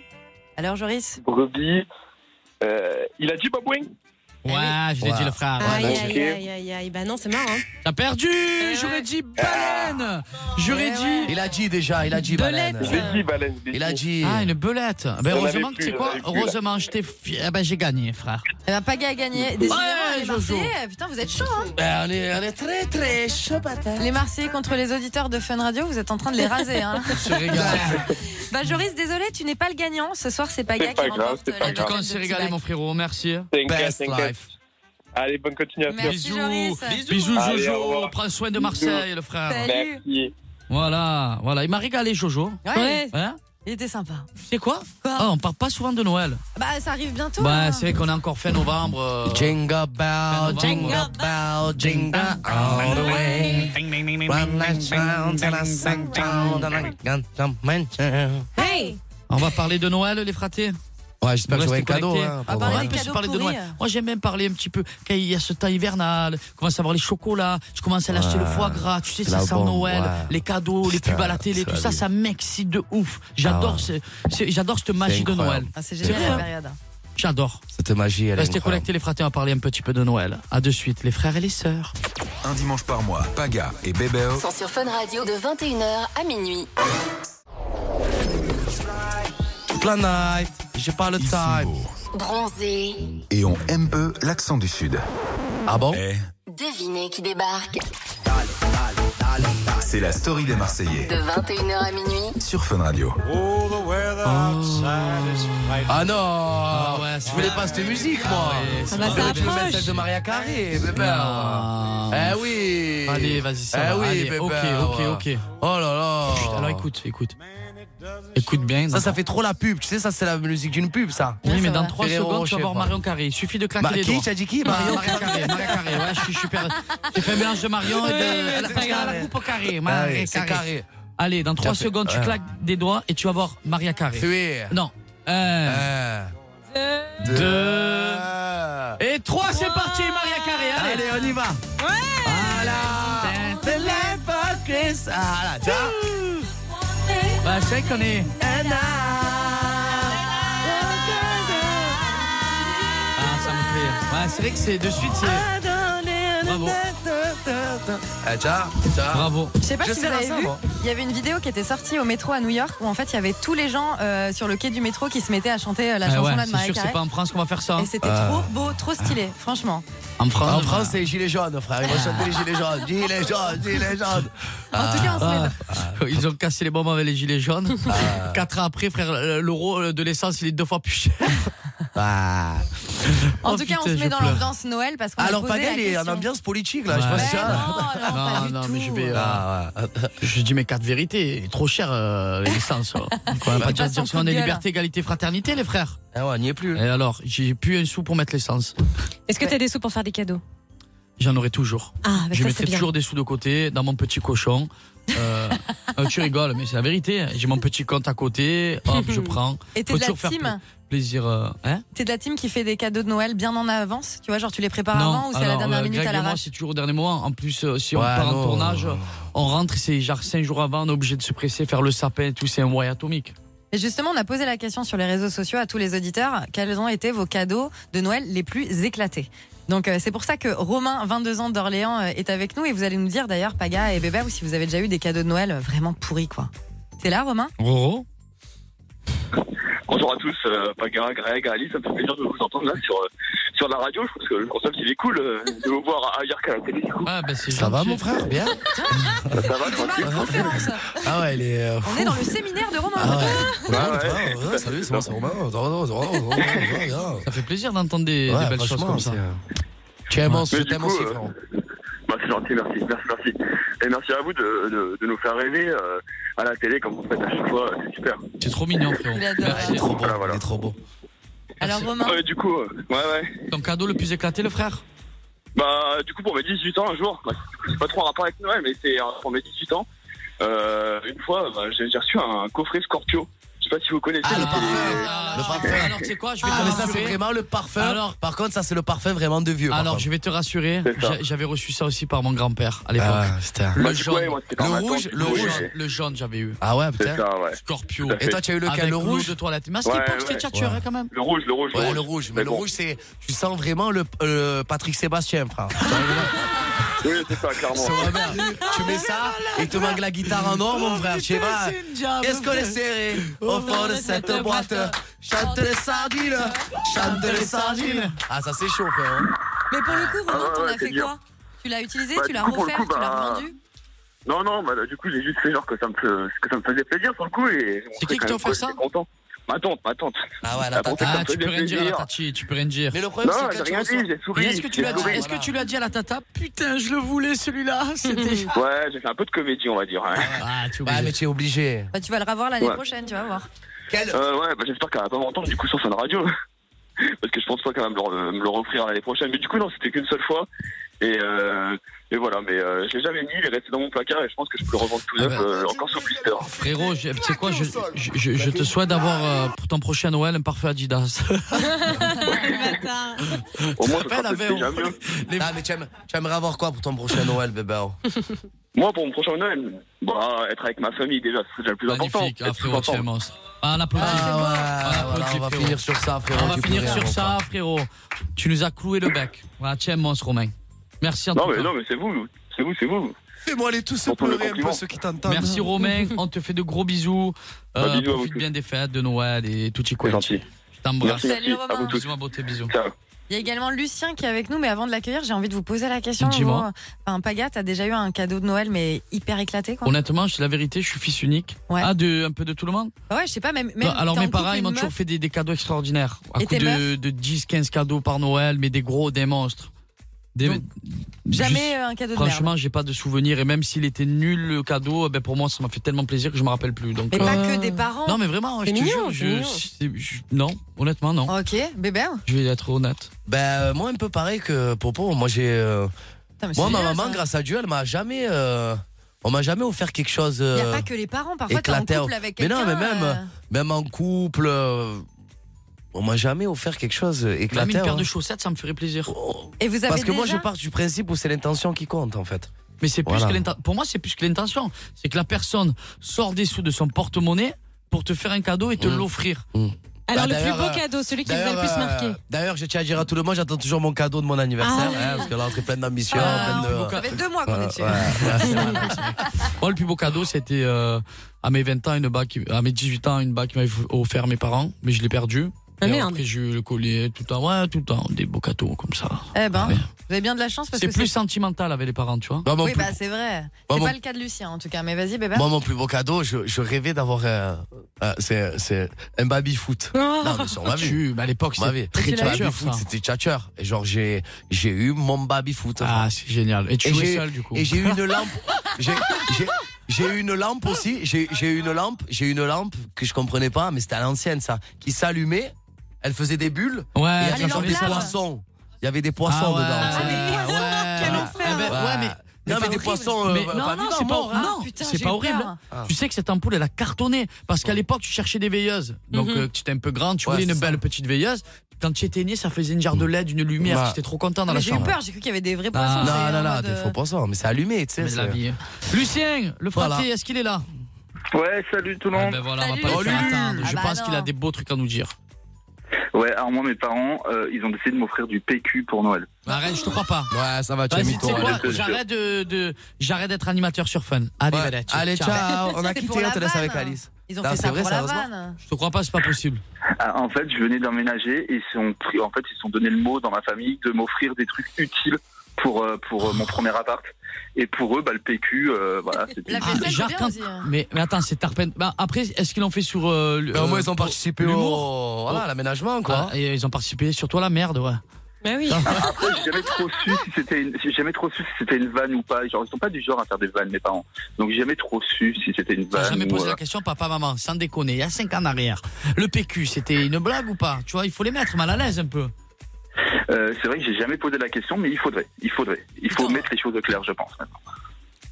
Speaker 7: Alors Joris
Speaker 19: Brebis. Euh, il a dit babouin
Speaker 4: Ouais, je l'ai dit le frère.
Speaker 6: Aïe,
Speaker 4: Ouais.
Speaker 6: aïe, aïe, aïe, aïe. Bah non, c'est Euh, marrant.
Speaker 4: T'as perdu J'aurais dit baleine J'aurais dit.
Speaker 5: Il a dit déjà, il a dit
Speaker 4: Belette.
Speaker 5: baleine.
Speaker 4: J'ai dit
Speaker 5: Il a dit.
Speaker 4: Ah, une belette. Ben,
Speaker 5: On
Speaker 4: heureusement
Speaker 5: avait
Speaker 4: que tu sais
Speaker 5: plus,
Speaker 4: quoi
Speaker 5: on avait plus, là.
Speaker 4: Heureusement, j'étais fi- ah ben, j'ai gagné, frère.
Speaker 7: Eh ben, Paga a gagné. Décidément,
Speaker 4: Ouais,
Speaker 7: les
Speaker 4: Jojo.
Speaker 7: Marseillais, putain, vous êtes chaud, hein
Speaker 5: Ben, on, est, on est très très chaud, bâtard.
Speaker 7: Les Marseillais contre les auditeurs de Fun Radio, vous êtes en train de les raser, hein
Speaker 4: Je régale.
Speaker 7: Bah Joris, désolé, tu n'es pas le gagnant. Ce soir, c'est Paga qui remporte la
Speaker 4: En tout cas, on s'est
Speaker 7: de
Speaker 4: régalé,
Speaker 7: Tibac.
Speaker 4: mon frérot. Merci.
Speaker 19: T'inquiète, t'inquiète. Allez, bonne continuation.
Speaker 7: Merci, Joris.
Speaker 4: Bisous, Bisous,
Speaker 19: Allez, au
Speaker 4: Jojo.
Speaker 19: revoir.
Speaker 4: Prends soin de Marseille, le frère.
Speaker 7: Salut.
Speaker 19: Merci.
Speaker 4: Voilà, voilà. Il m'a régalé, Jojo.
Speaker 7: Ouais. Ouais.
Speaker 4: Hein
Speaker 7: Il était sympa.
Speaker 4: C'est quoi Ah, On parle pas souvent de Noël.
Speaker 7: Bah, ça arrive bientôt.
Speaker 4: Bah,
Speaker 7: hein.
Speaker 4: c'est vrai qu'on est encore fin novembre. euh,
Speaker 5: Jingle bell,
Speaker 4: fin novembre.
Speaker 5: jingle bell, jingle all the way. One last round, till I sink down, and I got some mention.
Speaker 7: Hey
Speaker 4: On va parler de Noël, les fratés
Speaker 5: Ouais, j'espère que
Speaker 4: Vous
Speaker 5: j'aurai un
Speaker 4: restez
Speaker 5: cadeau.
Speaker 4: connectés.
Speaker 5: hein,
Speaker 4: Ah,
Speaker 5: pour
Speaker 4: bah,
Speaker 5: moi.
Speaker 4: on peut se parler de
Speaker 7: pourris.
Speaker 4: Noël. Moi, j'aime bien parler un petit peu quand il y a ce temps hivernal. Je commence à voir les chocolats. Je commence à lâcher
Speaker 5: Ouais.
Speaker 4: le foie gras. Tu sais,
Speaker 5: C'est
Speaker 4: ça
Speaker 5: la
Speaker 4: sent
Speaker 5: bombe,
Speaker 4: Noël.
Speaker 5: ouais.
Speaker 4: Les cadeaux, les
Speaker 5: Putain,
Speaker 4: pubs à la télé,
Speaker 5: c'est
Speaker 4: tout
Speaker 5: la
Speaker 4: ça,
Speaker 5: vie.
Speaker 4: ça m'excite de ouf. J'adore ce- ce- j'adore cette magie de
Speaker 5: incroyable.
Speaker 4: Noël.
Speaker 7: Ah, c'est
Speaker 4: C'est
Speaker 7: génial
Speaker 4: vrai,
Speaker 7: la
Speaker 4: hein.
Speaker 7: période.
Speaker 4: J'adore.
Speaker 5: Cette magie, elle est
Speaker 4: Restez
Speaker 5: incroyable.
Speaker 4: connectés, les fratés. On va parler un petit peu de Noël. À de suite, les frères et les sœurs.
Speaker 1: Un dimanche par mois, Paga et Bébéo
Speaker 3: Sont sur Fun Radio de 21h à minuit.
Speaker 5: Toute la night, je parle de time.
Speaker 3: Bronzé,
Speaker 1: et on aime peu l'accent du Sud. Eh,
Speaker 5: Ah bon
Speaker 3: devinez qui débarque
Speaker 1: C'est la story des Marseillais
Speaker 3: de 21h à minuit.
Speaker 1: sur Fun Radio.
Speaker 5: Oh.
Speaker 1: Oh.
Speaker 5: Ah non Je
Speaker 4: c'est
Speaker 5: voulais pas cette musique,
Speaker 6: Ah
Speaker 5: moi
Speaker 6: bah, ça
Speaker 5: Je voulais
Speaker 6: approche.
Speaker 5: celle de Maria Carré, bébé Eh oui
Speaker 4: Allez, vas-y, ça
Speaker 5: Eh
Speaker 4: va.
Speaker 5: oui,
Speaker 4: Allez,
Speaker 5: bébé
Speaker 4: ok, ok, ok.
Speaker 5: Oh là là
Speaker 4: Chut, Alors écoute, écoute. Écoute bien.
Speaker 5: Ça, ça fait trop la pub, tu sais, ça c'est la musique d'une pub, ça
Speaker 4: Oui, mais dans 3
Speaker 5: Ferrero
Speaker 4: secondes, tu
Speaker 5: Rocher,
Speaker 4: vas voir
Speaker 5: quoi.
Speaker 4: Marion Carré. Il suffit de claquer
Speaker 5: Bah,
Speaker 4: les
Speaker 5: qui
Speaker 4: doigts.
Speaker 5: T'as dit qui Bah,
Speaker 4: Marion Carré, Marion Carré. Ouais, je suis super. J'ai fait un mélange de Marion et de.
Speaker 5: Ouais, ouais,
Speaker 4: Elle a
Speaker 5: c'est
Speaker 4: pas gagné la
Speaker 5: carré.
Speaker 4: coupe au carré.
Speaker 5: Ah
Speaker 4: Marion
Speaker 5: oui, c'est carré.
Speaker 4: Allez, dans 3
Speaker 5: fait-
Speaker 4: secondes, tu
Speaker 5: ouais.
Speaker 4: claques des doigts et tu vas voir Maria Carré.
Speaker 5: Oui.
Speaker 4: Non. 1, 2, et 3, c'est parti, Maria Carré. Allez,
Speaker 5: Allez, on y va Voilà The life of Chris Ah là, tu vois
Speaker 4: Bah, je sais qu'on est. Ah, ça me plaît. Ouais, c'est vrai que c'est de suite, c'est. Bravo.
Speaker 5: Eh, tiens, tiens.
Speaker 4: Bravo.
Speaker 7: Je sais pas si vous
Speaker 5: sers à
Speaker 7: avez
Speaker 5: ça,
Speaker 7: vu,
Speaker 5: moi.
Speaker 7: il y avait une vidéo qui était sortie au métro à New York où en fait il y avait tous les gens euh, sur le quai du métro qui se mettaient à chanter euh, la
Speaker 4: Ah
Speaker 7: chanson
Speaker 4: ouais,
Speaker 7: là de
Speaker 4: c'est
Speaker 7: Maria
Speaker 4: sûr, c'est
Speaker 7: Carey.
Speaker 4: pas en France qu'on va faire ça. hein.
Speaker 7: Et c'était
Speaker 5: Euh,
Speaker 7: trop beau, trop stylé, franchement.
Speaker 4: En France,
Speaker 5: En
Speaker 4: bah,
Speaker 5: France, c'est les gilets jaunes, frère. Ils vont chanter les gilets jaunes. Gilets jaunes, gilets jaunes. Ah.
Speaker 7: En tout cas, on se met-
Speaker 4: Ils ont cassé les bombes avec les gilets jaunes. Quatre ans après, frère, l'euro de l'essence, il est deux fois plus cher.
Speaker 5: Ah.
Speaker 7: en
Speaker 4: Oh,
Speaker 7: tout cas, on
Speaker 4: putain,
Speaker 7: se met
Speaker 4: je
Speaker 7: dans
Speaker 4: pleure.
Speaker 7: l'ambiance Noël parce qu'on
Speaker 5: Alors,
Speaker 7: a posé
Speaker 5: Paga,
Speaker 7: la
Speaker 5: il est en
Speaker 7: question.
Speaker 5: ambiance politique, là. Je
Speaker 4: Ouais.
Speaker 5: pense que
Speaker 7: Non,
Speaker 5: ça.
Speaker 7: non, pas
Speaker 4: Non,
Speaker 7: du
Speaker 4: non,
Speaker 7: tout.
Speaker 4: mais je vais. euh,
Speaker 5: Ah, ouais.
Speaker 4: Je dis mes quatre vérités. Il est trop cher, euh, l'essence. quoi. Donc, on va pas
Speaker 7: passe
Speaker 4: dire,
Speaker 7: son
Speaker 4: dire
Speaker 7: coup
Speaker 4: on
Speaker 7: de
Speaker 4: est
Speaker 7: gueule.
Speaker 4: liberté, égalité, fraternité, les frères.
Speaker 5: Ah ouais, on n'y est plus.
Speaker 4: Et alors, j'ai plus un sou pour mettre l'essence.
Speaker 6: Est-ce que t'as des sous pour faire des cadeaux
Speaker 4: J'en aurai toujours.
Speaker 6: Ah, bah
Speaker 4: je
Speaker 6: ça
Speaker 4: mettrai
Speaker 6: c'est bien.
Speaker 4: toujours des sous de côté dans mon petit cochon. Euh, euh, tu rigoles, mais c'est la vérité. hein. J'ai mon petit compte à côté. Hop, Oh, je prends.
Speaker 7: Et Hum, t'es
Speaker 4: Faut
Speaker 7: de la
Speaker 4: toujours faire
Speaker 7: team
Speaker 4: pla- plaisir. euh, hein
Speaker 7: T'es de la team qui fait des cadeaux de Noël bien en avance Tu vois, genre tu les prépares avant ou c'est à la
Speaker 4: alors,
Speaker 7: dernière
Speaker 4: euh,
Speaker 7: minute
Speaker 4: Greg
Speaker 7: à
Speaker 4: et moi,
Speaker 7: l'arrache
Speaker 4: c'est toujours au dernier moment. En plus, euh, si on
Speaker 5: Ouais,
Speaker 4: part
Speaker 5: non.
Speaker 4: en tournage, on rentre, c'est genre 5 jours avant, on est obligé de se presser, faire le sapin et tout, c'est un voyage atomique.
Speaker 7: Et justement, on a posé la question sur les réseaux sociaux à tous les auditeurs quels ont été vos cadeaux de Noël les plus éclatés donc euh, c'est pour ça que Romain, 22 ans d'Orléans, euh, est avec nous et vous allez nous dire d'ailleurs, Paga et Bébé, ou si vous avez déjà eu des cadeaux de Noël euh, vraiment pourris quoi. T'es là, Romain
Speaker 4: Roro
Speaker 19: Bonjour à tous, euh, Paga, Greg, Ali, ça me fait plaisir de vous entendre là sur, euh, sur la radio. Je pense que le concept il est cool euh, de vous voir ailleurs qu'à la télé.
Speaker 4: Ah, bah, c'est
Speaker 5: Ça va, mon frère Bien
Speaker 19: Ça va, tranquille.
Speaker 5: Ah ouais, elle est. euh,
Speaker 7: On est dans le séminaire de Romain.
Speaker 5: Ah ouais, ouais, ouais, salut, c'est moi, c'est Romain.
Speaker 4: Ça fait plaisir d'entendre des,
Speaker 5: Ouais,
Speaker 4: des belles choses
Speaker 5: franchement,
Speaker 4: comme ça.
Speaker 5: c'est, euh, Tu es immense,
Speaker 19: Mais
Speaker 5: je
Speaker 19: du
Speaker 5: t'aime
Speaker 19: coup,
Speaker 5: aussi,
Speaker 19: euh,
Speaker 5: frérot.
Speaker 19: Bah, c'est gentil, merci, merci, merci. Et merci à vous de, de, de nous faire rêver euh, à la télé comme vous faites à chaque fois, c'est super.
Speaker 4: Tu es euh, trop mignon, frérot.
Speaker 7: Il adore.
Speaker 4: Merci.
Speaker 5: Trop beau, il est trop beau.
Speaker 7: Alors Romain,
Speaker 19: Ouais, du coup, euh, ouais, ouais.
Speaker 4: Ton cadeau le plus éclaté, le frère
Speaker 19: Bah, du coup, pour mes 18 ans, un jour, bah, c'est pas trop en rapport avec Noël, mais c'est euh, pour mes 18 ans, euh, une fois, bah, j'ai j'ai reçu un coffret Scorpio. Je sais pas si vous connaissez.
Speaker 4: Ah,
Speaker 19: mais c'est des-
Speaker 7: Ah,
Speaker 5: Le parfum.
Speaker 4: Alors, tu sais quoi, je vais
Speaker 5: Ah,
Speaker 4: te
Speaker 5: mais ça, c'est
Speaker 4: rassurer.
Speaker 5: vraiment le parfum.
Speaker 4: Alors-
Speaker 5: Par contre, ça, c'est le parfum vraiment de vieux. par
Speaker 4: Alors,
Speaker 5: contre.
Speaker 4: je vais te rassurer,
Speaker 5: C'est ça.
Speaker 4: j'a- j'avais reçu ça aussi par mon grand-père à l'époque.
Speaker 5: Ah, putain.
Speaker 4: le
Speaker 5: Moi, du coup,
Speaker 4: jaune,
Speaker 5: ouais, moi, c'était par
Speaker 4: le
Speaker 5: ma tante
Speaker 4: rouge,
Speaker 5: qui
Speaker 4: le
Speaker 5: le
Speaker 4: rouge,
Speaker 5: jouait.
Speaker 4: le jaune, j'avais eu.
Speaker 5: Ah ouais,
Speaker 19: C'est
Speaker 5: putain.
Speaker 19: ça, ouais.
Speaker 4: Scorpio.
Speaker 19: Tout à fait.
Speaker 5: Et toi, tu as eu lequel,
Speaker 4: Avec
Speaker 5: le rouge
Speaker 4: de toilette. Mais à cette
Speaker 19: Ouais,
Speaker 4: époque, c'était
Speaker 19: ouais.
Speaker 4: tchatcheur, hein, quand même.
Speaker 19: Le rouge, le rouge,
Speaker 5: Ouais, le rouge. Mais, le
Speaker 19: bon.
Speaker 5: rouge, c'est. Tu sens vraiment le euh, Patrick Sébastien, frère.
Speaker 19: Oui, c'est ça, clairement.
Speaker 5: C'est Robert. tu mets ça
Speaker 19: Ah,
Speaker 5: et te manque la guitare en or,
Speaker 4: Oh,
Speaker 5: mon frère. Je sais pas. Qu'est-ce qu'on est serré au fond de cette boîte Chante les sardines, chante les sardines. Ah, ça c'est chaud, frère. hein.
Speaker 7: mais pour le coup, Romain,
Speaker 19: ouais,
Speaker 7: t'en
Speaker 19: Ah, ouais,
Speaker 7: as
Speaker 19: c'est
Speaker 7: fait
Speaker 19: dur.
Speaker 7: quoi Tu l'as utilisé,
Speaker 19: Bah,
Speaker 7: tu
Speaker 19: du
Speaker 7: l'as
Speaker 19: coup, pour le
Speaker 7: refait,
Speaker 19: coup,
Speaker 7: tu l'as
Speaker 19: bah,
Speaker 7: revendu
Speaker 19: Non, non, bah, du coup, j'ai juste fait genre que ça me, fe- que ça me faisait plaisir sur le coup. Et
Speaker 4: C'est qui qui t'a offert ça
Speaker 19: J'étais content. Ma tante, ma tante.
Speaker 5: Ah ouais,
Speaker 19: La
Speaker 5: la
Speaker 19: tante,
Speaker 5: tata.
Speaker 19: ça
Speaker 4: Ah,
Speaker 19: me
Speaker 4: tu peux
Speaker 19: faisait
Speaker 4: rien dire à la
Speaker 19: plaisir.
Speaker 4: Tati, tu peux rien dire.
Speaker 5: Mais le problème,
Speaker 19: Non,
Speaker 5: c'est
Speaker 19: j'ai
Speaker 5: que
Speaker 19: rien
Speaker 5: quand tu
Speaker 19: dit,
Speaker 5: ressens-
Speaker 19: j'ai
Speaker 4: Mais
Speaker 19: souri.
Speaker 4: est-ce que tu
Speaker 19: j'ai
Speaker 4: l'as dit,
Speaker 19: souri.
Speaker 4: est-ce que tu l'as dit à la tata Putain, je le voulais celui-là. C'était.
Speaker 19: Ouais, j'ai fait un peu de comédie, on va dire. hein.
Speaker 4: Ah, tu
Speaker 5: Ouais, mais
Speaker 4: oublies.
Speaker 5: tu es obligé.
Speaker 7: Bah, Tu vas le revoir l'année
Speaker 19: Ouais.
Speaker 7: prochaine, tu vas voir.
Speaker 5: Quel-
Speaker 19: Euh, ouais, bah, j'espère qu'elle va pas m'entendre du coup sur Fun Radio. Parce que je pense pas qu'elle va me le, me le refaire l'année prochaine. Mais du coup, non, c'était qu'une seule fois. Et, euh, et voilà, mais euh, je l'ai jamais mis, il est resté dans mon placard et je pense que je peux le revendre tout
Speaker 4: Ah
Speaker 19: neuf
Speaker 4: bah.
Speaker 19: euh, encore sur Blister.
Speaker 4: Frérot, je- tu sais quoi, je, je, je- je te souhaite d'avoir euh, pour ton prochain Noël un parfait Adidas.
Speaker 5: Te
Speaker 19: Au moins, ça
Speaker 5: rappelles,
Speaker 19: sera peut-être
Speaker 5: Avéon.
Speaker 19: déjà mieux.
Speaker 5: Ah, mais tu, aimes- tu aimerais avoir quoi pour ton prochain Noël, bébé
Speaker 19: Moi, pour mon prochain Noël, bah, être avec ma famille déjà, c'est déjà le plus
Speaker 4: Magnifique,
Speaker 19: important.
Speaker 4: ah,
Speaker 19: Être
Speaker 4: frérot, tu es un
Speaker 19: ensemble.
Speaker 4: monstre. Ah, on applaudit.
Speaker 5: Ah, ouais,
Speaker 4: On
Speaker 5: voilà,
Speaker 4: applaudit,
Speaker 5: on va
Speaker 4: frérot.
Speaker 5: finir sur ça, frérot.
Speaker 4: On va
Speaker 5: tu peux
Speaker 4: finir
Speaker 5: rien,
Speaker 4: sur
Speaker 5: mon
Speaker 4: ça,
Speaker 5: frère.
Speaker 4: frérot. Tu nous as cloué le bec. Voilà, tu es un monstre, Romain. Merci en
Speaker 19: Non,
Speaker 4: tout
Speaker 19: mais,
Speaker 4: cas.
Speaker 19: non, mais c'est vous, c'est vous, c'est vous.
Speaker 5: Fais-moi aller tous
Speaker 19: Pour le compliment.
Speaker 5: qui t'entendent.
Speaker 4: Merci Romain, on te fait de gros bisous. Euh,
Speaker 19: bisous à vous
Speaker 4: profite
Speaker 19: tous.
Speaker 4: bien des fêtes de Noël et tout y quoi.
Speaker 19: C'est gentil.
Speaker 4: Je t'embrasse.
Speaker 19: Merci, merci.
Speaker 7: Romain.
Speaker 19: À vous tous.
Speaker 4: Bisous ma beauté, bisous.
Speaker 19: Ciao.
Speaker 7: Il y a également Lucien qui est avec nous, mais avant de l'accueillir, j'ai envie de vous poser la question.
Speaker 4: Dis-moi.
Speaker 7: vous, Enfin, Paga, t'as déjà eu un cadeau de Noël, mais hyper éclaté, quoi.
Speaker 4: Honnêtement, c'est la vérité, je suis fils unique.
Speaker 7: Ouais.
Speaker 4: Ah, de, un peu de tout le monde
Speaker 7: Bah ouais, je sais pas, même. même
Speaker 4: Non, Alors
Speaker 7: t'es en
Speaker 4: mes
Speaker 7: couple,
Speaker 4: parents, ils
Speaker 7: une
Speaker 4: m'ont
Speaker 7: meuf,
Speaker 4: toujours fait des, des cadeaux extraordinaires. À
Speaker 7: Et
Speaker 4: coup
Speaker 7: tes
Speaker 4: de, de 10, 15 cadeaux par Noël, mais des gros, des monstres. Des-
Speaker 7: Donc,
Speaker 4: Je-
Speaker 7: Jamais euh, un cadeau de merde.
Speaker 4: Franchement, j'ai pas de souvenir et même s'il était nul le cadeau, eh ben pour moi ça m'a fait tellement plaisir que je me rappelle plus. Donc
Speaker 7: Mais
Speaker 4: euh,
Speaker 7: pas que des parents.
Speaker 4: non, mais vraiment, je
Speaker 6: C'est
Speaker 4: te
Speaker 6: mignon,
Speaker 4: jure,
Speaker 6: c'est
Speaker 4: je,
Speaker 6: mignon.
Speaker 4: c'est- je- non, honnêtement non.
Speaker 7: Ok, bébé.
Speaker 4: Je vais être honnête.
Speaker 5: Ben, euh, moi, un peu pareil que Popo. Moi, j'ai. euh,
Speaker 7: Putain, mais
Speaker 5: Moi,
Speaker 7: c'est
Speaker 5: ma
Speaker 7: génial,
Speaker 5: maman,
Speaker 7: ça.
Speaker 5: grâce à Dieu, elle m'a jamais. euh, On m'a jamais offert quelque chose.
Speaker 7: Il n'y a
Speaker 5: euh,
Speaker 7: pas que les parents, parfois t'es en
Speaker 5: éclaté.
Speaker 7: couple avec
Speaker 5: Mais
Speaker 7: quelqu'un.
Speaker 5: non, mais même,
Speaker 7: euh,
Speaker 5: même en couple. euh, On m'a jamais offert quelque chose euh,
Speaker 4: Même
Speaker 5: éclaté.
Speaker 4: une paire
Speaker 5: hein.
Speaker 4: de chaussettes, ça me ferait plaisir.
Speaker 5: Oh,
Speaker 7: Et vous avez
Speaker 5: Parce que moi, je
Speaker 7: déjà
Speaker 5: pars du principe où c'est l'intention qui compte, en fait.
Speaker 4: Mais c'est plus
Speaker 5: Voilà.
Speaker 4: que l'inten- pour moi c'est plus que l'intention, c'est que la personne sort des sous de son porte-monnaie pour te faire un cadeau et te
Speaker 5: Mm.
Speaker 4: l'offrir.
Speaker 6: Alors,
Speaker 5: Bah,
Speaker 6: le plus
Speaker 5: d'ailleurs,
Speaker 6: beau
Speaker 5: euh,
Speaker 6: cadeau, celui qui vous a le
Speaker 5: D'ailleurs,
Speaker 6: plus
Speaker 5: euh,
Speaker 6: marqué.
Speaker 5: D'ailleurs, je tiens à dire à tout le monde, j'attends toujours mon cadeau de mon anniversaire, hein, parce que là, on est plein d'ambition,
Speaker 7: Ah,
Speaker 5: plein de.
Speaker 7: Ça fait deux mois qu'on est dessus.
Speaker 5: Ouais, ouais, c'est vrai.
Speaker 4: Moi le plus beau cadeau c'était euh, à mes 20 ans une bague, qui- à mes 18 ans une bague qui m'avaient offert mes parents, mais je l'ai perdue.
Speaker 6: Ah,
Speaker 4: Et
Speaker 6: merde.
Speaker 4: après j'ai eu le collier, tout le temps, ouais, tout le temps, des beaux cadeaux comme ça.
Speaker 7: Eh ben,
Speaker 4: Ouais.
Speaker 7: vous avez bien de la chance parce
Speaker 4: C'est
Speaker 7: que
Speaker 4: plus sentimental avec les parents, tu vois.
Speaker 5: Moi, mon
Speaker 7: Oui,
Speaker 5: plus-
Speaker 7: bah c'est vrai.
Speaker 5: Moi,
Speaker 7: C'est
Speaker 5: mon-
Speaker 7: pas le cas de Lucien en tout cas, mais vas-y, bébé.
Speaker 4: Bah,
Speaker 5: Moi, mon plus beau cadeau, je, je rêvais d'avoir un, un- c'est, c'est un baby foot. Non, mais sur ma vie.
Speaker 4: Tu, mais à l'époque,
Speaker 5: On m'avait.
Speaker 4: c'est très
Speaker 5: Le baby
Speaker 4: tchatcheur,
Speaker 5: foot,
Speaker 4: ça.
Speaker 5: c'était tchatcheur. Et genre, j'ai, j'ai eu mon baby foot.
Speaker 4: Ah, c'est génial. Et tu
Speaker 5: et
Speaker 4: jouais
Speaker 5: j'ai,
Speaker 4: seul, du coup. Ah,
Speaker 5: et j'ai eu une lampe. j'ai, j'ai, j'ai eu une lampe aussi. J'ai, j'ai eu une lampe. J'ai eu une lampe que je comprenais pas, mais c'était à l'ancienne, ça. Qui s'allumait. Elle faisait des bulles.
Speaker 4: Ouais,
Speaker 5: et
Speaker 4: ça
Speaker 5: il y avait
Speaker 4: changeait
Speaker 5: des
Speaker 7: lampes-là.
Speaker 4: ça.
Speaker 5: poissons. Il y avait des poissons
Speaker 4: ouais.
Speaker 5: dedans.
Speaker 4: Ah,
Speaker 5: tu sais.
Speaker 4: ouais,
Speaker 6: Quel
Speaker 7: Oh,
Speaker 4: ouais.
Speaker 6: enfer.
Speaker 4: Eh ben, ouais, mais
Speaker 5: non, Ah. mais
Speaker 4: c'est
Speaker 5: des
Speaker 4: horrible.
Speaker 5: poissons. euh,
Speaker 4: Mais
Speaker 5: pas-
Speaker 4: non,
Speaker 5: pas
Speaker 4: non,
Speaker 5: vivants,
Speaker 4: c'est pas,
Speaker 5: morts, hein.
Speaker 4: non,
Speaker 7: putain,
Speaker 4: c'est
Speaker 7: j'ai
Speaker 4: pas
Speaker 7: eu
Speaker 4: horrible.
Speaker 7: peur.
Speaker 4: hein. Tu sais que cette ampoule, elle a cartonné. Parce qu'à l'époque, tu cherchais des veilleuses. Donc,
Speaker 6: Mhm.
Speaker 4: euh, tu étais un peu grande, tu
Speaker 5: Ouais,
Speaker 4: voulais une
Speaker 5: c'est ça.
Speaker 4: belle petite veilleuse. Quand tu éteignais, ça faisait une jarre de LED, une lumière.
Speaker 5: Bah.
Speaker 4: Tu étais trop content
Speaker 7: Ah, Mais
Speaker 4: dans la
Speaker 7: j'ai eu
Speaker 4: chambre.
Speaker 7: peur, j'ai cru qu'il y avait des vrais
Speaker 4: Ah.
Speaker 7: poissons.
Speaker 5: Non,
Speaker 7: c'est
Speaker 5: non,
Speaker 7: en
Speaker 5: non,
Speaker 7: mode,
Speaker 5: des
Speaker 7: euh,
Speaker 5: faux poissons, mais c'est allumé, tu sais.
Speaker 4: Mais de la
Speaker 5: c'est-
Speaker 4: vie, hein. Lucien, le fraté,
Speaker 5: Voilà.
Speaker 4: est-ce qu'il est là
Speaker 19: Ouais, salut tout le
Speaker 4: Ah
Speaker 19: monde.
Speaker 4: ben voilà, on
Speaker 7: Salut,
Speaker 4: va pas
Speaker 7: Lucien.
Speaker 4: laisser attendre.
Speaker 7: Ah
Speaker 4: Je
Speaker 7: bah
Speaker 4: pense
Speaker 7: non.
Speaker 4: qu'il a des beaux trucs à nous dire.
Speaker 19: Ouais, alors moi, mes parents, euh, ils ont décidé de m'offrir du PQ pour Noël.
Speaker 7: Bah
Speaker 4: Arrête, je te crois pas.
Speaker 5: Ouais, ça va,
Speaker 19: tu as mis
Speaker 4: tu sais
Speaker 19: ton-
Speaker 4: quoi
Speaker 19: Je te jure.
Speaker 4: J'arrête de, de- j'arrête d'être animateur sur Fun. Allez,
Speaker 5: Ouais.
Speaker 4: Valette,
Speaker 5: Allez, ciao. On a
Speaker 7: C'est pour
Speaker 5: quitté, on
Speaker 7: la
Speaker 5: te laisse avec
Speaker 7: vanne.
Speaker 5: Alice.
Speaker 7: Ils ont
Speaker 19: Non,
Speaker 7: fait
Speaker 19: c'est
Speaker 7: ça
Speaker 19: vrai,
Speaker 7: pour la
Speaker 19: sérieusement
Speaker 7: vanne.
Speaker 4: Je te crois pas, c'est pas possible.
Speaker 19: Ah, en fait, je venais d'emménager et ils se sont pris, en fait, ils se sont donné le mot dans ma famille de m'offrir des trucs utiles pour euh, pour euh, mon premier appart. Et pour eux, bah le PQ, euh, voilà. c'était-
Speaker 4: Ah, Jarquin-
Speaker 7: hein.
Speaker 4: mais, mais attends, c'est Tarpen. Bah, après, est-ce qu'ils l'ont fait sur. euh, le-
Speaker 16: Mais au moins,
Speaker 4: euh,
Speaker 16: ils ont
Speaker 4: pour-
Speaker 16: participé
Speaker 4: l'humour
Speaker 16: au- voilà, à l'aménagement, quoi.
Speaker 4: Ah, et ils ont participé surtout à la merde, ouais. Ben
Speaker 6: Bah oui.
Speaker 19: Après, Ah, j'ai jamais trop su si c'était une, j'ai jamais trop su si c'était une vanne ou pas. Genre, ils sont pas du genre à faire des vannes, mes parents. Donc, j'ai jamais trop su si c'était une
Speaker 4: T'as
Speaker 19: vanne.
Speaker 4: Ah, jamais
Speaker 19: ou,
Speaker 4: posé
Speaker 19: euh,
Speaker 4: la question, papa, maman, sans déconner, il y a 5 ans en arrière. Le PQ, c'était une blague ou pas Tu vois, il faut les mettre mal à l'aise un peu.
Speaker 19: euh, c'est vrai que j'ai jamais posé la question, mais il faudrait, il faudrait, il faut mettre les choses au clair, je pense. maintenant.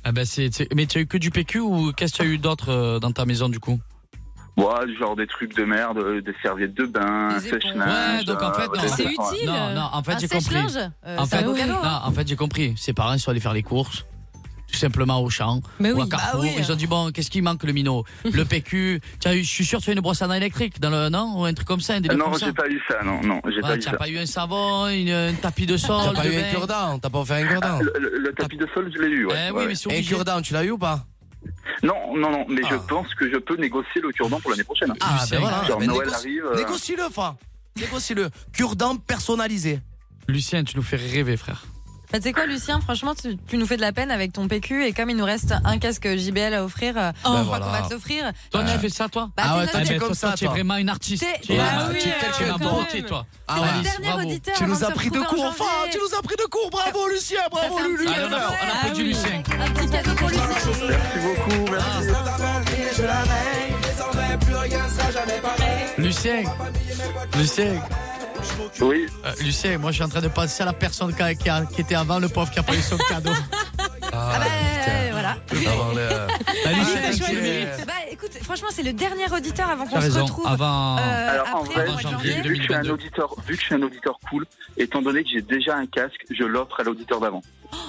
Speaker 4: Ah bah c'est, c'est- Mais tu as eu que du PQ ou qu'est-ce que tu as eu d'autre euh, dans ta maison du coup
Speaker 19: Ouais, genre des trucs de merde, euh, des serviettes de bain, un
Speaker 7: Ah,
Speaker 19: sèche-linge.
Speaker 4: Ouais, donc en
Speaker 19: euh,
Speaker 4: fait, non.
Speaker 19: voilà, des trucs, ouais.
Speaker 4: Non, non, en fait,
Speaker 7: Un
Speaker 4: j'ai compris.
Speaker 7: sèche-linge Euh,
Speaker 4: en
Speaker 7: c'est un
Speaker 4: fait,
Speaker 7: beau cadeau,
Speaker 4: non,
Speaker 7: hein.
Speaker 4: en fait, j'ai compris. Ses parents, ils sont allés faire les courses, tout simplement au champ,
Speaker 7: Mais
Speaker 4: ou à
Speaker 7: oui.
Speaker 4: Carrefour.
Speaker 7: Bah oui.
Speaker 4: Ils ont dit, bon, qu'est-ce qui manque, le minot Le PQ. Tiens, je suis sûr que tu as une brosse à dents électrique, dans le, non Ou un truc comme ça, un délire
Speaker 19: Ah Non,
Speaker 4: comme ça.
Speaker 19: j'ai pas eu ça, non, non, j'ai
Speaker 4: Voilà,
Speaker 19: pas eu
Speaker 4: t'as
Speaker 19: ça.
Speaker 4: pas eu un savon, une, un tapis de sol.
Speaker 16: T'as pas
Speaker 4: de
Speaker 16: eu un
Speaker 4: bain.
Speaker 16: cure-dent, t'as pas fait un cure-dent.
Speaker 19: Ah, Le, le tapis de sol, je l'ai eu, ouais.
Speaker 4: Eh oui,
Speaker 19: ouais,
Speaker 4: mais
Speaker 19: ouais.
Speaker 4: c'est
Speaker 16: Un
Speaker 4: obligé.
Speaker 16: cure-dent, tu l'as eu ou pas
Speaker 19: Non, non, non, mais je
Speaker 4: Ah.
Speaker 19: pense que je peux négocier le cure-dent pour l'année prochaine.
Speaker 16: Ah, ben voilà.
Speaker 19: Genre
Speaker 16: Ben
Speaker 19: Noël
Speaker 16: négocie-
Speaker 19: arrive. euh,
Speaker 16: Négocie-le, fin. Négocie-le. Cure-dent personnalisé.
Speaker 4: Lucien, tu nous fais rêver, frère.
Speaker 7: Bah, tu sais quoi, Lucien, franchement, tu, tu nous fais de la peine avec ton PQ et comme il nous reste un casque JBL à offrir, euh, je crois
Speaker 4: voilà.
Speaker 7: qu'on va te l'offrir.
Speaker 4: Toi, tu fais ça, toi
Speaker 7: Bah,
Speaker 16: Ah ouais,
Speaker 7: t'es
Speaker 16: toi,
Speaker 7: notre-
Speaker 16: t'es comme
Speaker 4: Toi,
Speaker 16: ça,
Speaker 4: tu es
Speaker 16: toi.
Speaker 4: vraiment une artiste.
Speaker 7: T'es-
Speaker 4: Tu es-
Speaker 7: Bah
Speaker 4: tu es-
Speaker 7: oui,
Speaker 4: tu es-
Speaker 7: euh,
Speaker 4: tu es ma
Speaker 7: quand
Speaker 4: beauté,
Speaker 7: même.
Speaker 4: toi.
Speaker 7: C'est
Speaker 5: Ah
Speaker 7: notre
Speaker 4: Alice,
Speaker 7: dernier
Speaker 4: bravo.
Speaker 7: auditeur
Speaker 16: Ah Tu
Speaker 7: avant
Speaker 16: nous
Speaker 7: de
Speaker 16: as
Speaker 7: se
Speaker 16: pris de
Speaker 7: retrouver en
Speaker 16: cours, enfin
Speaker 7: janvier.
Speaker 16: Tu nous as pris de cours Bravo, Lucien
Speaker 7: Ça fait
Speaker 16: Bravo,
Speaker 7: un petit
Speaker 16: Lucien
Speaker 7: cadeau.
Speaker 4: Alors, on a- on a
Speaker 7: Ah
Speaker 4: applaudi
Speaker 7: oui.
Speaker 4: Lucien.
Speaker 7: Un petit cadeau pour Lucien.
Speaker 19: Merci beaucoup, merci.
Speaker 5: Ah,
Speaker 4: Lucien, Lucien,
Speaker 19: Oui,
Speaker 4: euh, Lucien, moi je suis en train de penser à la personne qui, a- qui a- qui était avant, le pauvre qui a pas eu son cadeau.
Speaker 7: Ah bah, euh, voilà.
Speaker 16: Avant
Speaker 5: euh,
Speaker 16: le-
Speaker 4: Bah,
Speaker 7: Ah,
Speaker 4: Lucien,
Speaker 7: t'as
Speaker 4: tu
Speaker 7: choisi.
Speaker 4: le mérites.
Speaker 7: Bah, écoute, franchement, c'est le dernier auditeur avant
Speaker 4: T'as
Speaker 7: qu'on se
Speaker 4: raison,
Speaker 7: retrouve.
Speaker 4: avant.
Speaker 7: euh,
Speaker 19: Alors en
Speaker 7: après,
Speaker 19: vrai,
Speaker 7: au mois de
Speaker 4: j'ai
Speaker 7: janvier.
Speaker 4: oublié.
Speaker 19: vu que, je suis un
Speaker 4: 2022.
Speaker 19: auditeur, vu que je suis un auditeur cool, étant donné que j'ai déjà un casque, je l'offre à l'auditeur d'avant.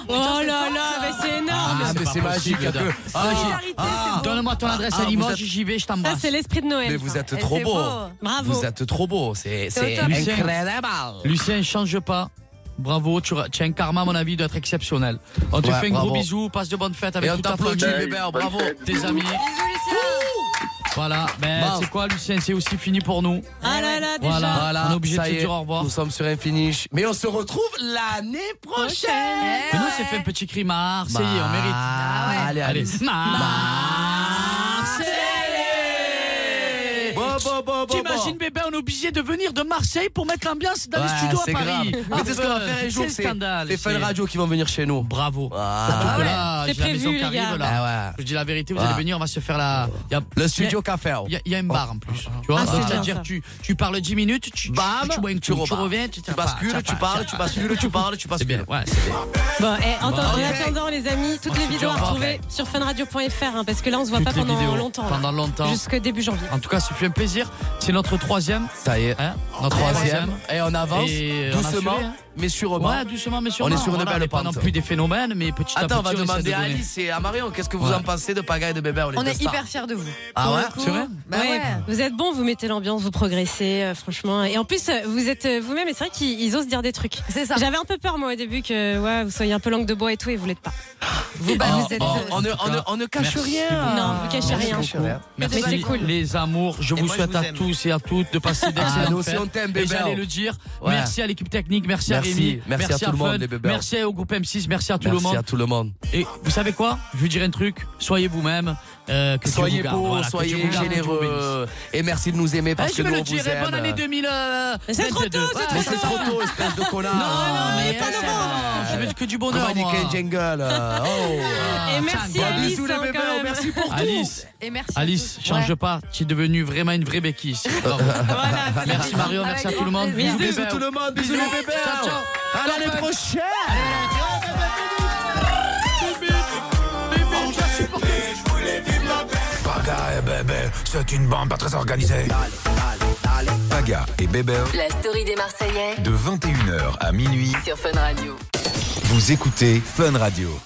Speaker 6: Oh là là, mais c'est énorme.
Speaker 16: Ah, mais
Speaker 4: pas
Speaker 16: c'est
Speaker 4: possible,
Speaker 16: magique, un
Speaker 4: Adam.
Speaker 16: peu. Ah,
Speaker 7: Solidarité, c'est beau.
Speaker 4: Donne-moi ton adresse
Speaker 16: ah,
Speaker 4: à
Speaker 16: vous
Speaker 4: Limoges,
Speaker 16: êtes-
Speaker 4: j'y vais, je
Speaker 6: Ça,
Speaker 4: t'embrasse.
Speaker 6: c'est l'esprit de Noël.
Speaker 16: Mais vous
Speaker 6: ça.
Speaker 16: êtes
Speaker 7: Et
Speaker 16: trop
Speaker 7: c'est beau.
Speaker 16: beau.
Speaker 6: Bravo.
Speaker 16: Vous êtes trop beau. C'est
Speaker 7: C'est
Speaker 16: c'est
Speaker 7: au top.
Speaker 4: Lucien.
Speaker 16: incroyable.
Speaker 4: Lucien, change pas. Bravo, tu, as- tu as un karma, à mon avis, doit être exceptionnel. On te
Speaker 16: Ouais,
Speaker 4: fait un gros
Speaker 16: bravo.
Speaker 4: bisou, passe de bonnes fêtes avec
Speaker 16: Et on
Speaker 4: toute ta
Speaker 16: t'applaudit,
Speaker 4: famille,
Speaker 16: bébé.
Speaker 19: Bonne
Speaker 16: Bravo.
Speaker 19: fête.
Speaker 4: tes amis.
Speaker 7: Bisous, Lucien.
Speaker 4: Voilà, ben
Speaker 16: Mince.
Speaker 4: c'est quoi, Lucien, c'est aussi fini pour nous.
Speaker 6: Ah là là, déjà.
Speaker 4: Voilà. on est obligé
Speaker 16: ça
Speaker 4: de se
Speaker 16: y est,
Speaker 4: dire au revoir.
Speaker 16: Nous sommes sur un finish. Mais on se retrouve l'année prochaine.
Speaker 4: Mais nous, c'est fait un petit cri Marseillais, on mérite.
Speaker 16: Ah ouais. Allez,
Speaker 4: Allez,
Speaker 16: Alice.
Speaker 4: Marseillais
Speaker 16: Bon, bon, bon, bon,
Speaker 4: T'imagines, bébé, on est obligé de venir de Marseille pour mettre l'ambiance dans
Speaker 16: Ouais,
Speaker 4: les studios
Speaker 16: c'est
Speaker 4: à Paris.
Speaker 16: grave.
Speaker 4: Ah,
Speaker 16: Mais c'est ce qu'on va
Speaker 4: ben,
Speaker 16: faire un
Speaker 4: c'est
Speaker 16: jour.
Speaker 4: le scandale.
Speaker 16: Les fans
Speaker 4: c'est-
Speaker 16: radio qui vont venir chez nous.
Speaker 4: Bravo.
Speaker 16: Ah,
Speaker 4: Donc là,
Speaker 6: c'est
Speaker 4: j'ai la
Speaker 6: prévu,
Speaker 4: maison qui
Speaker 6: les
Speaker 4: arrive,
Speaker 6: gars.
Speaker 4: là.
Speaker 16: Ah
Speaker 4: Je dis la vérité, vous
Speaker 16: Ah.
Speaker 4: allez venir, on va se faire la. Il y a-
Speaker 16: ouais. Le studio café.
Speaker 4: Il y, a- il y a un bar en plus. Tu vois,
Speaker 6: Ah, c'est bien,
Speaker 4: c'est-à-dire
Speaker 6: ça.
Speaker 4: tu, tu parles 10 minutes, tu, tu-
Speaker 16: Bam,
Speaker 4: tu bois un coup,
Speaker 16: tu
Speaker 4: tu,
Speaker 16: repars.
Speaker 4: reviens, tu,
Speaker 16: Tu bascules, tu parles, tu bascules, tu parles, tu
Speaker 4: C'est bien,
Speaker 16: bascules.
Speaker 4: ouais, c'est bien.
Speaker 6: Bon, et en, en
Speaker 4: Ok.
Speaker 6: attendant, les amis, toutes les
Speaker 4: se dit
Speaker 6: vidéos
Speaker 4: au
Speaker 6: à
Speaker 4: revoir.
Speaker 6: retrouver sur funradio.fr hein, parce que là, on se voit pas
Speaker 4: Toutes les
Speaker 6: pendant
Speaker 4: vidéos,
Speaker 6: longtemps. là.
Speaker 4: Pendant longtemps.
Speaker 6: Jusque début janvier.
Speaker 4: En tout cas, ce fut un plaisir. C'est notre troisième.
Speaker 16: Ça y est.
Speaker 4: Hein notre
Speaker 16: Troisième. Et on avance
Speaker 4: Et on a
Speaker 16: doucement,
Speaker 4: suivi, hein.
Speaker 16: mais sûrement.
Speaker 4: Ouais, doucement, mais sûrement.
Speaker 16: On est sur une
Speaker 4: Voilà,
Speaker 16: belle
Speaker 4: on est pas
Speaker 16: pente.
Speaker 4: non plus des phénomènes, mais petit à
Speaker 16: Attends, on va
Speaker 4: petit, essaie de
Speaker 16: demander à
Speaker 4: donner.
Speaker 16: Alice et à Marion, qu'est-ce que vous
Speaker 4: Ouais.
Speaker 16: en pensez de Pagaille de Bébé
Speaker 5: Oh,
Speaker 7: On est hyper fiers de vous.
Speaker 16: Ah
Speaker 7: Pour
Speaker 16: ouais
Speaker 7: le coup.
Speaker 4: C'est vrai
Speaker 7: Bah
Speaker 6: Ouais,
Speaker 7: ouais.
Speaker 6: Vous êtes bons, vous mettez l'ambiance, vous progressez, euh, franchement. Et en plus, euh, vous êtes euh, vous-même, et c'est vrai qu'ils ils osent dire des trucs.
Speaker 7: C'est ça.
Speaker 6: J'avais un peu peur, moi, au début, que ouais, vous soyez un peu langue de bois et tout, et vous l'êtes pas.
Speaker 7: Vous, bah, vous êtes.
Speaker 16: on, Oh, on ne, on ne- on ne cache
Speaker 4: Oh, Merci
Speaker 16: rien.
Speaker 6: non, vous cachez rien.
Speaker 4: Merci
Speaker 6: Mais c'est cool.
Speaker 4: les amours, je vous
Speaker 5: moi, je
Speaker 4: souhaite
Speaker 5: vous
Speaker 4: à
Speaker 5: aime.
Speaker 4: tous et à toutes de passer d'excellentes
Speaker 16: Ah, nous aussi,
Speaker 4: fêtes.
Speaker 16: on t'aime,
Speaker 4: Et
Speaker 16: bébé.
Speaker 4: j'allais le dire.
Speaker 16: Ouais.
Speaker 4: Merci à l'équipe technique, merci,
Speaker 16: Merci.
Speaker 4: à Rémi,
Speaker 16: Merci à tout le monde, les bébés.
Speaker 4: merci au groupe M6, merci à tout le
Speaker 16: Merci
Speaker 4: monde.
Speaker 16: à tout le monde.
Speaker 4: Et vous savez quoi Je vous dirai un truc, soyez vous-même, euh, que Dieu vous
Speaker 16: Soyez
Speaker 4: garde,
Speaker 16: beaux,
Speaker 4: voilà, que Dieu vous
Speaker 16: soyez
Speaker 4: garde, que Dieu vous bénisse.
Speaker 16: généreux. Et merci de nous aimer parce que
Speaker 4: Eh, je
Speaker 16: nous,
Speaker 4: me le
Speaker 16: on vous
Speaker 4: dirai,
Speaker 16: aime.
Speaker 4: bonne année 2000. euh,
Speaker 6: C'est trop
Speaker 4: 22.
Speaker 6: tôt, c'est trop
Speaker 16: Mais c'est trop tôt, espèce de connard.
Speaker 4: mais pas novembre. Je veux que du
Speaker 16: Comment
Speaker 4: bonheur,
Speaker 16: il dit
Speaker 4: moi.
Speaker 16: qu'un jingle euh, Oh
Speaker 6: Et merci
Speaker 4: tiens,
Speaker 6: Alice,
Speaker 16: Bisous les
Speaker 6: hein,
Speaker 16: bébés,
Speaker 6: quand même.
Speaker 16: merci pour tout.
Speaker 4: Alice,
Speaker 7: Et merci. à
Speaker 4: Alice,
Speaker 7: tous.
Speaker 4: change
Speaker 7: Ouais.
Speaker 4: pas. Tu es devenue vraiment une vraie béquisse. Bravo.
Speaker 6: Voilà,
Speaker 4: merci Mario,
Speaker 7: Avec
Speaker 4: merci à tout
Speaker 7: grand
Speaker 4: le monde.
Speaker 7: plaisir.
Speaker 4: Bisous,
Speaker 16: Bisous
Speaker 4: bébés.
Speaker 16: tout le monde, bisous les bébés.
Speaker 4: Ciao, ciao.
Speaker 16: À l'année prochaine.
Speaker 4: Oh,
Speaker 1: Paga et Bébé, c'est une bande pas très organisée. Paga et Bébé,
Speaker 3: La story des Marseillais
Speaker 1: de 21h à minuit,
Speaker 3: sur Fun Radio.
Speaker 1: vous écoutez Fun Radio.